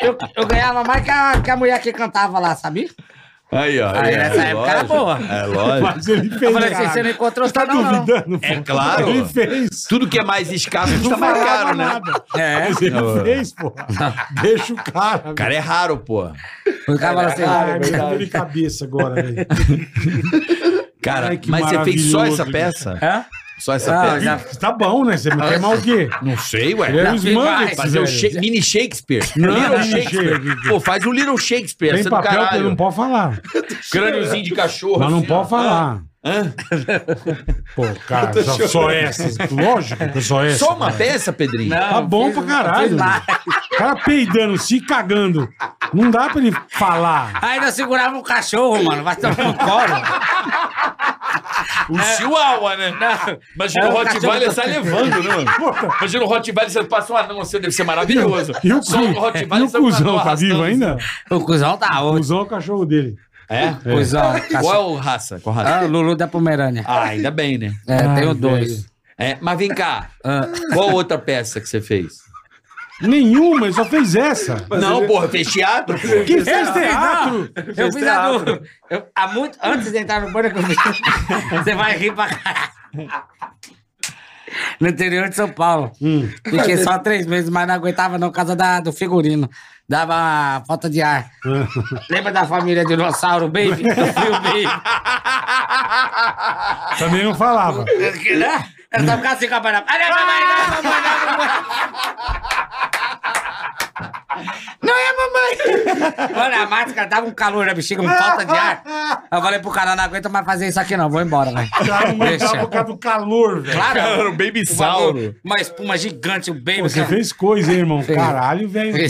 Speaker 7: Eu, eu ganhava mais que a, que a mulher que cantava lá, sabia?
Speaker 5: Aí, ó.
Speaker 8: é
Speaker 7: Aí nessa época era boa.
Speaker 5: É lógico.
Speaker 4: Mas ele fez.
Speaker 7: Eu falei assim,
Speaker 4: caralho.
Speaker 7: você não encontrou os
Speaker 4: Tá
Speaker 7: não, não.
Speaker 4: duvidando?
Speaker 5: É
Speaker 4: pô?
Speaker 5: claro.
Speaker 4: Ele fez.
Speaker 5: Tudo que é mais escasso custa
Speaker 4: Não
Speaker 5: mais
Speaker 4: falava
Speaker 5: caro, né?
Speaker 4: nada. Mas ele fez, pô. Deixa o cara.
Speaker 5: Cara, é raro, pô.
Speaker 7: O cara falou assim,
Speaker 4: Ai, me deu de cabeça agora, velho.
Speaker 5: Cara,
Speaker 4: Ai, que
Speaker 5: mas você fez só essa
Speaker 4: maravilhoso.
Speaker 5: peça?
Speaker 7: Hã?
Speaker 5: Só essa
Speaker 7: Não,
Speaker 5: peça?
Speaker 7: já-
Speaker 4: Tá bom, né? Você me quer mal o quê?
Speaker 5: Não sei, ué.
Speaker 4: Ele era os
Speaker 7: fiz
Speaker 4: Muggets,
Speaker 7: mais.
Speaker 5: Fazer o
Speaker 4: velho.
Speaker 5: Sha- mini Shakespeare.
Speaker 4: Não,
Speaker 5: Little
Speaker 4: mini
Speaker 5: Shakespeare.
Speaker 4: Shakespeare.
Speaker 5: Pô, faz o Little Shakespeare.
Speaker 4: Tem
Speaker 5: você do
Speaker 4: papel que
Speaker 5: caralho.
Speaker 4: não pode falar.
Speaker 5: Crâniozinho de cachorro.
Speaker 4: Mas não
Speaker 5: assim, ó.
Speaker 4: pode falar. Pô, cara, só, só essas. Lógico que só essas.
Speaker 5: Só uma peça, Pedrinho?
Speaker 4: Tá bom pra caralho. O cara peidando, se cagando. Não dá pra ele falar.
Speaker 7: Ainda segurava um cachorro, mano. Vai tomar um no colo.
Speaker 5: O
Speaker 4: é.
Speaker 5: Chihuahua, né? Imagina
Speaker 7: É,
Speaker 5: o
Speaker 4: um
Speaker 7: o
Speaker 5: Rottweiler
Speaker 7: cachorro-
Speaker 5: sai levando, né, mano? Imagina o Rottweiler, você passa um anão assim, deve ser maravilhoso.
Speaker 4: E o,
Speaker 5: Só
Speaker 4: cu-
Speaker 5: Rottweiler
Speaker 4: e o
Speaker 5: sai um anão
Speaker 4: cuzão tá
Speaker 5: arrastando,
Speaker 4: vivo ainda?
Speaker 7: O cuzão tá
Speaker 4: O
Speaker 7: onde?
Speaker 4: cuzão é o cachorro dele.
Speaker 5: É?
Speaker 7: Cuzão.
Speaker 5: Qual é o raça? Qual raça?
Speaker 7: Ah, Lulu da Pomerânia.
Speaker 5: Ah, ainda bem, né?
Speaker 7: É,
Speaker 4: Ai,
Speaker 7: tenho dois.
Speaker 5: É, mas vem cá,
Speaker 7: Ah,
Speaker 5: qual outra peça que você fez?
Speaker 4: Nenhuma, ele só fez essa.
Speaker 5: não, porra, fez teatro? pô.
Speaker 4: Que fez teatro?
Speaker 7: eu fiz a do... eu- há muito... Antes de entrar no pânico, eu fiz... Você vai rir pra caralho. No interior de São Paulo. Fiquei só três meses, mas não aguentava não, por causa da, do figurino. Dava falta de ar. Lembra da família Dinossauro Baby? Do filme Baby?
Speaker 4: Também não falava.
Speaker 7: né? Eu só ficava assim com a banana. Ah, não, mamãe, não, mamãe, não, mamãe. Não é, mamãe. Mano, a máscara tava um calor na bexiga, uma falta de ar. Eu falei pro cara, não aguento mais fazer isso aqui não, vou embora, velho.
Speaker 4: Cara, Tá, não
Speaker 7: Deixa.
Speaker 4: aguentava por causa um do calor, velho.
Speaker 7: Claro.
Speaker 8: Cara, era um baby
Speaker 7: O bagulho,
Speaker 8: sauro.
Speaker 7: Uma espuma gigante, o baby.
Speaker 4: Pô, Você
Speaker 7: cara.
Speaker 4: fez coisa, hein, irmão?
Speaker 7: Fez.
Speaker 4: Caralho, velho.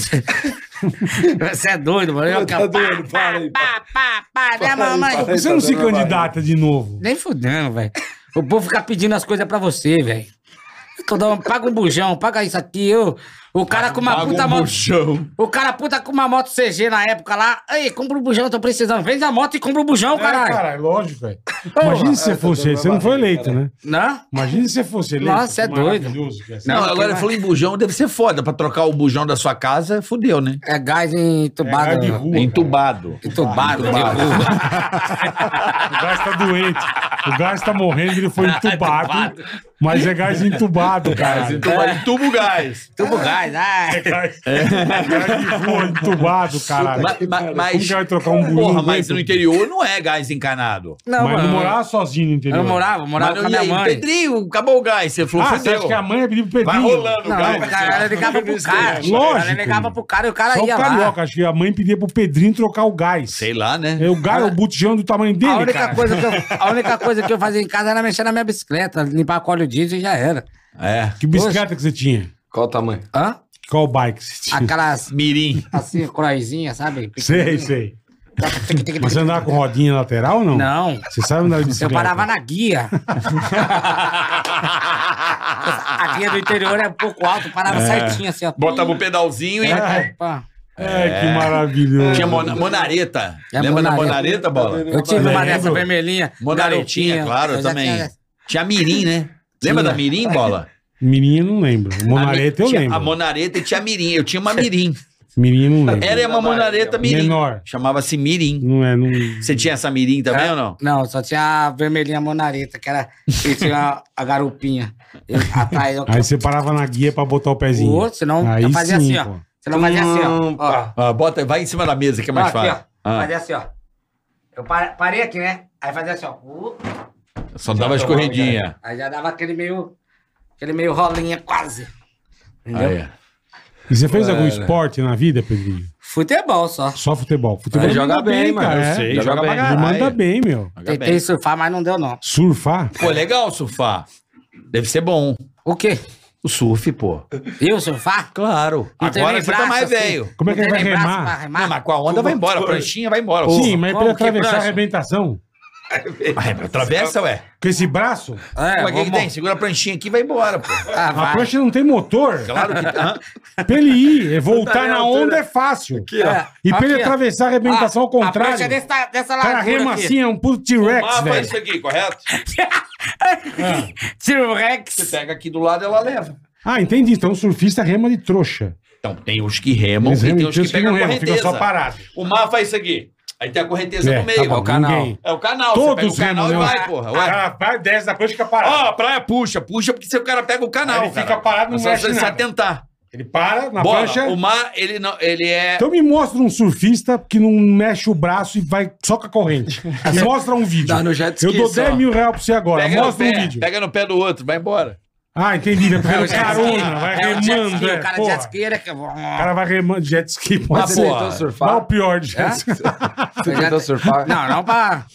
Speaker 7: Você é doido, mano. Eu,
Speaker 3: Tá
Speaker 7: pá,
Speaker 3: doido, para aí,
Speaker 7: pá, pá, pá, né,
Speaker 3: Para aí,
Speaker 7: mamãe?
Speaker 3: para aí.
Speaker 4: Você não se
Speaker 3: Tá dando
Speaker 4: candidata de novo.
Speaker 7: Nem fudendo, velho. O povo fica pedindo as coisas pra você, velho. Cada um Paga um bujão, paga isso aqui. Eu, o cara com uma
Speaker 8: Paga
Speaker 7: puta
Speaker 8: um
Speaker 7: moto.
Speaker 8: buchão.
Speaker 7: O cara puta com uma moto CG na época lá. Ei, compra um bujão, tô precisando. Vende a moto e compra um bujão,
Speaker 4: É,
Speaker 7: caralho. é,
Speaker 4: caralho, lógico, velho. Imagina se você fosse ele. Você não foi eleito, né?
Speaker 7: Não?
Speaker 4: Imagina se você fosse eleito.
Speaker 7: Nossa, é doido.
Speaker 4: Maravilhoso que ia ser.
Speaker 5: Não, agora ele falou em bujão, deve ser foda. Pra trocar o bujão da sua casa, fudeu, né?
Speaker 7: É gás entubado.
Speaker 4: É gás de rua.
Speaker 5: É entubado.
Speaker 7: Entubado, de rua.
Speaker 4: O gás tá doente. O gás tá morrendo, ele
Speaker 7: É,
Speaker 4: foi entubado. mas é gás entubado, cara.
Speaker 5: Entuba, entuba o gás.
Speaker 7: Tubo gás, ai.
Speaker 4: Gás, É gás de rua entubado, caralho.
Speaker 5: Ma- ma- mas,
Speaker 4: Como que vai trocar um bujão?
Speaker 5: Porra, mas
Speaker 4: dentro?
Speaker 5: no interior não é gás encanado.
Speaker 7: Não,
Speaker 4: Mas
Speaker 7: mano.
Speaker 4: não morava sozinho no
Speaker 7: Eu
Speaker 4: interior.
Speaker 7: não morava, eu morava
Speaker 5: Mas
Speaker 7: com a
Speaker 5: e
Speaker 7: minha
Speaker 5: aí,
Speaker 7: mãe.
Speaker 5: Pedrinho, acabou o gás. Você falou,
Speaker 4: Ah, você
Speaker 5: fudeu.
Speaker 4: acha que a mãe é pedir pro Pedrinho?
Speaker 5: Vai rolando o
Speaker 7: Não,
Speaker 5: gás.
Speaker 7: ela ligava pro cara.
Speaker 4: Lógico.
Speaker 7: Ela ligava pro cara e o cara
Speaker 4: Só o
Speaker 7: ia lá.
Speaker 4: carioca, acho que a mãe pedia pro Pedrinho trocar o gás.
Speaker 5: Sei lá, né?
Speaker 4: É o gás, o botijão do tamanho dele,
Speaker 7: Ah. A única,
Speaker 4: cara.
Speaker 7: coisa que eu, a única coisa que eu fazia em casa era mexer na minha bicicleta, limpar a cola o diesel e já era.
Speaker 5: É.
Speaker 4: Que bicicleta que você tinha?
Speaker 6: Qual o tamanho?
Speaker 7: Hã?
Speaker 4: Qual bike que você tinha?
Speaker 7: Aquelas,
Speaker 5: Mirim.
Speaker 7: assim, croizinha, sabe?
Speaker 4: Sei, sei. Mas você andava com rodinha lateral ou não?
Speaker 7: Não.
Speaker 4: Você sabe andar de
Speaker 7: Eu
Speaker 4: bicicleta?
Speaker 7: parava na guia. A guia do interior é um pouco alta, eu parava certinho assim, ó.
Speaker 5: Botava o pedalzinho e.
Speaker 7: É. Opa.
Speaker 4: É, que maravilhoso.
Speaker 5: Tinha mona- monareta.
Speaker 7: É,
Speaker 5: Lembra da
Speaker 7: monareta.
Speaker 5: monareta, bola?
Speaker 7: Eu tive uma
Speaker 4: Lembro.
Speaker 7: dessa vermelhinha.
Speaker 5: Monaretinha,
Speaker 7: garotinha,
Speaker 5: claro,
Speaker 7: eu
Speaker 5: eu
Speaker 7: já
Speaker 5: também.
Speaker 7: tinha-
Speaker 5: Tinha mirim, né? Lembra da
Speaker 7: É.
Speaker 5: mirim, bola?
Speaker 4: Mirinha eu não lembro. Monareta
Speaker 5: A
Speaker 4: eu
Speaker 5: mi- tinha- A
Speaker 4: lembro.
Speaker 5: monareta e tinha mirim. Eu tinha uma mirim.
Speaker 4: Mirinha eu não lembro.
Speaker 5: Era uma monareta mirim.
Speaker 4: Menor.
Speaker 5: Chamava-se mirim.
Speaker 4: Não é, não...
Speaker 5: Você tinha essa mirim
Speaker 7: É.
Speaker 5: também ou não?
Speaker 7: Não, só tinha a vermelhinha monareta, que era. E tinha a, a garupinha. Eu- Atrás, eu-
Speaker 4: Aí você parava na guia pra botar o
Speaker 7: o
Speaker 4: pezinho.
Speaker 7: outro, senão
Speaker 4: Aí
Speaker 7: eu fazia
Speaker 4: sim,
Speaker 7: assim, ó.
Speaker 4: pô.
Speaker 7: Senão eu fazia assim, ó. ó.
Speaker 5: Ah, bota, vai em cima da mesa que é mais
Speaker 7: Ó, aqui, ó.
Speaker 5: fácil. Ah,
Speaker 7: Fazia assim, ó. Eu pa- parei aqui, né? Aí fazia assim, ó. Uh,
Speaker 5: só dava escorridinha.
Speaker 7: aí tá já dava aquele meio. Aquele meio rolinha quase. Entendeu?
Speaker 5: Aí, ó.
Speaker 4: E você fez algum esporte na vida, Pedrinho?
Speaker 7: Futebol só.
Speaker 4: Só futebol. Futebol
Speaker 6: Aí joga
Speaker 4: manda
Speaker 6: bem, mano, eu
Speaker 4: é.
Speaker 6: sei.
Speaker 5: Joga,
Speaker 6: Joga
Speaker 5: pra
Speaker 6: bem.
Speaker 4: Ele
Speaker 5: caralho.
Speaker 4: manda bem, meu.
Speaker 5: Joga
Speaker 7: Tentei
Speaker 5: bem.
Speaker 7: surfar, mas não deu, não.
Speaker 4: Surfar?
Speaker 5: Pô, legal surfar. Deve ser bom.
Speaker 7: O quê?
Speaker 5: O surf, pô.
Speaker 7: Eu surfar?
Speaker 5: Claro.
Speaker 7: Não tem
Speaker 5: Agora
Speaker 7: nem
Speaker 5: você tá
Speaker 7: braço,
Speaker 5: mais
Speaker 7: assim.
Speaker 5: velho.
Speaker 4: Como é que
Speaker 7: Não
Speaker 4: ele vai
Speaker 7: tem nem braço
Speaker 4: remar?
Speaker 7: pra
Speaker 5: Não, mas com a onda vai embora, a pranchinha vai embora.
Speaker 4: Sim, mas pra ele
Speaker 7: como que
Speaker 4: atravessar a
Speaker 7: prancha?
Speaker 4: arrebentação.
Speaker 5: Ai, meu, atravessa, é, ué.
Speaker 4: Com esse braço,
Speaker 6: Ah,
Speaker 7: É,
Speaker 5: Ué, o que, que
Speaker 7: vamos-
Speaker 5: tem? Segura a pranchinha aqui e vai embora, pô.
Speaker 7: Ah,
Speaker 4: a
Speaker 7: vai.
Speaker 4: prancha não tem motor.
Speaker 5: Claro que tá.
Speaker 4: Pra ele ir, é voltar
Speaker 6: Tá na
Speaker 4: na
Speaker 6: altura.
Speaker 4: onda é fácil.
Speaker 7: É.
Speaker 4: E pra
Speaker 7: Aqui,
Speaker 4: ele
Speaker 7: ó.
Speaker 4: atravessar a arrebentação ao
Speaker 7: Ah, A
Speaker 4: contrário,
Speaker 7: prancha dessa, dessa
Speaker 4: o cara
Speaker 7: largura
Speaker 4: rema
Speaker 7: aqui.
Speaker 4: assim, é um puto T-Rex, velho.
Speaker 5: aqui, correto?
Speaker 7: Tira o Rex.
Speaker 5: Pega aqui do lado e ela leva.
Speaker 4: Ah, entendi. Então o surfista rema de trouxa.
Speaker 5: Então, tem os que remam
Speaker 4: Eles
Speaker 5: e
Speaker 4: remam de
Speaker 5: tem os que
Speaker 4: trouxa que
Speaker 5: pegam
Speaker 4: não
Speaker 5: a
Speaker 4: remam, fica
Speaker 5: correnteza.
Speaker 4: só parado.
Speaker 5: O mar faz isso aqui. Aí tem a correnteza
Speaker 4: É,
Speaker 5: no meio.
Speaker 4: tá bom,
Speaker 5: é o canal.
Speaker 4: ninguém.
Speaker 5: É o canal. você pega
Speaker 4: Todos
Speaker 5: o canal e
Speaker 4: remam, né?
Speaker 5: vai, porra.
Speaker 4: O
Speaker 5: Ué.
Speaker 4: cara vai, desce da prancha e fica parado.
Speaker 5: Ó, a praia puxa, puxa, porque se o cara pega o canal.
Speaker 4: Aí ele fica
Speaker 5: cara.
Speaker 4: parado, não
Speaker 5: É só
Speaker 4: mexe
Speaker 5: você se
Speaker 4: nada.
Speaker 5: atentar.
Speaker 4: Ele para na
Speaker 5: Bola,
Speaker 4: prancha.
Speaker 5: o mar, ele, não, ele é.
Speaker 4: Então me mostra um surfista que não mexe o braço e vai só com a corrente. Me mostra um vídeo.
Speaker 6: Dá no jet
Speaker 4: Eu
Speaker 6: ski
Speaker 4: dou
Speaker 6: só.
Speaker 4: 10 mil reais pra você agora.
Speaker 5: Pega no,
Speaker 4: mostra um
Speaker 5: pé,
Speaker 4: vídeo.
Speaker 5: pega no pé do outro, vai embora.
Speaker 4: Ah, entendi. Vai pegando
Speaker 7: o jet ski.
Speaker 4: carona, vai
Speaker 7: É o jet ski,
Speaker 4: remando. é,
Speaker 7: O cara
Speaker 4: porra.
Speaker 7: jet ski, ele é que...
Speaker 4: O cara vai remando de jet ski. pô.
Speaker 5: Mas,
Speaker 6: Você tentou
Speaker 5: porra,
Speaker 4: Dá o
Speaker 6: surfar?
Speaker 4: pior de jet
Speaker 7: É?
Speaker 4: ski.
Speaker 6: Você tentou surfar?
Speaker 7: Não, não pra.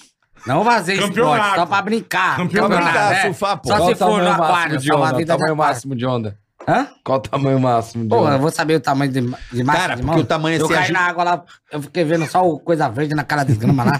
Speaker 7: Não fazer
Speaker 4: Campeonato.
Speaker 7: esporte, só pra brincar.
Speaker 4: Campeonato.
Speaker 5: Brincar,
Speaker 7: é.
Speaker 5: surfar, pô.
Speaker 7: Só
Speaker 6: Qual
Speaker 7: se
Speaker 6: o
Speaker 7: for
Speaker 6: tamanho
Speaker 7: no
Speaker 6: máximo
Speaker 7: aquário,
Speaker 6: de
Speaker 7: salvar a
Speaker 6: onda?
Speaker 7: vida de
Speaker 6: Tamanho
Speaker 7: aquário.
Speaker 6: máximo de onda.
Speaker 7: Hã?
Speaker 6: Qual o tamanho máximo de um?
Speaker 7: Pô, eu
Speaker 6: onda?
Speaker 7: vou saber o tamanho de, de massa
Speaker 5: Cara,
Speaker 7: de
Speaker 5: porque o tamanho é
Speaker 7: Eu
Speaker 5: ser
Speaker 7: caí
Speaker 5: agi-
Speaker 7: na água lá, eu fiquei vendo só o coisa verde na cara de grama lá.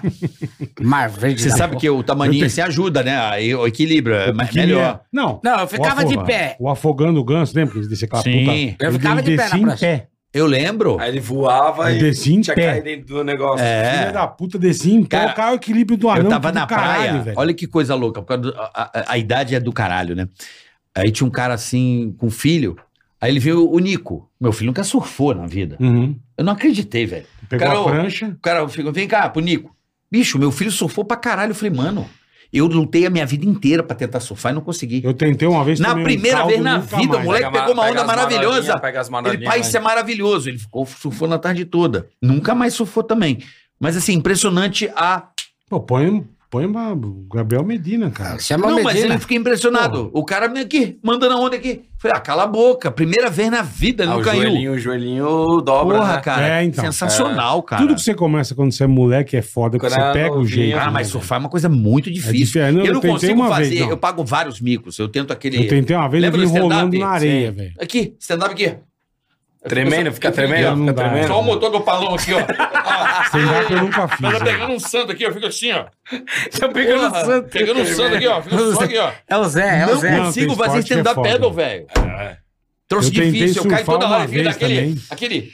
Speaker 7: Mar verde.
Speaker 5: Você
Speaker 7: da
Speaker 5: sabe
Speaker 7: porra.
Speaker 5: que o tamaninho se ajuda, né? Aí o equilíbrio é mais-
Speaker 4: Que é-
Speaker 5: melhor.
Speaker 4: Não.
Speaker 7: Não, eu
Speaker 4: O
Speaker 7: ficava de
Speaker 4: afoga-
Speaker 7: pé.
Speaker 4: O afogando o ganso, lembra? Que eles desciam aquela
Speaker 5: Sim.
Speaker 4: puta.
Speaker 7: Eu
Speaker 4: Ele
Speaker 7: ficava de pé
Speaker 4: descia
Speaker 7: na
Speaker 4: em
Speaker 7: prancha.
Speaker 4: pé.
Speaker 5: Eu lembro.
Speaker 6: Aí ele voava
Speaker 4: Aí
Speaker 6: e
Speaker 4: descia em
Speaker 6: tinha
Speaker 4: pé.
Speaker 6: caído dentro do negócio.
Speaker 4: Filha
Speaker 5: É.
Speaker 4: da puta, descia em pé.
Speaker 5: Cara,
Speaker 4: O cara, o equilíbrio do anão.
Speaker 5: eu tava
Speaker 4: tudo
Speaker 5: na
Speaker 4: caralho,
Speaker 5: praia.
Speaker 4: velho.
Speaker 5: Olha que coisa louca. por causa do- a, a- a idade é do caralho, né? Aí tinha um cara assim, com filho. Aí ele viu o Nico. Meu filho nunca surfou na vida.
Speaker 4: Uhum.
Speaker 5: Eu não acreditei, velho.
Speaker 4: Pegou
Speaker 5: Cara,
Speaker 4: a
Speaker 5: ô,
Speaker 4: prancha.
Speaker 5: O cara ficou, vem cá, pro Nico. Bicho, meu filho surfou pra caralho. Eu falei, mano, eu lutei a minha vida inteira pra tentar surfar e não consegui.
Speaker 4: Eu tentei uma vez.
Speaker 5: Na
Speaker 4: tomei um
Speaker 5: primeira
Speaker 4: caldo,
Speaker 5: vez na
Speaker 4: nunca
Speaker 5: vida,
Speaker 4: mais.
Speaker 5: o moleque
Speaker 6: Pega ma-
Speaker 5: pegou uma
Speaker 6: pega
Speaker 5: onda
Speaker 6: as marolinhas,
Speaker 5: maravilhosa.
Speaker 6: Pega as né?
Speaker 5: Ele,
Speaker 6: marolinhas.
Speaker 5: pai, isso é maravilhoso. Ele ficou surfando a tarde toda. Nunca mais surfou também. Mas assim, impressionante a
Speaker 4: Pô, põe um Põe uma- o Gabriel Medina, cara.
Speaker 7: Chama
Speaker 5: não,
Speaker 7: o
Speaker 5: mas
Speaker 7: Medina.
Speaker 5: ele fica impressionado. O cara me aqui, mandando a onda aqui. Falei, ah, cala a boca. Primeira vez na vida, ele
Speaker 6: Ah,
Speaker 5: não
Speaker 6: o
Speaker 5: caiu.
Speaker 6: joelhinho, o joelhinho dobra,
Speaker 5: Porra,
Speaker 6: né?
Speaker 5: cara.
Speaker 4: É, então.
Speaker 5: Sensacional, cara.
Speaker 4: Tudo que você começa quando você é moleque é foda, porque
Speaker 6: Quando
Speaker 4: você
Speaker 6: era
Speaker 4: pega o
Speaker 6: novinho,
Speaker 4: jeito.
Speaker 5: Cara,
Speaker 4: né,
Speaker 5: mas
Speaker 4: velho?
Speaker 5: surfar é uma coisa muito difícil.
Speaker 4: diferente. Não,
Speaker 5: eu
Speaker 4: eu
Speaker 5: não
Speaker 4: tentei
Speaker 5: consigo
Speaker 4: uma
Speaker 5: fazer,
Speaker 4: vez, não.
Speaker 5: eu pago vários micos. Eu tento aquele.
Speaker 4: Eu tentei uma vez, eu
Speaker 5: Lembra
Speaker 4: vim
Speaker 5: do stand-up?
Speaker 4: rolando na areia,
Speaker 6: Sim.
Speaker 4: velho.
Speaker 5: Aqui, stand-up aqui.
Speaker 6: Tremendo, fica
Speaker 4: Não
Speaker 6: tremendo, fica
Speaker 4: dá.
Speaker 6: tremendo.
Speaker 5: Só o motor do palão aqui, ó. ó.
Speaker 4: Sem dar que eu nunca fiz. né?
Speaker 5: Ela
Speaker 4: velho.
Speaker 5: pegando um santo aqui, eu fico assim, ó.
Speaker 6: Só pegando
Speaker 5: Porra,
Speaker 6: santo.
Speaker 5: Pegando um santo aqui, ó. Fico só aqui, ó.
Speaker 7: É o Zé, é o
Speaker 5: Não
Speaker 7: Zé.
Speaker 4: Não,
Speaker 5: consigo
Speaker 4: tem
Speaker 5: fazer
Speaker 4: esporte que é
Speaker 5: stand-up
Speaker 4: foda. É.
Speaker 5: pedal, velho. Trouxe
Speaker 4: Eu tentei
Speaker 5: difícil, eu caio
Speaker 4: surfar
Speaker 5: toda
Speaker 4: uma
Speaker 5: hora. Fica
Speaker 4: vez
Speaker 5: daquele,
Speaker 4: também.
Speaker 5: aquele.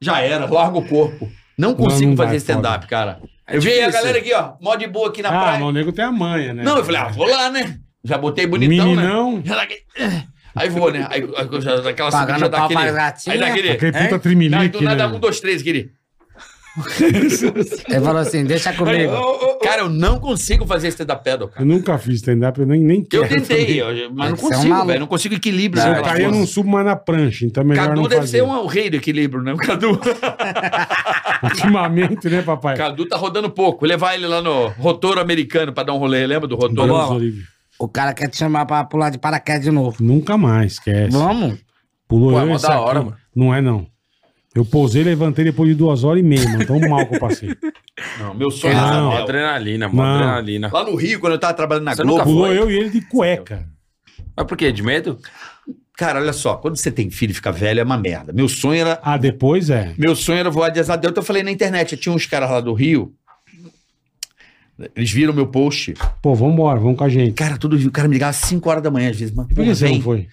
Speaker 5: Já era, larga o corpo. Não consigo
Speaker 4: não dá,
Speaker 5: fazer
Speaker 4: é
Speaker 5: stand-up,
Speaker 4: foda. É
Speaker 5: cara. eu vi a galera aqui, ó, mó de boa aqui na
Speaker 4: Ah, mas
Speaker 5: praia.
Speaker 4: o nego tem a manha, né?
Speaker 5: Não, eu falei, ah, vou lá, né? Já botei bonitão,
Speaker 4: Meninão,
Speaker 5: né? Já dá aquele- Aí vou, né? Aí, aí já dá aquela
Speaker 7: Pagando
Speaker 5: já dá
Speaker 7: pau pra né?
Speaker 5: aquele.
Speaker 7: gatinha.
Speaker 5: Aí dá aquele.
Speaker 4: aquele
Speaker 7: Hein?
Speaker 4: puta
Speaker 5: Aí
Speaker 4: trimilique,
Speaker 5: é? do nada, um,
Speaker 4: né?
Speaker 5: dois, três, aquele.
Speaker 7: Ele falou assim, deixa comigo.
Speaker 5: Cara, eu não consigo fazer stand-up pedal, cara.
Speaker 4: Eu nunca fiz stand-up, eu nem, nem
Speaker 5: Eu
Speaker 4: quero. tá
Speaker 5: tentei, eu- mas não
Speaker 7: Você é um
Speaker 5: consigo,
Speaker 7: maluco.
Speaker 5: velho. Não consigo equilíbrio.
Speaker 4: Se
Speaker 5: né,
Speaker 4: eu
Speaker 5: aquela
Speaker 4: cair, eu
Speaker 5: força.
Speaker 4: não subo mais na prancha, então é melhor
Speaker 5: Cadu
Speaker 4: não
Speaker 5: deve
Speaker 4: fazer.
Speaker 5: ser um, o rei do equilíbrio, né? O Cadu.
Speaker 4: Ultimamente, né, papai?
Speaker 5: Cadu tá rodando pouco. Levar ele lá no rotor americano pra dar um rolê. Lembra do rotor?
Speaker 4: Deus, Olívio.
Speaker 7: O cara quer te chamar pra pular de paraquedas de novo.
Speaker 4: Nunca mais, esquece.
Speaker 7: Vamos?
Speaker 4: Pulou
Speaker 6: Pô, é
Speaker 4: eu
Speaker 6: mó
Speaker 4: esse
Speaker 6: da
Speaker 4: aqui.
Speaker 6: hora, mano.
Speaker 4: Não é, não. Eu pousei, levantei depois de duas horas e meia, mano. Tão mal que eu passei.
Speaker 5: Tá Não, meu sonho
Speaker 4: Não.
Speaker 5: era
Speaker 6: Mó
Speaker 5: Isabel.
Speaker 6: adrenalina, mó
Speaker 4: Não.
Speaker 6: adrenalina.
Speaker 5: Lá no Rio, quando eu tava trabalhando na
Speaker 6: Você
Speaker 5: Globo.
Speaker 6: nunca
Speaker 4: Pulou
Speaker 6: foi?
Speaker 4: eu e ele de cueca.
Speaker 6: Mas por quê? De medo?
Speaker 5: Cara, olha só. Quando você tem filho e fica velho, é uma merda. Meu sonho era
Speaker 4: Ah, depois é.
Speaker 5: Meu sonho era voar de asa delta. Eu falei na internet, tinha uns caras lá do Rio. Eles viram meu post.
Speaker 4: Pô, vambora, vamos com a gente.
Speaker 5: Cara, todo dia o cara me ligava às 5 horas da manhã, às vezes. Mas,
Speaker 4: Por
Speaker 5: porra,
Speaker 4: que você
Speaker 5: vem.
Speaker 4: não foi?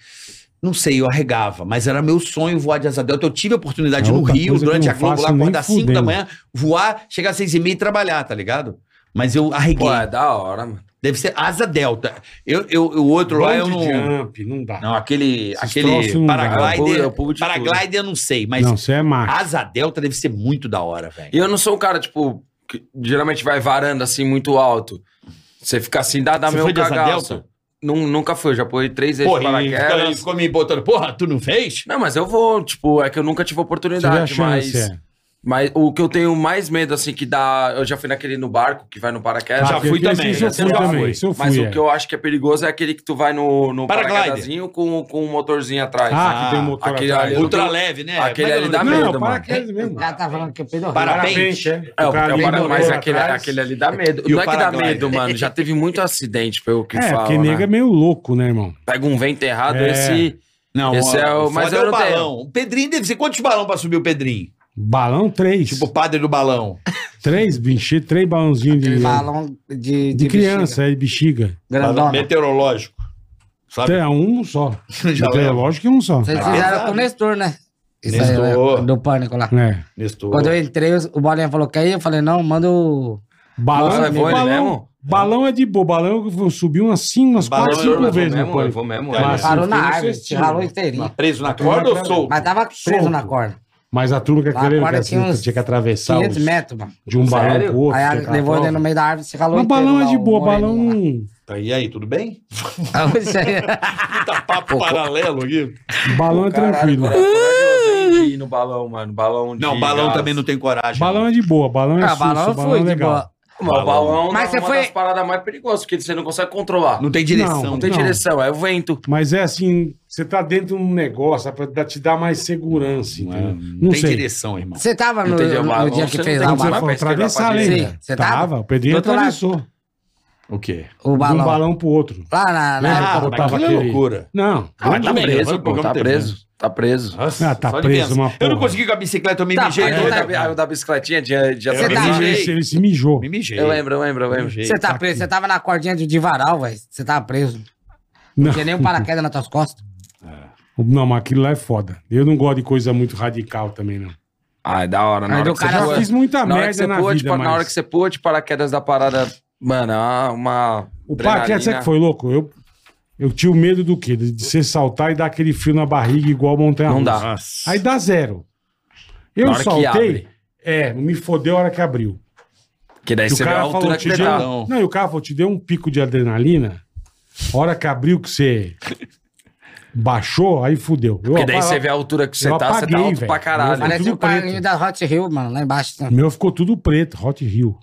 Speaker 5: Não sei, eu arregava, mas era meu sonho voar de asa delta. Eu tive a oportunidade
Speaker 4: É
Speaker 5: no
Speaker 4: outra
Speaker 5: Rio,
Speaker 4: coisa que
Speaker 5: durante
Speaker 4: eu
Speaker 5: a
Speaker 4: não
Speaker 5: Globo,
Speaker 4: faço
Speaker 5: lá
Speaker 4: nem
Speaker 5: acordar às 5 da
Speaker 4: fudendo.
Speaker 5: manhã, voar, chegar às 6 e meia e trabalhar, tá ligado? Mas eu arreguei.
Speaker 6: Pô, é da hora, mano.
Speaker 5: Deve ser asa delta. Eu, eu, o outro lá eu
Speaker 4: Bungee
Speaker 5: não.
Speaker 4: jump, não dá.
Speaker 5: Não, aquele,
Speaker 4: Esses troços
Speaker 5: aquele
Speaker 4: não dá.
Speaker 6: Eu É, pulo-
Speaker 5: paraglider.
Speaker 6: eu pulo de tudo.
Speaker 5: paraglider eu não sei, mas
Speaker 4: Não, você é macho.
Speaker 5: asa delta deve ser muito da hora, velho.
Speaker 6: E eu não sou um cara, tipo, que geralmente vai varanda assim muito alto. Você fica assim, dá, dá
Speaker 5: Você
Speaker 6: meu
Speaker 5: foi de asa
Speaker 6: cagaço.
Speaker 5: delta?
Speaker 6: Nun- Nunca fui, eu já pulei três vezes de
Speaker 5: Porra, e ficou, e
Speaker 6: paraquedas.
Speaker 5: ficou me botando, porra, tu não fez?
Speaker 6: Não, mas eu vou, tipo, é que eu nunca tive
Speaker 4: Você vê a
Speaker 6: oportunidade,
Speaker 4: chance,
Speaker 6: mas,
Speaker 4: é.
Speaker 6: mas o que eu tenho mais medo, assim, que dá. Eu já fui naquele no barco que vai no paraquedas.
Speaker 4: Ah,
Speaker 5: já fui
Speaker 4: esse-
Speaker 5: também,
Speaker 4: esse eu
Speaker 5: esse
Speaker 4: fui
Speaker 5: eu já
Speaker 4: também.
Speaker 5: fui.
Speaker 4: esse eu
Speaker 6: mas
Speaker 4: fui,
Speaker 6: o
Speaker 4: é.
Speaker 6: que eu acho que é perigoso é aquele que tu vai no, no
Speaker 5: Paraglider.
Speaker 6: paraquedazinho com, com um motorzinho atrás.
Speaker 4: Ah,
Speaker 5: Ah,
Speaker 4: que tem um motor
Speaker 6: aquele
Speaker 4: atrás.
Speaker 6: ali é eu
Speaker 5: Ultra
Speaker 6: tenho-
Speaker 5: leve, né?
Speaker 6: aquele ali dá
Speaker 4: Não,
Speaker 6: medo,
Speaker 4: não,
Speaker 6: mano.
Speaker 4: paraquedas
Speaker 7: O
Speaker 4: mesmo.
Speaker 7: cara tá falando que é pedo
Speaker 5: Para-
Speaker 4: Parabéns, é.
Speaker 6: É,
Speaker 4: O
Speaker 6: o,
Speaker 4: cara
Speaker 6: é o
Speaker 4: ali
Speaker 6: para,
Speaker 4: motor
Speaker 6: mas
Speaker 4: atrás.
Speaker 6: aquele, aquele ali dá medo.
Speaker 5: E o
Speaker 6: não é que dá
Speaker 5: paraglide.
Speaker 6: medo, mano. Já teve muito acidente, pelo que
Speaker 4: É,
Speaker 6: falam,
Speaker 4: porque
Speaker 6: né?
Speaker 4: nega é meio louco, né, irmão?
Speaker 6: Pega um vento errado,
Speaker 4: É.
Speaker 6: esse...
Speaker 5: Não,
Speaker 6: Esse é o- mas
Speaker 5: foda
Speaker 6: eu
Speaker 5: é o
Speaker 6: não tenho.
Speaker 5: balão. O Pedrinho deve ser. Quantos balão pra subir o Pedrinho?
Speaker 4: Balão três.
Speaker 5: Tipo, o padre do balão.
Speaker 4: Três, encher três balãozinhos de,
Speaker 7: Aquele balão de, de,
Speaker 4: de
Speaker 7: bexiga,
Speaker 4: criança, é, de bexiga.
Speaker 5: Balão
Speaker 7: Grandona.
Speaker 5: meteorológico. Sabe?
Speaker 4: É um só.
Speaker 5: Já
Speaker 4: é
Speaker 5: leva.
Speaker 4: lógico que um só.
Speaker 7: Vocês
Speaker 5: Ah,
Speaker 7: fizeram
Speaker 5: sabe.
Speaker 7: com o Nestor, né? Isso aí,
Speaker 5: Nestor.
Speaker 7: né? do pânico lá.
Speaker 4: É.
Speaker 5: Nestor.
Speaker 7: Quando eu entrei, os- o Bolinha falou, quer ir? Eu falei, não, manda o...
Speaker 4: Balão,
Speaker 6: Nossa,
Speaker 4: balão,
Speaker 6: mas foi ele
Speaker 4: balão,
Speaker 6: mesmo?
Speaker 4: é de boa. Balão eu subi umas cinco, umas
Speaker 5: Balão
Speaker 4: quatro,
Speaker 5: eu
Speaker 4: cinco
Speaker 6: eu vou
Speaker 4: vezes no
Speaker 6: é mesmo, eu
Speaker 4: pânico.
Speaker 6: vou mesmo. né?
Speaker 4: Mas-
Speaker 6: Mas,
Speaker 4: Assim,
Speaker 7: Parou na
Speaker 4: foi um
Speaker 7: árvore,
Speaker 4: cestinho,
Speaker 7: ralou
Speaker 4: né?
Speaker 7: inteirinho.
Speaker 5: Tá Preso na corda ou solto?
Speaker 7: Mas tava preso
Speaker 4: Solto.
Speaker 7: na corda.
Speaker 4: Mas a turma que
Speaker 7: Lá
Speaker 4: queria
Speaker 7: agora
Speaker 4: que
Speaker 7: tinha uns
Speaker 4: tinha que atravessar
Speaker 7: 500
Speaker 4: os-
Speaker 7: metros, mano.
Speaker 4: de um balão
Speaker 6: Sério?
Speaker 4: pro outro.
Speaker 7: Aí a-
Speaker 4: tinha aquela
Speaker 7: levou ele
Speaker 4: prova.
Speaker 7: no meio da árvore, se ralou
Speaker 4: Mas
Speaker 7: inteiro
Speaker 4: balão é
Speaker 7: lá,
Speaker 4: de
Speaker 7: o
Speaker 4: boa,
Speaker 7: moreninho lá.
Speaker 4: balão.
Speaker 5: Tá, E aí, tudo bem?
Speaker 7: Ah, isso aí.
Speaker 5: Puta papo paralelo aqui.
Speaker 4: Balão é tranquilo.
Speaker 6: ir no balão, mano. Balão de
Speaker 5: Não, balão
Speaker 6: gás.
Speaker 5: também não tem coragem.
Speaker 4: Balão é de boa, balão é
Speaker 7: Ah,
Speaker 4: susto,
Speaker 7: balão
Speaker 4: balão,
Speaker 7: eu fui
Speaker 4: é
Speaker 7: de
Speaker 4: legal.
Speaker 7: boa.
Speaker 6: Mas o balão
Speaker 7: Mas
Speaker 6: mas é
Speaker 7: você
Speaker 6: uma
Speaker 7: foi-
Speaker 6: das paradas mais perigosas, porque você não consegue controlar. é- Não,
Speaker 5: Não tem direção.
Speaker 4: Não,
Speaker 6: tem
Speaker 4: não.
Speaker 6: direção, é o vento.
Speaker 4: Mas é assim, você tá dentro de um negócio pra te dar mais segurança,
Speaker 5: Não,
Speaker 4: entendeu?
Speaker 5: é-
Speaker 4: Não,
Speaker 5: tem
Speaker 4: sei.
Speaker 5: direção, irmão.
Speaker 7: Você tava no,
Speaker 6: Entendi, o
Speaker 7: no- no
Speaker 6: balão,
Speaker 7: dia
Speaker 6: você
Speaker 7: que
Speaker 6: não
Speaker 7: fez
Speaker 6: tem
Speaker 7: lá o
Speaker 4: Quando você
Speaker 7: balão?
Speaker 6: pra
Speaker 4: for
Speaker 6: esquerda,
Speaker 4: atravessar,
Speaker 6: pra
Speaker 7: direita.
Speaker 4: lembra?
Speaker 7: Sim, você tava?
Speaker 4: tava, o Pedrinho
Speaker 7: Do outro lado.
Speaker 4: atravessou.
Speaker 5: O quê?
Speaker 7: O
Speaker 4: De um
Speaker 7: balão.
Speaker 4: balão pro outro.
Speaker 7: Lá na... na-
Speaker 4: Lembra que eu
Speaker 5: mas
Speaker 4: botava
Speaker 5: aquilo é
Speaker 4: aquele...
Speaker 5: loucura.
Speaker 4: Não,
Speaker 5: Ah, mas
Speaker 6: tá
Speaker 5: também, vai
Speaker 6: preso,
Speaker 5: pro
Speaker 6: pô, tá
Speaker 5: campo
Speaker 6: preso. Tá preso.
Speaker 4: Ah, tá
Speaker 5: Só de
Speaker 4: preso
Speaker 5: pensar.
Speaker 4: uma
Speaker 5: Eu
Speaker 4: porra.
Speaker 5: não consegui com a bicicleta, eu me
Speaker 7: Tá,
Speaker 5: mijei
Speaker 7: mas
Speaker 6: Aí
Speaker 5: todo.
Speaker 6: o da, aí o da bicicletinha de,
Speaker 5: É,
Speaker 6: de
Speaker 7: Você tá
Speaker 4: Ele-
Speaker 7: preso.
Speaker 4: é ele, ele se mijou.
Speaker 5: Me mijei.
Speaker 6: Eu lembro, eu lembro, eu lembro.
Speaker 5: Mijei.
Speaker 7: Você tá preso, você tava na cordinha de, de varal, velho. Você tava preso.
Speaker 4: Não,
Speaker 7: Não tinha nem um paraquedas nas tuas costas.
Speaker 4: não, mas aquilo lá é foda. Eu não gosto de coisa muito radical também, não.
Speaker 6: Ah, é da hora, na
Speaker 7: Mas
Speaker 6: hora
Speaker 7: o
Speaker 6: que você
Speaker 7: cara
Speaker 6: pula-
Speaker 4: Já fiz muita
Speaker 6: na hora que
Speaker 4: merda
Speaker 6: você
Speaker 4: na
Speaker 6: pula de
Speaker 4: vida,
Speaker 6: pa-
Speaker 4: mas...
Speaker 6: Na hora que você pula de paraquedas da parada, mano, ah, uma.
Speaker 4: O paraquedas, sabe que foi louco? Eu, eu tinha o medo do quê? De, de você saltar e dar aquele fio na barriga igual montanha
Speaker 6: Não dá.
Speaker 4: Aí dá zero. Eu
Speaker 6: Na hora que
Speaker 4: saltei...
Speaker 6: abre.
Speaker 4: É, me fodeu a hora que abriu.
Speaker 6: Que daí
Speaker 4: E o
Speaker 6: você vê é a
Speaker 4: cara falou,
Speaker 6: altura
Speaker 4: te
Speaker 6: que
Speaker 4: deu...
Speaker 6: tá.
Speaker 4: Não, e o cara falou, te deu um pico de adrenalina. A hora que abriu que você baixou, aí fudeu. Eu,
Speaker 6: Porque daí
Speaker 4: rapaz,
Speaker 6: você vê a altura que você
Speaker 4: eu
Speaker 6: tá, você
Speaker 4: apaguei,
Speaker 6: tá alto
Speaker 4: velho.
Speaker 7: um
Speaker 6: pra caralho.
Speaker 4: Mas-
Speaker 7: Parece
Speaker 4: tudo
Speaker 7: o carrinho
Speaker 4: preto.
Speaker 7: da Hot Hill, mano, lá embaixo. assim,
Speaker 4: O meu ficou tudo preto, Hot Hill.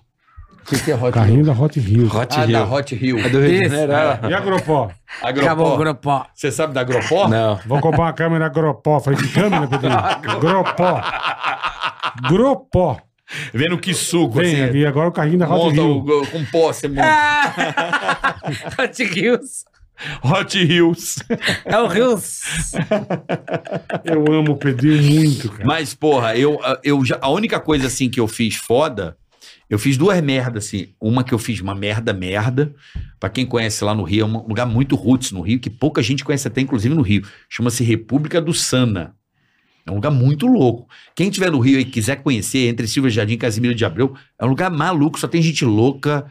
Speaker 5: O que, que é Hot
Speaker 4: Carrinho da Hot Wheels.
Speaker 5: Hot ah, da Hot Hill.
Speaker 6: É do Rio de
Speaker 7: Isso.
Speaker 6: Janeiro.
Speaker 4: E a Agropó?
Speaker 7: Acabou o
Speaker 5: Agropó.
Speaker 7: grupo.
Speaker 5: Você sabe da Agropó?
Speaker 6: Não.
Speaker 4: Vou comprar uma câmera Agropó. Falei, que câmera, Pedrinho? Agropó. Gropó.
Speaker 5: Vendo que suco,
Speaker 4: Vem,
Speaker 5: assim.
Speaker 4: e agora o carrinho da É Hot
Speaker 5: Monta um-
Speaker 4: Wheels.
Speaker 5: o- com pó, você monta.
Speaker 7: Hot Hills.
Speaker 5: Hot Hills.
Speaker 7: É o Hills.
Speaker 4: Eu amo o Pedrinho muito, cara.
Speaker 5: Mas, porra, eu, eu já, a única coisa assim que eu fiz foda, eu fiz duas merdas, assim. Uma que eu fiz uma merda, merda. Pra quem conhece lá no Rio, é um lugar muito roots no Rio, que pouca gente conhece até, inclusive no Rio. Chama-se República do Sana. É um lugar muito louco. Quem tiver no Rio e quiser conhecer, entre Silva Jardim e Casimiro de Abreu, é um lugar maluco, só tem gente louca.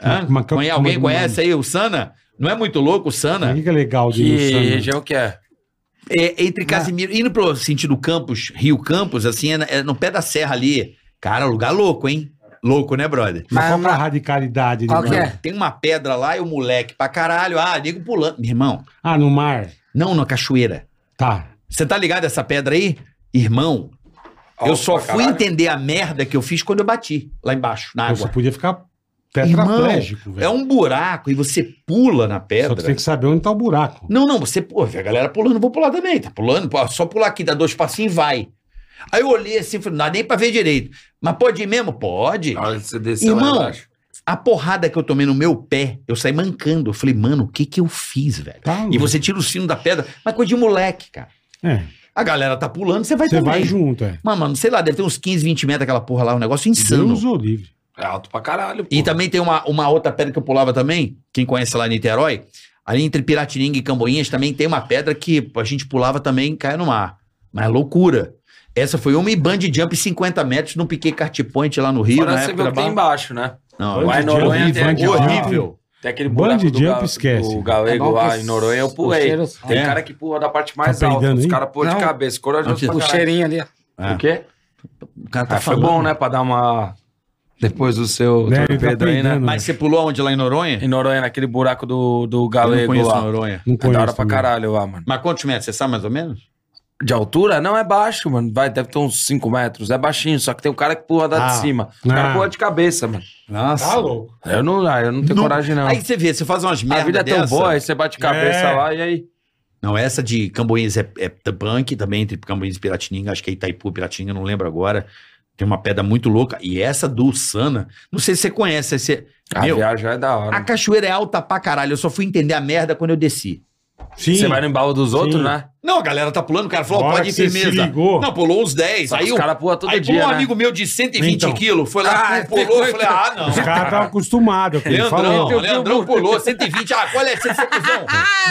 Speaker 5: Hã?
Speaker 4: Mas é que-
Speaker 5: Conhe- alguém
Speaker 4: mas-
Speaker 5: conhece aí o Sana? Não é muito louco o Sana?
Speaker 4: O que que é legal de
Speaker 6: Que
Speaker 4: Insana?
Speaker 6: região que é?
Speaker 5: É, entre Casimiro, indo pro sentido Campos, Rio Campos, assim, é, na- é no pé da serra ali. Cara, um lugar louco, hein? Louco, né, brother?
Speaker 4: Mas qual
Speaker 7: Mas-
Speaker 4: que é a radicalidade?
Speaker 7: Qual
Speaker 4: de-
Speaker 7: que é?
Speaker 5: Tem uma pedra lá e o moleque pra caralho. Ah, nego pulando. Meu irmão,
Speaker 4: Ah, no mar.
Speaker 5: não na cachoeira.
Speaker 4: Tá.
Speaker 5: Você tá ligado essa pedra aí? Irmão, eu
Speaker 6: Alto
Speaker 5: só
Speaker 6: pra
Speaker 5: fui
Speaker 6: caralho.
Speaker 5: entender a merda que eu fiz quando eu bati lá embaixo, na
Speaker 4: Então Você
Speaker 5: água.
Speaker 4: podia ficar tetraplégico, velho.
Speaker 5: É um buraco e você pula na
Speaker 4: Só
Speaker 5: pedra.
Speaker 4: que tem que saber onde tá o buraco.
Speaker 5: Não, não, você, pô, vê a galera pulando, vou pular também, tá pulando, pô, só pular aqui, dá dois passinhos e vai. Aí eu olhei assim, falei, não dá nem pra ver direito. Mas pode ir mesmo? Pode.
Speaker 6: Na hora que você desceu
Speaker 5: Irmão,
Speaker 6: Ah, é lá embaixo.
Speaker 5: A porrada que eu tomei no meu pé, eu saí mancando. Eu falei, mano, o que que eu fiz, velho?
Speaker 4: Tá,
Speaker 5: E você tira o sino da pedra, mas coisa de moleque, cara.
Speaker 4: É,
Speaker 5: A galera tá pulando, você vai
Speaker 4: você
Speaker 5: também.
Speaker 4: vai junto, é.
Speaker 5: Mas, mano, sei lá, deve ter uns 15, 20 metros aquela porra lá, um negócio insano.
Speaker 4: Deus o livre.
Speaker 6: É alto pra caralho, pô.
Speaker 5: E também tem uma, uma outra pedra que eu pulava também, quem conhece lá em Niterói, ali entre Piratininga e Camboinhas também tem uma pedra que a gente pulava também e caia no mar. Mas é loucura. Essa foi uma e bungee jump 50 metros no Piquet Cart Point lá no Rio,
Speaker 6: Fora
Speaker 5: na
Speaker 6: você vê
Speaker 5: época
Speaker 6: o
Speaker 5: da
Speaker 6: que tem
Speaker 5: barra.
Speaker 6: embaixo, né?
Speaker 5: Não,
Speaker 4: Bungee
Speaker 6: Lá em
Speaker 4: jump,
Speaker 6: Noronha tem
Speaker 5: é
Speaker 4: bungee
Speaker 6: aquele
Speaker 4: jump.
Speaker 6: horrível. Tem aquele buraco
Speaker 4: Bungee
Speaker 6: do
Speaker 4: jump,
Speaker 6: ga-
Speaker 4: esquece.
Speaker 6: do galego
Speaker 7: É bom que
Speaker 6: lá em Noronha, eu
Speaker 7: os
Speaker 6: pulei.
Speaker 7: cheiros-
Speaker 6: Tem
Speaker 7: É.
Speaker 6: cara que pula da parte mais
Speaker 4: Tá
Speaker 6: alta.
Speaker 4: peidando,
Speaker 6: Os
Speaker 4: hein?
Speaker 6: caras pôr de
Speaker 7: Não.
Speaker 6: cabeça, corajoso pra
Speaker 7: O
Speaker 6: caralho.
Speaker 7: cheirinho ali. ó.
Speaker 6: O quê?
Speaker 5: o cara tá
Speaker 6: Ah, foi
Speaker 5: falando.
Speaker 6: bom, né? Pra dar uma... Depois do seu
Speaker 4: Né, ele tá
Speaker 6: torpedo aí, né?
Speaker 4: peidando.
Speaker 5: Mas você pulou aonde lá em Noronha?
Speaker 6: Em Noronha, naquele buraco do, do
Speaker 5: Eu não
Speaker 6: galego
Speaker 5: conheço
Speaker 6: lá.
Speaker 5: Noronha.
Speaker 4: Não
Speaker 6: É
Speaker 4: conheço.
Speaker 6: da hora pra
Speaker 4: também.
Speaker 6: caralho lá, mano.
Speaker 5: Mas quantos metros? Você sabe mais ou menos?
Speaker 6: De altura? Não, é baixo, mano. Vai, deve ter uns 5 metros. É baixinho, só que tem um cara que pula da
Speaker 5: Ah.
Speaker 6: de cima. O cara
Speaker 4: Ah.
Speaker 6: pula de cabeça, mano.
Speaker 5: Nossa.
Speaker 4: Tá louco.
Speaker 6: Eu não, ah, eu não tenho coragem, não.
Speaker 5: Aí você vê, você faz umas
Speaker 6: a
Speaker 5: merda
Speaker 6: vida é tão
Speaker 5: dessa.
Speaker 6: boa, aí você bate cabeça
Speaker 4: É.
Speaker 6: lá e aí.
Speaker 5: Não, essa de Camboinhas é, é da Bank, também entre Camboinhas e Piratininga, acho que é Itaipu, Piratininga, não lembro agora. Tem uma pedra muito louca. E essa do Sana, não sei se você conhece. Esse...
Speaker 6: A
Speaker 5: Meu,
Speaker 6: viagem é da hora.
Speaker 5: a cachoeira é alta pra caralho. Eu só fui entender a merda quando eu desci.
Speaker 4: Sim.
Speaker 6: Você vai no embalo dos outros,
Speaker 4: Sim.
Speaker 6: né?
Speaker 5: Não, a galera tá pulando, o cara falou, ó,
Speaker 4: Hora
Speaker 5: pode ir
Speaker 4: que você se
Speaker 5: firmeza.
Speaker 4: ligou.
Speaker 5: Não, pulou uns 10.
Speaker 6: Só que
Speaker 5: Aí,
Speaker 6: os
Speaker 5: o-
Speaker 6: caras pulam todo
Speaker 5: aí
Speaker 6: dia,
Speaker 5: pulou um
Speaker 6: né?
Speaker 5: amigo meu de 120
Speaker 4: Então.
Speaker 5: quilos, foi lá,
Speaker 6: Ah,
Speaker 5: pum, pulou, eu
Speaker 6: tem
Speaker 5: falei, ah, não.
Speaker 4: Os caras estavam acostumados. É,
Speaker 5: Leandrão, Leandrão pulou, 120, ah, qual é, 100 cuzão?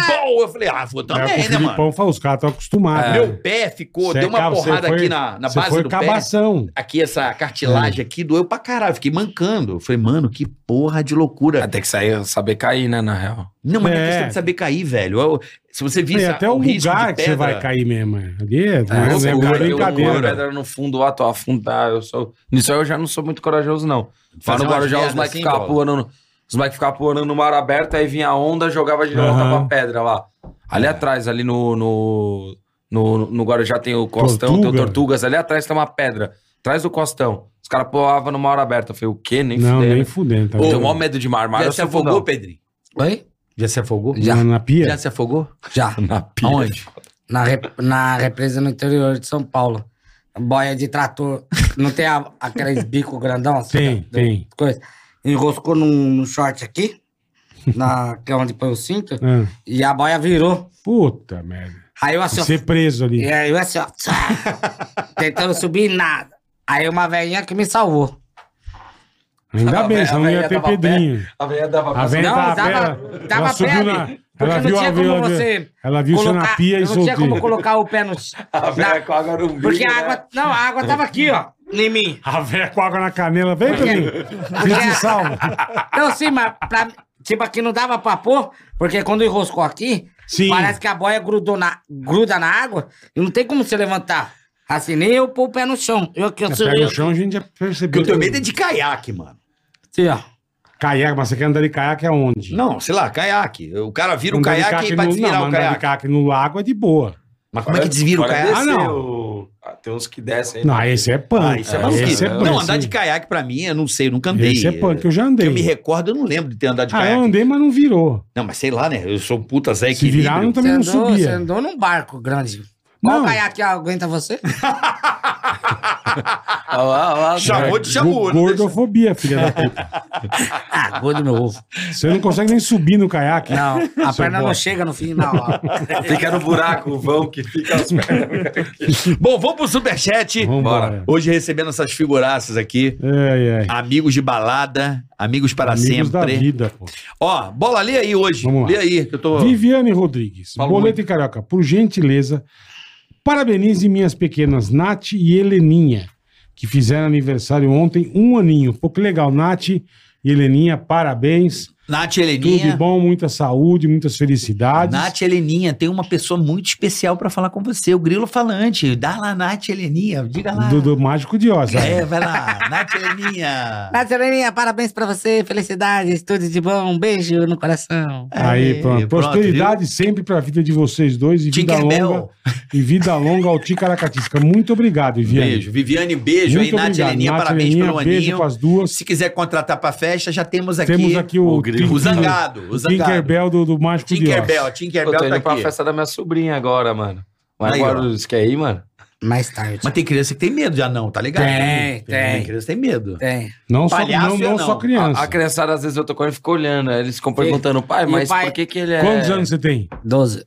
Speaker 5: Bom, eu falei, ah, vou
Speaker 4: é, o que
Speaker 5: também,
Speaker 4: o
Speaker 5: né, mano?
Speaker 4: Filipão falou, os caras estão acostumados.
Speaker 5: Ah, Meu pé ficou,
Speaker 4: Você
Speaker 5: deu uma
Speaker 4: É. acaba- você
Speaker 5: porrada
Speaker 4: foi-
Speaker 5: aqui na, na
Speaker 4: Você
Speaker 5: base
Speaker 4: foi É.
Speaker 5: do pé.
Speaker 4: cabação.
Speaker 5: Aqui, essa cartilagem aqui doeu pra caralho. Fiquei mancando. Eu Falei, mano, que porra de loucura.
Speaker 6: Ah, Tem que sair, saber cair, né, na real.
Speaker 5: Não, mas não é
Speaker 4: É.
Speaker 5: questão de saber cair, velho. Eu- se você visse
Speaker 4: E
Speaker 5: a-
Speaker 4: até o
Speaker 5: um risco de
Speaker 4: lugar que você
Speaker 5: pedra-
Speaker 4: vai cair mesmo. é. Ali é, não é,
Speaker 6: eu
Speaker 4: não é
Speaker 6: sou- um cara, eu
Speaker 4: brincadeira.
Speaker 6: pulo a pedra no fundo lá, tô afundar. Eu sou... Nisso aí eu já não sou muito corajoso, não. Lá
Speaker 5: Fazer
Speaker 6: no
Speaker 5: umas
Speaker 6: Guarujá, os
Speaker 5: merda
Speaker 6: moleques né?
Speaker 5: assim,
Speaker 6: ficavam
Speaker 5: Bola.
Speaker 6: pulando. no- Os moleques ficavam pulando no mar aberto, aí vinha a onda, jogava de volta
Speaker 4: Aham. É.
Speaker 6: pra pedra lá. Ali atrás, ali no. No, no, no Guarujá tem o Costão, tem
Speaker 4: Tortuga.
Speaker 6: o Tortugas. Ali atrás tem uma pedra. Atrás do Costão. Os caras pulavam no mar aberto. Eu falei, o quê? Nem
Speaker 4: Não,
Speaker 6: fudeu.
Speaker 4: nem
Speaker 6: né?
Speaker 4: fudendo. Tá
Speaker 6: Eu tenho
Speaker 4: vendo?
Speaker 6: o maior medo de mar. Mar é
Speaker 5: Já
Speaker 6: eu
Speaker 5: se
Speaker 6: sou
Speaker 5: afogou,
Speaker 6: fudão.
Speaker 5: Pedrinho?
Speaker 7: Oi?
Speaker 5: Já se afogou?
Speaker 7: Já.
Speaker 4: Na, na pia?
Speaker 5: Já se afogou?
Speaker 7: Já.
Speaker 6: Na pia.
Speaker 5: Aonde?
Speaker 7: Na, rep- na represa no interior de São Paulo. Boia de trator. Não tem a- aqueles bico grandão? Assim,
Speaker 4: Tem,
Speaker 7: da- do-
Speaker 4: tem.
Speaker 7: Coisa. Enroscou num, num short aqui, na, que é onde põe o cinto,
Speaker 4: Ah,
Speaker 7: e a boia virou.
Speaker 4: puta merda.
Speaker 7: Aí eu assim, ó,
Speaker 4: Ser preso ali.
Speaker 5: É.
Speaker 7: E aí eu assim, ó, tentando subir nada. Aí uma velhinha que me salvou.
Speaker 4: Ainda
Speaker 6: A
Speaker 4: bem,
Speaker 6: velha-
Speaker 4: senão não
Speaker 6: a
Speaker 4: ia
Speaker 6: velha
Speaker 4: ter
Speaker 6: dava pé.
Speaker 4: Pedrinho.
Speaker 6: A velha dava
Speaker 4: A velha
Speaker 7: Não,
Speaker 4: tava
Speaker 7: dava-
Speaker 4: pé.
Speaker 7: dava
Speaker 4: Ela
Speaker 7: pé
Speaker 4: subiu
Speaker 7: ali,
Speaker 4: na.
Speaker 7: porque
Speaker 4: Ela
Speaker 7: não
Speaker 4: viu a
Speaker 7: tinha como
Speaker 4: vela.
Speaker 7: você
Speaker 4: Ela viu você na
Speaker 7: colocar-
Speaker 4: pia e
Speaker 7: eu Não tinha como
Speaker 4: soltou.
Speaker 7: colocar o pé no chão.
Speaker 6: A é velha
Speaker 7: Na-
Speaker 6: com água no bico.
Speaker 7: Porque a
Speaker 6: né?
Speaker 7: água. Não, a água tava aqui, ó. Em mim.
Speaker 4: A velha com água na canela. Vem,
Speaker 5: é.
Speaker 4: Pedrinho. Fiz te salvo.
Speaker 7: Não, sim, Então, assim, mas pra, tipo aqui não dava pra pôr, porque quando enroscou aqui,
Speaker 4: Sim.
Speaker 7: parece que a boia grudou na, gruda na água e não tem como se levantar. Assim, nem eu pôr o pé no chão. Eu aqui, eu, eu,
Speaker 4: Pega o chão, a gente já percebeu.
Speaker 5: Porque eu tenho medo é de caiaque, mano.
Speaker 7: assim, ó.
Speaker 4: Caiaque, mas você quer andar de caiaque aonde?
Speaker 5: Não, sei lá, caiaque. O cara vira o
Speaker 4: Andar de
Speaker 5: caiaque e vai
Speaker 4: no-
Speaker 5: desvirar
Speaker 4: não,
Speaker 5: o
Speaker 4: mas andar de
Speaker 5: caiaque.
Speaker 4: caiaque no lago é de boa.
Speaker 5: Mas como é que desvira o
Speaker 6: Agora
Speaker 5: caiaque?
Speaker 4: Ah,
Speaker 6: desceu.
Speaker 4: não.
Speaker 6: Ah, tem uns que descem. aí,
Speaker 4: Não,
Speaker 6: né?
Speaker 4: esse é punk.
Speaker 5: Ah, isso é
Speaker 4: esse,
Speaker 5: maluquice.
Speaker 4: é punk.
Speaker 5: não, andar de caiaque pra mim, eu não sei, eu nunca andei.
Speaker 4: Esse é punk, eu já
Speaker 5: Que
Speaker 4: andei.
Speaker 5: eu me recordo, eu não lembro de ter andado de
Speaker 4: Ah, eu
Speaker 5: caiaque.
Speaker 4: andei, mas não virou.
Speaker 5: Não, mas sei lá, né? Eu sou um puta Zé
Speaker 4: Se
Speaker 5: Equilíbrio.
Speaker 4: virar, eu também não
Speaker 7: você andou, Você
Speaker 4: subia.
Speaker 7: andou num barco grande. Qual
Speaker 4: Não,
Speaker 7: caiaque aguenta você?
Speaker 6: Ah, lá, lá,
Speaker 5: Chamou de chamou.
Speaker 4: É,
Speaker 5: né?
Speaker 4: go- gordofobia, filha da puta.
Speaker 7: Ah, gordo meu ovo.
Speaker 4: Você não consegue nem subir no caiaque.
Speaker 7: Não, a
Speaker 4: Seu
Speaker 7: perna não
Speaker 4: é bosta.
Speaker 7: chega no final. ó.
Speaker 6: Fica no buraco, o vão que fica as pernas.
Speaker 5: Bom, vamos pro Superchat.
Speaker 4: Vambora.
Speaker 5: Hoje recebendo essas figuraças aqui.
Speaker 4: Ai, ai.
Speaker 5: Amigos de balada, amigos para
Speaker 4: Amigos da
Speaker 5: sempre.
Speaker 4: vida, pô.
Speaker 5: Ó, bola, lê aí hoje.
Speaker 4: Vamos lá.
Speaker 5: Lê aí, que eu tô.
Speaker 4: Viviane Rodrigues,
Speaker 6: Fala
Speaker 4: Boleto e Carioca, por gentileza, parabenize minhas pequenas Nath e Heleninha, que fizeram aniversário ontem, um aninho. Pô, que legal, Nath e Heleninha, parabéns.
Speaker 5: Nath
Speaker 4: Tudo de
Speaker 5: Heleninha.
Speaker 4: bom, muita saúde, muitas felicidades.
Speaker 5: Nath Heleninha, tem uma pessoa muito especial pra falar com você, o Grilo Falante. Dá lá, Nath Heleninha, diga lá.
Speaker 4: do, do Mágico de Oz. né?
Speaker 5: É, vai lá, Nath Heleninha.
Speaker 7: Nathanaelinha, parabéns pra você, felicidades, tudo de bom, um beijo no coração.
Speaker 4: Aí,
Speaker 5: Aí,
Speaker 4: pronto.
Speaker 5: é, pronto,
Speaker 4: Prosperidade sempre pra vida de vocês dois e vida longa.
Speaker 5: Tinkerbell.
Speaker 4: E vida longa ao Ticaracatisca. Muito obrigado, Viviane.
Speaker 5: Beijo. Viviane, beijo aí,
Speaker 4: Muito
Speaker 5: Nath
Speaker 4: obrigado.
Speaker 5: Heleninha,
Speaker 4: Nath
Speaker 5: parabéns
Speaker 4: Heleninha,
Speaker 5: pelo
Speaker 4: Beijo
Speaker 5: aninho.
Speaker 4: pras duas.
Speaker 5: Se quiser contratar pra festa, já temos aqui,
Speaker 4: Temos aqui o,
Speaker 6: o grilo.
Speaker 4: Tinker-
Speaker 5: o Zangado. O Zangado.
Speaker 4: Tinkerbell do, do Mágico é de
Speaker 5: Tinkerbell,
Speaker 4: Oz.
Speaker 6: Eu tô
Speaker 5: Tinkerbell tá
Speaker 6: indo pra
Speaker 5: aqui.
Speaker 6: festa da minha sobrinha agora, mano. Mas
Speaker 5: Aí,
Speaker 6: agora
Speaker 5: ó.
Speaker 6: você quer ir, mano?
Speaker 7: Mais tarde.
Speaker 5: Mas tem criança que tem medo de anão, tá ligado?
Speaker 7: Tem, tem.
Speaker 5: criança que tem medo.
Speaker 7: Tem.
Speaker 4: Não, só,
Speaker 5: Palhaço
Speaker 4: não,
Speaker 5: eu
Speaker 4: não
Speaker 5: não.
Speaker 4: só criança.
Speaker 6: A, a criançada, às vezes, eu tô com ele e fica olhando. aí Eles ficam perguntando, pai,
Speaker 7: E o
Speaker 6: mas
Speaker 7: pai-
Speaker 6: por que que ele é...
Speaker 4: Quantos anos você tem?
Speaker 5: Tá,
Speaker 7: 12.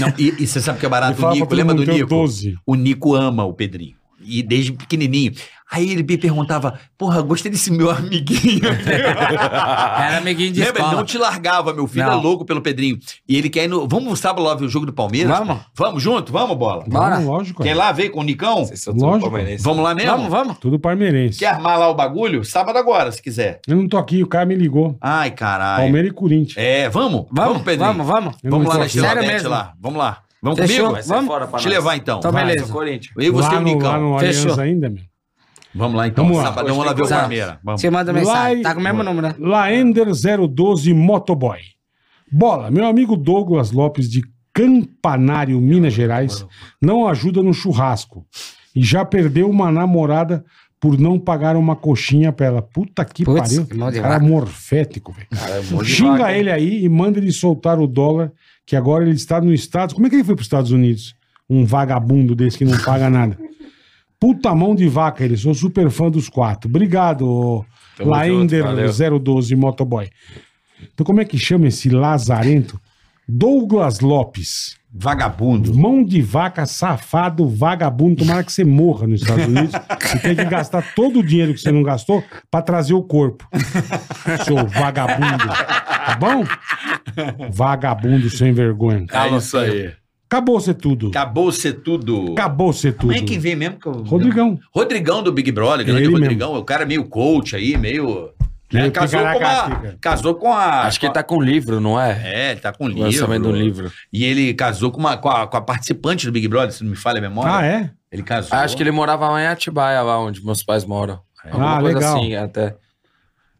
Speaker 5: Não, e, e você sabe que é
Speaker 4: Ele
Speaker 5: barato o
Speaker 4: fala pra
Speaker 5: Nico,
Speaker 4: todo
Speaker 5: lembra do
Speaker 4: mundo, tenho
Speaker 5: Nico?
Speaker 4: 12.
Speaker 5: O Nico ama o Pedrinho. E desde pequenininho. Aí ele me perguntava, porra, gostei desse meu amiguinho.
Speaker 7: Era amiguinho de
Speaker 5: Lembra? Ele
Speaker 7: escola.
Speaker 5: não te largava, meu filho.
Speaker 7: Não.
Speaker 5: É louco pelo Pedrinho. E ele quer ir no... Vamos sábado lá ver o jogo do Palmeiras?
Speaker 7: Vamos.
Speaker 5: Vamos junto? Vamos, bola.
Speaker 7: Bora.
Speaker 4: Não, lógico.
Speaker 5: Quer
Speaker 4: é.
Speaker 5: lá ver com o Nicão?
Speaker 6: Vocês são tudo
Speaker 4: Lógico.
Speaker 6: palmeirense.
Speaker 5: Vamos lá é? mesmo?
Speaker 7: Vamos, vamos.
Speaker 4: Tudo parmeirense.
Speaker 5: Quer armar lá o bagulho? Sábado agora, se quiser.
Speaker 4: Eu não tô aqui, o cara me ligou.
Speaker 5: Ai, caralho.
Speaker 4: Palmeiras e Corinthians.
Speaker 5: É, vamos?
Speaker 7: Vamos, vamos, vamos.
Speaker 4: Eu
Speaker 5: Vamos
Speaker 4: não
Speaker 5: lá
Speaker 4: tô
Speaker 5: na
Speaker 4: aqui.
Speaker 7: Sério
Speaker 5: Estilabete
Speaker 7: mesmo?
Speaker 5: lá. Vamos lá. Vamos
Speaker 7: Fechou?
Speaker 5: comigo?
Speaker 6: Vai sair
Speaker 7: Vamos?
Speaker 6: fora pra
Speaker 5: Te
Speaker 6: nós.
Speaker 5: levar então.
Speaker 7: Então,
Speaker 5: Vai.
Speaker 7: beleza.
Speaker 6: Sou Corinthians.
Speaker 5: Eu e você e
Speaker 4: Tá Lá
Speaker 5: o
Speaker 4: no, lá
Speaker 5: Nicão.
Speaker 4: no
Speaker 7: Fechou.
Speaker 4: Aliança ainda, meu.
Speaker 5: Vamos lá então.
Speaker 4: Vamos lá.
Speaker 5: Sabadão vamos lá ver o
Speaker 7: Sábado.
Speaker 5: Palmeiras. Vamos.
Speaker 7: Te manda mensagem.
Speaker 4: Lá e-
Speaker 7: Tá com o mesmo número, né?
Speaker 4: Laender012 Motoboy. Bola, meu amigo Douglas Lopes de Campanário, Minas Gerais, não ajuda no churrasco. E já perdeu uma namorada por não pagar uma coxinha pra ela. Puta que
Speaker 7: Putz,
Speaker 4: pariu.
Speaker 7: que mão de
Speaker 4: Cara
Speaker 7: vaca.
Speaker 4: morfético, velho.
Speaker 5: é
Speaker 6: mão de
Speaker 4: Xinga
Speaker 6: vaca, hein?
Speaker 4: ele aí e manda ele soltar o dólar, que agora ele está nos Estados. Como é que ele foi pros Estados Unidos? Um vagabundo desse que não paga nada. Puta mão de vaca, ele. Sou super fã dos quatro. Obrigado, ô
Speaker 6: Tamo junto,
Speaker 4: Laender012 Motoboy. Então, como é que chama esse lazarento? Douglas Lopes.
Speaker 5: Vagabundo.
Speaker 4: Mão de vaca, safado, vagabundo. Tomara que você morra nos Estados Unidos. Você tem que gastar todo o dinheiro que você não gastou pra trazer o corpo. Seu vagabundo. Tá bom? Vagabundo sem vergonha.
Speaker 5: É isso aí.
Speaker 4: Acabou ser tudo.
Speaker 5: Acabou ser tudo.
Speaker 4: Acabou ser tudo.
Speaker 5: Amanhã
Speaker 7: é
Speaker 5: quem vem mesmo? Que eu...
Speaker 4: Rodrigão.
Speaker 5: Rodrigão do Big Brother, grande
Speaker 4: Ele
Speaker 5: Rodrigão. O cara meio coach aí, meio. né,
Speaker 4: Meio
Speaker 5: Casou, com
Speaker 4: picaracatica.
Speaker 5: a... casou com a.
Speaker 6: Acho que ele tá com um livro, não é?
Speaker 5: É, ele tá com
Speaker 6: O lançamento do livro.
Speaker 5: E ele casou com, uma, com, a, com a participante do Big Brother, se não me falha a memória.
Speaker 4: Ah, é?
Speaker 5: Ele casou.
Speaker 6: Acho que ele morava lá em Atibaia, lá onde meus pais moram. Alguma
Speaker 4: Ah,
Speaker 6: coisa
Speaker 4: legal.
Speaker 6: assim,
Speaker 5: É,
Speaker 6: até.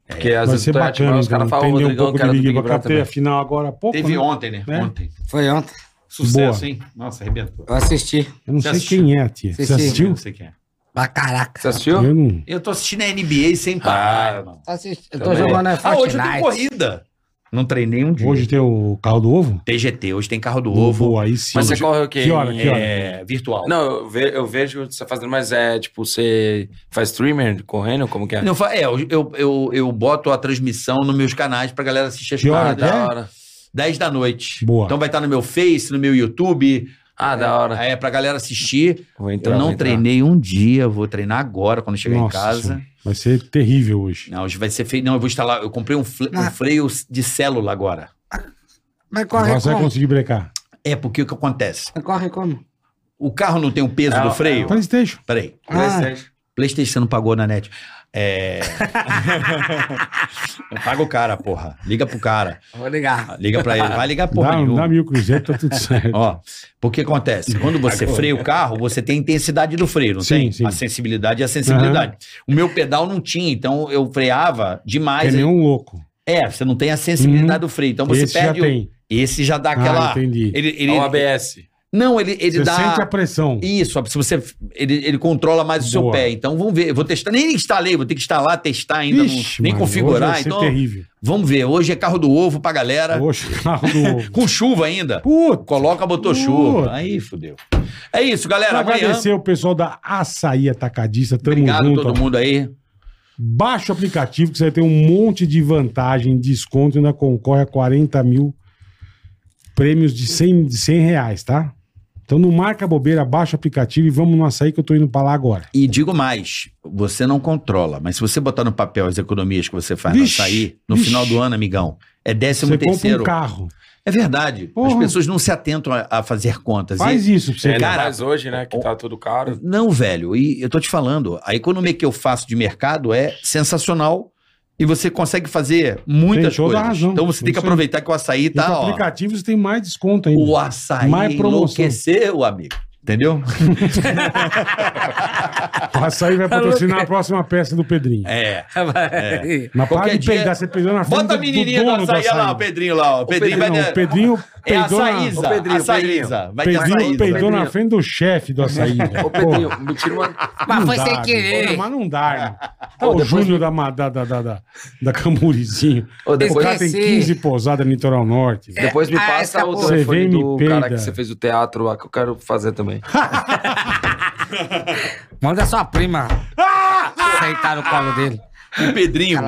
Speaker 6: Porque às
Speaker 4: Vai
Speaker 6: vezes
Speaker 4: ser
Speaker 6: tu é
Speaker 4: bacana.
Speaker 6: Atibaia, os caras
Speaker 4: então,
Speaker 6: falam,
Speaker 4: entender um
Speaker 6: Rodrigão,
Speaker 4: pouco
Speaker 6: que era
Speaker 4: do
Speaker 6: do
Speaker 4: Big
Speaker 6: Big
Speaker 4: Brother.
Speaker 6: Brother
Speaker 4: Ter a
Speaker 6: também.
Speaker 4: final agora há pouco.
Speaker 5: Teve
Speaker 4: né?
Speaker 5: ontem, né?
Speaker 4: É.
Speaker 5: Ontem.
Speaker 7: Foi ontem.
Speaker 5: Sucesso, hein? Nossa, arrebentou.
Speaker 7: Eu assisti.
Speaker 4: Eu não
Speaker 5: Você
Speaker 4: sei
Speaker 5: assistiu?
Speaker 4: quem é, tia. Você
Speaker 7: Você
Speaker 4: assistiu?
Speaker 5: Não sei quem é.
Speaker 7: Pra caraca.
Speaker 6: Você assistiu?
Speaker 4: Eu não.
Speaker 5: Eu tô assistindo a NBA sem parar, irmão.
Speaker 7: Tá assisti- Eu tô
Speaker 6: Também.
Speaker 7: jogando é
Speaker 5: Ah, hoje
Speaker 7: Fortnite.
Speaker 5: eu tenho corrida. Não treinei um dia.
Speaker 4: Hoje tem o carro do ovo?
Speaker 5: TGT, hoje tem carro do ovo.
Speaker 4: Boa, aí sim.
Speaker 6: Mas você corre o quê?
Speaker 4: Que hora,
Speaker 6: Em-
Speaker 4: que hora?
Speaker 5: É, virtual.
Speaker 6: Não, eu, ve- eu vejo você fazendo, mas é tipo, você faz streamer correndo? Como que é?
Speaker 5: Não, fa- é, eu, eu, eu, eu boto a transmissão nos meus canais pra galera assistir as
Speaker 4: Que hora
Speaker 6: Ah,
Speaker 4: que é?
Speaker 6: da hora.
Speaker 5: 10 da noite.
Speaker 4: Boa.
Speaker 5: Então vai estar no meu Face, no meu YouTube.
Speaker 6: Ah, da hora.
Speaker 5: É, pra galera assistir.
Speaker 6: Vou
Speaker 5: eu
Speaker 6: vou
Speaker 5: não treinei um dia, vou treinar agora, quando eu chegar
Speaker 4: Nossa
Speaker 5: em casa.
Speaker 4: Senhora. Vai ser terrível hoje.
Speaker 5: Não, hoje vai ser feio. Não, eu vou instalar. Eu comprei um, fle- um
Speaker 7: Ah.
Speaker 5: freio de célula agora.
Speaker 7: Mas corre
Speaker 4: Agora você vai
Speaker 7: como?
Speaker 4: conseguir brecar.
Speaker 5: É porque o que acontece?
Speaker 7: Mas corre como?
Speaker 5: O carro não tem o peso
Speaker 6: É,
Speaker 5: do freio.
Speaker 4: Playstation.
Speaker 5: Peraí.
Speaker 7: Ah,
Speaker 6: um
Speaker 5: PlayStation não pagou na net. É. Paga o cara, porra. Liga pro cara.
Speaker 7: vou ligar.
Speaker 5: Liga pra ele. Vai ligar porra
Speaker 4: Dá,
Speaker 5: nenhuma.
Speaker 4: dá mil cruzeiros, tá tudo certo.
Speaker 5: Ó, porque acontece, quando você freia o carro, você tem a intensidade do freio, não
Speaker 4: Sim,
Speaker 5: tem?
Speaker 4: sim.
Speaker 5: A sensibilidade e a sensibilidade. O meu pedal não tinha, então eu freava
Speaker 4: é
Speaker 5: demais.
Speaker 4: nenhum um louco.
Speaker 5: É, você não tem a sensibilidade do freio, então você
Speaker 4: Esse já
Speaker 5: perde o,
Speaker 4: tem.
Speaker 5: Esse já dá
Speaker 4: Ah,
Speaker 5: aquela.
Speaker 4: entendi.
Speaker 5: ele,
Speaker 6: É
Speaker 5: ele,
Speaker 6: o ABS.
Speaker 5: não, ele, ele
Speaker 4: Você
Speaker 5: dá.
Speaker 4: sente a pressão.
Speaker 5: Isso, se você. Ele, ele controla mais o seu
Speaker 4: Boa.
Speaker 5: pé. Então vamos ver. Eu vou testar. Nem instalei, vou ter que instalar, testar ainda,
Speaker 4: Ixi,
Speaker 5: não- nem
Speaker 4: mano, hoje
Speaker 5: configurar.
Speaker 4: vai ser
Speaker 5: Então,
Speaker 4: terrível.
Speaker 5: vamos ver. Hoje é carro do ovo pra galera.
Speaker 4: Poxa, carro do ovo.
Speaker 5: Com chuva ainda.
Speaker 4: Puta,
Speaker 5: Coloca, botou
Speaker 4: Puta.
Speaker 5: chuva. Aí, fudeu. É isso,
Speaker 4: quero
Speaker 5: galera. Amanhã.
Speaker 4: agradecer o pessoal da Açaí Atacadista. Tamo
Speaker 5: Obrigado a
Speaker 4: junto.
Speaker 5: todo mundo aí.
Speaker 4: Baixa o aplicativo que você vai ter um monte de vantagem, desconto e ainda concorre a 40 mil prêmios de 100, de 100 reais, tá? Então não marca bobeira, baixa o aplicativo e vamos no açaí que eu tô indo pra lá agora.
Speaker 5: E digo mais, você não controla, mas se você botar no papel as economias que você faz
Speaker 4: Vixe,
Speaker 5: no açaí, no
Speaker 4: vixe.
Speaker 5: final do ano, amigão, é décimo
Speaker 4: Você compra
Speaker 5: terceiro.
Speaker 4: um carro.
Speaker 5: É verdade. As
Speaker 4: Porra.
Speaker 5: pessoas não se atentam a, a fazer contas.
Speaker 4: Faz
Speaker 5: E-
Speaker 4: isso pra você.
Speaker 6: É, ainda
Speaker 5: cara,
Speaker 6: mais hoje, né? Que tá tudo caro.
Speaker 5: Não, velho, e eu tô te falando, a economia que eu faço de mercado é sensacional e você consegue fazer muitas
Speaker 4: Tem toda
Speaker 5: coisas.
Speaker 4: a razão. é
Speaker 5: Então você tem que
Speaker 4: Isso aí.
Speaker 5: aproveitar que o açaí
Speaker 4: E com
Speaker 5: tá,
Speaker 4: o
Speaker 5: ó.
Speaker 4: aplicativo você tem mais desconto ainda.
Speaker 5: O açaí
Speaker 4: Mais promoção.
Speaker 5: enlouqueceu, amigo. Entendeu?
Speaker 4: O açaí vai patrocinar a próxima peça do Pedrinho.
Speaker 5: Tá É.
Speaker 4: Na parte
Speaker 5: Qualquer
Speaker 4: de
Speaker 5: dia-
Speaker 4: peidar, você peidou na frente
Speaker 5: Bota a
Speaker 4: do-
Speaker 5: menininha
Speaker 4: do
Speaker 5: do
Speaker 4: dono
Speaker 5: açaí, olha lá, o Pedrinho lá, ó. O Pedrinho,
Speaker 4: Não,
Speaker 5: vai...
Speaker 4: o Pedrinho
Speaker 5: É a
Speaker 4: peidou na-
Speaker 5: Saísa.
Speaker 6: Ô, Pedrinho,
Speaker 5: a Saísa. Vai
Speaker 6: Pedrinho.
Speaker 5: ter a
Speaker 4: Pedrinho
Speaker 5: Saísa. né?
Speaker 4: peidou na frente do chefe do açaí. né? velho.
Speaker 6: Ô, Pedrinho, me tira uma.
Speaker 7: Mas
Speaker 4: Ah, Não
Speaker 7: foi
Speaker 4: dá,
Speaker 7: sem
Speaker 4: meu.
Speaker 7: querer.
Speaker 4: Pô, Mas não dá, irmão. Tá o Júnior da, ma- da, da, da, da, da Camurizinho.
Speaker 6: Ô,
Speaker 4: O
Speaker 6: depois,
Speaker 4: cara tem
Speaker 7: Esqueci.
Speaker 4: 15 pousadas no litoral norte. velho.
Speaker 6: depois me
Speaker 7: Ah,
Speaker 6: passa
Speaker 7: acabou.
Speaker 6: o
Speaker 4: Você
Speaker 6: telefone
Speaker 4: vem, me
Speaker 6: do
Speaker 4: peida.
Speaker 6: cara que você fez o teatro lá, que eu quero fazer também.
Speaker 7: Manda sua prima
Speaker 5: Ah!
Speaker 7: sentar no colo dele.
Speaker 5: O Pedrinho.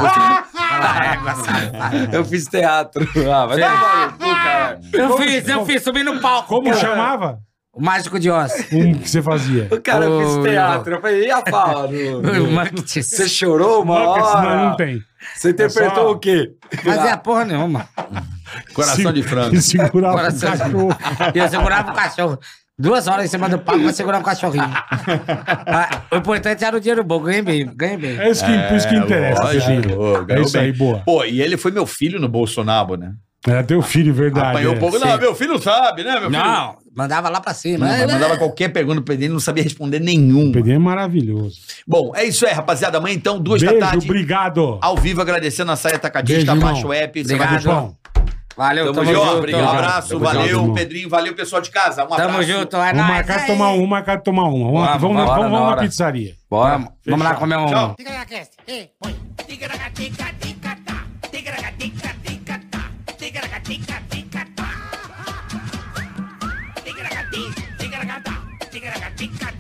Speaker 6: Eu fiz teatro. Ah, vai tomar no cu, cara.
Speaker 7: Eu fiz, eu fiz, subi no palco.
Speaker 4: Como chamava?
Speaker 7: O Mágico de Oz.
Speaker 4: Um que você fazia.
Speaker 6: Cara, eu
Speaker 7: Ô,
Speaker 6: fiz teatro. Eu falei, e a fala? no-
Speaker 7: O
Speaker 6: no-
Speaker 7: Marketing.
Speaker 6: Você chorou uma
Speaker 4: Não,
Speaker 6: hora?
Speaker 4: não tem.
Speaker 6: Você interpretou
Speaker 4: É só-
Speaker 6: o quê?
Speaker 7: Mas é a porra nenhuma.
Speaker 5: Coração
Speaker 4: Se-
Speaker 5: de frango.
Speaker 4: E segurava o
Speaker 7: Coração de-
Speaker 4: cachorro.
Speaker 7: E eu segurava o cachorro. Duas horas em cima do palco pra segurar o cachorrinho. Ah, o importante era o dinheiro bom. Ganhei bem, ganhei bem.
Speaker 4: É isso que, por isso que interessa,
Speaker 5: lógico,
Speaker 4: Pedrinho. É
Speaker 5: ganhou
Speaker 4: isso
Speaker 5: bem.
Speaker 4: aí, boa.
Speaker 5: Pô, e ele foi meu filho no Bolsonaro, né?
Speaker 4: Era teu filho, verdade.
Speaker 5: Apanhou
Speaker 4: é.
Speaker 5: um pouco. Não,
Speaker 7: sim.
Speaker 5: meu filho sabe, né, meu filho?
Speaker 7: Não, mandava lá pra cima.
Speaker 5: Mas mandava qualquer pergunta pro Pedrinho, não sabia responder nenhum.
Speaker 4: O Pedrinho é maravilhoso.
Speaker 5: Bom, é isso aí, rapaziada. Amanhã, então, duas
Speaker 4: Beijo,
Speaker 5: da tarde.
Speaker 4: obrigado.
Speaker 5: Ao vivo, agradecendo a saia
Speaker 4: Beijo,
Speaker 5: Tacadista,
Speaker 4: irmão.
Speaker 5: Baixa o App. Você vai
Speaker 7: Obrigado.
Speaker 5: continuar.
Speaker 4: Bom,
Speaker 7: Valeu,
Speaker 5: Tamo,
Speaker 7: tamo,
Speaker 5: junto.
Speaker 7: junto.
Speaker 5: Um abraço,
Speaker 4: Tamo junto,
Speaker 5: valeu,
Speaker 4: irmão.
Speaker 5: Pedrinho. Valeu, pessoal de casa. Um abraço.
Speaker 7: Tamo junto, é
Speaker 4: vamos
Speaker 7: nóis.
Speaker 4: marcar de
Speaker 7: Aí.
Speaker 4: tomar um, vamos marcar de tomar um. Vamos,
Speaker 6: Vamos,
Speaker 4: vamos, na-
Speaker 6: bora,
Speaker 4: vamos,
Speaker 6: na
Speaker 4: vamos na
Speaker 6: hora.
Speaker 4: pizzaria.
Speaker 6: Bora.
Speaker 7: Vamos lá comer um...
Speaker 5: Tchau.
Speaker 10: Ticaracast, ei, põe. Ticaracatica, ticatá. Ticaracatica, ticatá. Ticaracatica, ticatá. Ticaracati, ticaracatá. Ticaracatica,